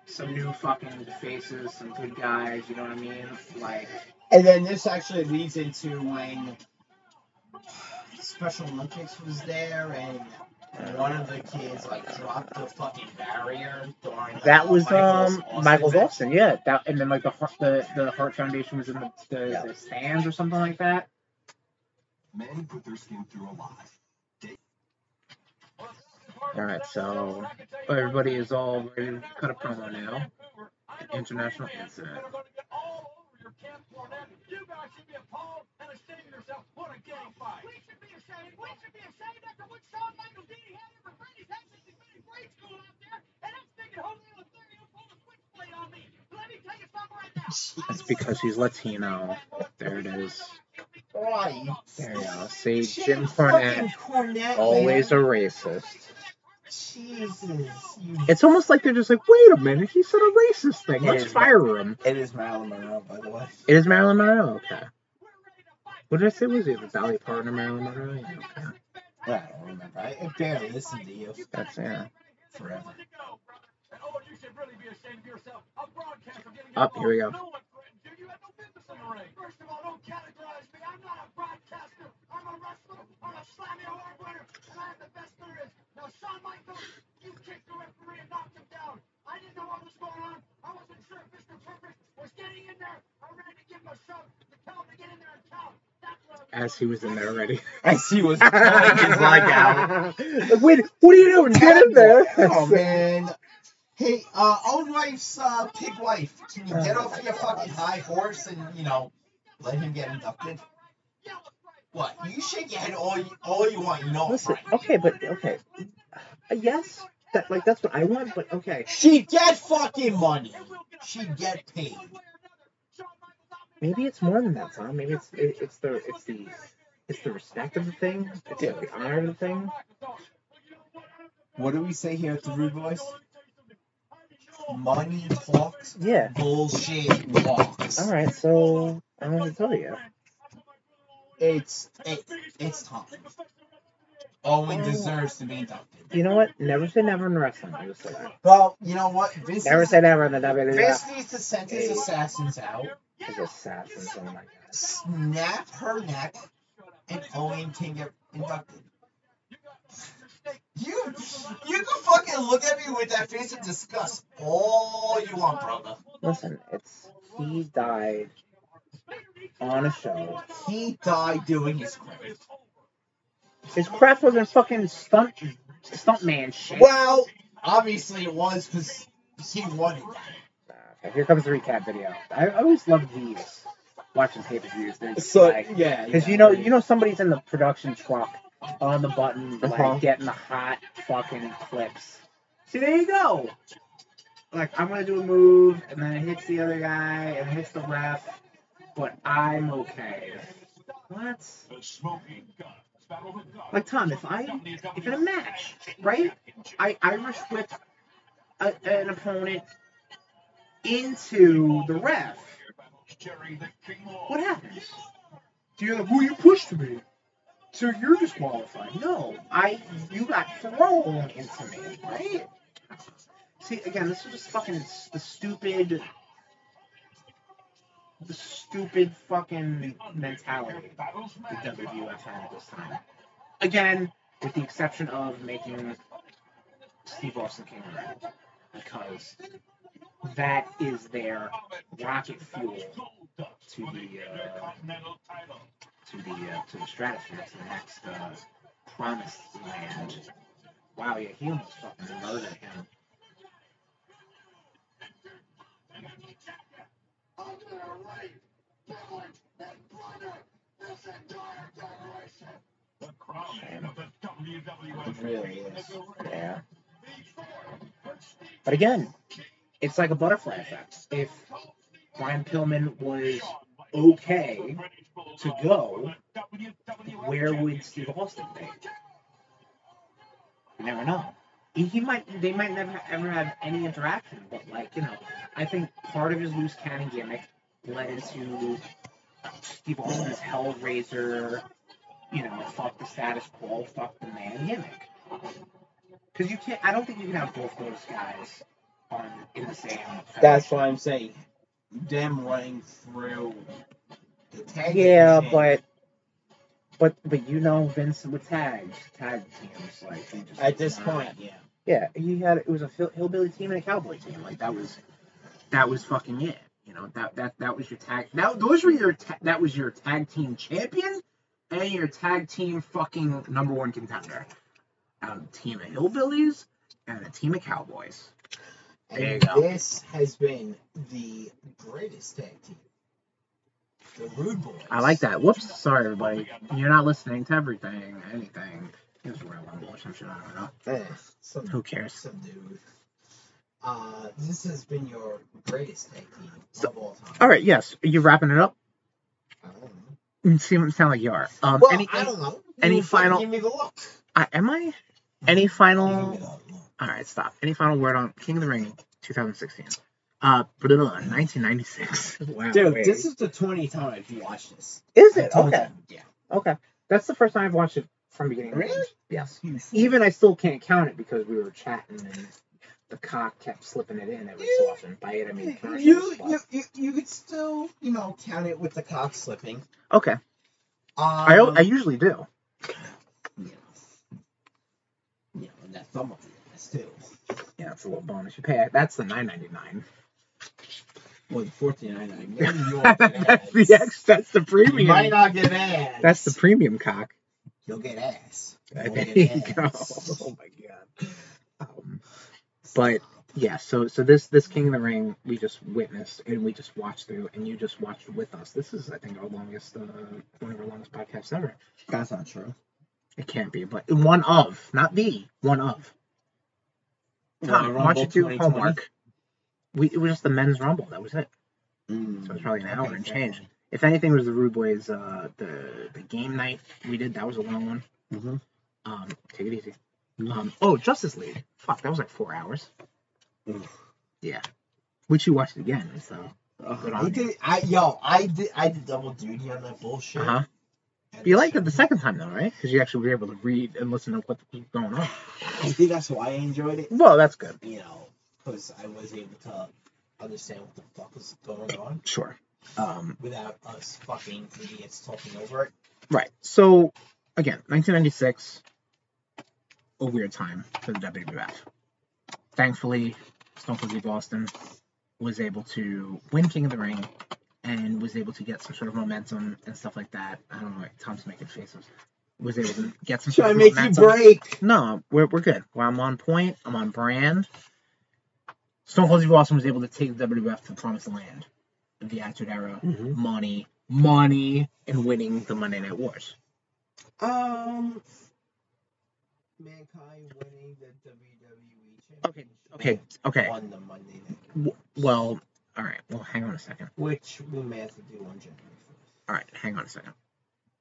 Speaker 2: some new fucking faces, some good guys. You know what I mean? Like,
Speaker 7: And then this actually leads into when Special Olympics was there and one of the kids like dropped the fucking barrier during the
Speaker 2: That was
Speaker 7: Michael's
Speaker 2: um
Speaker 7: Austin
Speaker 2: Michael
Speaker 7: match.
Speaker 2: Dawson, yeah. That and then like the Heart- the the Heart Foundation was in the, the,
Speaker 7: Yeah.
Speaker 2: the stands or something like that.
Speaker 11: Men put their skin through a lot.
Speaker 2: All right, so oh, everybody is all ready to cut a promo now. International incident. It's because he's Latino. There it is.
Speaker 7: Right.
Speaker 2: There you go. See,
Speaker 7: She's
Speaker 2: Jim
Speaker 7: fucking
Speaker 2: Cornette,
Speaker 7: Cornette,
Speaker 2: always a
Speaker 7: man.
Speaker 2: racist.
Speaker 7: Jesus. You...
Speaker 2: It's almost like they're just like, wait a minute, he said a racist thing.
Speaker 7: It
Speaker 2: Let's
Speaker 7: is-
Speaker 2: fire him.
Speaker 7: It is Marilyn Monroe, by the way.
Speaker 2: It is Marilyn Monroe. Okay. What did I say? Was it the Dolly Parton or Marilyn Monroe? Yeah, okay.
Speaker 7: Yeah, I don't remember. I, I barely listened to you
Speaker 2: That's yeah.
Speaker 7: forever.
Speaker 2: Oh, Up here we go. As he was in there already.
Speaker 7: I see what's like his leg out.
Speaker 2: Like, wait, what are you doing? Get in there.
Speaker 7: Oh man. Hey, uh, own wife's uh, pig wife. Can you get off your fucking high horse and you know let him get inducted? What? You shake your head all you, all you want. You know. it's
Speaker 2: Listen,
Speaker 7: right.
Speaker 2: okay, but okay. Uh, yes, that like that's what I want, but okay.
Speaker 7: She get fucking money. She get paid.
Speaker 2: Maybe it's more than that, Tom. Maybe it's it, it's the it's the it's the respect of the thing. It's
Speaker 7: Yeah.
Speaker 2: the honor of the thing.
Speaker 7: What do we say here at the Rude Boys? Money talks.
Speaker 2: Yeah.
Speaker 7: Bullshit walks.
Speaker 2: All right. So I don't know what to tell you.
Speaker 7: It's it, it's time. Owen deserves to be inducted.
Speaker 2: You know what? Never say never in wrestling. I just say that.
Speaker 7: Well, you know what? Vince
Speaker 2: Never
Speaker 7: is-
Speaker 2: say never in the WWE.
Speaker 7: Vince needs to send his assassins out,
Speaker 2: Is assassins. Oh my god.
Speaker 7: snap her neck, and Owen can get inducted. You, you can fucking look at me with that face of disgust all you want, brother.
Speaker 2: Listen, it's he died on a show.
Speaker 7: He died doing his crime.
Speaker 2: His craft wasn't fucking stunt stuntman shit.
Speaker 7: Well, obviously it was because he wanted that.
Speaker 2: Okay, here comes the recap video. I I always love these watching pay per views. They're just like,
Speaker 7: yeah,
Speaker 2: because you know, you know, somebody's in the production truck on the button, like
Speaker 7: Uh-huh.
Speaker 2: getting the hot fucking clips. See, there you go. Like I'm gonna do a move, and then it hits the other guy, and it hits the ref, but I'm okay. What? Like Tom, if I if in a match, right? I Irish whip a, an opponent into the ref. What happens? Do you like, well, you pushed me, so you're disqualified. No, I, you got thrown into me, right? See, again, this is just fucking s- the stupid, the stupid fucking mentality the WWF had at this time. Again, with the exception of making Steve Austin King of the Ring, because that is their rocket fuel to the uh, to the uh, to the stratosphere, to the next uh, promised land. Wow, yeah, he almost fucking murdered him.
Speaker 10: their right, talent, and plunder this entire generation. The crown of the WWF.
Speaker 2: really is.
Speaker 10: The reign
Speaker 2: Yeah.
Speaker 10: before
Speaker 2: But again, it's like a butterfly effect. If Brian Pillman was okay to go, where would Steve Austin be? You never know. He, he might. They might never ever have any interaction. But like you know, I think part of his loose cannon gimmick led into Steve Austin's Hellraiser. You know, fuck the status quo, fuck the man gimmick. Because you can't. I don't think you can have both those guys on in the same.
Speaker 7: That's what I'm saying. Them running through the tag.
Speaker 2: Yeah,
Speaker 7: team.
Speaker 2: but but but you know Vince with tags, tag teams like he just
Speaker 7: at this
Speaker 2: uh,
Speaker 7: point, yeah.
Speaker 2: Yeah, he had it was a hill- hillbilly team and a cowboy team. Like that was that was fucking it. You know that that that was your tag. That those were your ta- that was your tag team champion and your tag team fucking number one contender. Um, team of hillbillies and a team of cowboys. There you
Speaker 7: And
Speaker 2: go.
Speaker 7: this has been the greatest tag team. The Rude Boys.
Speaker 2: I like that. Whoops, sorry everybody. You're not listening to everything, anything. It was a Royal Rumble or some shit. I don't know.
Speaker 7: Eh, some,
Speaker 2: Who cares?
Speaker 7: some dude. Uh, this has been your greatest tag team
Speaker 2: So-
Speaker 7: of all time.
Speaker 2: All right, yes, you wrapping it up.
Speaker 7: I don't know.
Speaker 2: You seem sound like you are. Um,
Speaker 7: Well,
Speaker 2: any,
Speaker 7: I don't know.
Speaker 2: any
Speaker 7: You fucking
Speaker 2: final-
Speaker 7: Give me the look.
Speaker 2: I, am I? Any final?
Speaker 7: You give me the look.
Speaker 2: All right, stop. Any final word on King of the Ring 2016? Uh, blah, blah, blah, 1996. Wow.
Speaker 7: Dude,
Speaker 2: wait.
Speaker 7: this is the 20th time I've watched this.
Speaker 2: is
Speaker 7: I
Speaker 2: it
Speaker 7: told
Speaker 2: okay?
Speaker 7: you. Yeah.
Speaker 2: Okay, that's the first time I've watched it from beginning. to
Speaker 7: Really?
Speaker 2: end. Yes. Even I still can't count it because we were chatting and the cock kept slipping it in every so often. By it I mean commercials.
Speaker 7: You,
Speaker 2: but-
Speaker 7: you, you, you could still, you know, count it with the cock slipping.
Speaker 2: Okay,
Speaker 7: Um,
Speaker 2: I, al- I usually do.
Speaker 7: Yeah. Yeah, and that thumb up the ass too.
Speaker 2: Yeah, that's a little bonus. You pay. That's the 9.99.
Speaker 7: Well, the 1499. maybe you'll get
Speaker 2: that's
Speaker 7: ass.
Speaker 2: the ex. That's the
Speaker 7: You
Speaker 2: premium.
Speaker 7: might not get ass.
Speaker 2: That's the premium cock.
Speaker 7: You'll get ass.
Speaker 2: There
Speaker 7: You'll get
Speaker 2: you go.
Speaker 7: ass.
Speaker 2: Oh my god. Um, but yeah, so so this this King of the Ring we just witnessed and we just watched through and you just watched with us. This is I think our longest uh, one of our longest podcasts ever.
Speaker 7: That's not true.
Speaker 2: It can't be, but one of, not the one of. Tom, why don't you do homework? We it was just the men's rumble. That was it.
Speaker 7: Mm.
Speaker 2: So it's probably an hour
Speaker 7: Okay,
Speaker 2: and
Speaker 7: fair
Speaker 2: change. If anything was the Rude Boys, uh, the the game night we did that was a long one.
Speaker 7: Mhm.
Speaker 2: Um, take it easy.
Speaker 7: Mm-hmm.
Speaker 2: Um, oh, Justice League. Fuck, that was like four hours.
Speaker 7: Oof.
Speaker 2: Yeah, which you watched again. So
Speaker 7: Ugh,
Speaker 2: Good
Speaker 7: I
Speaker 2: on
Speaker 7: did. I yo. I did. I did double duty on that bullshit.
Speaker 2: uh huh.
Speaker 7: And
Speaker 2: You liked it the second time though, right? Because you actually were able to read and listen to what was going on.
Speaker 7: I think that's why I enjoyed it.
Speaker 2: Well, that's good.
Speaker 7: You know, because I was able to understand what the fuck was going on
Speaker 2: Sure. Um,
Speaker 7: without us fucking idiots talking over it.
Speaker 2: Right. So again, 1996, a weird time for the WWF. Thankfully, Stone Cold Steve Austin was able to win King of the Ring and was able to get some sort of momentum and stuff like that. I don't know. Like, Tom's making faces. Was able to get some. sort
Speaker 7: Trying
Speaker 2: of
Speaker 7: to make you
Speaker 2: momentum.
Speaker 7: break.
Speaker 2: No, we're, we're good. Well, I'm on point. I'm on brand. Stone Cold Steve Austin was able to take the WWF to the promised land, the Attitude Era,
Speaker 7: Mhm.
Speaker 2: money, money, and winning the Monday Night Wars.
Speaker 7: Um, mankind winning the WWE
Speaker 2: Okay,
Speaker 7: championship.
Speaker 2: Okay, okay.
Speaker 7: On the Monday night,
Speaker 2: W- Well, all right. Well, hang on a second.
Speaker 7: which we may have to do on January first.
Speaker 2: All right, hang on a second.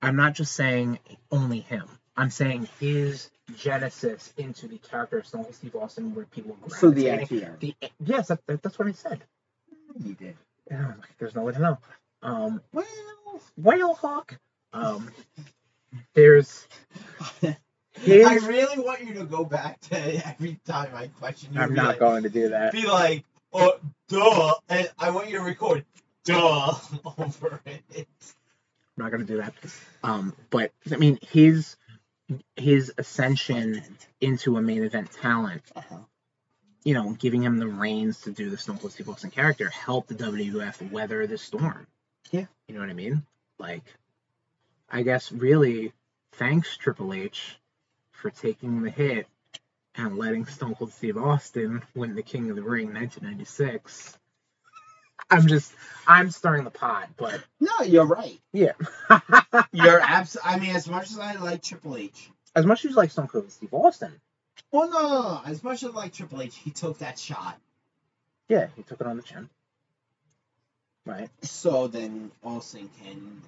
Speaker 2: I'm not just saying only him. I'm saying his genesis into the character of Stone Cold Steve Austin, where people gravitated- the yes, that, that, that's what I said.
Speaker 7: You did.
Speaker 2: Yeah, There's no way to know. Um,
Speaker 7: Well,
Speaker 2: whale hawk. Um, there's his.
Speaker 7: I really want you to go back to every time I question you.
Speaker 2: I'm
Speaker 7: be
Speaker 2: not
Speaker 7: like,
Speaker 2: going to do that.
Speaker 7: Be like, oh, duh, and I want you to record duh over it.
Speaker 2: I'm not gonna do that. Um, but I mean his his ascension into a main event talent,
Speaker 7: Uh-huh.
Speaker 2: you know, giving him the reins to do the Stone Cold Steve Austin character helped the WWF weather the storm.
Speaker 7: Yeah.
Speaker 2: You know what I mean? Like, I guess really thanks Triple H for taking the hit and letting Stone Cold Steve Austin win the King of the Ring 1996. I'm just I'm stirring the pot, but
Speaker 7: No, you're right.
Speaker 2: yeah.
Speaker 7: You're abs. I mean, as much as I like Triple H,
Speaker 2: as much as you like Stone Cold Steve Austin,
Speaker 7: well, no, no, no, as much as I like Triple H, he took that shot.
Speaker 2: yeah, he took it on the chin. Right,
Speaker 7: So then Austin can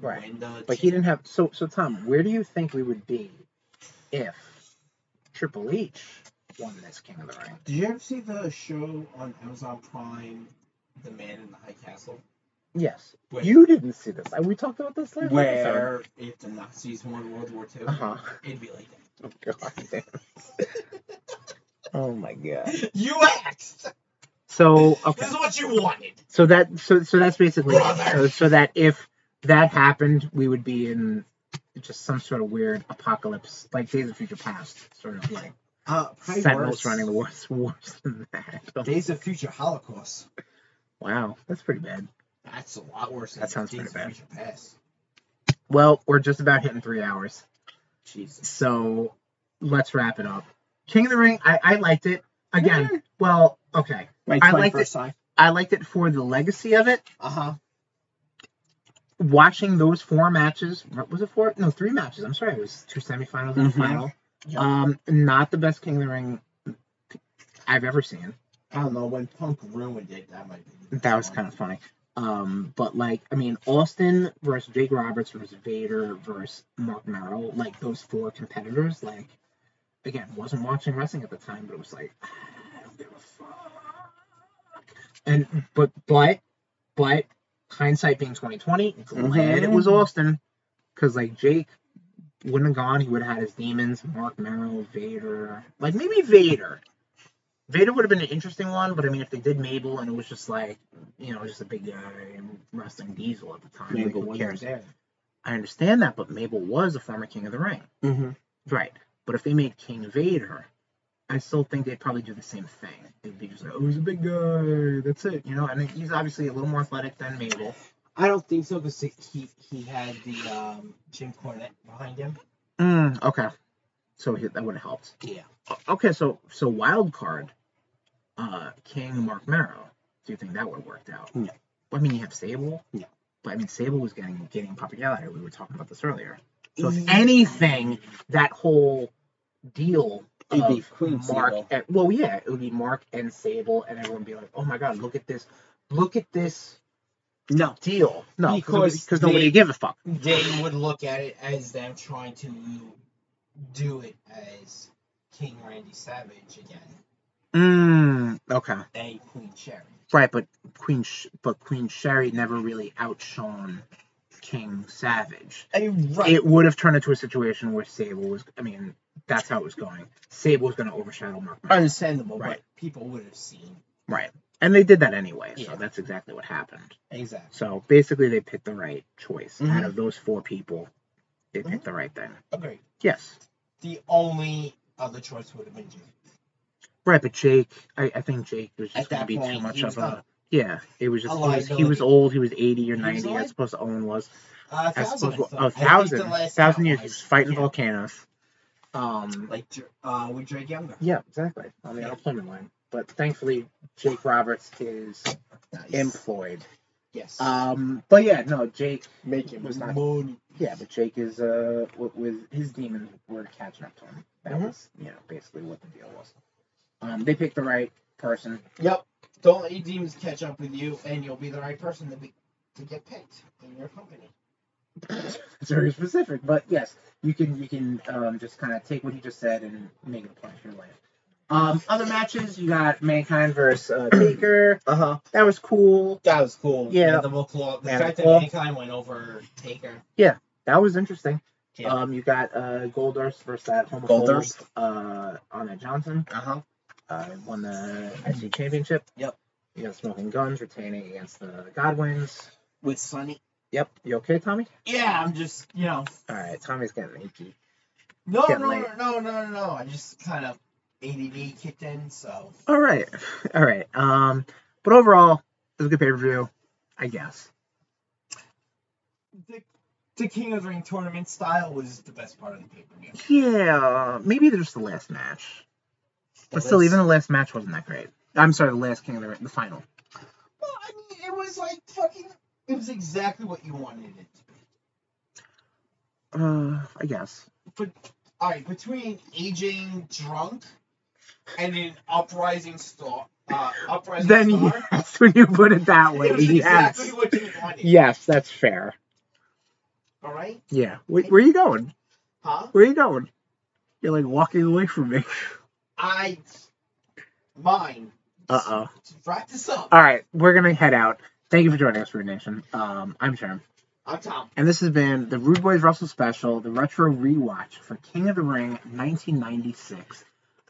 Speaker 2: right.
Speaker 7: win the.
Speaker 2: But he didn't have so so Tom, where do you think we would be if Triple H won this King of the Ring?
Speaker 7: Did you ever see the show on Amazon Prime, The Man in the High Castle?
Speaker 2: Yes.
Speaker 7: Where,
Speaker 2: You didn't see this. Uh, We talked about this last episode.
Speaker 7: where if the Nazis won World War II,
Speaker 2: Uh-huh.
Speaker 7: it'd be like that.
Speaker 2: Oh, God damn. oh my god.
Speaker 7: You asked.
Speaker 2: So okay.
Speaker 7: This is what you wanted.
Speaker 2: So that so so that's basically it.
Speaker 7: Brother.
Speaker 2: so so that if that happened, we would be in just some sort of weird apocalypse, like Days of Future Past, sort of like
Speaker 7: Uh, probably
Speaker 2: Sentinels
Speaker 7: worse.
Speaker 2: running the worse worse than that.
Speaker 7: Days of Future Holocaust.
Speaker 2: Wow, that's pretty bad.
Speaker 7: That's a lot worse. Than
Speaker 2: That sounds
Speaker 7: Days
Speaker 2: pretty
Speaker 7: of
Speaker 2: bad.
Speaker 7: Future Past.
Speaker 2: Well, we're just about hitting three hours.
Speaker 7: Jesus.
Speaker 2: So let's wrap it up. King of the Ring, I, I liked it. Again, well, okay.
Speaker 7: My
Speaker 2: I liked it.
Speaker 7: time.
Speaker 2: I liked it for the legacy of it.
Speaker 7: Uh huh.
Speaker 2: Watching those four matches, what was it four? No, three matches. I'm sorry, it was two semifinals and a
Speaker 7: Mhm.
Speaker 2: final.
Speaker 7: Yeah.
Speaker 2: Um, not the best King of the Ring I've ever seen.
Speaker 7: I don't know when Punk ruined it. That might be.
Speaker 2: That was kind of funny. Um, but like, I mean, Austin versus Jake Roberts versus Vader versus Mark Merrill, like those four competitors, like, again, wasn't watching wrestling at the time, but it was like, I don't give a fuck. And but but but hindsight being twenty twenty,
Speaker 7: Mm-hmm.
Speaker 2: glad it was Austin, because like Jake wouldn't have gone, he would have had his demons, Mark Merrill, Vader, like maybe Vader. Vader would have been an interesting one, but I mean, if they did Mabel and it was just like, you know, just a big guy wrestling Diesel at the time, like,
Speaker 7: Mabel
Speaker 2: who
Speaker 7: wasn't
Speaker 2: cares?
Speaker 7: there.
Speaker 2: I understand that, but Mabel was a former King of the Ring.
Speaker 7: Mm-hmm.
Speaker 2: Right. But if they made King Vader, I still think they'd probably do the same thing. They'd be just like, oh, he's a big guy. That's it. You know, and then he's obviously a little more athletic than Mabel.
Speaker 7: I don't think so because he he had the um, Jim Cornette behind him.
Speaker 2: Mm, okay. So he, that would have helped.
Speaker 7: Yeah.
Speaker 2: O- Okay, so so wild card, uh, King Mark Merrow. Do you think that would have worked out?
Speaker 7: No.
Speaker 2: But, I mean, you have Sable.
Speaker 7: No.
Speaker 2: But I mean, Sable was getting getting popularity. We were talking about this earlier. So
Speaker 7: Mm.
Speaker 2: if anything, that whole deal
Speaker 7: It'd be
Speaker 2: of
Speaker 7: Queen
Speaker 2: Mark.
Speaker 7: Sable.
Speaker 2: And, well, yeah, it would be Mark and Sable, and everyone would be like, "Oh my God, look at this! Look at this
Speaker 7: No,
Speaker 2: deal!" No,
Speaker 7: Because
Speaker 2: because nobody
Speaker 7: they-
Speaker 2: give a fuck.
Speaker 7: they would look at it as them trying to do it as King Randy Savage again
Speaker 2: Mm, okay.
Speaker 7: and Queen Sherry.
Speaker 2: Right, but Queen, Sh- but Queen Sherry never really outshone King Savage.
Speaker 7: I mean,
Speaker 2: It would have turned into a situation where Sable was. I mean, that's how it was going. Sable was going to overshadow Mark. Mercer.
Speaker 7: Understandable,
Speaker 2: Right.
Speaker 7: but people would have seen.
Speaker 2: Right, and they did that anyway.
Speaker 7: Yeah.
Speaker 2: So that's exactly what happened.
Speaker 7: Exactly.
Speaker 2: So basically, they picked the right choice
Speaker 7: Mhm.
Speaker 2: out of those four people. They
Speaker 7: Mm-hmm.
Speaker 2: picked the right thing.
Speaker 7: Agreed.
Speaker 2: Yes,
Speaker 7: The only other choice would have been Jim.
Speaker 2: right, but Jake, I, I think Jake was
Speaker 7: At
Speaker 2: just going to
Speaker 7: that
Speaker 2: be too
Speaker 7: point,
Speaker 2: much
Speaker 7: he was
Speaker 2: of
Speaker 7: done.
Speaker 2: a. Yeah, it was just he was, he
Speaker 7: liability.
Speaker 2: was old. He was eighty or
Speaker 7: was
Speaker 2: ninety.
Speaker 7: li-
Speaker 2: I suppose Owen was.
Speaker 7: Uh,
Speaker 2: I
Speaker 7: thousand,
Speaker 2: suppose
Speaker 7: I
Speaker 2: well,
Speaker 7: thought.
Speaker 2: a
Speaker 7: I think
Speaker 2: oh, thousand,
Speaker 7: the last
Speaker 2: thousand
Speaker 7: count
Speaker 2: years. He
Speaker 7: was-
Speaker 2: was fighting
Speaker 7: yeah.
Speaker 2: volcanoes. Um.
Speaker 7: Like Dr- uh, with Drake Younger.
Speaker 2: Yeah, exactly. On the unemployment line, but thankfully Jake Roberts is
Speaker 7: Nice.
Speaker 2: employed.
Speaker 7: yes.
Speaker 2: Um. But yeah, no, Jake.
Speaker 7: Making
Speaker 2: was not-
Speaker 7: money.
Speaker 2: Yeah, but Jake is uh with, with his demons were catching up to him. That
Speaker 7: Mhm.
Speaker 2: was you know basically what the deal was. Um. They picked the right person.
Speaker 7: Yep. Don't let your demons catch up with you, and you'll be the right person to be to get picked in your company.
Speaker 2: It's very specific, but yes, you can you can um, just kind of take what he just said and make it apply to your life. Um, other matches you got Mankind versus uh, Taker.
Speaker 7: Uh huh.
Speaker 2: That was cool.
Speaker 7: That was cool.
Speaker 2: Yeah.
Speaker 7: Mandible Claw. The
Speaker 2: Mandible
Speaker 7: fact that
Speaker 2: Claw.
Speaker 7: Mankind went over Taker.
Speaker 2: That was interesting.
Speaker 7: Yeah.
Speaker 2: Um, you got uh, Goldust versus that homophobe,
Speaker 7: Goldust.
Speaker 2: uh, Ahmed Johnson,
Speaker 7: Uh
Speaker 1: Uh-huh.
Speaker 7: huh.
Speaker 2: uh, won the IC championship.
Speaker 7: Yep.
Speaker 2: You got Smoking Guns retaining against the Godwins.
Speaker 7: With Sonny.
Speaker 2: Yep. You okay, Tommy?
Speaker 7: Yeah, I'm just you know.
Speaker 2: All right. Tommy's getting achy.
Speaker 7: No,
Speaker 2: Getting
Speaker 7: no, no,
Speaker 2: late.
Speaker 7: no, no, no, no. I just kind of ADD kicked in, so
Speaker 2: All right. All right. Um, but overall, it was a good pay per view, I guess.
Speaker 7: the, the King of the Ring tournament style was the best part of the pay per view.
Speaker 2: Yeah. Maybe just the last match, but still, even the last match wasn't that great. I'm sorry, the last King of the Ring, the final.
Speaker 7: Well, I mean,
Speaker 1: was like fucking. It was exactly what you wanted it to be.
Speaker 2: Uh, I guess.
Speaker 1: All right, between aging drunk and an uprising star, uh, uprising
Speaker 2: Then
Speaker 1: star,
Speaker 2: yes, when you put it that way,
Speaker 1: it was
Speaker 2: yes,
Speaker 1: exactly what you wanted.
Speaker 2: yes, that's fair.
Speaker 1: All right,
Speaker 2: Yeah. Where, where are you going?
Speaker 1: huh?
Speaker 2: Where are you going? You're like walking away from me.
Speaker 1: I, mine.
Speaker 2: Uh oh.
Speaker 1: To wrap this up,
Speaker 2: All right, we're gonna head out. Thank you for joining us, Rude Nation. Um, I'm Sharon.
Speaker 1: I'm Tom.
Speaker 2: And this has been the Rude Boys Russell special, the retro rewatch for King of the Ring 1996.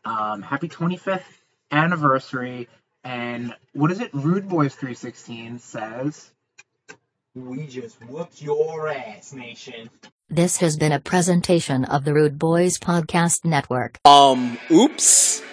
Speaker 2: Um, happy 25th anniversary. And what is it? Rude Boys 316 says.
Speaker 1: We just whooped your ass, nation.
Speaker 13: This has been a presentation of the Rude Boys Podcast Network.
Speaker 14: Um, oops.